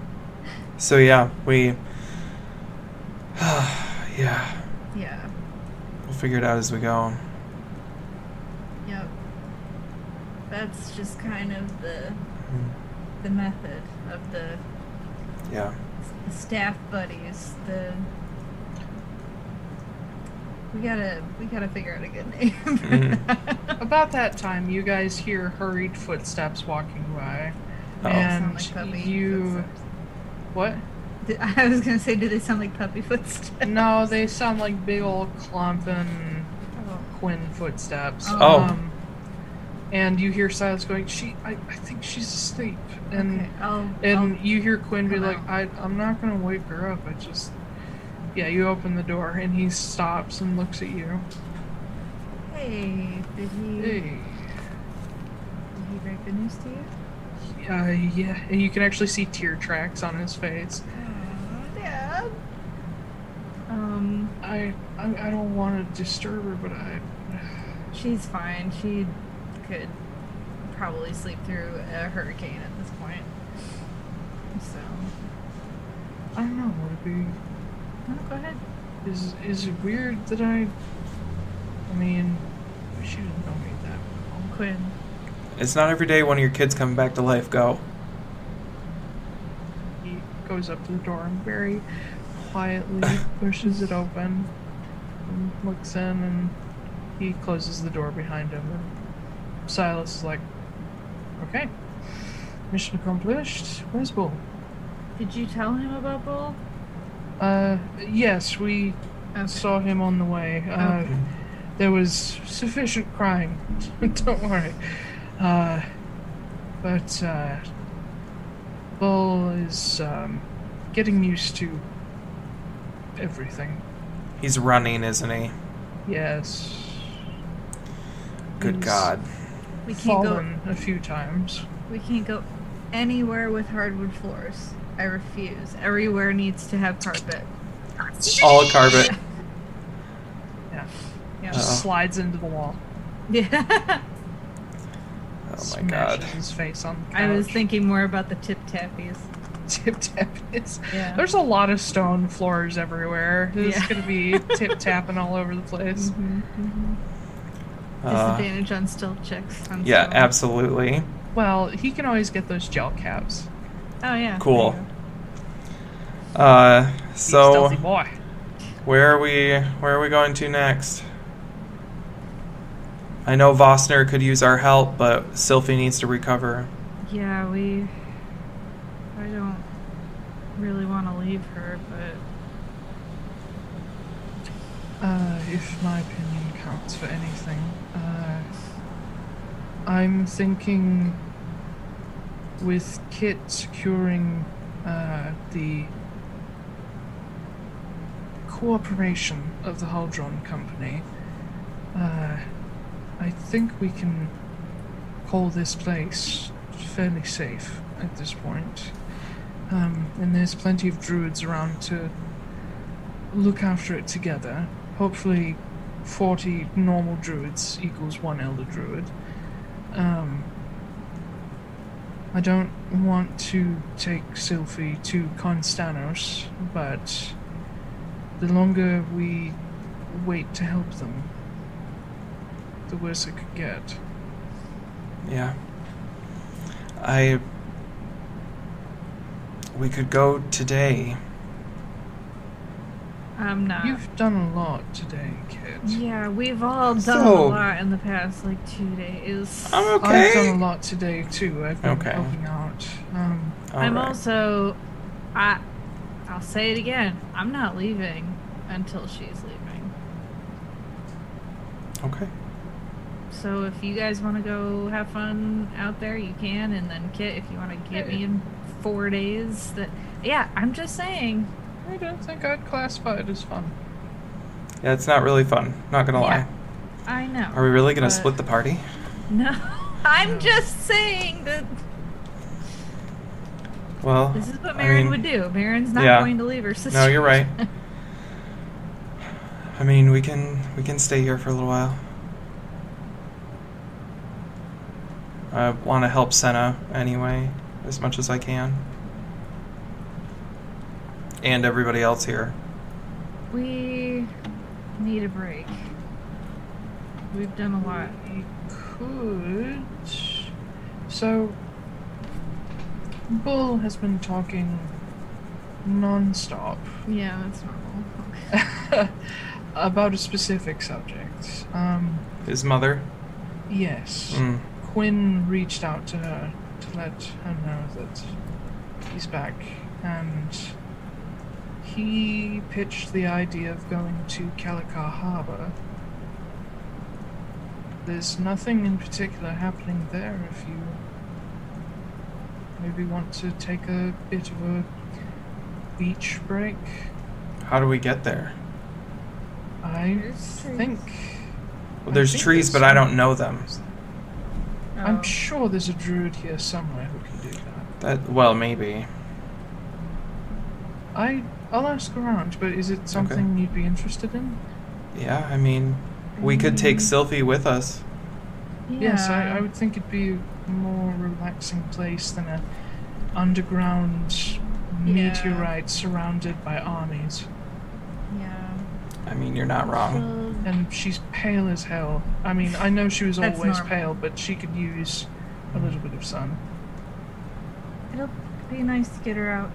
[SPEAKER 3] so yeah, we, yeah,
[SPEAKER 5] Yeah.
[SPEAKER 3] we'll figure it out as we go.
[SPEAKER 5] Yep. That's just kind of the
[SPEAKER 3] Mm,
[SPEAKER 5] the method of the
[SPEAKER 3] Yeah,
[SPEAKER 5] the staff buddies the we gotta we gotta figure out a good name for
[SPEAKER 1] Mm-hmm.
[SPEAKER 3] Mhm.
[SPEAKER 5] that.
[SPEAKER 1] About that time, you guys hear hurried footsteps walking by.
[SPEAKER 3] Oh.
[SPEAKER 1] And
[SPEAKER 5] Sound like puppy
[SPEAKER 1] you.
[SPEAKER 5] footsteps.
[SPEAKER 1] What?
[SPEAKER 5] Did- I was gonna say, do they sound like puppy footsteps?
[SPEAKER 1] No, they sound like big old clomping Quinn footsteps.
[SPEAKER 5] Oh.
[SPEAKER 1] Um, and you hear Silas going, She, I, I think she's asleep. And
[SPEAKER 5] Okay, I'll,
[SPEAKER 1] And you hear Quinn be
[SPEAKER 5] come
[SPEAKER 1] like,
[SPEAKER 5] out.
[SPEAKER 1] I, I'm not going to wake her up. I just. Yeah, you open the door and he stops and looks at you.
[SPEAKER 5] I'll- hey, did he
[SPEAKER 1] Hey.
[SPEAKER 5] did he break the news to you?
[SPEAKER 1] Uh, yeah, and you can actually see tear tracks on his face.
[SPEAKER 5] Oh, Dad. Um,
[SPEAKER 1] I I, I don't want to disturb her, but I.
[SPEAKER 5] she's fine. She could probably sleep through a hurricane at this point. So,
[SPEAKER 1] I don't know. Would it
[SPEAKER 5] no, go ahead.
[SPEAKER 1] be. Is, is it weird that I. I mean, she didn't know me that well.
[SPEAKER 5] Quinn.
[SPEAKER 3] it's not every day one of your kids coming back to life. Go.
[SPEAKER 1] He goes up to the door and very quietly pushes it open, and looks in, and he closes the door behind him. And Silas is like, "Okay, mission accomplished. Where's Bull?"
[SPEAKER 5] Did you tell him about Bull?
[SPEAKER 1] Uh, yes, we saw him on the way. Uh,
[SPEAKER 5] Okay.
[SPEAKER 1] There was sufficient crying. Don't worry. Uh, but uh, Bull is um, getting used to everything.
[SPEAKER 3] He's running, isn't he?
[SPEAKER 1] Yes.
[SPEAKER 3] Good
[SPEAKER 1] He's
[SPEAKER 3] God.
[SPEAKER 5] We can't go.
[SPEAKER 1] Fallen a few times.
[SPEAKER 5] We can't go anywhere with hardwood floors. I refuse. Everywhere needs to have carpet.
[SPEAKER 3] All carpet.
[SPEAKER 1] Yeah.
[SPEAKER 5] Yeah.
[SPEAKER 3] Uh-oh.
[SPEAKER 1] Just slides into the wall.
[SPEAKER 5] Yeah.
[SPEAKER 3] Oh my
[SPEAKER 1] smashes
[SPEAKER 3] God.
[SPEAKER 1] His face on. The
[SPEAKER 5] I was
[SPEAKER 1] couch.
[SPEAKER 5] thinking more about the tip tappies.
[SPEAKER 1] tip tap is.
[SPEAKER 5] Yeah.
[SPEAKER 1] There's a lot of stone floors everywhere. It's
[SPEAKER 5] Yeah. Mm-hmm.
[SPEAKER 1] gonna be tip tapping all over the place.
[SPEAKER 3] Uh,
[SPEAKER 5] Disadvantage on stealth checks. On
[SPEAKER 3] yeah,
[SPEAKER 5] stealth.
[SPEAKER 3] absolutely.
[SPEAKER 1] Well, he can always get those gel caps.
[SPEAKER 5] Oh yeah.
[SPEAKER 3] Cool. Uh,
[SPEAKER 1] He's
[SPEAKER 3] so
[SPEAKER 1] stealthy boy.
[SPEAKER 3] where are we? Where are we going to next? I know Vossner could use our help, but Sylphie needs to recover.
[SPEAKER 5] Yeah, we. I don't really want to leave her, but
[SPEAKER 1] Uh, if my opinion counts for anything, uh, I'm thinking with Kit securing uh, the cooperation of the Haldron Company, uh, I think we can call this place fairly safe at this point. Um, and there's plenty of druids around to look after it together. Hopefully, 40 normal druids equals one elder druid. Um, I don't want to take Sylphie to Constanos, but the longer we wait to help them, the worse it could get.
[SPEAKER 3] Yeah. I. We could go today.
[SPEAKER 5] I'm not.
[SPEAKER 1] You've done a lot today, kid.
[SPEAKER 5] yeah, we've all done
[SPEAKER 3] So-
[SPEAKER 5] a lot in the past like two days.
[SPEAKER 3] I'm
[SPEAKER 1] I've done
[SPEAKER 3] okay.
[SPEAKER 1] a lot today too. I've been
[SPEAKER 3] Okay.
[SPEAKER 1] helping out. Um,
[SPEAKER 5] I'm
[SPEAKER 3] Alright.
[SPEAKER 5] also, I, I'll say it again. I'm not leaving until she's leaving.
[SPEAKER 3] Okay.
[SPEAKER 5] So if you guys want to go have fun out there, you can. And then Kit, if you want to get me in four days, that yeah, I'm just saying.
[SPEAKER 1] I don't think I'd classify it as fun.
[SPEAKER 3] Yeah, it's not really fun. Not gonna
[SPEAKER 5] Yeah.
[SPEAKER 3] lie.
[SPEAKER 5] I know.
[SPEAKER 3] Are we really gonna
[SPEAKER 5] But-
[SPEAKER 3] split the party?
[SPEAKER 5] No, I'm just saying that
[SPEAKER 3] Well,
[SPEAKER 5] this is what
[SPEAKER 3] I mean,
[SPEAKER 5] Marin would do. Marin's not
[SPEAKER 3] yeah.
[SPEAKER 5] going to leave her sister.
[SPEAKER 3] No, you're right. I mean, we can we can stay here for a little while. I want to help Senna anyway, as much as I can, and everybody else here.
[SPEAKER 5] we need a break. We've done a lot.
[SPEAKER 1] We could. So, Bull has been talking non-stop
[SPEAKER 5] Yeah, that's normal. Okay.
[SPEAKER 1] about a specific subject. Um,
[SPEAKER 3] His mother.
[SPEAKER 1] yes,
[SPEAKER 3] Mm.
[SPEAKER 1] Quinn reached out to her to let her know that he's back, and he pitched the idea of going to Calicar Harbor. There's nothing in particular happening there if you maybe want to take a bit of a beach break.
[SPEAKER 3] How do we get there?
[SPEAKER 1] I
[SPEAKER 5] There's trees.
[SPEAKER 1] think.
[SPEAKER 3] Well, there's
[SPEAKER 1] think
[SPEAKER 3] trees,
[SPEAKER 1] there's
[SPEAKER 3] but I
[SPEAKER 1] some-
[SPEAKER 3] don't know them.
[SPEAKER 5] Oh. Um,
[SPEAKER 1] I'm sure there's a druid here somewhere who can do that.
[SPEAKER 3] That well, maybe.
[SPEAKER 1] I I'll ask around, but is it something you'd be interested in?
[SPEAKER 3] Yeah, I mean, we could take
[SPEAKER 5] Mm.
[SPEAKER 3] Sylphie with us.
[SPEAKER 1] Yes, I, I would think it'd be a more relaxing place than a underground meteorite surrounded by armies.
[SPEAKER 5] Yeah.
[SPEAKER 3] I mean, you're not wrong.
[SPEAKER 5] So,
[SPEAKER 1] And she's pale as hell. I mean, I know she was
[SPEAKER 5] That's
[SPEAKER 1] always
[SPEAKER 5] normal.
[SPEAKER 1] pale, but she could use a little bit of sun.
[SPEAKER 5] it'll be nice to get her out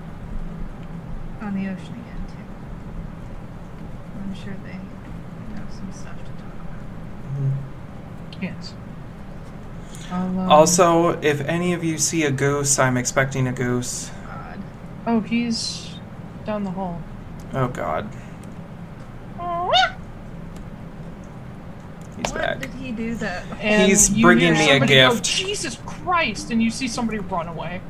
[SPEAKER 5] on the ocean again too. I'm sure they have some stuff to talk about.
[SPEAKER 3] Mm.
[SPEAKER 1] Yes. I'll, um,
[SPEAKER 3] Also, if any of you see a goose, I'm expecting a goose.
[SPEAKER 5] God.
[SPEAKER 1] Oh, he's down the hall.
[SPEAKER 3] Oh God, he's
[SPEAKER 5] what
[SPEAKER 3] back.
[SPEAKER 5] did he do that?
[SPEAKER 1] And
[SPEAKER 3] He's
[SPEAKER 1] you hear
[SPEAKER 3] bringing me a
[SPEAKER 1] somebody go,
[SPEAKER 3] gift.
[SPEAKER 1] Jesus Christ! And you see somebody run away,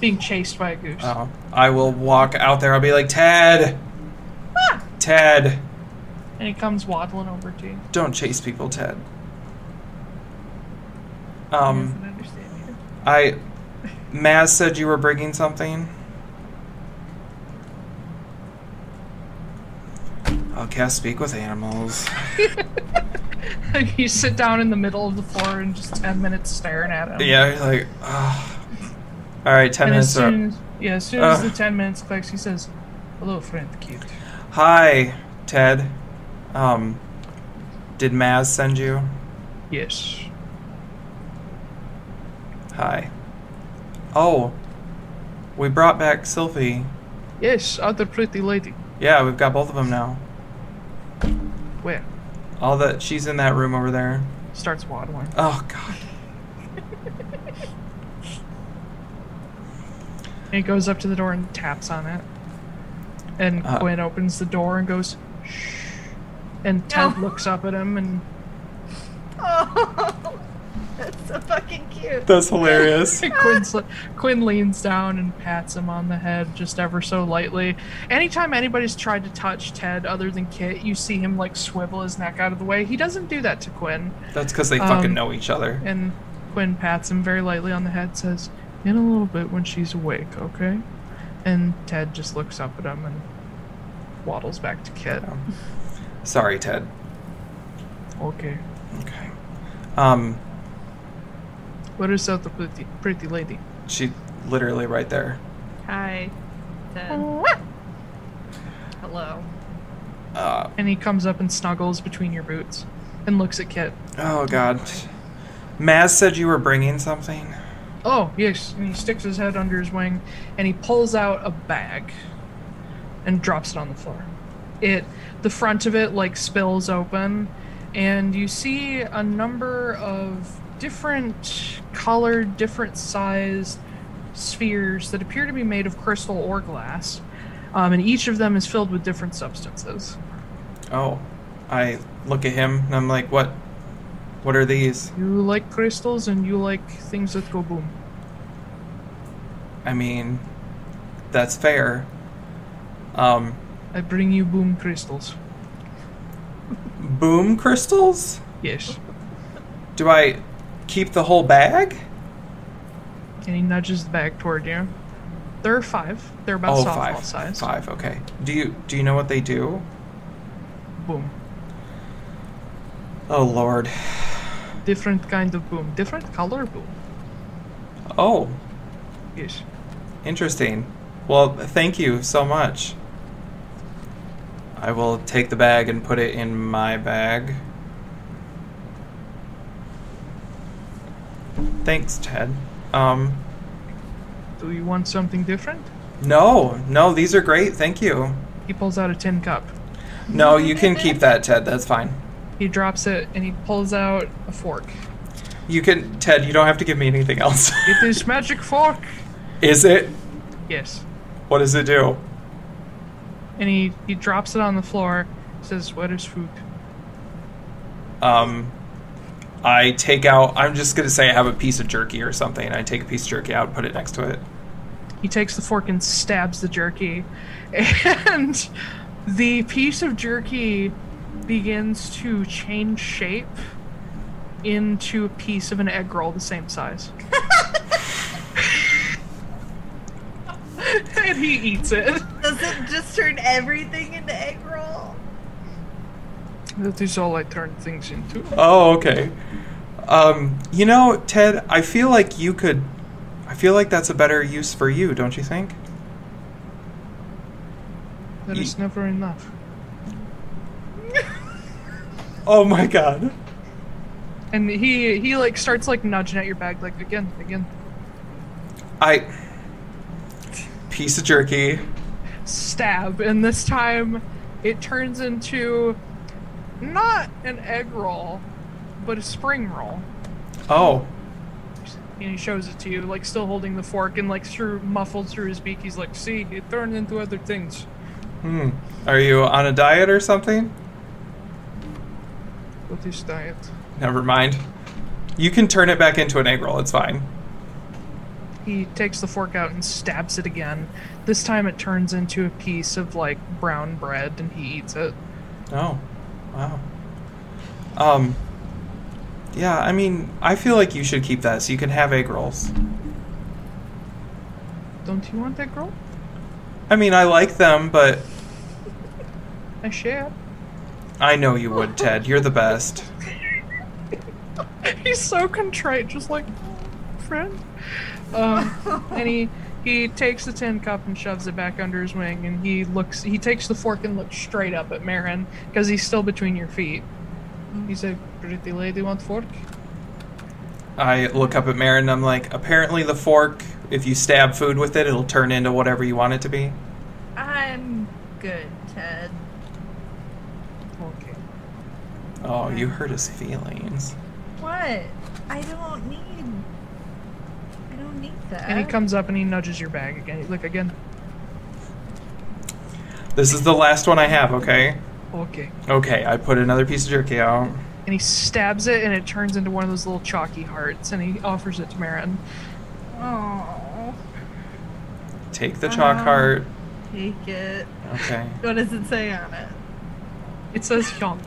[SPEAKER 1] being chased by a goose.
[SPEAKER 3] Oh, I will walk out there. I'll be like, Tad,
[SPEAKER 1] Ah!
[SPEAKER 3] Tad,
[SPEAKER 1] And he comes waddling over to you.
[SPEAKER 3] don't chase people, Tad.
[SPEAKER 5] I
[SPEAKER 3] Um,
[SPEAKER 5] doesn't understand either.
[SPEAKER 3] I, Maz said you were bringing something. I'll cast speak with animals.
[SPEAKER 1] you sit down in the middle of the floor and just ten minutes staring at him.
[SPEAKER 3] Yeah, like, ah. all right, ten
[SPEAKER 1] And as
[SPEAKER 3] minutes are up.
[SPEAKER 1] soon, yeah, as soon as
[SPEAKER 3] Ugh.
[SPEAKER 1] the ten minutes clicks, he says, "Hello, friend, cute."
[SPEAKER 3] Hi, Ted. Um, did Maz send you?
[SPEAKER 1] Yes.
[SPEAKER 3] Hi. Oh, we brought back Sylvie.
[SPEAKER 1] Yes, other pretty lady.
[SPEAKER 3] Yeah, we've got both of them now.
[SPEAKER 1] Where?
[SPEAKER 3] All that she's in that room over there.
[SPEAKER 1] Starts waddling.
[SPEAKER 3] Oh God.
[SPEAKER 1] And he goes up to the door and taps on it. And
[SPEAKER 3] Uh.
[SPEAKER 1] Quinn opens the door and goes, shh. And Ted
[SPEAKER 5] No.
[SPEAKER 1] looks up at him and
[SPEAKER 5] Oh, that's so fucking cute.
[SPEAKER 3] That's hilarious.
[SPEAKER 1] Quinn, sl- Quinn leans down and pats him on the head just ever so lightly. Anytime anybody's tried to touch Ted other than Kit, you see him like swivel his neck out of the way. He doesn't do that to Quinn.
[SPEAKER 3] That's because they fucking
[SPEAKER 1] Um,
[SPEAKER 3] know each other.
[SPEAKER 1] And Quinn pats him very lightly on the head, says, In a little bit when she's awake, okay? And Ted just looks up at him and waddles back to Kit.
[SPEAKER 3] Sorry, Ted.
[SPEAKER 1] Okay.
[SPEAKER 3] Okay. Um,
[SPEAKER 1] What is that, the pretty, pretty lady?
[SPEAKER 3] she literally right there.
[SPEAKER 5] Hi, Ted. Hello.
[SPEAKER 3] Uh,
[SPEAKER 1] And he comes up and snuggles between your boots and looks at Kit.
[SPEAKER 3] oh God. Maz said you were bringing something.
[SPEAKER 1] Oh, yes. And he sticks his head under his wing and he pulls out a bag and drops it on the floor. It the front of it like spills open and you see a number of different colored, different sized spheres that appear to be made of crystal or glass. Um, and each of them is filled with different substances.
[SPEAKER 3] Oh, I look at him and I'm like, what? What are these?
[SPEAKER 1] You like crystals and you like things that go boom.
[SPEAKER 3] I mean, that's fair. Um,
[SPEAKER 1] I bring you boom crystals.
[SPEAKER 3] boom crystals?
[SPEAKER 1] Yes.
[SPEAKER 3] Do I keep the whole bag?
[SPEAKER 1] and he nudges the bag toward you. There are five. They're about
[SPEAKER 3] oh,
[SPEAKER 1] softball
[SPEAKER 3] five.
[SPEAKER 1] size.
[SPEAKER 3] Five. Okay. Do you do you know what they do?
[SPEAKER 1] Boom.
[SPEAKER 3] Oh Lord.
[SPEAKER 1] Different kind of boom. Different color boom.
[SPEAKER 3] Oh,
[SPEAKER 1] Yes.
[SPEAKER 3] interesting. Well, thank you so much. I will take the bag and put it in my bag. Thanks, Ted. Um,
[SPEAKER 1] Do you want something different?
[SPEAKER 3] no, no, these are great. Thank you.
[SPEAKER 1] He pulls out a tin cup.
[SPEAKER 3] No, you can keep that, Ted. That's fine.
[SPEAKER 1] He drops it and he pulls out a fork.
[SPEAKER 3] You can, Ted. You don't have to give me anything else.
[SPEAKER 1] It is magic fork.
[SPEAKER 3] is it?
[SPEAKER 1] Yes.
[SPEAKER 3] What does it do?
[SPEAKER 1] And he, he drops it on the floor. Says, "What is food?"
[SPEAKER 3] Um, I take out. I'm just gonna say I have a piece of jerky or something. I take a piece of jerky out, put it next to it.
[SPEAKER 1] He takes the fork and stabs the jerky. And the piece of jerky begins to change shape into a piece of an egg roll the same size. and he eats it.
[SPEAKER 5] Does it just turn everything into egg roll?
[SPEAKER 1] That is all I turn things into.
[SPEAKER 3] Oh, okay. Um, you know, Ted, I feel like you could. I feel like that's a better use for you, don't you think?
[SPEAKER 1] That is
[SPEAKER 3] Ye-
[SPEAKER 1] never enough.
[SPEAKER 3] Oh my god.
[SPEAKER 1] And he he like starts like nudging at your bag like again, again.
[SPEAKER 3] I. Piece of jerky.
[SPEAKER 1] stab, and this time it turns into not an egg roll, but a spring roll.
[SPEAKER 3] Oh.
[SPEAKER 1] And he shows it to you, like still holding the fork, and like through muffled through his beak, he's like, "See, it turned into other things."
[SPEAKER 3] Hmm. Are you on a diet or something?
[SPEAKER 1] What is diet?
[SPEAKER 3] Never mind. You can turn it back into an egg roll. It's fine.
[SPEAKER 1] He takes the fork out and stabs it again. This time it turns into a piece of like brown bread, and he eats it.
[SPEAKER 3] Oh, wow. Um, yeah, I mean, I feel like you should keep that so you can have egg rolls.
[SPEAKER 1] Don't you want egg roll?
[SPEAKER 3] I mean, I like them, but
[SPEAKER 1] I share.
[SPEAKER 3] I know you would, Ted. You're the best.
[SPEAKER 1] He's so contrite, just like friend. Um, and he he takes the tin cup and shoves it back under his wing, and he looks. He takes the fork and looks straight up at Marin because he's still between your feet. He said, "Pretty lady, want fork?"
[SPEAKER 3] I look up at Marin and I'm like, apparently the fork, if you stab food with it, it'll turn into whatever you want it to be.
[SPEAKER 5] I'm good, Ted.
[SPEAKER 1] Okay.
[SPEAKER 3] Oh, you hurt his feelings.
[SPEAKER 5] What? I don't need. I don't need that.
[SPEAKER 1] And he comes up and he nudges your bag again. You look again.
[SPEAKER 3] This is the last one I have, okay?
[SPEAKER 1] Okay.
[SPEAKER 3] Okay, I put another piece of jerky out.
[SPEAKER 1] And he stabs it and it turns into one of those little chalky hearts and he offers it to Marin.
[SPEAKER 5] Oh,
[SPEAKER 3] Take the chalk
[SPEAKER 5] Um.
[SPEAKER 3] heart.
[SPEAKER 5] take it.
[SPEAKER 3] Okay.
[SPEAKER 5] What does it say on it?
[SPEAKER 1] It says yonk.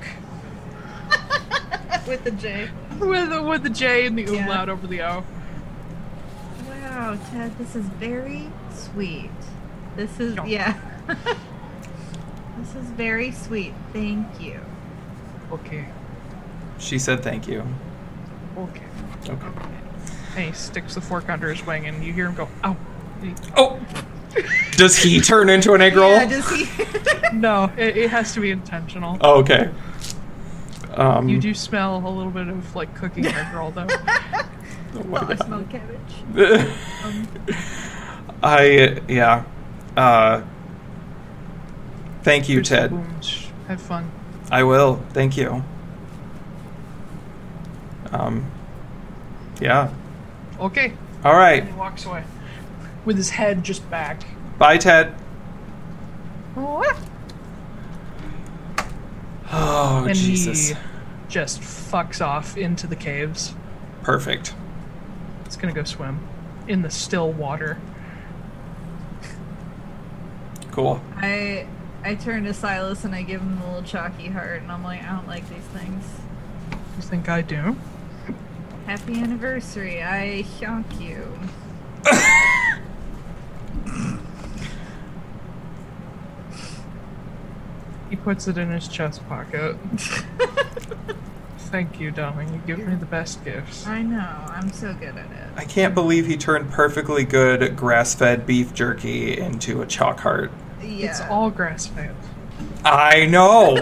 [SPEAKER 5] With the J.
[SPEAKER 1] With the, with the J and the
[SPEAKER 5] Yeah.
[SPEAKER 1] umlaut over the O.
[SPEAKER 5] Wow, Ted, this is very sweet. This is
[SPEAKER 1] Yonk.
[SPEAKER 5] yeah. this is very sweet. Thank you.
[SPEAKER 1] Okay.
[SPEAKER 3] She said thank you.
[SPEAKER 1] Okay.
[SPEAKER 3] Okay.
[SPEAKER 1] And he sticks the fork under his wing and you hear him go, ow. And he-
[SPEAKER 3] Oh! Does he turn into an egg roll?
[SPEAKER 5] Yeah, does he?
[SPEAKER 1] No, it, it has to be intentional.
[SPEAKER 3] oh, okay. Um,
[SPEAKER 1] You do smell a little bit of like cooking egg roll though.
[SPEAKER 3] oh my
[SPEAKER 5] oh, I
[SPEAKER 3] God.
[SPEAKER 5] smell cabbage.
[SPEAKER 3] Um, I, yeah. Uh, thank you,
[SPEAKER 1] Here's the
[SPEAKER 3] Ted.
[SPEAKER 1] wounds. Have fun.
[SPEAKER 3] I will. Thank you. Um, yeah.
[SPEAKER 1] Okay.
[SPEAKER 3] All right.
[SPEAKER 1] And he walks away. With his head just back.
[SPEAKER 3] Bye, Ted. Oh,
[SPEAKER 1] and
[SPEAKER 3] Jesus.
[SPEAKER 1] he just fucks off into the caves.
[SPEAKER 3] Perfect.
[SPEAKER 1] It's gonna go swim in the still water.
[SPEAKER 3] Cool.
[SPEAKER 5] I I turn to Silas and I give him the little chalky heart, and I'm like, I don't like these things.
[SPEAKER 1] You think I do?
[SPEAKER 5] Happy anniversary! I honk you.
[SPEAKER 1] He puts it in his chest pocket. Thank you, darling. You give me the best gifts.
[SPEAKER 5] I know. I'm so good at it.
[SPEAKER 3] I can't believe he turned perfectly good grass fed beef jerky into a chalk heart.
[SPEAKER 5] Yeah.
[SPEAKER 1] It's all grass fed.
[SPEAKER 3] I know.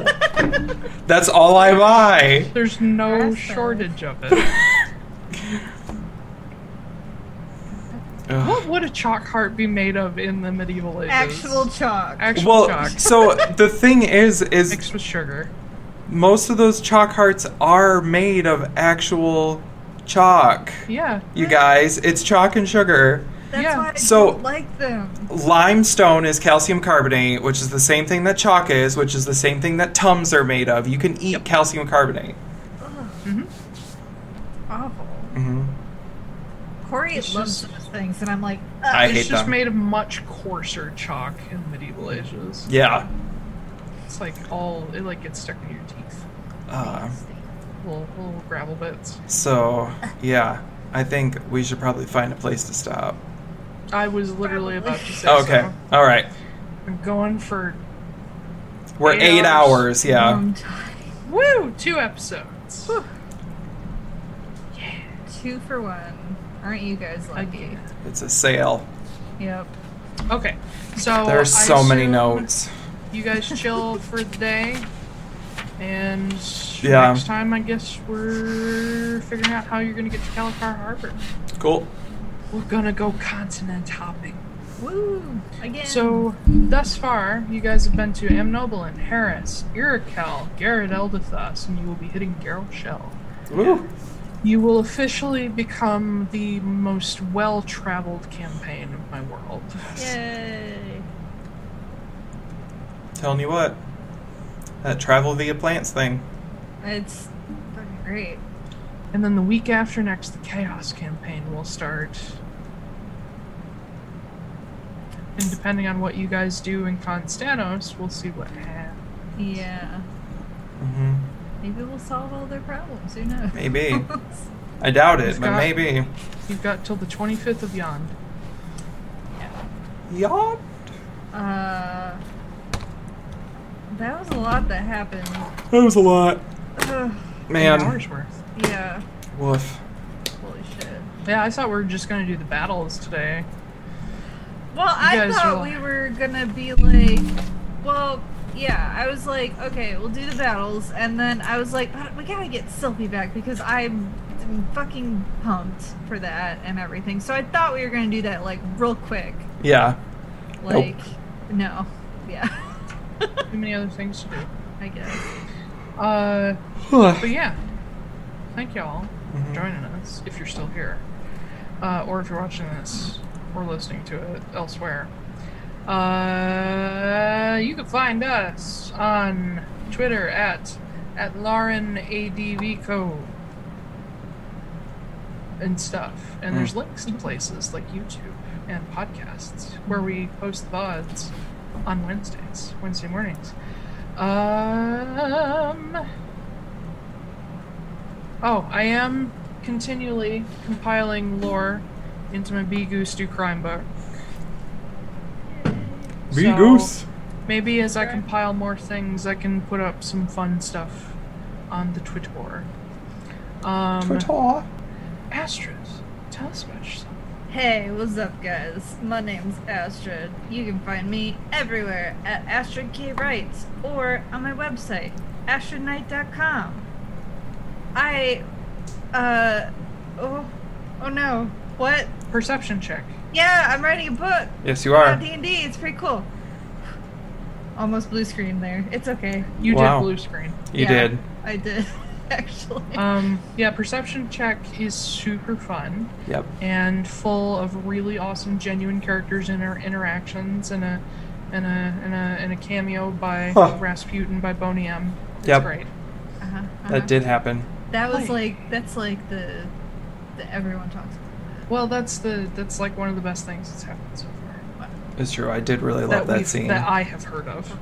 [SPEAKER 3] That's all I buy.
[SPEAKER 1] There's no
[SPEAKER 5] Grass fed.
[SPEAKER 1] shortage of it.
[SPEAKER 3] Ugh.
[SPEAKER 1] what would a chalk heart be made of in the medieval ages?
[SPEAKER 5] actual chalk.
[SPEAKER 1] actual
[SPEAKER 3] Well,
[SPEAKER 1] chalk
[SPEAKER 3] so the thing is, is
[SPEAKER 1] mixed with sugar.
[SPEAKER 3] most of those chalk hearts are made of actual chalk.
[SPEAKER 1] Yeah.
[SPEAKER 3] You guys, it's chalk and sugar.
[SPEAKER 5] That's
[SPEAKER 1] yeah.
[SPEAKER 5] why I
[SPEAKER 3] So-
[SPEAKER 5] don't like them.
[SPEAKER 3] Limestone is calcium carbonate, which is the same thing that chalk is, which is the same thing that tums are made of. You can eat calcium carbonate.
[SPEAKER 1] Mm-hmm.
[SPEAKER 5] Awful.
[SPEAKER 3] hmm
[SPEAKER 5] Corey
[SPEAKER 1] It's
[SPEAKER 5] loves
[SPEAKER 1] just-
[SPEAKER 5] those things, and I'm like, Ugh.
[SPEAKER 1] Uh,
[SPEAKER 3] I
[SPEAKER 1] it's
[SPEAKER 3] hate
[SPEAKER 1] just
[SPEAKER 3] them.
[SPEAKER 1] made of much coarser chalk in the medieval ages.
[SPEAKER 3] Yeah.
[SPEAKER 1] It's like all it like gets stuck in your teeth.
[SPEAKER 3] Uh,
[SPEAKER 1] Little little gravel bits.
[SPEAKER 3] so, yeah, I think we should probably find a place to stop.
[SPEAKER 1] I was literally about to say
[SPEAKER 3] Okay.
[SPEAKER 1] so.
[SPEAKER 3] All right.
[SPEAKER 1] I'm going for
[SPEAKER 3] We're
[SPEAKER 1] Eight
[SPEAKER 3] eight,
[SPEAKER 1] hours. Mm-hmm.
[SPEAKER 3] hours. Yeah.
[SPEAKER 5] long time.
[SPEAKER 1] woo two episodes.
[SPEAKER 5] Two for one. Aren't you guys lucky?
[SPEAKER 1] Again.
[SPEAKER 3] It's a sale.
[SPEAKER 5] Yep.
[SPEAKER 1] Okay, so
[SPEAKER 3] There are so
[SPEAKER 1] Oh, I
[SPEAKER 3] many
[SPEAKER 1] assume
[SPEAKER 3] notes.
[SPEAKER 1] You guys chill for the day, and
[SPEAKER 3] Yeah.
[SPEAKER 1] next time I guess we're figuring out how you're gonna get to Calicar Harbor.
[SPEAKER 3] Cool.
[SPEAKER 1] We're gonna go continent hopping.
[SPEAKER 5] Woo! Again.
[SPEAKER 1] So, thus far, you guys have been to Amnoblin, Harris, Irakel, Garrett Eldathas, and you will be hitting Geralt Shell.
[SPEAKER 3] Woo.
[SPEAKER 1] You will officially become the most well traveled campaign of my world.
[SPEAKER 5] Yay.
[SPEAKER 3] Telling you what, that travel via plants thing.
[SPEAKER 5] It's fucking great.
[SPEAKER 1] And then the week after next, the Chaos campaign will start. And depending on what you guys do in Constanos, we'll see what happens.
[SPEAKER 5] Yeah.
[SPEAKER 3] hmm
[SPEAKER 5] Maybe we'll solve all their problems. Who knows?
[SPEAKER 3] Maybe. I doubt it, but
[SPEAKER 1] Scott.
[SPEAKER 3] maybe.
[SPEAKER 1] You've got till the 25th of Yond.
[SPEAKER 3] Yup.
[SPEAKER 5] uh, that was a lot that happened.
[SPEAKER 3] That was a lot.
[SPEAKER 5] Ugh,
[SPEAKER 1] Eight
[SPEAKER 3] Man.
[SPEAKER 1] hours worth.
[SPEAKER 5] yeah.
[SPEAKER 3] Woof.
[SPEAKER 5] Holy shit.
[SPEAKER 1] Yeah, I thought we were just going to do the battles today.
[SPEAKER 5] Well, I
[SPEAKER 1] guys
[SPEAKER 5] thought
[SPEAKER 1] will-
[SPEAKER 5] we were gonna be like, well, yeah. I was like, okay, we'll do the battles, and then I was like, but we gotta get Sylvie back because I'm fucking pumped for that and everything. So I thought we were gonna do that like real quick,
[SPEAKER 3] Yeah.
[SPEAKER 5] like no, yeah,
[SPEAKER 1] Too many other things to do.
[SPEAKER 5] I guess.
[SPEAKER 1] Uh,
[SPEAKER 3] Whew.
[SPEAKER 1] but yeah. Thank y'all for joining us, if you're still here. uh, or if you're watching this or listening to it elsewhere, uh, you can find us on Twitter at at LaurenADVCo and stuff. And there's links to places like YouTube and podcasts where we post VODs on Wednesdays, Wednesday mornings. Um, Oh, I am continually compiling lore into my Bee Goose Do Crime book.
[SPEAKER 3] Bee
[SPEAKER 1] So,
[SPEAKER 3] Goose.
[SPEAKER 1] Maybe as I compile more things, I can put up some fun stuff on the Twitter. Um,
[SPEAKER 3] Twitter.
[SPEAKER 1] Astros, tell us about yourself.
[SPEAKER 5] Hey, what's up, guys? My name's Astrid. You can find me everywhere at Astrid K. Writes or on my website, astridnight.com. I, uh, oh, oh no, what?
[SPEAKER 1] Perception check.
[SPEAKER 5] Yeah, I'm writing a book
[SPEAKER 3] Yes, you are.
[SPEAKER 5] about D&D. It's pretty cool. Almost blue screen there. It's okay.
[SPEAKER 1] You
[SPEAKER 3] Wow.
[SPEAKER 1] did blue screen.
[SPEAKER 3] You
[SPEAKER 5] Yeah,
[SPEAKER 3] did.
[SPEAKER 5] I did, actually.
[SPEAKER 1] Um, yeah, perception check is super fun.
[SPEAKER 3] Yep.
[SPEAKER 1] and full of really awesome, genuine characters and our interactions, and a and a and a, and a cameo by
[SPEAKER 3] Huh.
[SPEAKER 1] Rasputin by Boney M. It's
[SPEAKER 3] Yep.
[SPEAKER 1] great.
[SPEAKER 5] Uh-huh, uh-huh.
[SPEAKER 3] That did happen.
[SPEAKER 5] That was
[SPEAKER 1] Hi.
[SPEAKER 5] like, that's like the, the everyone talks about.
[SPEAKER 1] Well, that's the that's like one of the best things that's happened so far.
[SPEAKER 3] It's true. I did really love that,
[SPEAKER 1] we've-
[SPEAKER 3] scene.
[SPEAKER 1] that I have heard of,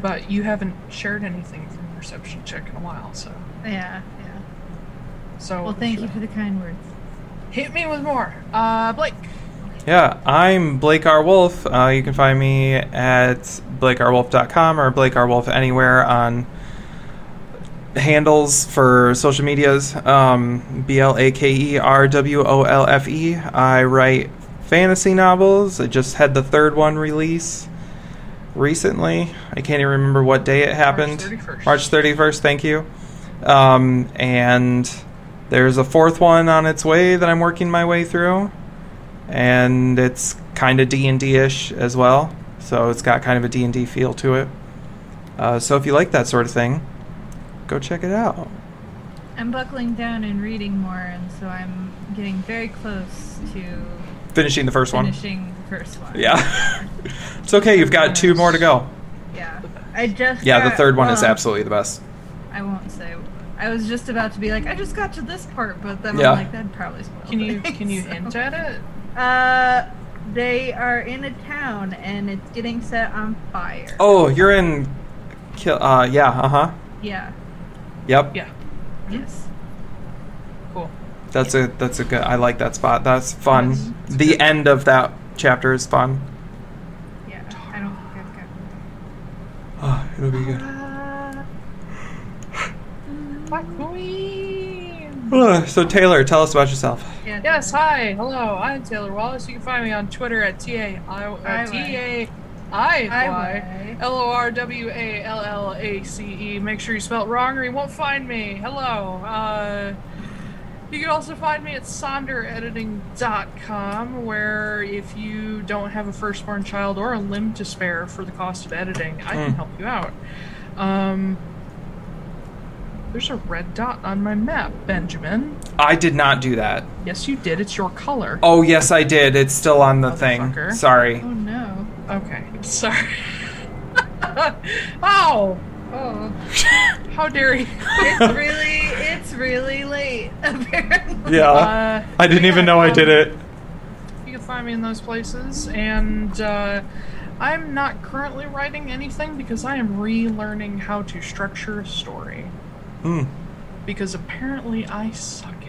[SPEAKER 1] but you haven't shared anything from Perception Check in a while, so
[SPEAKER 5] Yeah, yeah.
[SPEAKER 1] so.
[SPEAKER 5] Well, thank you for the kind words.
[SPEAKER 1] Hit me with more, uh, Blake.
[SPEAKER 3] Yeah, I'm Blake R. Wolf. Uh, you can find me at blakerwolf.com or Blake R. Wolf anywhere on handles for social medias. Um, B L A K E R W O L F E. I write fantasy novels. I just had the third one release recently. I can't even remember what day it happened.
[SPEAKER 1] 31st.
[SPEAKER 3] March 31st, thank you. Um, and there's a fourth one on its way that I'm working my way through and it's kind of d&d-ish as well so it's got kind of a d&d feel to it uh, so if you like that sort of thing go check it out
[SPEAKER 5] I'm buckling down and reading more, and so I'm getting very close to
[SPEAKER 3] finishing the first one
[SPEAKER 5] finishing the first one.
[SPEAKER 3] yeah it's okay you've got two more to go
[SPEAKER 5] yeah. I just
[SPEAKER 3] yeah the
[SPEAKER 5] got-
[SPEAKER 3] third one is
[SPEAKER 5] well,
[SPEAKER 3] absolutely the best
[SPEAKER 5] I won't say. I was just about to be like, I just got to this part, but then
[SPEAKER 3] Yeah.
[SPEAKER 5] I'm like, that'd probably spoil.
[SPEAKER 1] Can you
[SPEAKER 5] things,
[SPEAKER 1] can you
[SPEAKER 5] so.
[SPEAKER 1] hint at it?
[SPEAKER 5] Uh, they are in a town, and it's getting set on fire.
[SPEAKER 3] oh you're in kill uh yeah uh-huh
[SPEAKER 5] Yeah.
[SPEAKER 3] yep
[SPEAKER 1] Yeah,
[SPEAKER 5] Yes.
[SPEAKER 1] cool.
[SPEAKER 3] that's a that's a good i like that spot that's fun the end of that chapter is fun
[SPEAKER 5] Yeah. I don't think I've gotten.
[SPEAKER 3] oh, it'll be good
[SPEAKER 5] Uh,
[SPEAKER 1] My queen.
[SPEAKER 3] Ugh, so taylor tell us about yourself
[SPEAKER 5] yeah,
[SPEAKER 1] Yes, hi, hello, I'm Taylor Wallace. You can find me on Twitter at T A I
[SPEAKER 5] I
[SPEAKER 1] uh,
[SPEAKER 5] Y.
[SPEAKER 1] T A
[SPEAKER 5] I
[SPEAKER 1] I
[SPEAKER 5] Y.
[SPEAKER 1] Y L O R W A L L A C E. Make sure you spell it wrong or you won't find me. Hello. Uh, you can also find me at sonderediting.com, where if you don't have a firstborn child or a limb to spare for the cost of editing, I can
[SPEAKER 3] Mm.
[SPEAKER 1] help you out. Um, there's a red dot on my map, Benjamin.
[SPEAKER 3] i did not do that
[SPEAKER 1] Yes, you did. It's your color.
[SPEAKER 3] Oh yes, I did. It's still on the thing.
[SPEAKER 1] Motherfucker.
[SPEAKER 3] Sorry.
[SPEAKER 5] Oh no.
[SPEAKER 1] Okay, sorry. Ow!
[SPEAKER 5] Oh.
[SPEAKER 1] How dare you?
[SPEAKER 3] Uh,
[SPEAKER 5] It's really, it's really late, apparently.
[SPEAKER 1] Uh,
[SPEAKER 3] I didn't even know I did it.
[SPEAKER 1] you can find me in those places, and uh, I'm not currently writing anything because I am relearning how to structure a story.
[SPEAKER 3] Hmm.
[SPEAKER 1] Because apparently I suck at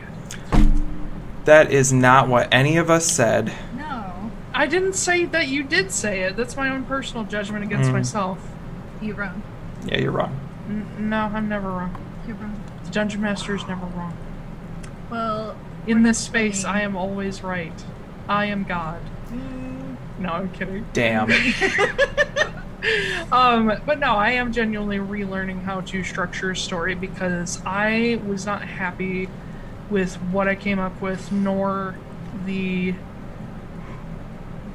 [SPEAKER 1] it.
[SPEAKER 3] That is not what any of us said.
[SPEAKER 5] No,
[SPEAKER 1] I didn't say that you did say it. That's my own personal judgment against
[SPEAKER 3] Mm.
[SPEAKER 1] myself.
[SPEAKER 5] you're wrong.
[SPEAKER 3] Yeah, you're wrong.
[SPEAKER 1] N- no, I'm never wrong.
[SPEAKER 5] You're wrong.
[SPEAKER 1] The dungeon master is never wrong.
[SPEAKER 5] Well,
[SPEAKER 1] In this space, I am always right. I am God. No, I'm kidding.
[SPEAKER 3] Damn.
[SPEAKER 1] um, but no, I am genuinely relearning how to structure a story because I was not happy with what I came up with, nor the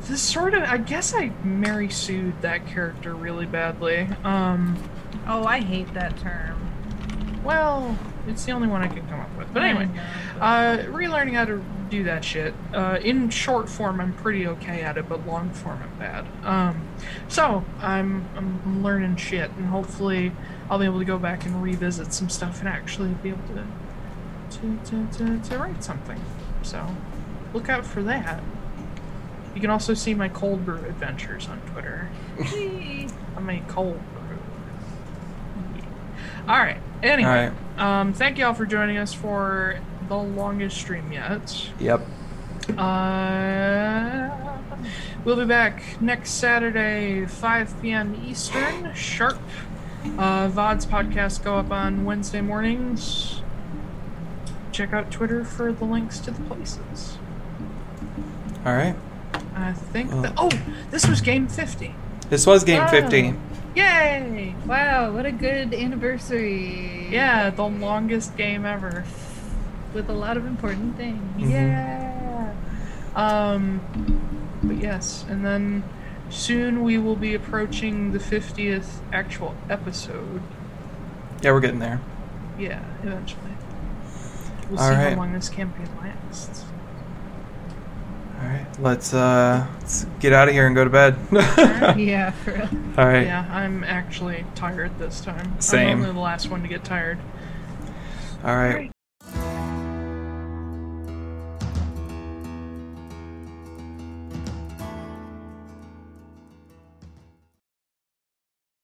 [SPEAKER 1] the sort of. I guess I Mary sued that character really badly. Um,
[SPEAKER 5] oh, I hate that term.
[SPEAKER 1] well, it's the only one I could come up with. But anyway,
[SPEAKER 5] I know.
[SPEAKER 1] uh, relearning how to do that shit. Uh, in short form, I'm pretty okay at it, but long form, I'm bad. Um, so I'm I'm learning shit, and hopefully, I'll be able to go back and revisit some stuff and actually be able to to, to, to, to write something. So look out for that. You can also see my cold brew adventures on Twitter. I made cold brew. Yeah. All right. Anyway.
[SPEAKER 3] All right.
[SPEAKER 1] Um, thank you all for joining us for the longest stream yet.
[SPEAKER 3] Yep.
[SPEAKER 1] Uh, we'll be back next Saturday, 5 p.m. Eastern, sharp. Uh, VOD's podcasts go up on Wednesday mornings. Check out Twitter for the links to the places.
[SPEAKER 3] All right.
[SPEAKER 1] I think that. Oh, this was game 50.
[SPEAKER 3] This was game
[SPEAKER 1] Wow.
[SPEAKER 3] 50.
[SPEAKER 1] Yay!
[SPEAKER 5] Wow, what a good anniversary.
[SPEAKER 1] Yeah, the longest game ever.
[SPEAKER 5] With a lot of important things.
[SPEAKER 3] Mm-hmm.
[SPEAKER 1] Yeah. Um, but yes, and then soon we will be approaching the 50th actual episode.
[SPEAKER 3] Yeah, we're getting there.
[SPEAKER 1] Yeah, eventually. We'll
[SPEAKER 3] All
[SPEAKER 1] see
[SPEAKER 3] right.
[SPEAKER 1] how long this campaign lasts.
[SPEAKER 3] All right. Let's uh let's get out of here and go to bed.
[SPEAKER 5] Yeah, for real.
[SPEAKER 3] All right.
[SPEAKER 1] Yeah, I'm actually tired this time.
[SPEAKER 3] Same.
[SPEAKER 1] I'm only the last one to get tired.
[SPEAKER 3] All right.